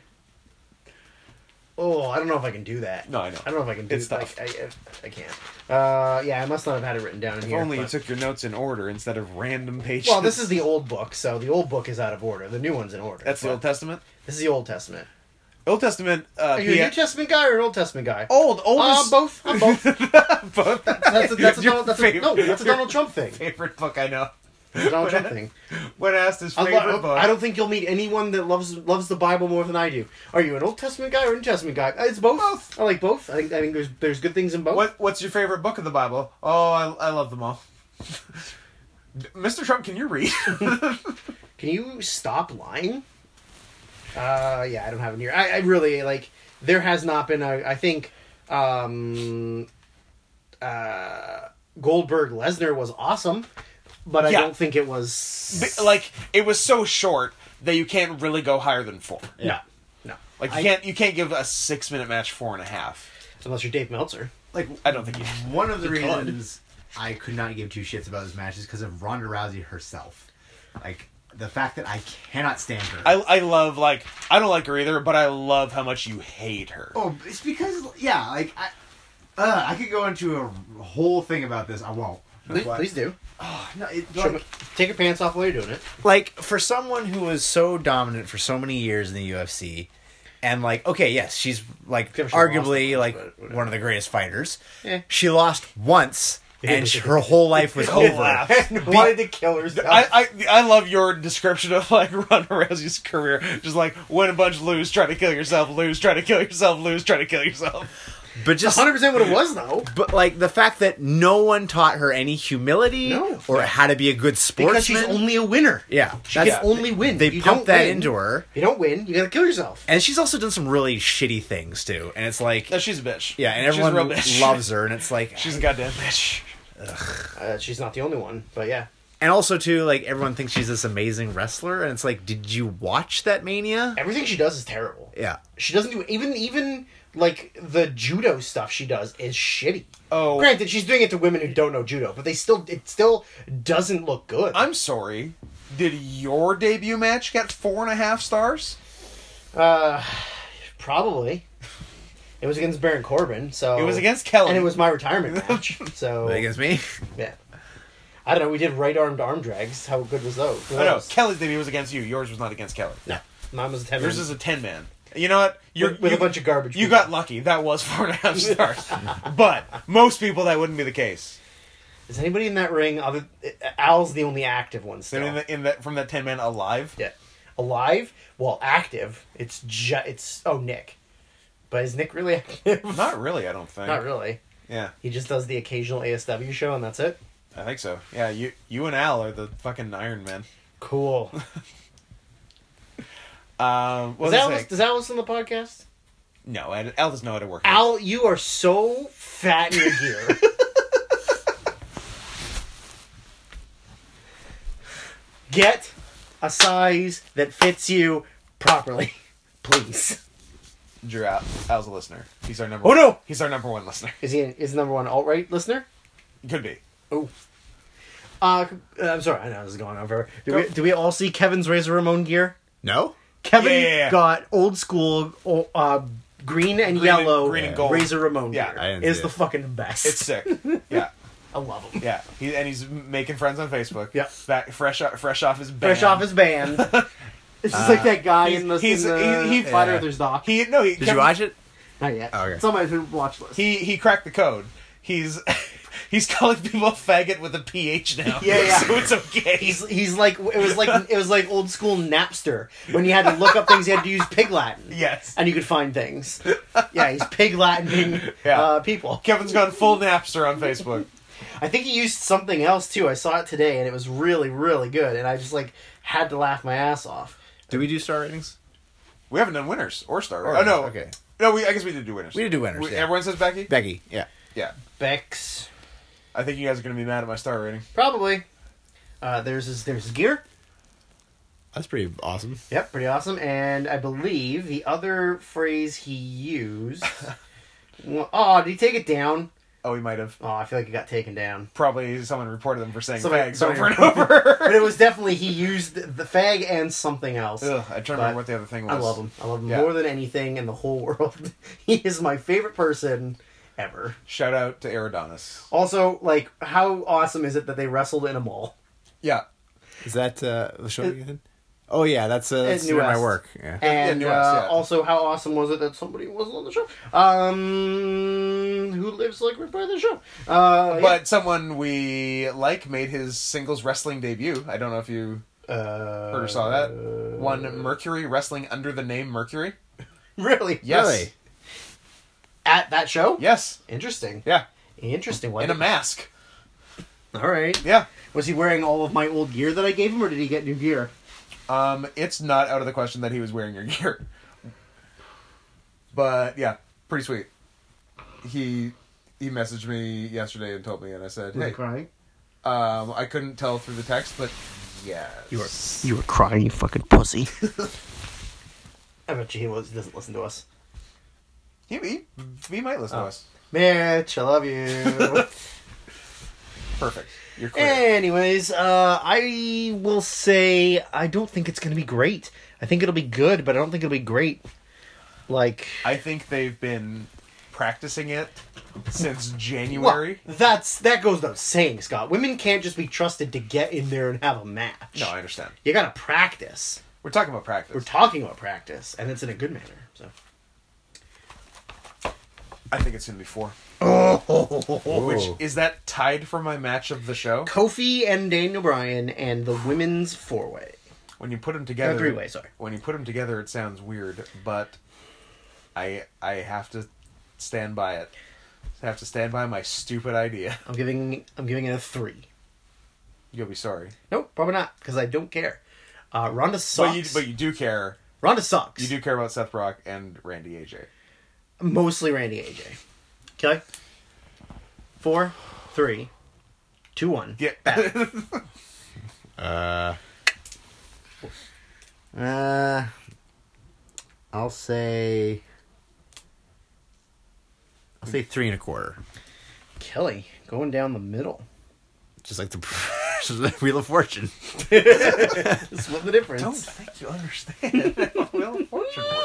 [SPEAKER 3] Oh, I don't know if I can do that.
[SPEAKER 1] No, I know.
[SPEAKER 3] I don't know if I can do
[SPEAKER 1] It's
[SPEAKER 3] that.
[SPEAKER 1] tough.
[SPEAKER 3] Like, I, I can't. Uh, yeah, I must not have had it written down in
[SPEAKER 1] If
[SPEAKER 3] here.
[SPEAKER 1] only you
[SPEAKER 3] but-
[SPEAKER 1] took your notes in order instead of random pages.
[SPEAKER 3] well, this is the old book, so the old book is out of order. The new one's in order.
[SPEAKER 1] that's the
[SPEAKER 3] but
[SPEAKER 1] Old Testament.
[SPEAKER 3] This is the Old Testament.
[SPEAKER 1] Old Testament. Uh,
[SPEAKER 3] Are you a
[SPEAKER 1] P-
[SPEAKER 3] New Testament guy or an Old Testament guy?
[SPEAKER 1] old old
[SPEAKER 3] Uh,
[SPEAKER 1] is-
[SPEAKER 3] both. I'm both.
[SPEAKER 1] both.
[SPEAKER 3] That's a, that's a,
[SPEAKER 1] Your
[SPEAKER 3] Donald, that's a,
[SPEAKER 1] favorite-
[SPEAKER 3] no, that's a
[SPEAKER 1] your
[SPEAKER 3] Donald Trump thing.
[SPEAKER 1] favorite book I know.
[SPEAKER 3] That's a Donald Trump thing.
[SPEAKER 1] When asked his
[SPEAKER 3] I,
[SPEAKER 1] favorite
[SPEAKER 3] lo-
[SPEAKER 1] book,
[SPEAKER 3] I don't think you'll meet anyone that loves loves the Bible more than I do. Are you an Old Testament guy or a New Testament guy? Uh, It's both.
[SPEAKER 1] Both.
[SPEAKER 3] I like both. I think I think there's there's good things in both.
[SPEAKER 1] What what's your favorite book of the Bible? Oh, I, I love them all. Mr. Trump, can you read?
[SPEAKER 3] Can you stop lying? Uh, yeah, I don't have it here. I, I really like. There has not been a. I think um, uh, Goldberg Lesnar was awesome, but I
[SPEAKER 1] Yeah.
[SPEAKER 3] don't think it was
[SPEAKER 1] like it was so short that you can't really go higher than four.
[SPEAKER 3] no, no,
[SPEAKER 1] Like you
[SPEAKER 2] I-
[SPEAKER 1] can't you can't give a six minute match four and a half.
[SPEAKER 3] unless you're Dave Meltzer.
[SPEAKER 2] like
[SPEAKER 1] I don't think you.
[SPEAKER 2] one of the
[SPEAKER 3] God.
[SPEAKER 2] reasons I could not give two shits about this match is because of Ronda Rousey herself. Like the fact that I cannot stand her.
[SPEAKER 3] Mm-hmm.
[SPEAKER 1] I I love like I don't like her either, but I love how much you hate her.
[SPEAKER 2] Oh, it's because yeah, like I, uh, I could go into a whole thing about this. I won't.
[SPEAKER 3] Please,
[SPEAKER 2] But-
[SPEAKER 3] please do.
[SPEAKER 2] Oh, no, it,
[SPEAKER 3] Show
[SPEAKER 2] like,
[SPEAKER 3] me- Take your pants off while you're doing it.
[SPEAKER 2] like for someone who was so dominant for so many years in the UFC, and like okay, yes, she's like
[SPEAKER 3] Except she lost
[SPEAKER 2] arguably
[SPEAKER 3] once,
[SPEAKER 2] like
[SPEAKER 3] but whatever.
[SPEAKER 2] one of the greatest fighters.
[SPEAKER 3] Eh.
[SPEAKER 2] She lost once, and sh- her whole life was over.
[SPEAKER 3] Why did the killers?
[SPEAKER 1] I, I I love your description of like Ronda Rousey's career. Just like win a bunch, lose, try to kill yourself, lose, try to kill yourself, lose, try to kill yourself.
[SPEAKER 2] But just
[SPEAKER 3] hundred percent what it was though.
[SPEAKER 2] but like the fact that no one taught her any humility
[SPEAKER 3] No.
[SPEAKER 2] or how to be a good sportsman.
[SPEAKER 3] Because she's only a winner.
[SPEAKER 2] yeah,
[SPEAKER 3] She
[SPEAKER 2] that's-
[SPEAKER 3] can only win.
[SPEAKER 2] They
[SPEAKER 3] If you
[SPEAKER 2] pumped
[SPEAKER 3] don't
[SPEAKER 2] that
[SPEAKER 3] win-
[SPEAKER 2] into her,
[SPEAKER 3] If you don't win, you gotta kill yourself.
[SPEAKER 2] and she's also done some really shitty things too. And it's like
[SPEAKER 1] No, she's a bitch.
[SPEAKER 2] Yeah, and
[SPEAKER 1] She's a
[SPEAKER 2] everyone
[SPEAKER 1] real bitch.
[SPEAKER 2] loves her, and it's like
[SPEAKER 1] She's a goddamn bitch.
[SPEAKER 3] Uh, she's not the only one, but yeah.
[SPEAKER 5] And also too, like everyone thinks she's this amazing wrestler, and it's like, did you watch that Mania?
[SPEAKER 3] Everything she does is terrible.
[SPEAKER 5] Yeah.
[SPEAKER 3] She doesn't do even even like the judo stuff she does is shitty.
[SPEAKER 1] Oh.
[SPEAKER 3] Granted, she's doing it to women who don't know judo, but they still it still doesn't look good.
[SPEAKER 1] I'm sorry. Did your debut match get four and a half stars?
[SPEAKER 3] uh, probably. It was against Baron Corbin, so
[SPEAKER 1] It was against Kelly.
[SPEAKER 3] and it was my retirement match. So
[SPEAKER 5] That against me?
[SPEAKER 3] yeah, I don't know. We did right armed arm drags. How good was those?
[SPEAKER 1] I know. Oh, Kelly's debut was against you. Yours was not against Kelly.
[SPEAKER 3] No, mine was a ten.
[SPEAKER 1] Yours is a ten man. You know what? You're
[SPEAKER 3] with, with
[SPEAKER 1] you,
[SPEAKER 3] a bunch of garbage.
[SPEAKER 1] You
[SPEAKER 3] people.
[SPEAKER 1] got lucky. That was four and a half stars. but most people that wouldn't be the case.
[SPEAKER 3] Is anybody in that ring? Other uh, Al's the only active one
[SPEAKER 1] So
[SPEAKER 3] still.
[SPEAKER 1] in, the, in that from that ten man alive.
[SPEAKER 3] Yeah. Alive? Well, active. It's ju- it's oh Nick, but is Nick really active?
[SPEAKER 1] Not really. I don't think.
[SPEAKER 3] Not really.
[SPEAKER 1] Yeah,
[SPEAKER 3] He just does the occasional ASW show and that's it.
[SPEAKER 1] I think so. Yeah, you you and Al are the fucking Iron Man.
[SPEAKER 3] Cool.
[SPEAKER 1] Um, what
[SPEAKER 3] Does
[SPEAKER 1] was I
[SPEAKER 3] Al,
[SPEAKER 1] saying?
[SPEAKER 3] does Al listen to the podcast?
[SPEAKER 1] No, Al Al doesn't know how to work.
[SPEAKER 3] Al, you are so fat in your gear. Get a size that fits you properly, please.
[SPEAKER 1] Drew Al, Al's a listener. He's our number.
[SPEAKER 3] Oh,
[SPEAKER 1] one
[SPEAKER 3] no!
[SPEAKER 1] He's our number one listener.
[SPEAKER 3] Is he is number one alt right listener?
[SPEAKER 1] Could be.
[SPEAKER 3] Oh. Uh, I'm sorry, I know this is going on forever. Do,
[SPEAKER 1] Go.
[SPEAKER 3] we, do we all see Kevin's Razor Ramon gear?
[SPEAKER 5] No.
[SPEAKER 3] Kevin
[SPEAKER 1] Yeah, yeah, yeah.
[SPEAKER 3] got old school o- uh, green and
[SPEAKER 1] and-
[SPEAKER 3] yellow
[SPEAKER 1] green and gold.
[SPEAKER 3] Razor Ramon
[SPEAKER 1] Yeah,
[SPEAKER 3] gear.
[SPEAKER 5] I didn't
[SPEAKER 3] is
[SPEAKER 5] see
[SPEAKER 3] the
[SPEAKER 5] it.
[SPEAKER 3] fucking best.
[SPEAKER 1] It's sick. yeah,
[SPEAKER 3] I love him.
[SPEAKER 1] yeah. He and he's making friends on Facebook.
[SPEAKER 3] Yeah.
[SPEAKER 1] Back, fresh o- fresh off his band.
[SPEAKER 3] Fresh off his band. it's just like that guy
[SPEAKER 1] he's-
[SPEAKER 3] in the,
[SPEAKER 1] he's-
[SPEAKER 3] in the
[SPEAKER 1] he- he-
[SPEAKER 3] Flat
[SPEAKER 5] yeah.
[SPEAKER 3] Earthers doc.
[SPEAKER 1] He no. He,
[SPEAKER 5] Did you watch it?
[SPEAKER 3] Not yet.
[SPEAKER 5] Oh, okay.
[SPEAKER 3] It's on my watch list.
[SPEAKER 1] He he cracked the code. He's he's calling people a faggot with a ph now.
[SPEAKER 3] Yeah, yeah.
[SPEAKER 1] So it's okay.
[SPEAKER 3] He's, he's like it was like it was like old school Napster when you had to look up things you had to use Pig Latin
[SPEAKER 1] yes.
[SPEAKER 3] and you could find things. Yeah, he's Pig Latining
[SPEAKER 1] Yeah.
[SPEAKER 3] uh, people.
[SPEAKER 1] Kevin's gone full Napster on Facebook.
[SPEAKER 3] I think he used something else too. I saw it today and it was really, really good. And I just like had to laugh my ass off.
[SPEAKER 5] Did we do star ratings?
[SPEAKER 1] We haven't done winners or star.
[SPEAKER 5] Or-
[SPEAKER 1] oh no.
[SPEAKER 5] Okay.
[SPEAKER 1] No, we I guess we did do winners.
[SPEAKER 5] We did do winners, yeah.
[SPEAKER 1] Everyone says Becky.
[SPEAKER 5] Becky. Yeah.
[SPEAKER 1] yeah.
[SPEAKER 3] Bex,
[SPEAKER 1] I think you guys are gonna be mad at my star rating.
[SPEAKER 3] probably. Uh, there's his there's his gear.
[SPEAKER 5] That's pretty awesome.
[SPEAKER 3] Yep, pretty awesome. And I believe the other phrase he used. oh, did he take it down?
[SPEAKER 1] Oh, we might have.
[SPEAKER 3] Oh, I feel like it got taken down.
[SPEAKER 1] Probably someone reported them for saying
[SPEAKER 3] Somebody-
[SPEAKER 1] fags
[SPEAKER 3] somebody-
[SPEAKER 1] over and over.
[SPEAKER 3] But it was definitely he used the fag and something else.
[SPEAKER 1] Ugh, I don't
[SPEAKER 3] But
[SPEAKER 1] remember what the other thing was.
[SPEAKER 3] I love him. I love him
[SPEAKER 1] Yeah.
[SPEAKER 3] more than anything in the whole world. he is my favorite person ever.
[SPEAKER 1] Shout out to Eridonis.
[SPEAKER 3] Also, like, how awesome is it that they wrestled in a mall?
[SPEAKER 1] Yeah.
[SPEAKER 5] Is that uh, the show
[SPEAKER 3] It-
[SPEAKER 5] you did? Oh yeah, that's uh, that's
[SPEAKER 3] New
[SPEAKER 5] near my
[SPEAKER 3] West.
[SPEAKER 5] work. Yeah.
[SPEAKER 3] And
[SPEAKER 1] New
[SPEAKER 3] uh,
[SPEAKER 1] West, yeah.
[SPEAKER 3] also, how awesome was it that somebody wasn't on the show? Um, who lives like right by the show? Uh, yeah.
[SPEAKER 1] But someone we like made his singles wrestling debut. I don't know if you
[SPEAKER 3] uh,
[SPEAKER 1] heard or saw that. One Mercury wrestling under the name Mercury.
[SPEAKER 3] really?
[SPEAKER 1] Yes.
[SPEAKER 5] Really?
[SPEAKER 3] At that show?
[SPEAKER 1] Yes.
[SPEAKER 3] Interesting.
[SPEAKER 1] Yeah.
[SPEAKER 3] Interesting. Why
[SPEAKER 1] In a
[SPEAKER 3] did-
[SPEAKER 1] mask.
[SPEAKER 3] All right.
[SPEAKER 1] Yeah.
[SPEAKER 3] Was he wearing all of my old gear that I gave him, or did he get new gear?
[SPEAKER 1] Um, it's not out of the question that he was wearing your gear. But yeah, pretty sweet. He he messaged me yesterday and told me, and I said,
[SPEAKER 3] Was
[SPEAKER 1] "Hey,
[SPEAKER 3] he crying?
[SPEAKER 1] um, I couldn't tell through the text, but yes,
[SPEAKER 3] You were crying, you fucking pussy. I bet you he was, doesn't listen to us.
[SPEAKER 1] he, he, he might listen to
[SPEAKER 3] Oh.
[SPEAKER 1] us.
[SPEAKER 3] Mitch, I love you.
[SPEAKER 1] Perfect. You're clear.
[SPEAKER 3] Anyways, uh, I will say I don't think it's going to be great. I think it'll be good, but I don't think it'll be great. Like
[SPEAKER 1] I think they've been practicing it since January.
[SPEAKER 3] Well, that's that goes without saying, Scott. Women can't just be trusted to get in there and have a match.
[SPEAKER 1] No, I understand.
[SPEAKER 3] you got to practice.
[SPEAKER 1] We're talking about
[SPEAKER 3] We're
[SPEAKER 1] practice.
[SPEAKER 3] talking about practice, and it's in a good manner. So
[SPEAKER 1] I think it's gonna be four. oh, Which is that tied for my match of the show?
[SPEAKER 3] Kofi and Daniel Bryan and the women's four way.
[SPEAKER 1] When you put them together,
[SPEAKER 3] Or three-way, sorry.
[SPEAKER 1] When you put them together, it sounds weird, but I I have to stand by it. I have to stand by my stupid idea.
[SPEAKER 3] I'm giving I'm giving it a three.
[SPEAKER 1] You'll be sorry,
[SPEAKER 3] Nope, probably not because I don't care. Uh, Ronda sucks.
[SPEAKER 1] but you but you do care.
[SPEAKER 3] Ronda sucks.
[SPEAKER 1] You do care about Seth Brock and Randy AJ.
[SPEAKER 3] mostly Randy AJ. Okay. Four, three, Two one.
[SPEAKER 1] Yeah.
[SPEAKER 5] Uh,
[SPEAKER 2] Uh, I'll say.
[SPEAKER 5] I'll say three and a quarter.
[SPEAKER 3] Kelly going down the middle.
[SPEAKER 5] Just like the, just like Wheel of Fortune.
[SPEAKER 3] Split the difference.
[SPEAKER 1] think you understand. well, fortunately.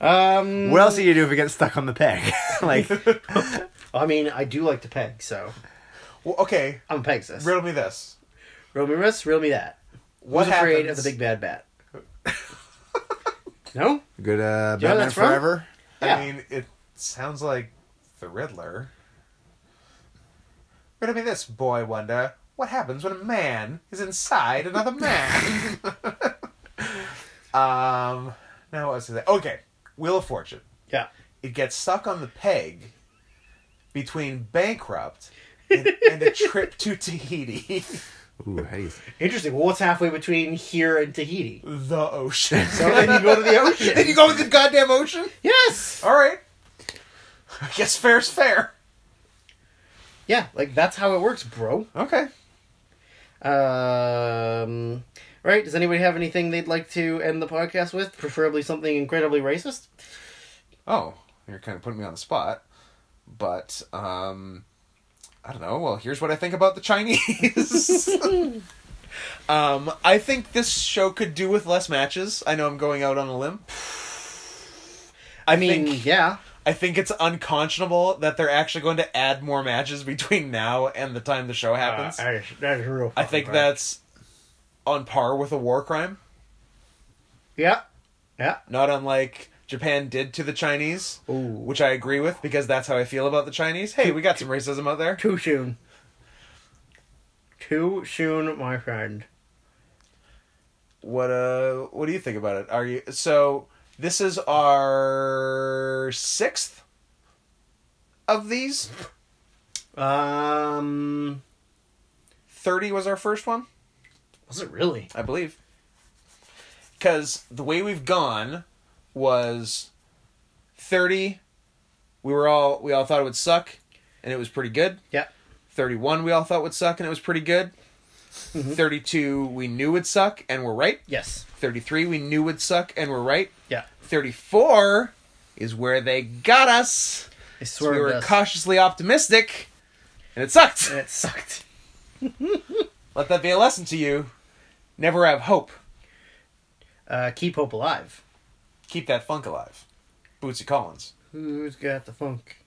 [SPEAKER 3] Um,
[SPEAKER 5] What else do you do if you get stuck on the peg? like,
[SPEAKER 3] I mean, I do like to peg, so
[SPEAKER 1] Well, okay.
[SPEAKER 3] I'm a pegsus. Real,
[SPEAKER 1] Riddle me this.
[SPEAKER 3] real me this, real me that.
[SPEAKER 1] What
[SPEAKER 3] Who's afraid
[SPEAKER 1] happens-
[SPEAKER 3] of the big bad bat? no.
[SPEAKER 5] good uh,
[SPEAKER 3] know where
[SPEAKER 5] Batman
[SPEAKER 3] that's from?
[SPEAKER 5] Forever.
[SPEAKER 3] Yeah.
[SPEAKER 1] I mean, it sounds like the Riddler. Riddle me this, boy wonder. What happens when a man is inside another man? um, now what was I gonna say? Okay, Wheel of Fortune.
[SPEAKER 3] Yeah.
[SPEAKER 1] It gets stuck on the peg between bankrupt and, and a trip to Tahiti,
[SPEAKER 5] Ooh, how do you?
[SPEAKER 3] Interesting. Well, what's halfway between here and Tahiti?
[SPEAKER 1] the ocean.
[SPEAKER 3] So then you go to the
[SPEAKER 1] Did you
[SPEAKER 3] ocean.
[SPEAKER 1] go with the goddamn ocean?
[SPEAKER 3] yes.
[SPEAKER 1] All right. I guess fair's fair.
[SPEAKER 3] Yeah, like that's how it works, bro.
[SPEAKER 1] Okay.
[SPEAKER 3] Um, right. Does anybody have anything they'd like to end the podcast with? Preferably something incredibly racist.
[SPEAKER 1] Oh, you're kind of putting me on the spot. But um I don't know. Well, here's what I think about the Chinese. um I think this show could do with less matches. I know I'm going out on a limb.
[SPEAKER 3] I mean,
[SPEAKER 1] think-
[SPEAKER 3] yeah.
[SPEAKER 1] I think it's unconscionable that they're actually going to add more matches between now and the time the show happens.
[SPEAKER 3] Uh, I- that is real.
[SPEAKER 1] I think
[SPEAKER 3] fucking crap.
[SPEAKER 1] that's on par with a war crime.
[SPEAKER 3] Yeah. Yeah.
[SPEAKER 1] not unlike Japan did to the Chinese,
[SPEAKER 3] Ooh.
[SPEAKER 1] which I agree with because that's how I feel about the Chinese. Hey, we got some racism out there.
[SPEAKER 3] Too soon. Too soon, my friend.
[SPEAKER 1] What uh what do you think about it? Are you so this is our sixth of these?
[SPEAKER 3] Um,
[SPEAKER 1] 30 was our first one,
[SPEAKER 3] was it really?
[SPEAKER 1] I believe. Cuz the way we've gone was 30 we were all we all thought it would suck and it was pretty good.
[SPEAKER 3] Yeah.
[SPEAKER 1] 31 we all thought would suck and it was pretty good. 32 we knew would suck and we're right.
[SPEAKER 3] Yes.
[SPEAKER 1] 33 we knew would suck and we're right.
[SPEAKER 3] Yeah.
[SPEAKER 1] 34 is where they got us.
[SPEAKER 3] I
[SPEAKER 1] So
[SPEAKER 3] swear
[SPEAKER 1] we
[SPEAKER 3] it
[SPEAKER 1] were
[SPEAKER 3] does.
[SPEAKER 1] cautiously optimistic and it sucked.
[SPEAKER 3] And it sucked.
[SPEAKER 1] Let that be a lesson to you. Never have hope.
[SPEAKER 3] Uh, keep hope alive.
[SPEAKER 1] Keep that funk alive. Bootsy Collins.
[SPEAKER 3] Who's got the funk?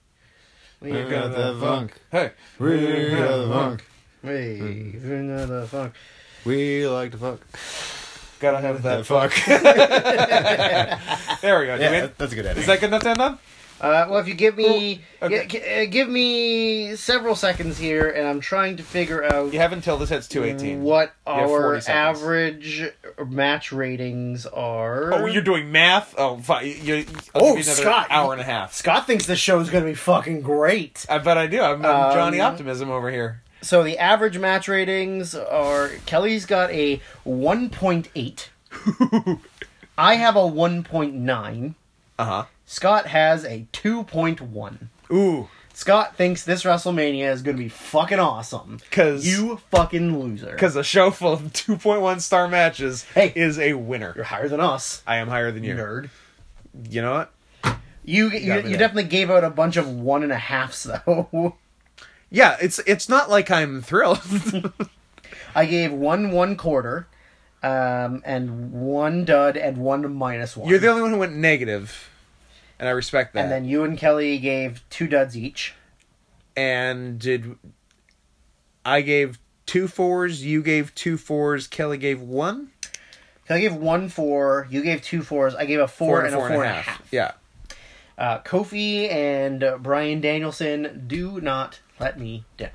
[SPEAKER 3] We
[SPEAKER 5] We
[SPEAKER 1] Uh,
[SPEAKER 5] got the funk.
[SPEAKER 1] Hey.
[SPEAKER 5] We got the funk.
[SPEAKER 3] Hey,
[SPEAKER 1] hmm.
[SPEAKER 3] who know the funk?
[SPEAKER 5] We like to fuck.
[SPEAKER 1] Gotta have that.
[SPEAKER 5] fuck.
[SPEAKER 1] There we go. Do
[SPEAKER 5] yeah,
[SPEAKER 1] you win?
[SPEAKER 5] that's a good ending.
[SPEAKER 1] Is that good enough to end on?
[SPEAKER 3] Uh, well, if you give me,
[SPEAKER 1] Well, okay.
[SPEAKER 3] g- g- uh, give me several seconds here, and I'm trying to figure out
[SPEAKER 1] You have until this hits 218.
[SPEAKER 3] what
[SPEAKER 1] have 40
[SPEAKER 3] our
[SPEAKER 1] seconds.
[SPEAKER 3] average match ratings are.
[SPEAKER 1] Oh, you're doing math? Oh, fine. You, you, I'll give you
[SPEAKER 3] Oh,
[SPEAKER 1] another
[SPEAKER 3] Scott,
[SPEAKER 1] Hour
[SPEAKER 3] you-
[SPEAKER 1] and a half.
[SPEAKER 3] Scott thinks this show is going to be fucking great.
[SPEAKER 1] I bet I do. I'm, I'm
[SPEAKER 3] Um,
[SPEAKER 1] Johnny Optimism over here.
[SPEAKER 3] So the average match ratings are Kelly's got a 1.8. I have a 1.9. Uh-huh.
[SPEAKER 1] Uh
[SPEAKER 3] Scott has a 2.1.
[SPEAKER 1] huh. Ooh,
[SPEAKER 3] Scott thinks this WrestleMania is going to be fucking awesome.
[SPEAKER 1] because
[SPEAKER 3] You fucking loser.
[SPEAKER 1] because a show full of 2.1 star matches
[SPEAKER 3] Hey.
[SPEAKER 1] is a winner.
[SPEAKER 3] you're higher than us,
[SPEAKER 1] I am higher than you.
[SPEAKER 3] nerd.
[SPEAKER 1] You know what?
[SPEAKER 3] You you,
[SPEAKER 1] got me
[SPEAKER 3] you
[SPEAKER 1] there.
[SPEAKER 3] definitely gave out a bunch of one and a halfs though.
[SPEAKER 1] Yeah, it's it's not like I'm thrilled.
[SPEAKER 3] I gave one one quarter, um, and one dud and one minus one.
[SPEAKER 1] You're the only one who went negative, and I respect that.
[SPEAKER 3] and then you and Kelly gave two duds each.
[SPEAKER 1] and did I gave two fours? You gave two fours. Kelly gave one.
[SPEAKER 3] Kelly gave one four. You gave two fours. I gave a four, and, a four and a half.
[SPEAKER 1] Yeah.
[SPEAKER 3] Uh, Kofi and uh, Brian Danielson do not let me down.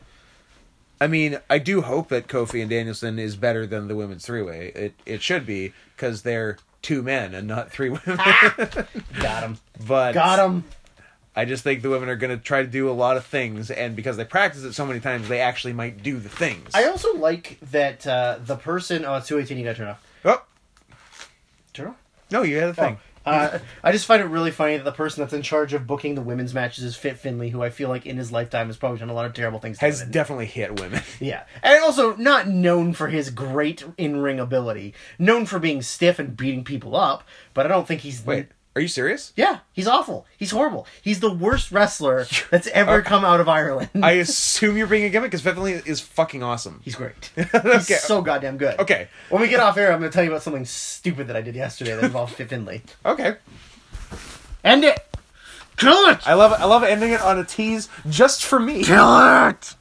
[SPEAKER 1] I mean, I do hope that Kofi and Danielson is better than the women's three way. It it should be because they're two men and not three women.
[SPEAKER 3] Got him.
[SPEAKER 1] but
[SPEAKER 3] Got him.
[SPEAKER 1] I just think the women are going to try to do a lot of things, and because they practice it so many times, they actually might do the things.
[SPEAKER 3] I also like that uh, the person. Oh, it's two eighteen. You got to turn off.
[SPEAKER 1] oh
[SPEAKER 3] Turn off.
[SPEAKER 1] no, you had a thing.
[SPEAKER 3] Oh, Uh, I just find it really funny that the person that's in charge of booking the women's matches is Fit Finley, who I feel like in his lifetime has probably done a lot of terrible things. To
[SPEAKER 1] Has
[SPEAKER 3] women.
[SPEAKER 1] definitely hit women.
[SPEAKER 3] yeah, and also not known for his great in ring ability, known for being stiff and beating people up. But I don't think he's
[SPEAKER 1] Wait, are you serious?
[SPEAKER 3] Yeah, he's awful. He's horrible. He's the worst wrestler that's ever come out of Ireland.
[SPEAKER 1] I assume you're being a gimmick because Beverly is fucking awesome.
[SPEAKER 3] He's great. He's so goddamn good.
[SPEAKER 1] Okay.
[SPEAKER 3] When we get off air, I'm going to tell you about something stupid that I did yesterday that involved Fit Finley.
[SPEAKER 1] Okay,
[SPEAKER 3] End it. Kill it.
[SPEAKER 1] I love I love ending it on a tease just for me.
[SPEAKER 3] Kill it.